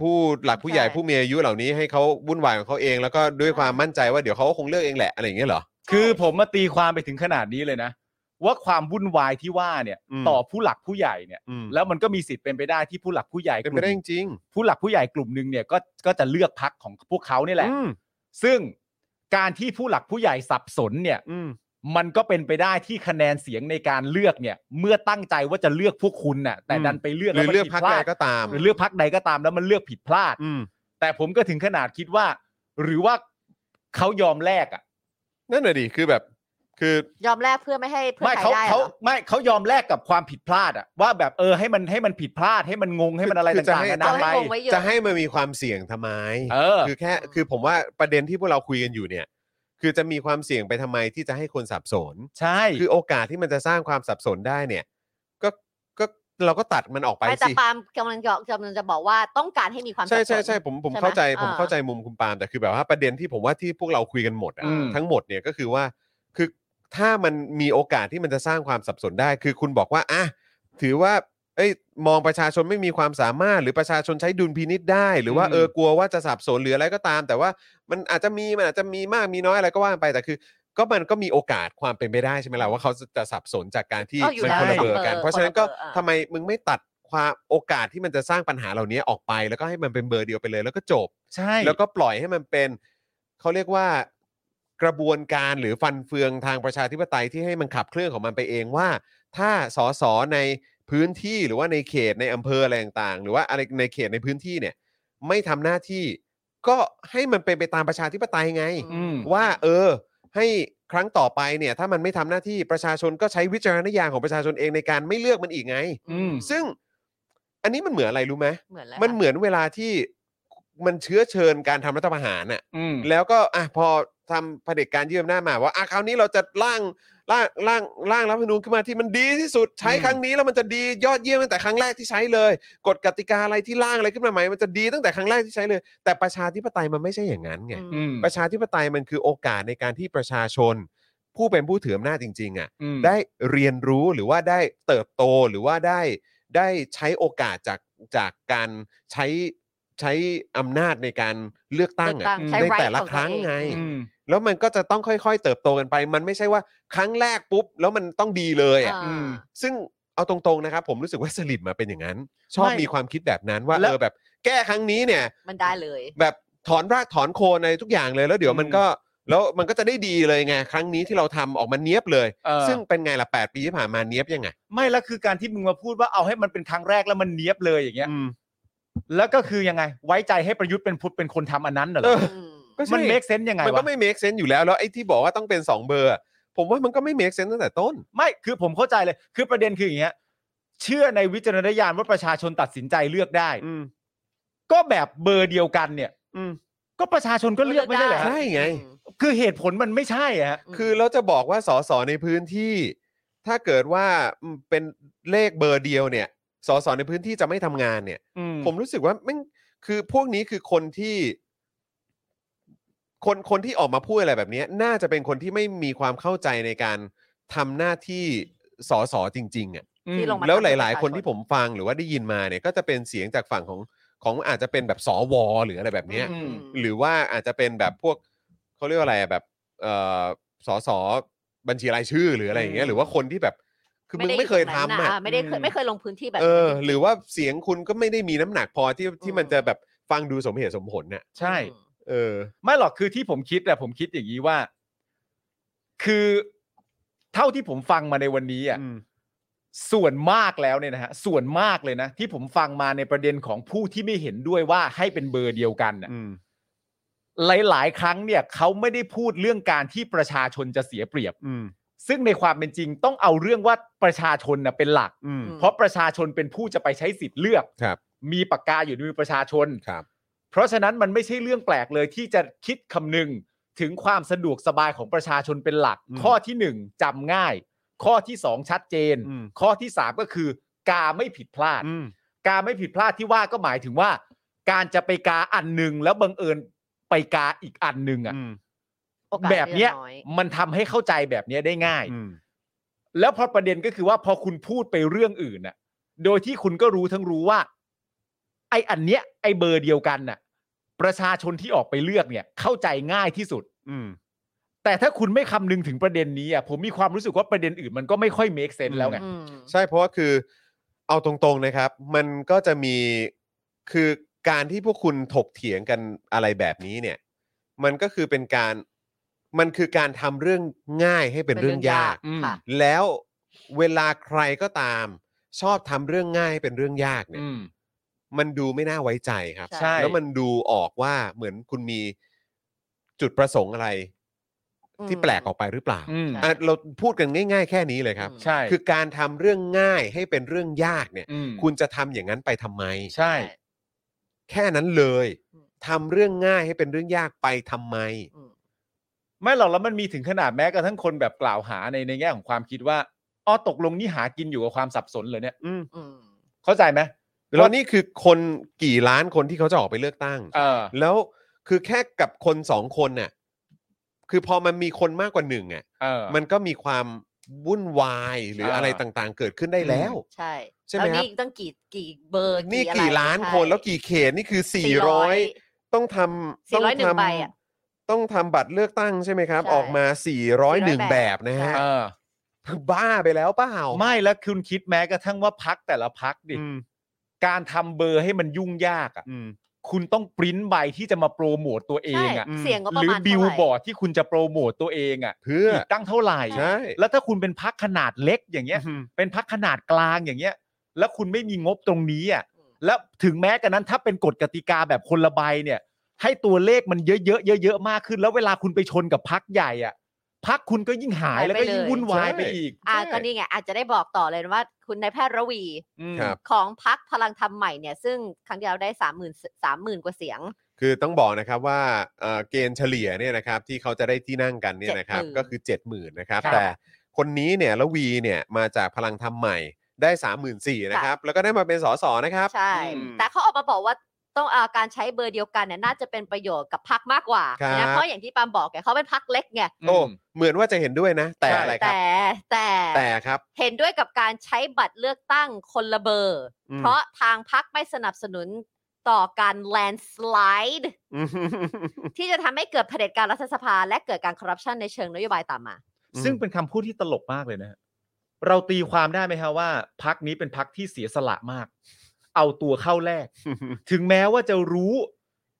S1: ผู้หลักผู้ใหญ่ผู้มีอายุเหล่านี้ให้เขาวุ่นวายของเขาเอง แล้วก็ด้วยความมั่นใจว่าเดี๋ยวเขาก็คงเลือกเองแหละอะไรอย่างเงี้ยเหรอ
S3: คือผมมาตีความไปถึงขนาดนี้เลยนะ ว่าความวุ่นวายที่ว่าเนี่ย
S1: อืม
S3: ต่อผู้หลักผู้ใหญ่เนี่ย
S1: อืม
S3: แล้วมันก็มีสิทธิ์เป็นไปได้ที่ผู้หลักผู้ใหญ่
S1: เป็น
S3: ก
S1: ไป
S3: ลุ่
S1: ได้จ
S3: ม
S1: ริง
S3: ผู้หลักผู้ใหญ่กลุ่มหนึ่งเนี่ยก็ก็จะเลือกพักของพวกเขานี่
S1: ๆ
S3: แหละ
S1: อืม
S3: ซึ่งการที่ผู้หลักผู้ใหญ่สับสนเนี่ย
S1: อืม
S3: มันก็เป็นไปได้ที่คะแนนเสียงในการเลือกเนี่ย เมื่อตั้งใจว่าจะเลือกพวกคุณน่ะ แต่
S1: อืม
S3: ดันไปเลือก
S1: หรื
S3: แว
S1: อ
S3: มัน
S1: เลือก
S3: ผิด
S1: พัก
S3: พลา
S1: ใด
S3: ด
S1: ก็ตาม
S3: หรือเลือกพักใดก็ตามแล้วมันเลือกผิดพลาด
S1: อืม
S3: แต่ผมก็ถึงขนาดคิดว่า หรือว่าเขายอมแลกอ่ะ
S1: นั่นแหะดิคือแบบ คือย
S2: อมแลกเพื่อไม่ให้เพื่อ
S3: ไม่
S2: ไทย
S3: เขา
S2: ได้เหร
S3: เขา
S2: อ
S3: ไม่เขายอมแลกกับความผิดพลาดอะว่าแบบเออให้มันให้มันผิดพลาดให้มันงงให้มันอะไร
S1: คื
S3: ต่างๆนานา
S2: เอา
S3: ไป
S2: ให้คงไว้เยอะ
S1: จะให้มันมีความเสี่ยงทำไม
S3: เออ
S1: คือแค่คือผมว่าประเด็นที่พวกเราคุยกันอยู่เนี่ย คือจะมีความเสี่ยงไปทำไมที่จะให้คนสับสน
S3: ใช่
S1: คือโอกาสที่มันจะสร้างความสับสนได้เนี่ย ก็ก็เราก็ตัดมันออกไป
S2: ไม่แต่
S1: สิ
S2: ปาล์มกำลังจะกำลังจะบอกว่าต้องการให้มีความ
S1: ใช่
S2: สับสน
S1: ใช่ใช่ผมผม
S2: ใช่ไหม
S1: เข้าใจผม
S2: อ่า
S1: เข้าใจมุมคุณปาล์มแต่คือแบบว่าประเด็นที่ผมว่าที่พวกเราคุยกันหมดอะ
S3: อืม
S1: ทั้งหมดเนี่ยก็คือว่าคือถ้ามันมีโอกาสที่มันจะสร้างความสับสนได้ คือคุณบอกว่าอ่ะถือว่า เอ้ยมองประชาชนไม่มีความสามารถ หรือประชาชนใช้ดุลพินิษได้ หรือว่า
S3: อืม
S1: เออกลัวว่าจะสับสนหรืออะไรก็ตาม แต่ว่ามันอาจจะมีมันอาจจะมีมากมีน้อยอะไรก็ว่าไปแต่คือ ก็มันก็มีโอกาสความเป็นไปได้ใช่ไหมล่ะว่าเขาจะสับสนจากการที่
S2: อ้าวอยู่
S1: มัน
S2: แล้ว
S1: คนละเบอร์
S2: คนละเบอร์
S1: กัน เพราะฉะนั้นก็
S2: คนละเบอร์อ่ะ
S1: ทำไมมึงไม่ตัดความโอกาสที่มันจะสร้างปัญหาเหล่านี้ออกไป แล้วก็ให้มันเป็นเบอร์เดียวไปเลย แล้วก็จบ
S3: ใช่
S1: แล้วก็ปล่อยให้มันเป็นเขาเรียกว่ากระบวนการหรือฟันเฟืองทางประชาธิปไตยที่ให้มันขับเคลื่อนของมันไปเองว่า ถ้าสสในพื้นที่หรือว่าในเขตในอำเภออะไรต่างๆ หรือว่าอะไรในเขตในพื้นที่เนี่ย ไม่ทำหน้าที่ ก็ให้มันเป็นไปตามประชาธิปไตยไง
S3: อืม
S1: [LAUGHS] ว่าเออให้ครั้งต่อไปเนี่ยถ้ามันไม่ทำหน้าที่ประชาชนก็ใช้วิจารณญาณของประชาชนเองในการไม่เลือกมันอีกไง
S3: อืม
S1: ซึ่งอันนี้มันเหมือนอะไรรู้ไหม
S2: เหมือนอะไร
S1: มันเหมือนเวลาที่มันเชื้อเชิญการทำรัฐประหารน่ะ
S3: อืม
S1: แล้วก็อ่ะพอทำเผด็จการยืมหน้าจมาว่าอ่ะคราวนี้เราจะร่างร่างร่างร่างรัฐธรรมนูญขึ้นมาที่มันดีที่สุดใช้ครั้งนี้แล้วมันจะดียอดเยี่ยมตั้งแต่ครั้งแรกที่ใช้เลยกฎกติกาอะไรที่ร่างอะไรขึ้นมาใหม่มันจะดีตั้งแต่ครั้งแรกที่ใช้เลย แต่ประชาธิปไตยมันไม่ใช่อย่างนั้นไง
S3: อืม
S1: ประชาธิปไตยมันคือโอกาสในการที่ประชาชน ผู้เป็นผู้ถืออำนาจจริงๆอ่ะ
S3: อืม
S1: ได้เรียนรู้หรือว่าได้เติบโตหรือว่าได้ได้ใช้โอกาสจากจากการใช้ใช้อำนาจในการเลือกตั้งอ่ะ
S2: ใช้
S1: ใน
S2: right
S1: แต่ละ
S2: ของ
S1: ครั้ง
S2: ตัวเอ
S1: ไง
S3: อืม
S1: แล้วมันก็จะต้องค่อยๆ เติบโตกันไป มันไม่ใช่ว่าครั้งแรกปุ๊บ แล้วมันต้องดีเลยอ่ะ
S2: อ่า
S3: อืม
S1: ซึ่งเอาตรงๆนะครับ ผมรู้สึกว่าสลิดมาเป็นอย่างนั้น ชอบ
S3: ไม่
S1: มีความคิดแบบนั้นว่า
S3: แล้
S1: เอ
S3: ว
S1: อแบบแก้ครั้งนี้เนี่ย
S2: มันได้เลย
S1: แบบถอนรากถอนโคนอะไรทุกอย่างเลยแล้วเดี๋ยวมันก็แล้วมันก็จะได้ดีเลยไงครั้งนี้ที่เราทำออกมาเนี้ยบเลย
S3: เออ
S1: ซึ่งเป็นไงล่ะ 8 ปีที่ผ่านมาเนี้ยบยังไง
S3: ไม่แล้วคือการที่มึงมาพูดว่าเอาให้มันเป็นครั้งแรกแล้วมันเนี้ยบเลยอย่างเงี้ย
S1: อืม
S3: แล้วก็คือยังไง ไว้ใจให้ประยุทธ์เป็นพุทธเป็นคนทำอันนั้นน่ะเหร
S1: เอ
S3: อ
S1: อ
S2: อืม
S1: ก็ใช่
S3: มันเมคเซนต์ยังไง
S1: มันก็
S3: วะ
S1: ไม่ make sense อยู่แล้ว แล้วไอ้ที่บอกว่าต้องเป็น 2 เบอร์อะผมว่ามันก็ไม่ make sense ตั้งแต่ต้น
S3: ไม่คือผมเข้าใจเลย คือประเด็นคืออย่างเงี้ย เชื่อในวิจารณญาณว่าประชาชนตัดสินใจเลือกได้
S1: อืม
S3: ก็แบบเบอร์เดียวกันเนี่ย
S1: อืม
S3: ก็ประชาชนก็เลือกไม่ได้เหรอ
S1: ใช่
S3: ฮะ
S1: ไง
S3: คือเหตุผลมันไม่ใช่อะฮะ
S2: อืม
S1: คือเราจะบอกว่าสสในพื้นที่ ถ้าเกิดว่าอืมเป็นเลขเบอร์เดียวเนี่ยสสในพื้นที่จะไม่ทำงานเนี่ย ผมรู้สึกว่าแม่งคือพวกนี้คือคนที่ คนคนที่ออกมาพูดอะไรแบบนี้ น่าจะเป็นคนที่ไม่มีความเข้าใจในการทำหน้าที่สอสอจริง ๆอะ่ะ
S2: ที่ลงมา
S1: แล้วห
S2: ทำ
S1: ลาย ๆ คนที่
S2: ประชาช
S1: ผมฟังหรือว่าได้ยินมาเนี่ย ก็จะเป็นเสียงจากฝั่งของของอาจจะเป็นแบบสวหรืออะไรแบบเนี้ย
S3: อืม
S1: หรือว่าอาจจะเป็นแบบพวกเขาเรียกว่าอะไรอะแบบเอ่อสอสอบัญชีรายชื่อหรืออะไรอย่างเงี้ยหรือว่าคนที่แบบ คือมึง
S2: ด้
S1: ไม่เคยทำ
S2: อตรงนั้น
S1: อ่ะ
S2: น่ไม่ได้เคยไม่เคยลงพื้นที่แบบ
S1: เอ
S2: นั้น
S1: อ
S2: จงๆ
S1: หรือว่าเสียงคุณก็ไม่ได้มีน้ำหนักพอที่ที่
S2: อืม
S1: มันจะแบบฟังดูสมเหตุสมผลน่ะ
S3: ใช่
S2: อืม
S1: เออ
S3: ไม่หรอกคือที่ผมคิดแต่ผมคิดอย่างนี้ว่า คือเท่าที่ผมฟังมาในวันนี้อ่ะ
S1: อืม
S3: ส่วนมากแล้วเนี่ยนะฮะส่วนมากเลยนะ ที่ผมฟังมาในประเด็นของผู้ที่ไม่เห็นด้วยว่าให้เป็นเบอร์เดียวกันน่ะ
S1: อืม
S3: หลาย ๆ ครั้งเนี่ยเขาไม่ได้พูดเรื่องการที่ประชาชนจะเสียเปรียบ
S1: อืม
S3: ซึ่งในความเป็นจริงต้องเอาเรื่องว่าประชาชนนะเป็นหลัก
S1: อืม
S3: เพราะประชาชนเป็นผู้จะไปใช้สิทธิ์เลือก
S1: ครับ
S3: มีปากกาอยู่ในมือประชาชน
S1: ครับ
S3: เพราะฉะนั้นมันไม่ใช่เรื่องแปลกเลยที่จะคิดคำนึง ถึงความสะดวกสบายของประชาชนเป็นหลัก
S1: อืม
S3: ข้อที่หนึ่งจำง่าย ข้อที่สองชัดเจน
S1: อืม
S3: ข้อที่สามก็คือกาไม่ผิดพลาด
S1: อืม
S3: การไม่ผิดพลาดที่ว่าก็หมายถึงว่า การจะไปกาอันหนึ่งแล้วบังเอิญไปกาอีกอันหนึ่งอ่ะ
S1: อืม
S2: โอกาส
S3: แบบเนี้ย
S2: จะน้อย
S3: มันทำให้เข้าใจแบบเนี้ยได้ง่าย
S1: อืม
S3: แล้วพอประเด็นก็คือว่าพอคุณพูดไปเรื่องอื่นน่ะ โดยที่คุณก็รู้ทั้งรู้ว่า ไอ้อันเนี้ย ไอ้เบอร์เดียวกันน่ะ ประชาชนที่ออกไปเลือกเนี่ย เข้าใจง่ายที่สุด
S1: อืม
S3: แต่ถ้าคุณไม่คำนึงถึงประเด็นนี้อ่ะผมมีความรู้สึกว่าประเด็นอื่นมันก็ไม่ค่อย make sense แล้วไง
S2: อืม
S1: ใช่เพราะว่าคือเอาตรงๆนะครับ มันก็จะมีคือการที่พวกคุณถกเถียงกันอะไรแบบนี้เนี่ย มันก็คือเป็นการมันคือการทำเรื่องง่ายให้เป็นเรื่องยาก
S3: อืม
S2: ค่ะ
S1: แล้วเวลาใครก็ตาม ชอบทำเรื่องง่ายให้เป็นเรื่องยากเนี่ย
S3: อืม
S1: มันดูไม่น่าไว้ใจครับ
S3: ใช่
S1: แล้วมันดูออกว่าเหมือนคุณมีจุดประสงค์อะไร ที่แปลกออกไปหรือเปล่า
S3: อืม
S1: อ่ะเราพูดกันง่าย ๆ แค่นี้เลยครับ
S2: อืม
S3: ใช่
S1: คือการทำเรื่องง่ายให้เป็นเรื่องยากเนี่ย
S3: ม
S1: คุณจะทำอย่างนั้นไปทำไม
S3: ใช่
S1: แค่นั้นเลย
S2: อืม
S1: ทำเรื่องง่ายให้เป็นเรื่องยากไปทำไม
S2: อืม
S3: ไม่หรอกแล้วมันมีถึงขนาดแม้กระทั่งคนแบบกล่าวหาในในแง่ของความคิดว่าอ๋อตกลงนี่หากินอยู่กับความสับสนเลยเนี่ย
S1: อืม
S2: อืม
S3: เข้าใจไหม
S1: แล้วนี่คือคนกี่ล้านคนที่เขาจะออกไปเลือกตั้ง
S3: เออ
S1: แล้วคือแค่กับคนสองคนน่ะคือพอมันมีคนมากกว่าหนึ่งอ่ะ
S3: เออ
S1: มันก็มีความวุ่นวายหรือ
S3: เอออ
S1: อะไรต่างๆ เกิดขึ้นได้แล้ว
S2: ใช่
S1: ใช่ไหม
S2: แล้ว
S1: ครับ
S2: นี่ตั้งกี่กี่เบอร์
S1: นี่
S2: อะไร
S1: กี่ล้าน
S2: ใช่
S1: คนแล้วกี่เขตนี่คือ 400 ต้องทำต้อง
S2: 401
S1: ท
S2: ใบอะ
S1: ำต้องทำบัตรเลือกตั้งใช่ไหมครับ
S2: ใช่
S1: ออกมา 401
S2: 401
S1: แบบนะฮะ
S2: ใช่
S3: เออ
S1: บ้าไปแล้วเปล่า
S3: ไม่แล้วคุณคิดแม้กระทั่งว่าพักแต่ละพักดิ
S1: อืม
S3: การทำเบอร์ให้มันยุ่งยากอ่ะ
S1: อืม
S3: คุณต้องปริ้นใบที่จะมาโปรโมตตัวเอ
S2: ใช่
S3: งอ่ะ
S1: อืม
S2: เสียงก็ป
S3: ห
S2: ระ
S3: รือ
S2: มาณ
S3: บิล
S2: เท่าไหร่
S3: บอร์ดที่คุณจะโปรโมตตัวเองอ่ะ
S1: เพื่อ
S3: อีกตั้งเท่าไหร่
S1: ใช่
S3: แล้วถ้าคุณเป็นพักขนาดเล็กอย่างเงี้ย
S1: อืม
S3: เป็นพักขนาดกลางอย่างเงี้ย แล้วคุณไม่มีงบตรงนี้อ่ะ แล้วถึงแม้กันนั้นถ้าเป็นกฎกติกาแบบคนละใบเนี่ย ให้ตัวเลขมันเยอะๆเยอะๆมากขึ้น แล้วเวลาคุณไปชนกับพักใหญ่อ่ะพักคุณก็ยิ่งหาย
S2: หายไป
S3: แล้วก็ยิ่ง
S2: เลย
S3: วุ่นวายไป
S1: ใช่
S3: อีก
S2: อ่ะก็นี่ไงอาจจะได้บอกต่อเลยว่า คุณนายแพทย์ระวี
S3: อืม
S1: ครับ
S2: ของพักพลังธรรมใหม่เนี่ย ซึ่งครั้งเดียวได้สามหมื่นสามหมื่นกว่าเสียง
S1: คือต้องบอกนะครับว่าเอ่อเกณฑ์เฉลี่ยเนี่ยนะครับที่เขาจะได้ที่นั่งกันเนี่ยนะครับ
S2: 70,000
S1: ก็คือ 70,000นะครับ
S3: ครับ
S1: แต่คนนี้เนี่ยละวีเนี่ยมาจากพลังธรรมใหม่ได้ 34,000นะครับแล้วก็ได้มาเป็นสสนะครับ
S2: ใช่
S1: อืม
S2: แต่เขาออกมาบอกว่าต้องอาการใช้เบอร์เดียวกันเนี่ยน่าจะเป็นประโยชน์กับพักมากกว่า
S1: ครับ
S2: นะเพราะอย่างที่ปาล์มบอกไงเขาเป็นพักเล็กไง
S1: โอ้เหมือนว่าจะเห็นด้วยนะ แต่อะไรครับ
S2: แต่แต่
S1: แต่ครับ
S2: เห็นด้วยกับการใช้บัตรเลือกตั้งคนละเบอร์
S1: อืม
S2: เพราะทางพักไม่สนับสนุนต่อการแลนสไลด์ ที่จะทำให้เกิดเผด็จการรัฐสภา และเกิดการคอร์รัปชันในเชิงนโยบายตามมา
S3: ซึ่งเป็นคำพูดที่ตลกมากเลยนะฮะเราตีความได้ไหมฮะว่าพักนี้เป็นพักที่เสียสละมาก เอาตัวเข้าแร
S1: [LAUGHS]
S3: ก ถึงแม้ว่าจะรู้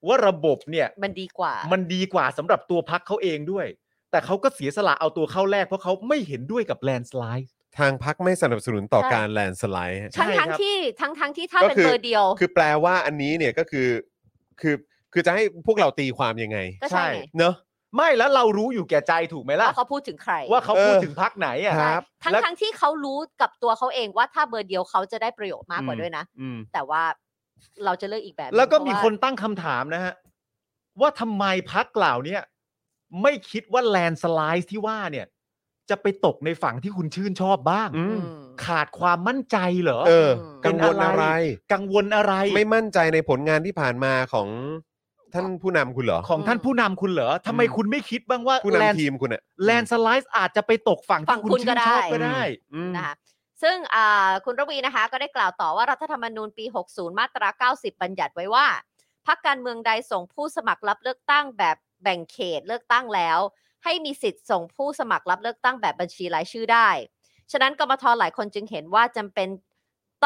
S3: ว่าระบบเนี่ย
S2: มันดีกว่า
S3: มันดีกว่าสำหรับตัวพักเขาเองด้วย แต่เขาก็เสียสละเอาตัวเข้าแรกเพราะเขาไม่เห็นด้วยกับแลนสไลด์
S1: ทางพักไม่สนับสนุนต่อ
S2: ใช่
S1: การแลนสไลด์
S3: ใช่
S2: ทั้ง
S3: ครับ
S2: ทั้งๆที่ทั้งทั้งๆที่ถ้า
S1: ก็
S2: เป็น
S1: คือ
S2: เบอร์เดียว
S1: คือแปลว่าอันนี้เนี่ยก็คือคือคือจะให้พวกเราตีความยังไง
S2: ก็ใช่ไง
S1: เนอะ
S3: ไม่แล้วเรารู้อยู่แก่ใจถูกไหมล่ะ
S2: ว่าเขาพูดถึงใคร
S3: ว่าเขาพูด
S1: เออ
S3: ถึงพักไหนอ่ะ
S1: ค
S2: ใช่
S1: รับ
S2: ทั้ง
S3: แล้ว
S2: ทั้งที่เขารู้กับตัวเขาเองว่าถ้าเบอร์เดียวเขาจะได้ประโยชน์มากกว่าด้วยนะ
S1: อืม
S2: แต่ว่าเราจะเลือกอีกแบบหนึ่ง
S3: แล้วก็
S2: เพราะ
S3: มี
S2: ว่า
S3: คนตั้งคำถามนะฮะ ว่าทำไมพักเหล่าเนี้ยไม่คิดว่าแลนสไลด์ที่ว่าเนี่ย จะไปตกในฝั่งที่คุณชื่นชอบบ้าง
S1: อื
S2: อื
S1: ม
S2: ม
S3: ขาดความมั่นใจเหรอ
S1: เออ
S2: ม
S1: กังวล
S3: เป็น
S1: อะ
S3: อะไร
S1: ไร
S3: กังวลอะไร
S1: ไม่มั่นใจในผลงานที่ผ่านมาของท่านผู้นำคุณเหรอ
S3: ของท่านผู้นำคุณเหรอทำไมคุณไม่คิดบ้างว่า
S1: ผู้
S3: แลน
S1: นำทีมคุณอ่ะ
S3: แลนสไลด์อาจจะไปตกฝั่ง
S2: ฝั่
S3: ที่
S2: ง
S3: คุณ
S2: คุณ
S3: ชื่
S2: ก็
S3: น
S2: ได้
S3: ชอบก็ได้
S2: นะคะซึ่งอ่าคุณระวีนะคะก็ได้กล่าวต่อว่ารัฐธรรมนูญปี 60 มาตรา 90 บัญญัติไว้ว่าพรรคการเมืองใดส่งผู้สมัครรับเลือกตั้งแบบแบ่งเขตเลือกตั้งแล้ว ให้มีสิทธิ์ส่งผู้สมัครรับเลือกตั้งแบบบัญชีรายชื่อได้ ฉะนั้นกมทหลายคนจึงเห็นว่าจำเป็น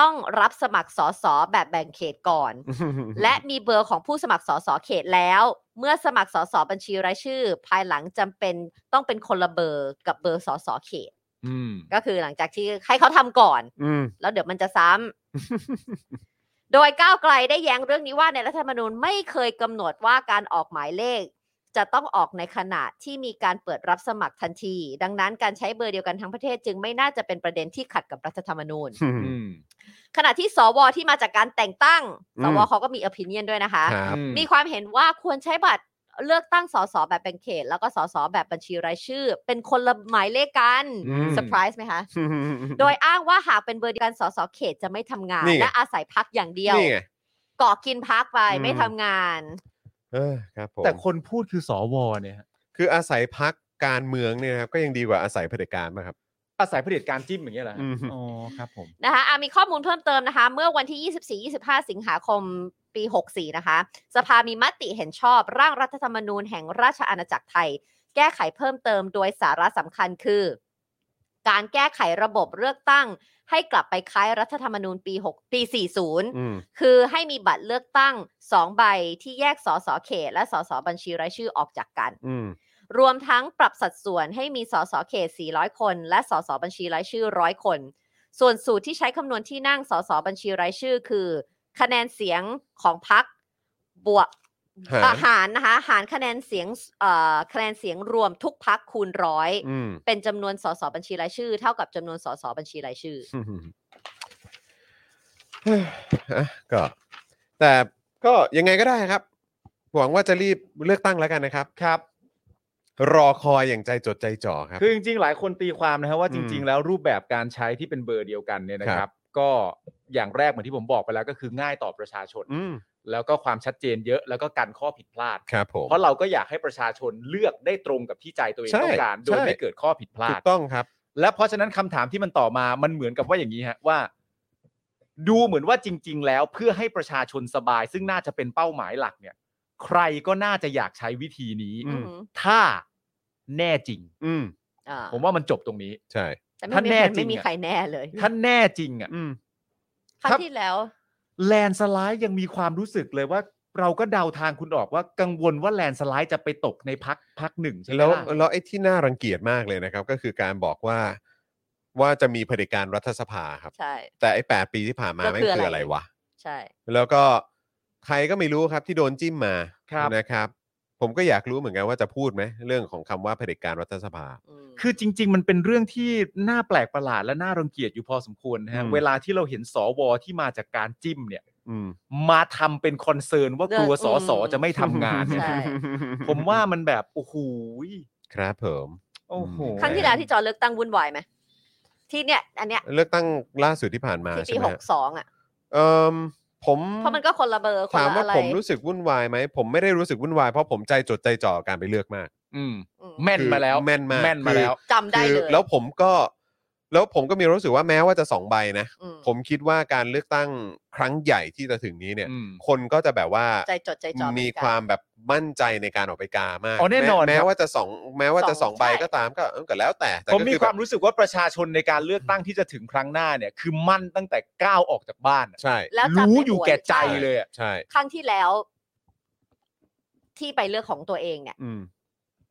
S2: ต้องรับสมัครสสแบบแบ่งเขตก่อน และมีเบอร์ของผู้สมัครสสเขตแล้ว เมื่อสมัครสสบัญชีรายชื่อ ภายหลังจำเป็นต้องเป็นคนละเบอร์กับเบอร์สสเขต
S3: อืม
S2: ก็คือหลังจากที่ให้เขาทำก่อน
S1: อืม
S2: แล้วเดี๋ยวมันจะซ้ำ
S1: [LAUGHS]
S2: โดยก้าวไกลได้แย้งเรื่องนี้ว่าในรัฐธรรมนูญไม่เคยกำหนดว่าการออกหมายเลข จะต้องออกในขณะที่มีการเปิดรับสมัครทันที ดังนั้นการใช้เบอร์เดียวกันทั้งประเทศจึงไม่น่าจะเป็นประเด็นที่ขัดกับรัฐธรรมนูญ
S3: อืม
S2: ขณะที่สวที่มาจากการแต่งตั้ง สว
S1: อืม
S2: เขาก็มีอภินิยนด้วยนะคะ
S1: ครับ
S3: อืม
S2: มีความเห็นว่าควรใช้บัตร เลือกตั้งสสแบบแบ่งเขต แล้วก็สสแบบบัญชีรายชื่อ เป็นคนละหมายเลขกัน
S1: อืม
S2: เซอร์ไพรส์ไหม
S1: [LAUGHS]
S2: คะ โดยอ้างว่าหากเป็นเบอร์เดียวกันสสเขตจะไม่ทำงาน
S1: นี่ไง
S2: และอาศัยพักอย่างเดียว
S1: นี่ไง
S2: เกาะกินพักไป
S1: อืม
S2: ไม่ทำงาน
S1: เออครับผม
S3: แต่คนพูดคือสวเนี่ยฮะ
S1: คืออาศัยพักการเมืองเนี่ยนะครับก็ยังดีกว่าอาศัยเผด็จการป่ะครับ
S3: อาศัยเผด็จการจิ้มอย่างเงี้ยเหรอฮะ
S1: อืม
S3: อ๋อครับผม
S2: นะคะอ่ะมีข้อมูลเพิ่มเติมนะคะ เมื่อวันที่ 24-25 สิงหาคมปี 64 นะคะ สภามีมติเห็นชอบร่างรัฐธรรมนูญแห่งราชอาณาจักรไทย แก้ไขเพิ่มเติมโดยสาระสำคัญคือ การแก้ไขระบบเลือกตั้ง ให้กลับไปคล้ายรัฐธรรมนูญปี6ปี 40
S1: อืม
S2: คือให้มีบัตรเลือกตั้ง 2 ใบที่แยกสสเขต และสสบัญชีรายชื่อออกจากกัน
S1: อืม
S2: รวมทั้งปรับสัดส่วนให้มีสสเขต 400 คน และสสบัญชีรายชื่อ 100 คน ส่วนสูตรที่ใช้คำนวณที่นั่งสสบัญชีรายชื่อคือ คะแนนเสียงของพักบวก
S1: หาร
S2: อาหารนะคะหารคะแนนเสียงเอ่อคะแนนเสียงรวมทุกพักคูณร้อย
S1: อืม
S2: เป็นจำนวนสสบัญชีรายชื่อ เท่ากับจำนวนสสบัญชีรายชื่อ
S1: อืมเฮ้ย [LAUGHS] อ่ะก็แต่ก็ยังไงก็ได้ครับ หวังว่าจะรีบเลือกตั้งแล้วกันนะครับครับ รอคอยอย่างใจจดใจจ่อครับ
S3: คือจริงๆ หลายคนตีความนะฮะว่า
S1: อื
S3: จ
S1: ม
S3: ริง ๆ แล้วรูปแบบการใช้ที่เป็นเบอร์เดียวกันเนี่ยนะค
S1: ครั
S3: รับ บ ก็อย่างแรกเหมือนที่ผมบอกไปแล้วก็คือง่ายต่อประชาชน
S1: อืม
S3: แล้วก็ความชัดเจนเยอะแล้วก็กันข้อผิดพลาด
S1: ครับผม
S3: เพราะเราก็อยากให้ประชาชนเลือกได้ตรงกับที่ใจตัวเอง
S1: ใช่
S3: ต้องการโดย
S1: ใช่
S3: ไม่เกิดข้อผิดพลา
S1: ถู
S3: ด
S1: กต้องครับ
S3: และเพราะฉะนั้นคำถามที่มันต่อมามันเหมือนกับว่าอย่างนี้ฮะว่า ดูเหมือนว่าจริง ๆ แล้วเพื่อให้ประชาชนสบาย ซึ่งน่าจะเป็นเป้าหมายหลักเนี่ย ใครก็น่าจะอยากใช้วิธีนี้
S2: อือหือ
S3: ถ้าแน่จริง
S1: อืม
S2: อ่า
S3: ผมว่ามันจบตรงนี้
S1: ใช่
S2: แต่ไม่มี
S3: ถ้าแน่
S2: ใคร
S3: จริ
S2: ไม่
S3: ง
S2: มี
S3: อะ
S2: ใครแน่เลย
S3: ถ้าแน่จริงอ่ะ
S1: อืม
S2: ครั้ง
S3: ครับ
S2: ที่แล้ว
S3: แลนสไลด์ยังมีความรู้สึกเลยว่า เราก็เดาทางคุณออกว่ากังวลว่าแลนสไลด์จะไปตกในพักพักหนึ่งใช่ไหม
S1: แล้ว
S3: ล่ะ
S1: แล้วไอ้ที่น่ารังเกียจมากเลยนะครับ ก็คือการบอกว่าว่าจะมีเผด็จการรัฐสภาครับ
S2: ใช่
S1: แต่ไอ้แปดปีที่ผ่านมา
S2: ก็
S1: ไม่
S2: คื
S1: ง
S2: อ
S1: คืออะ
S2: อะไรไร
S1: วะ
S2: ใช่
S1: แล้วก็ใครก็ไม่รู้ครับที่โดนจิ้มมา
S3: ครับ
S1: นะครับ ผมก็อยากรู้เหมือนกันว่าจะพูดไหมเรื่องของคำว่าเผด็จการรัฐสภา
S2: อืม
S3: คือจริง ๆ มันเป็นเรื่องที่น่าแปลกประหลาดและน่ารังเกียจอยู่พอสมควรนะฮะ
S1: อืม
S3: เวลาที่เราเห็นสวที่มาจากการจิ้มเนี่ย
S1: อืม
S3: มาทำเป็นคอนเซิร์นว่ากลัว
S2: เรื่อง
S3: ส
S2: อืม
S3: สจะไม่ทำงานเนี่ย
S2: ใช่
S3: ผมว่ามันแบบโอ้โหย
S1: ครับผม
S3: โอ้โห
S2: ครั้งที่แล้วที่จอเลือกตั้งวุ่นวายไหมที่เนี่ย อันเนี้ย
S1: เลือกตั้งล่าสุดที่ผ่านมา
S2: ที่
S1: ใช่
S2: ปี
S1: ไหม
S2: ห
S1: ฮะ
S2: กสองอ่ะ
S1: เอ่มผม
S2: เพราะมันก็คนละเบอร์คน
S1: ถาม
S2: ละ
S1: ว่า
S2: อะไร
S1: ผมรู้สึกวุ่นวายไหมผมไม่ได้รู้สึกวุ่นวายเพราะผมใจจดใจจ่อการไปเลือกมาก
S3: อืม
S2: อืม
S3: แม่นมาแล้ว
S1: คือแม่นมาก
S3: แม่นมาแล้ว
S2: จำได้
S1: คื
S2: เล
S1: อยแล้วผมก็ แล้วผมก็มีรู้สึกว่าแม้ว่าจะสองใบนะ
S2: อืม
S1: ผมคิดว่าการเลือกตั้งครั้งใหญ่ที่จะถึงนี้เนี่ย
S3: อืม
S1: คนก็จะแบบว่า
S2: ใจจดใจจ่อเห
S1: มี
S2: อนกัน
S1: ความแบบมั่นใจในการออกไปกามาก
S3: อ๋อแน่นอน
S1: แม้
S3: ครับ
S1: ว่าจะสองแม้ว่าจะสอง
S2: สอง
S1: ใบ
S2: ใช่
S1: ก็ตามก็เออก็แล้วแต่แต่
S3: ผม
S1: ก็
S3: มี
S1: คือ
S3: ค
S1: แบ
S3: วา
S1: บ
S3: มรู้สึกว่าประชาชนในการเลือกตั้งที่จะถึงครั้งหน้าเนี่ย คือมั่นตั้งแต่ก้าวออกจากบ้านอะ
S1: ใช่
S2: แล้วจำ
S3: รู้
S2: ใน
S3: อยู่
S2: หัว
S3: แก่ใจ
S2: ช่
S3: เลยอะ
S1: ใช่
S2: ครั้งที่แล้ว ที่ไปเลือกของตัวเองเนี่ย
S1: อืม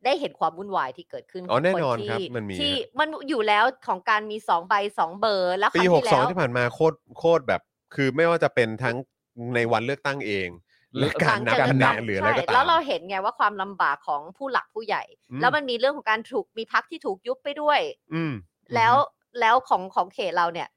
S2: ได้เห็นความวุ่นวายที่เกิดขึ้น
S1: อ๋อ
S2: ขง
S1: แน่นอน
S2: ที่
S1: ครับมันมี
S2: ที่มันอยู่แล้วของการมีสองใบสองเบอร์แล้วค
S1: ปี
S2: รั้ง
S1: หก
S2: ที่
S1: สอง
S2: แล้ว
S1: ที่ผ่านมาโคตรโคตรแบบ คือไม่ว่าจะเป็นทั้งในวันเลือกตั้งเอง และ
S2: ห
S1: การ
S2: ลัง
S1: นับ
S2: จา
S1: คะแนน
S2: เลืตั้ง
S1: หรืออะไร
S2: ใช่
S1: ก็ตาม
S2: แล้วเราเห็นไงว่าความลำบากของผู้หลักผู้ใหญ่
S1: อืม
S2: แล้วมันมีเรื่องของการถูกมีพักที่ถูกยุบไปด้วย
S1: อืม
S2: แล้วแล้วของของเขตเราเนี่ย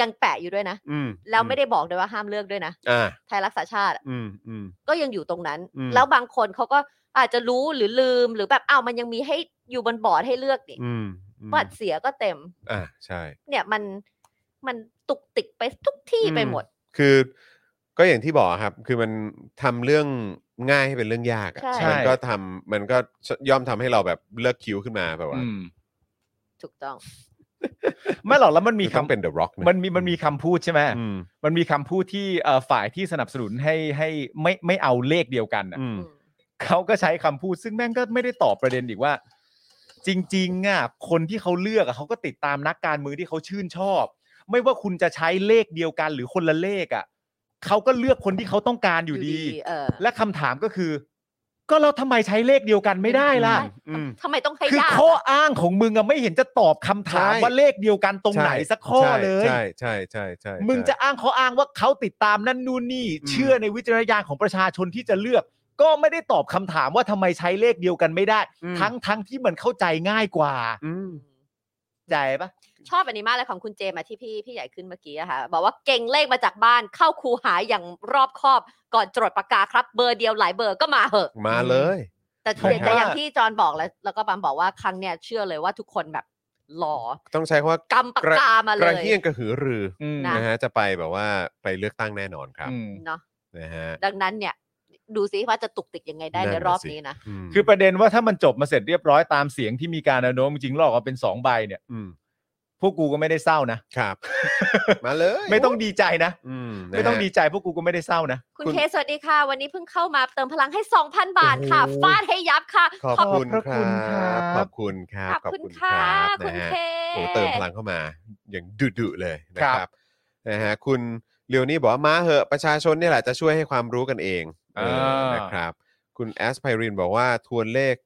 S2: ยังแปะอยู่ด้วยนะ
S1: อืม
S2: แล้วไม่ได้บอกด้วยว่าห้ามเลือกด้วยนะ
S1: อ่า
S2: ไทยรักษาชาติอะ
S1: อืมอืม
S2: ก็ยังอยู่ตรงนั้น
S1: อืม
S2: แล้วบางคนเขาก็อาจจะรู้หรือลืมหรือแบบอ้าวมันยังมีให้อยู่บนบอร์ดให้เลือกนี่
S1: อืมอืม
S2: บัตรเสียก็เต็ม
S1: อ่าใช่
S2: เนี่ยมันมันตุกติกไปทุกที่
S1: อืม
S2: ไปหมด
S1: คือก็อย่างที่บอกครับ คือมันทำเรื่องง่ายให้เป็นเรื่องยากอะ
S2: ใช่
S1: มันก็ทำมันก็ย่อมทำให้เราแบบเลิกคิ้วขึ้นมาแบบว่า
S3: อืม
S2: ถูกต้อง
S3: ไม่หรอกแล้วมันมี
S1: ต้อง
S3: คำ
S1: เป็น The Rock ะ
S3: มันมีมันมีคำพูดใช่ไหม
S1: อืม
S3: มันมีคำพูดที่เอ่อฝ่ายที่สนับสนุนให้ให้ไม่ไม่เอาเลขเดียวกันอะ
S1: อืม
S2: อืม
S3: เขาก็ใช้คำพูดซึ่งแม่งก็ไม่ได้ตอบประเด็นอีกว่า จริงๆอ่ะคนที่เขาเลือกอ่ะเขาก็ติดตามนักการเมืองที่เขาชื่นชอบ ไม่ว่าคุณจะใช้เลขเดียวกันหรือคนละเลขอ่ะเขาก็เลือกคนที่เขาต้องการอยู่ดี
S2: เออ
S3: และคำถามก็คือ ก็เราทำไมใช้เลขเดียวกันไม่ได้ล่ะ
S1: อืม
S2: ทำไมต้องให้
S3: คือ
S2: ญาติ
S3: ข้อ
S2: อะ
S3: อ้างของมึงอ่ะไม่เห็นจะตอบคำถาม
S1: ใช่
S3: ว่าเลขเดียวกันตรงไหนสักข้อ
S1: ใช่
S3: เลย
S1: ใช่ใช่ใช่ใช่ใช่
S3: มึงจะอ้างข้ออ้างว่าเขาติดตามนั่นนู่นนี่
S1: อืม
S3: เชื่อในวิจารณญาณของประชาชนที่จะเลือก ก็ไม่ได้ตอบคำถามว่าทำไมใช้เลขเดียวกันไม่ได้ ทั้งทั้งที่มันเข้าใจง่ายกว่า
S1: อืม
S3: ใจปะ
S2: ชอบอันนี้มากเลยของคุณเจมาที่พี่พี่ใหญ่ขึ้นเมื่อกี้อะค่ะ บอกว่าเก่งเลขมาจากบ้านเข้าคูหาอย่างรอบคอบก่อนจดปากกาครับ เบอร์เดียวหลายเบอร์ก็มาเหอะ
S1: มาเลย
S2: แต่
S1: ผมว่า [LAUGHS]
S2: แต่อย่างที่จอห์นบอกแล้ว แล้วก็ปาล์มบอกว่าครั้งเนี้ยเชื่อเลยว่าทุกคนแบบหลอ
S1: ต้องใช้คำว่าก
S2: ำปากกามาเล
S1: กระ
S2: ย
S1: เฮี้ยงกระหือรือ
S3: อืม
S2: นะ
S1: นะฮะจะไปแบบว่าไปเลือกตั้งแน่นอนครับ
S3: อืม
S2: เนาะ
S1: นะฮะ
S2: ดังนั้นเนี่ย ดูซิว่าจะตุกติกยังไงได้
S1: นั่น
S2: ใน
S1: น่ะ
S2: รอบ
S1: สิ
S2: นี้นะ
S1: ม
S3: คือประเด็นว่าถ้ามันจบมาเสร็จเรียบร้อยตามเสียงที่มีการแนวโน้มจริงๆลอกมาเป็นสองใบเนี่ย
S1: ม
S3: พวกกูก็ไม่ได้เศร้านะ
S1: ครับ [LAUGHS] มาเลย
S3: ไม่ต้องดีใจนะ
S1: อืมนะฮะ
S3: ไม่ต้องดีใจพวกกูก็ไม่ได้เศร้านะ
S2: คุณ
S1: คุณ
S2: เคสวัสดีค่ะ วันนี้เพิ่งเข้ามาเติมพลังให้ 2,000 บาทค่ะ
S1: โอ้โห
S2: ฟาดให้ยับค่ะ
S1: ขอบคุณ
S3: ขอบพระ
S1: ค
S3: คุ
S1: รั
S3: ณ
S1: บ
S3: ค
S1: ข
S3: รับ
S1: อบคุณครับ
S2: ขอบคุณค่ะ
S1: รับ
S2: คุณ
S1: นะฮะ
S2: เค
S1: โอ้เติมพลังเข้ามาอย่างดุๆเลยนะครับนะฮะคุณเลียวนี่บอกว่ามาเหอะประชาชนเนี่ยแหละจะช่วยให้ความรู้กันเองเออ
S3: อ่าน
S1: นะครับคุณแอสไพรินบอกว่าทวนเลข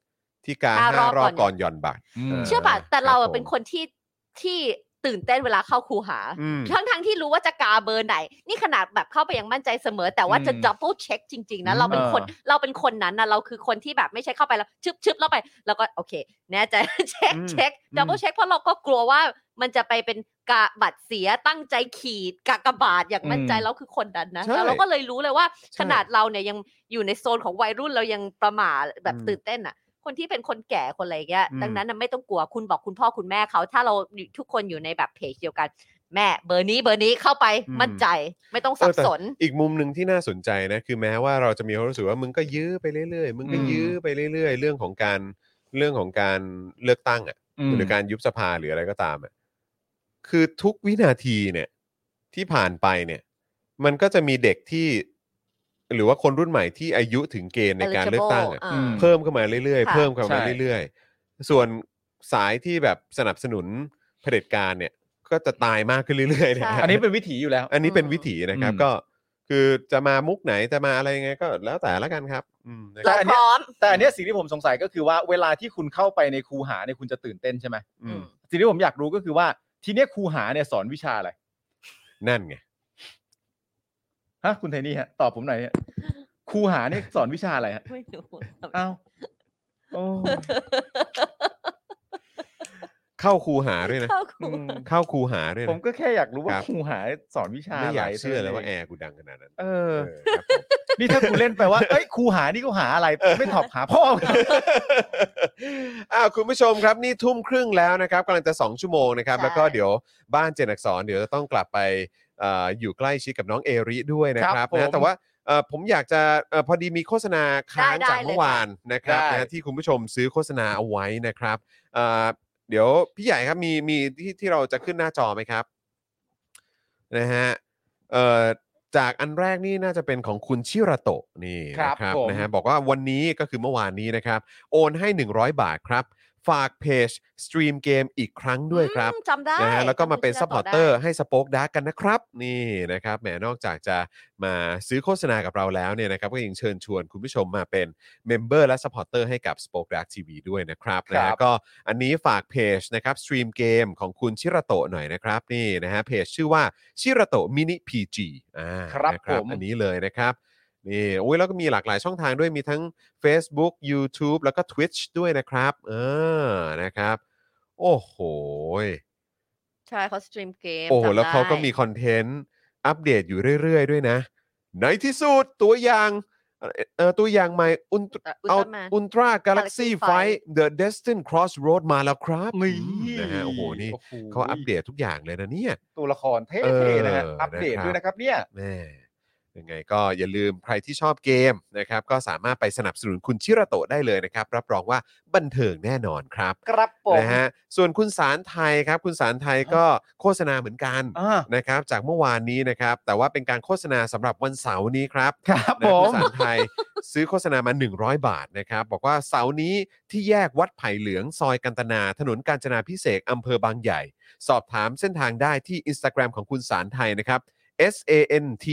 S1: ที่กา
S2: ห้า
S1: ห้าร
S2: ร
S1: อ
S2: อ
S1: บบ
S2: ก่อน
S1: ก่อนหย่อนบัตร
S3: ม
S2: เชื่อป่ะ
S1: เออ
S2: แต่เรา
S1: ครับผม
S2: เป็นคนที่ที่ตื่นเต้นเวลาเข้าคูหา
S1: อืม
S2: ทั้งทั้งที่รู้ว่าจะกาเบอร์ไหน นี่ขนาดแบบเข้าไปยังมั่นใจเสมอ แต่ว่าจะ double check จริง ๆ นะ เราเป็นคนเราเป็นคนนั้นนะเราคือคนที่แบบไม่ใช่เข้าไปแล้ว ชึบชึบแล้วไป แล้วก็โอเค แน่ใจ [LAUGHS] เช็ค
S1: อืม
S2: เช็ค double check เพราะเราก็กลัวว่ามันจะไปเป็นกาบัตรเสียตั้งใจขีดกากบาทอย่างมั่นใจเราคือคนนั้นนะ
S1: ใช่
S2: แล้วเราก็เลยรู้เลยว่า
S1: ใช่
S2: ขนาดเราเนี่ยยังอยู่ในโซนของวัยรุ่นเรายังประหม่าแบบ
S1: อืม
S2: ตื่นเต้นอ่ะ คนที่เป็นคนแก่คนอะไรอย่างเงี้ย
S1: อืม
S2: ดังนั้นน่ะไม่ต้องกลัวคุณบอกคุณพ่อคุณแม่เขาถ้าเราอยู่ทุกคนอยู่ในแบบเพจเดียวกัน แม่เบอร์นี้เบอร์นี้เข้าไป
S1: อืม
S2: มั่นใจไม่ต้องสับสน
S1: อีกมุมหนึ่งที่น่าสนใจนะคือแม้ว่าเราจะมีความรู้สึกว่ามึงก็ยื้อไปเรื่อยๆมึงก็ยื้อไปเรื่อย ๆ เรื่องของการเรื่องของการเลือกตั้งอ่ะ
S3: อืม
S1: หรือการยุบสภาหรืออะไรก็ตามอ่ะคือทุกวินาทีเนี่ย ที่ผ่านไปเนี่ย มันก็จะมีเด็กที่ หรือว่าคนรุ่นใหม่ที่อายุถึงเกณฑ์ในการเลือกตั้งอะ
S2: eligible อ่า
S3: อืม
S1: เพิ่มเข้ามาเรื่อยๆ
S2: ค่ะ
S1: เพิ่มเข้ามา
S3: ใช่
S1: เรื่อยๆ ส่วนสายที่แบบสนับสนุนเผด็จการเนี่ย ก็จะตายมากขึ้นเรื่อยๆนะครั
S2: ใช่
S1: บ
S3: อันนี้เป็นวิถีอยู่แล้ว
S1: อันนี้เป็นวิถีนะครับ
S3: อืม
S1: ก็คือจะมามุกไหนจะมาอะไรยังไงก็แล้วแต่ละกันครับ อืมนะค
S2: เรา
S1: รับ
S2: พร้อม
S3: แต่อันเนี้ยสิ่งที่ผมสงสัยก็คือว่าเวลาที่คุณเข้าไปในคูหาเนี่ยคุณจะตื่นเต้นใช่ไหม
S1: อืม
S3: สิ่งที่ผมอยากรู้ก็คือว่าทีเนี้ยคูหาเนี่ยสอนวิชาอะไร
S1: นั่นไง
S3: ฮะคุณไทนี่ฮะตอบผมหน่อยเนี่ยคูหาเนี่ยสอนวิชาอะไรฮะ
S2: ไม่รู้
S3: อ้าว
S1: [LAUGHS]
S3: โอ้
S1: เข้าคูหาด้วยนะ
S2: เข้าค
S3: อื
S2: รู
S3: ม
S1: เข้าคูหาด้วย
S3: ผ
S1: นะ
S3: มก็แค่อยากรู้
S1: ค
S3: ว่า
S1: รับ
S3: คูหาเนี่ยสอนวิชา
S1: ไม่
S3: อะ
S1: อ
S3: ไร
S1: ยากเชื่อเลยว่าแอ
S3: ท่นั้นง
S1: ร์กูดังขนาดนั้น
S3: เอ
S1: เอ
S3: อ
S1: อครับผม
S3: นี่ถ้ากูเล่นไปว่า เอ้ยครูหานี่กูหาอะไร ไม่ตอบหาพ่อ
S1: อ้าวคุณผู้ชมครับนี่ทุ่มครึ่งแล้วนะครับกำลังจะ 2 ชั่วโมงนะครับ แล้วก็เดี๋ยวบ้านเจนอักษรเดี๋ยวจะต้องกลับไปเอ่ออยู่ใกล้ชิดกับน้องเอริด้วยนะ
S3: ค
S1: ค
S3: รั
S1: รับบ
S3: ผม
S1: นะแต่ว่าเอ่อผมอยากจะเอ่อพอดีมีโฆษณาค้างจากเมื่อวานนะครับ
S3: ได้
S1: นะที่คุณผู้ชมซื้อโฆษณาเอาไว้นะครับเอ่อเดี๋ยวพี่ใหญ่ครับมีมีที่ที่เราจะขึ้นหน้าจอไหมครับนะฮะเอ่อจากอันแรกนี่น่าจะเป็นของคุณชิระโตะนี่
S3: ครับ
S1: นะครับ
S3: ผม
S1: นะฮะบอกว่าวันนี้ก็คือเมื่อวานนี้นะครับ โอนให้ 100 บาทครับ ฝากเพจสตรีมเกมอีกครั้งด้วยครับ
S2: อืมจำได้
S1: นะฮะแล้วก็มาเป็น
S2: จำ
S1: ซั
S2: ได้
S1: พพอร์เตอร์ให้สป็อคดาร์กกันนะครับ นี่นะครับแหมนอกจากจะมาซื้อโฆษณากับเราแล้วเนี่ยนะครับก็ยังเชิญชวนคุณผู้ชมมาเป็นเมมเบอร์และซัพพอร์เตอร์ให้กับ Spoke Dark TV ด้วยนะครับ
S3: ค
S1: นะ
S3: รับ
S1: ฮะก็อันนี้ฝากเพจนะครับสตรีมเกมของคุณชิระโตะหน่อยนะครับ นี่นะฮะเพจชื่อว่าชิระโตะมินิพีจีอ่า
S3: ครับ
S1: นะ
S3: ผม
S1: อันนี้เลยนะครับ นี่โอ้ยแล้วก็มีหลากหลายช่องทางด้วยมีทั้ง Facebook YouTube แล้วก็ Twitch ด้วยนะครับ เออนะครับ โอ้โหย
S2: ใช่เขาสตรีมเกม
S1: โอ้โห
S2: จำ
S1: แล้วเขาก็
S2: ได้
S1: มีคอนเทนต์อัปเดตอยู่เรื่อย ๆ ด้วยนะ ในที่สุดตัวอย่างเอ่อเออตัวอย่างใหม่อุน
S2: เอ่อ
S1: เอา
S2: Ultraman
S1: อุลตร้าก a แล็ก
S2: Galaxy
S1: ซี่ไฟ
S2: Fight
S1: The Destin Crossroad มาแล้วครับ
S3: นี่
S1: นะฮะโอ้โหนี่
S3: โอ้โห
S1: เขาอัปเดตทุกอย่างเลยนะเนี่ย
S3: ตัวละครเท่
S1: เออ
S3: ๆนะฮะ อัปเดต
S1: นะครับ
S3: ด้วยนะครับเนี่ย
S1: แม่ยังไงก็อย่าลืมใครที่ชอบเกมนะครับ ก็สามารถไปสนับสนุนคุณชิระโตะได้เลยนะครับ รับรองว่าบันเทิงแน่นอนครับ
S3: ครับผม
S1: นะฮะส่วนคุณสารไทยครับ คุณสารไทยก็โฆษณาเหมือนกัน
S3: อ่า
S1: นะครับ จากเมื่อวานนี้นะครับ แต่ว่าเป็นการโฆษณาสำหรับวันเสาร์นี้ครับ
S3: ครับ
S1: นะ
S3: ผ
S1: คุ
S3: ม
S1: ณสารไทย ซื้อโฆษณามา 100 บาทนะครับ บอกว่าเสาร์นี้ที่แยกวัดไผ่เหลือง ซอยกันตนา ถนนกาญจนาพิเศษกอำเภอบางใหญ่ สอบถามเส้นทางได้ที่ Instagram ของคุณสารไทยนะครับ S A N T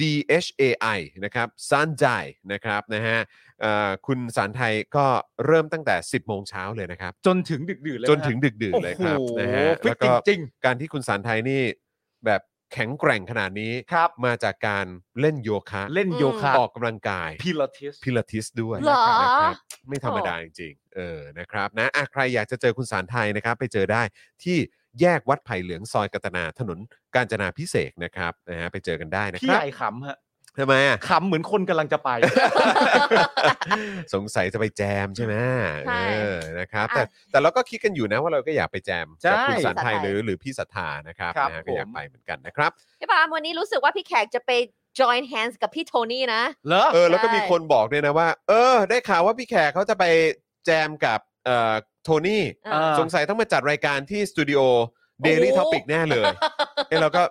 S1: D H A I นะครับซานใจนะครับนะฮะเอ่อคุณสารไทยก็เริ่มตั้งแต่ 10 โมงเช้าเลยนะครับ
S3: จนถึงดึกดื่นเลย
S1: จนถึงดึกดื่นเลยครับ
S3: โอ้โห
S1: นะฮะ
S3: ฟิ
S1: แล้
S3: ต
S1: วก็
S3: จริง
S1: การที่คุณสารไทยนี่แบบแข็งแกร่งขนาดนี้
S3: ๆครับ
S1: มาจากการเล่นโยคะ
S3: เล่นโยคะ
S1: ออกกำลังกาย
S3: พิลาทิส
S1: พิลาทิสด้วย
S2: เหรอ
S1: นะครับไม่ธรรมดาจริงๆ เออนะครับนะอ่ะใครอยากจะเจอคุณสารไทยนะครับ ไปเจอได้ที่แยกวัดไผ่เหลืองซอยกัตนาถนนกาญจนาพิเศษกนะครับนะฮะไปเจอกันได้นะ
S3: พี่
S1: ค
S3: ให
S1: รับ
S3: ญ่ขำฮะ
S1: ทำไมอ่ะ [LAUGHS]
S3: ขำเหมือนคนกำลังจะไป
S1: สงสัยจะไปแจมใช่ไหม
S2: ใช่
S1: เออนะครับแต่
S2: อ่ะ
S1: แต่เราก็คิดกันอยู่นะว่าเราก็อยากไปแจม
S3: ใช่
S1: กัคุณสันไทย
S2: สันไทย
S1: หรือหรือพี่สัทธานะครับ
S3: ครับ
S1: นะฮะ
S3: ผ
S1: ก็
S3: ม
S1: อยากไปเหมือนกันนะครับ
S2: [LAUGHS] พี่ปาล์มวันนี้รู้สึกว่าพี่แขกจะไป join hands กับพี่โทนี่นะ
S3: เหรอ
S1: เออแล้วก็
S2: ใช่
S1: มีคนบอกเนี่ยนะว่า เออ ได้ข่าวว่าพี่แขกเขาจะไปแจมกับเอ่อโทนี่
S2: เออ
S1: สงสัยต้องมาจัดรายการที่สตูดิโอ Daily
S2: โอ้
S1: Topic แน่เลย
S3: [LAUGHS]
S1: เออเราก็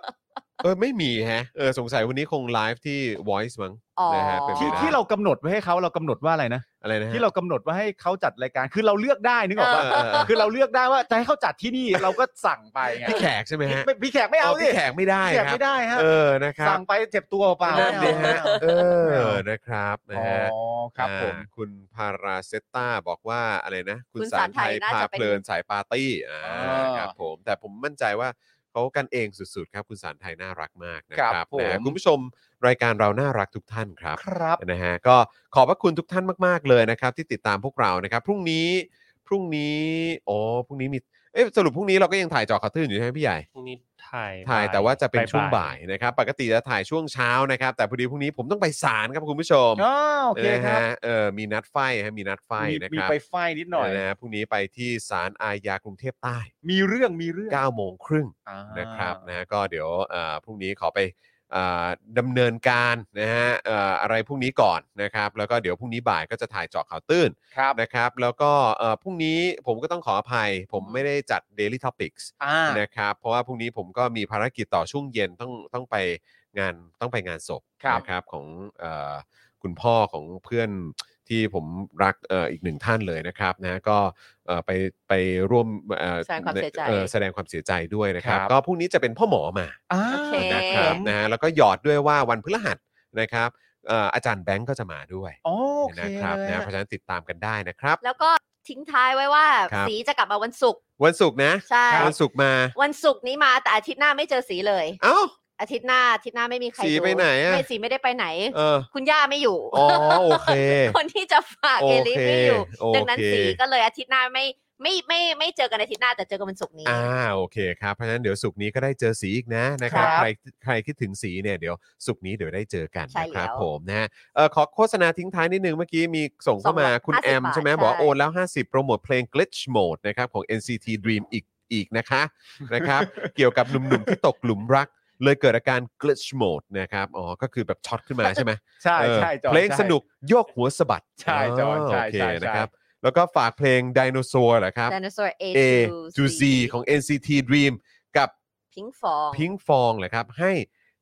S1: เออไม่มีแฮะเออสงสัยวันนี้คงไลฟ์ที่ Voice มั้ง
S2: อ๋อ
S1: นะฮะเป็นไป
S3: ที่
S1: ได้
S3: ที่เรากำหนดไว้ให้เขาเรากำหนดว่าอะไรนะ
S1: อะไรนะฮะ
S3: ที่เรากำหนดว่าให้เขาจัดรายการคือเราเลือกได้นึกออกป่ะ
S1: เออเออเออ
S3: คือเราเลือกได้ว่าจะให้เขาจัดที่นี่เราก็สั่งไปไง
S1: พี่แขกใช่ไหมฮะ
S3: ไม่พี่แขกไม่เอา
S1: อ๋อ
S3: สิ
S1: พี่แขกไม่ได้
S3: พี่แขก
S1: ครับ
S3: ไม่ได้ฮะ
S1: เออนะครับ
S3: สั่งไปเจ็บตัวเปล่า
S1: นั่นดิฮะ
S3: ไม่เอา
S1: เออ นะครับ นะ
S3: อ๋อ
S1: ฮะ
S3: ครับผม
S1: อ่าคุณพาราเซตตาบอกว่าอะไรนะ คุณ
S2: คุณ
S1: สารไทย
S2: สารไทยน่า
S1: พา
S2: จะเป็น
S1: เพลินสายปาร์ตี้ อ่า
S3: อ่า
S1: ครับผม แต่ผมมั่นใจว่าเขากันเองสุดๆ ครับ คุณสารไทยน่ารักมากนะค
S3: ครั
S1: รับบ
S3: ผม
S1: นะฮะคุณผู้ชมรายการเราน่ารักทุกท่านครับ
S3: ครับ
S1: [LAUGHS] นะฮะก็ขอบพระคุณทุกท่านมาก ๆ เลยนะครับ ที่ติดตามพวกเรานะครับ พรุ่งนี้พรุ่งนี้อ๋อพรุ่งนี้มีเอ๊ะสรุปพรุ่งนี้เราก็ยังถ่ายเจอข่าวตื่นอยู่ใช่ไหมพี่ใหญ่
S5: พรุ่งนี้ถ่าย
S1: ถ่ายแต่ว่าจะเป็นช่วงบ่าย ยนะครับ ปกติจะถ่ายช่วงเช้านะครับ แต่พอดีพรุ่งนี้ผมต้องไปศาลครับคุณผู้ชม
S3: อ๋อโอเค
S1: นะครับ ฮะเออมีนัดไฟฮะมีนัดไฟ
S3: มี
S1: นะ
S3: มี
S1: ครับ
S3: ไปไฟนิดหน่อย
S1: นะฮะพรุ่งนี้ไปที่ศาลอาญากรุงเทพใต้
S3: มีเรื่องมีเรื่อง
S1: 9โมงครึ่ง
S3: อ่า
S1: นะครับนะฮะก็เดี๋ยวเอ่อพรุ่งนี้ขอไปเอ่อดำเนินการนะฮะเอ่ออะไรพรุ่งนี้ก่อนนะครับ แล้วก็เดี๋ยวพรุ่งนี้บ่ายก็จะถ่ายเจาะข่าวตื้น
S3: ครับ
S1: นะครับ แล้วก็เอ่อพรุ่งนี้ผมก็ต้องขออภัย ผมไม่ได้จัด Daily Topics
S3: อ่า
S1: นะครับเพราะว่าพรุ่งนี้ผมก็มีภารกิจต่อช่วงเย็นต้องต้องไปงานต้องไปงานศพ
S3: ครับ
S1: นะครับของเออคุณพ่อของเพื่อนที่ผมรักเอ่ออีกหนึ่งท่านเลยนะครับนะก็เอ่อไปไปร่วมเอ่อ
S2: แสดงความเสียใจ
S1: อ่อแสดงความเสียใจด้วยนะครับ
S3: ครับ
S1: ก็พรุ่งนี้จะเป็นพ่อหมอมา
S3: อ่า
S2: โอเค
S1: นะครับนะฮะแล้วก็หยอดด้วยว่าวันพฤหัสนะครับเอ่ออาจารย์แบงก์ก็จะมาด้วย
S3: โอเค
S1: นะครับ
S3: เลย
S1: นะ
S3: อะ
S1: เพราะฉะนั้นติดตามกันได้นะครับ
S2: แล้วก็ทิ้งท้ายไว้ว่า
S1: ครับ
S2: สีจะกลับมาวันศุกร์
S1: วันศุกร์นะ
S2: ใช่
S1: วันศุกร์มา
S2: วันศุกร์นี้มาแต่อาทิตย์หน้าไม่เจอสีเลย
S1: เอ้า
S2: อาทิตย์หน้าอาทิตย์หน้าไม่มีใคร
S1: สี
S2: ดู
S1: ไปไหนอะ
S2: ไม่สีไม่ได้ไปไหน
S1: เออ
S2: คุณย่าไม่อยู่
S1: อ๋อโอเค
S2: คนที่จะฝาก
S1: โอ
S2: เอ
S1: เค
S2: ลิฟไม่อยู่
S1: โอเค
S2: ดังนั้นสีก็เลยอาทิตย์หน้าไม่ไม่ไม่ไม่ไม่เจอกันอาทิตย์หน้าแต่เจอกันวันศุกร์นี้
S1: อ่าโอเคครับเพราะฉะนั้นเดี๋ยวสุกร์นี้ก็ได้เจอสีอีกนะนะครับ
S3: ครับ
S1: ใครใครคิดถึงสีเนี่ยเดี๋ยวสุกร์นี้เดี๋ยวได้เจอกัน
S2: ใช่
S1: นะครับ
S2: แล้ว
S1: ผมนะฮะเออขอโฆษณาทิ้งท้ายนิดนึงเมื่อกี้มีส่งเข้ามาคุณ
S2: 250
S1: แอม ใช่ไหม
S2: บาท
S1: บอก
S2: ใช่
S1: โอนแล้ว 50 โปรโมทเพลง glitch mode นะครับของ NCT Dream อีกอีกนะคะ
S2: [LAUGHS]
S1: นะครับ เกี่ยวกับหนุ่มๆที่ตกหลุมรัก เลยเกิดอาการ glitch mode นะครับอ๋อก็คือแบบช็อตขึ้นมาใช่ไหม
S3: ใช่
S1: เออ
S3: ใช่จอห์
S1: เพลง
S3: ใช่
S1: สนุกโยกหัวสะบัด
S3: ใช่จอห์นใช่
S1: าโเค
S3: ใช่ใช่
S1: นะครับแล้วก็ฝากเพลง Dinosaur เหรอครับ
S2: Dinosaur A
S1: A to
S2: to
S1: Z
S2: Z
S1: ของ NCT Dream กับ
S2: พิงฟอง
S1: พิงฟองเหรอครับ ให้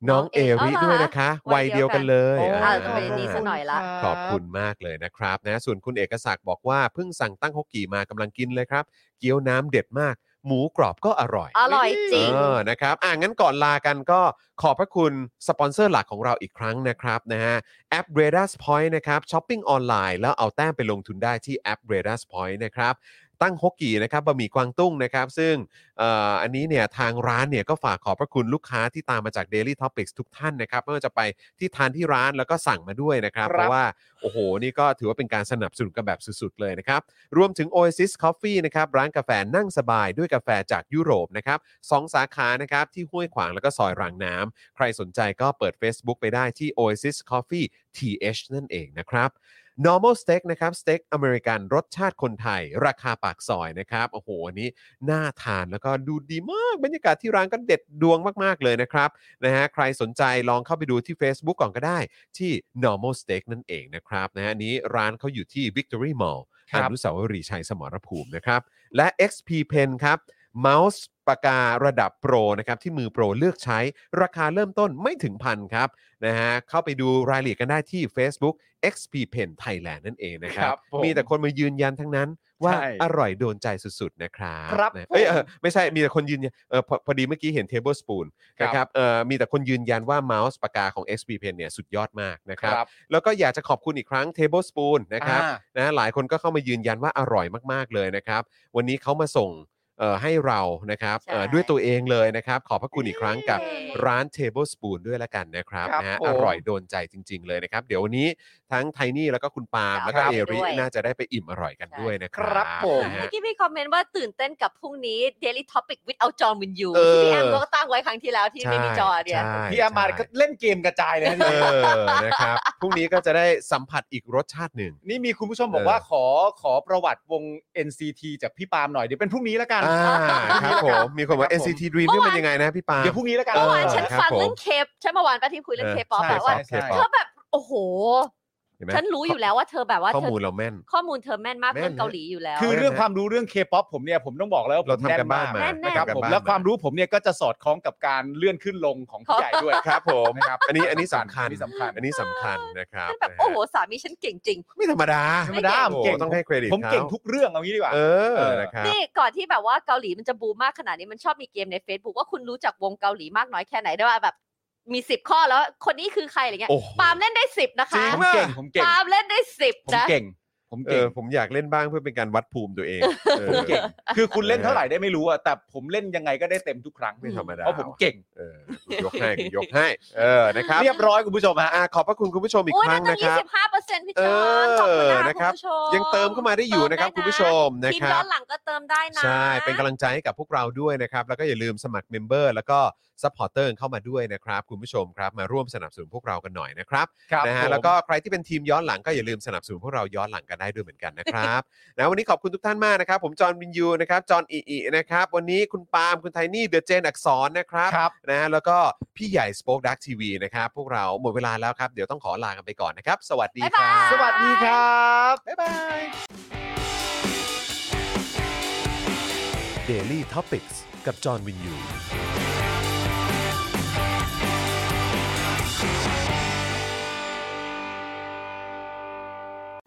S1: น้อง
S2: น้อง
S1: เอ
S2: เอ
S1: ริ
S2: อ๋อเหรอ
S1: ด้วยนะคะ
S2: วั
S1: วัย
S2: ยเดี
S1: เดีย
S2: ยว วกั
S1: กัน
S2: น
S1: เลย
S3: โอ้
S2: อ่าเวนี้ซะหน่อยละ
S1: ขอบคุณมากเลยนะครับนะส่วนคุณเอกศักดิ์บอกว่าเพิ่งสั่งตั้งฮกกี่มากำลังกินเลยครับ เกี๊ยวน้ำเด็ดมาก หมูกรอบก็อร่อย
S2: อร่อยจริง
S1: เออนะครับอ่ะงั้นก่อนลากันก็ขอบพระคุณสปอนเซอร์หลักของเราอีกครั้งนะครับนะฮะแอป r a d a r Point นะครับช้อปปิ้งออนไลน์แล้วเอาแต้มไปลงทุนได้ที่แอป r a d a r Point นะครับตั้งฮกกี่นะครับบะหมี่กวางตุ้งนะครับซึ่ง เอ่ออันนี้เนี่ยทางร้านเนี่ยก็ฝากขอบพระคุณลูกค้าที่ตามมาจาก Daily Topics ทุกท่านนะครับไม่ว่าจะไปที่ทานที่ร้านแล้วก็สั่งมาด้วยนะครับ
S3: ครับ
S1: เพราะว่า โอ้โห นี่ก็ถือว่าเป็นการสนับสนุนกันแบบสุดๆเลยนะครับ รวมถึง Oasis Coffee นะครับร้านกาแฟนั่งสบายด้วยกาแฟจากยุโรปนะครับสองสาขานะครับที่ห้วยขวางแล้วก็ซอยรางน้ำใครสนใจก็เปิด Facebook ไปได้ที่ Oasis Coffee TH นั่นเองนะครับ normal steak นะครับสเต็กอเมริกันรสชาติคนไทย ราคาปากซอยนะครับโอ้โหอันนี้น่าทานแล้วก็ดูดีมาก บรรยากาศที่ร้านก็เด็ดดวงมากๆเลยนะครับนะฮะใครสนใจลองเข้าไปดูที่ Facebook ก่อนก็ได้ ที่ normal steak นั่นเองนะครับนะฮะอันนี้ร้านเขาอยู่ที่ Victory Mall
S3: ครับ
S1: อนุสาวรีย์ชัยสมรภูมินะครับ และ XP Pen ครับเมาส์ปากการะดับโปรนะครับที่มือโปรเลือกใช้ราคาเริ่มต้นไม่ถึงพันครับนะฮะเข้าไปดูรายละเอียดกันได้ที่ Facebook XP Pen Thailand นั่นเองนะครั
S3: ครับ บผม
S1: มีแต่คนมายืนยันทั้งนั้น ว่า
S3: ใช่
S1: อร่อยโดนใจสุดๆนะครับ
S3: ครับ
S1: นะเอ้ย
S3: ผม
S1: เออไม่ใช่มีแต่คนยืนยันเออพอพอดีเมื่อกี้เห็น Table Spoon
S3: ครับ
S1: นะครับเออมีแต่คนยืนยันว่าเมาส์ปากกาของ XP Pen เนี่ยสุดยอดมากนะค
S3: ครับ รับ
S1: แล้วก็อยากจะขอบคุณอีกครั้ง Table Spoon นะครับ
S3: อ่า
S1: นะหลายคนก็เข้ามายืนยันว่าอร่อยมาก ๆ เลยนะครับ วันนี้เขามาส่ง เอ่อให้เรานะครับ
S2: ใช่
S1: เอ่อด้วยตัวเองเลยนะครับ ขอบพระคุณอีกครั้งกับ ร้าน Table Spoon ด้วยละกันนะครับ
S3: ครับ
S1: นะฮะ
S3: ผม
S1: อร่อยโดนใจจริง ๆ เลยนะครับ เดี๋ยววันนี้ทั้งไทนี่แล้วก็คุณปาล์ม
S2: ครับ
S1: แล้วก็เอริ
S2: ด้วย
S1: น่าจะได้ไปอิ่มอร่อยกัน
S2: ใช่
S1: ด้วยนะครับ
S3: ครับผม
S1: นะฮะ
S2: เมื่อกี้มีคอมเมนต์ว่าตื่นเต้นกับพรุ่งนี้ Daily Topic with เอาจอมวินยู
S1: เออ
S2: ที่พี่แอมก็ตั้งไว้ครั้งที่แล้วที่ไม่มีจอเนี่ย
S1: ใช่
S3: พี่อามาก็เล่นเกมกระจายเลยนะ [LAUGHS]
S1: เอ
S3: เนี่ย
S1: อนะครับพรุ่งนี้ก็จะได้สัมผัสอีกรสชาติหนึ่ง
S3: นี่มีคุณผู้ชมบอกว่าขอขอประวัติวง NCT จากพี่ปาล์มหน่อยเดี๋ยวเป็นพรุ่งนี้แล้วกัน
S1: อ่าครับผมมีคนบอ
S3: ค
S1: ก
S3: รับผม
S1: NCT Dream นี่มันยังไงนะพี่ปาล์ม
S3: เดี๋ยวพรุ่งนี้แล้วกัน
S2: เมื่อวานฉัน
S1: ครับ
S2: ฟังเรื่
S1: ผ
S2: อง
S1: ม
S2: เคปใช่เมื่อวานป้าที่คุยเรื่องเคปอป
S3: ใช่ใช่
S2: แบบว่า
S3: ใช่
S1: ครับ
S2: เธอแบบโอ้โห
S1: เห็นไหม
S2: ฉันรู้อยู่แล้วว่าเธอแบบว่า
S1: ข้อ
S2: เธอ
S1: มูลเราแม่น
S2: ข้อมูลเธอแม่นมาก
S1: แม่น
S2: เรื่องเกาหลีอยู่แล้ว
S3: คือเรื่องความรู้เรื่องเคป๊อปผมเนี่ยผมต้องบอกแล้ว
S1: เราทำกันบ้านมา
S2: แน่นๆ
S3: นะครับ
S1: ทำกัน
S3: ผม
S1: บ้น
S3: แล้วความรู้ผมเนี่ยก็จะสอดคล้องกับการเลื่อนขึ้นลงของผู้ใหญ่ด้วย
S1: ครับผม
S3: นะครับ
S1: อันนี้อันนี้สำคัญ
S3: อันนี้สำคัญ
S1: อันนี้สำคัญนะครับ
S2: ฉันแบบ
S1: นะฮะ
S2: โอ้โหสามีฉันเก่งจริง
S1: ไม่ธรรมดา
S2: ไม่ธรรมดา
S1: โอ้
S3: เก่ง
S1: ต้องให้เครดิต
S3: ผมเก่ง
S1: ขา
S3: ทุกเรื่องเอางี้ดีกว่า
S1: เออ
S3: เออ
S1: นะครับ
S2: นี่ก่อนที่แบบว่าเกาหลีมันจะบูมมากขนาดนี้มันชอบมีเกมใน Facebook ว่าคุณรู้จักวงเกาหลีมากน้อยแค่ไหนได้ว่าแบบมีสิบข้อแล้วคนนี้คือใครอะไรเงี้ย
S1: โอ้โห
S2: ปาล์มเล่นได้สิบนะ
S3: จริงผม
S2: คะ
S3: เก่งผมเก่ง
S2: ปาล์มเล่นได้สิบ
S3: ผม
S2: นะ
S3: เก่งผม
S1: เอ
S3: เก่
S1: อง ผมอยากเล่นบ้างเพื่อเป็นการวัดภูมิตัวเองเออ
S3: ผมเก่ง คือคุณเล่น
S1: เออ
S3: เท่าไหร่ได้ไม่รู้อะแต่ผมเล่นยังไงก็ได้เต็มทุกครั้ง
S1: ไม่ธรรมดา
S3: เพราะผมเก่ง
S1: เออผมยกให้ผมยกให้เออนะครับ
S3: เรียบร้อยคุณผู้ชมฮะ
S1: อ่ะขอบพระคุณคุณผู้ชมอีก
S2: โอ้ย
S1: ครั้
S2: น่าง จะ
S1: นะค
S2: ยี่
S1: รับ
S2: สิบห้าเปอร์เซ็นต์พี่จ
S1: เอ
S2: อห์นขอบคุณ
S1: อ
S2: นะ
S1: นะค
S2: คุ
S1: รั
S2: ณ
S1: บ
S2: ผู้ชม
S1: ยังเติมเข้ามาได้อยู่นะครับ
S2: เติ
S1: คุณ
S2: มได้
S1: ผู้ชมนะ
S2: ทีม
S1: ครั
S2: ย้อบ นหลังก็เติมได้นะ
S1: ใช่ เป็นกำลังใจให้กับพวกเราด้วยนะครับ แล้วก็อย่าลืมสมัครเมมเบอร์แล้วก็ซัพพอร์เตอร์เข้ามาด้วยนะครับ คุณผู้ชมครับ มาร่วมสนับสนุนพวกเรากันหน่อยนะครับ
S3: ครับ
S1: นะฮะ
S3: ผม
S1: แล้วก็ใครที่เป็นทีมย้อนหลังก็อย่าลืมสนับสนุนพวกเราย้อนหลังกันได้ด้วยเหมือนกัน
S3: [LAUGHS]
S1: นะครับนะวันนี้ขอบคุณทุกท่านมากนะครับ ผมจอห์นวินยูนะครับจอห์นอีอีนะครับวันนี้คุณปาล์มคุณไทนี่เดอะเจนอักษรนะครับ
S3: ครับ
S1: นะฮะแล้วก็พี่ใหญ่สป็อคดักทีวีนะครับพวกเราหมดเวลาแล้วครับเดี๋ยวต้องขอลากันไปก่อนนะครับสวัสดี
S2: บ๊าย
S1: ครั
S2: บาย
S1: บ
S3: สวัสดีครับ บ๊ายบาย
S6: Daily Topics กับจอห์นวินยู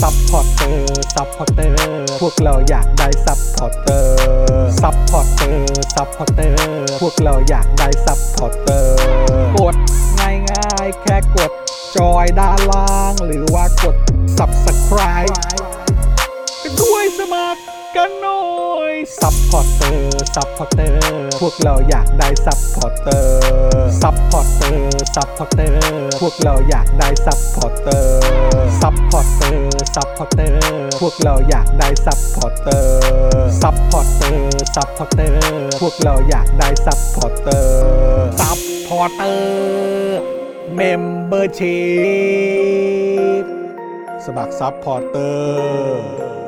S7: ซัพพอร์เตอร์ ซัพพอร์เตอร์ พวกเราอยากได้ซัพพอร์เตอร์ ซัพพอร์เตอร์ ซัพพอร์เตอร์ พวกเราอยากได้ซัพพอร์เตอร์ กดง่ายง่ายๆแค่กด จอยด้านล่าง หรือว่ากด subscribe ไปด้วยสมัครกันหน่อย ซัพพอร์เตอร์ ซัพพอร์เตอร์ พวกเราอยากได้ซัพพอร์เตอร์ ซัพพอร์เตอร์ ซัพพอร์เตอร์ พวกเราอยากได้ซัพพอร์เตอร์ ซัพพอร์เตอร์ ซัพพอร์เตอร์ พวกเราอยากได้ซัพพอร์เตอร์ ซัพพอร์เตอร์ ซัพพอร์เตอร์ พวกเราอยากได้ซัพพอร์เตอร์ ซัพพอร์เตอร์ เมมเบอร์ชีพสมัครซัพพอร์เตอร์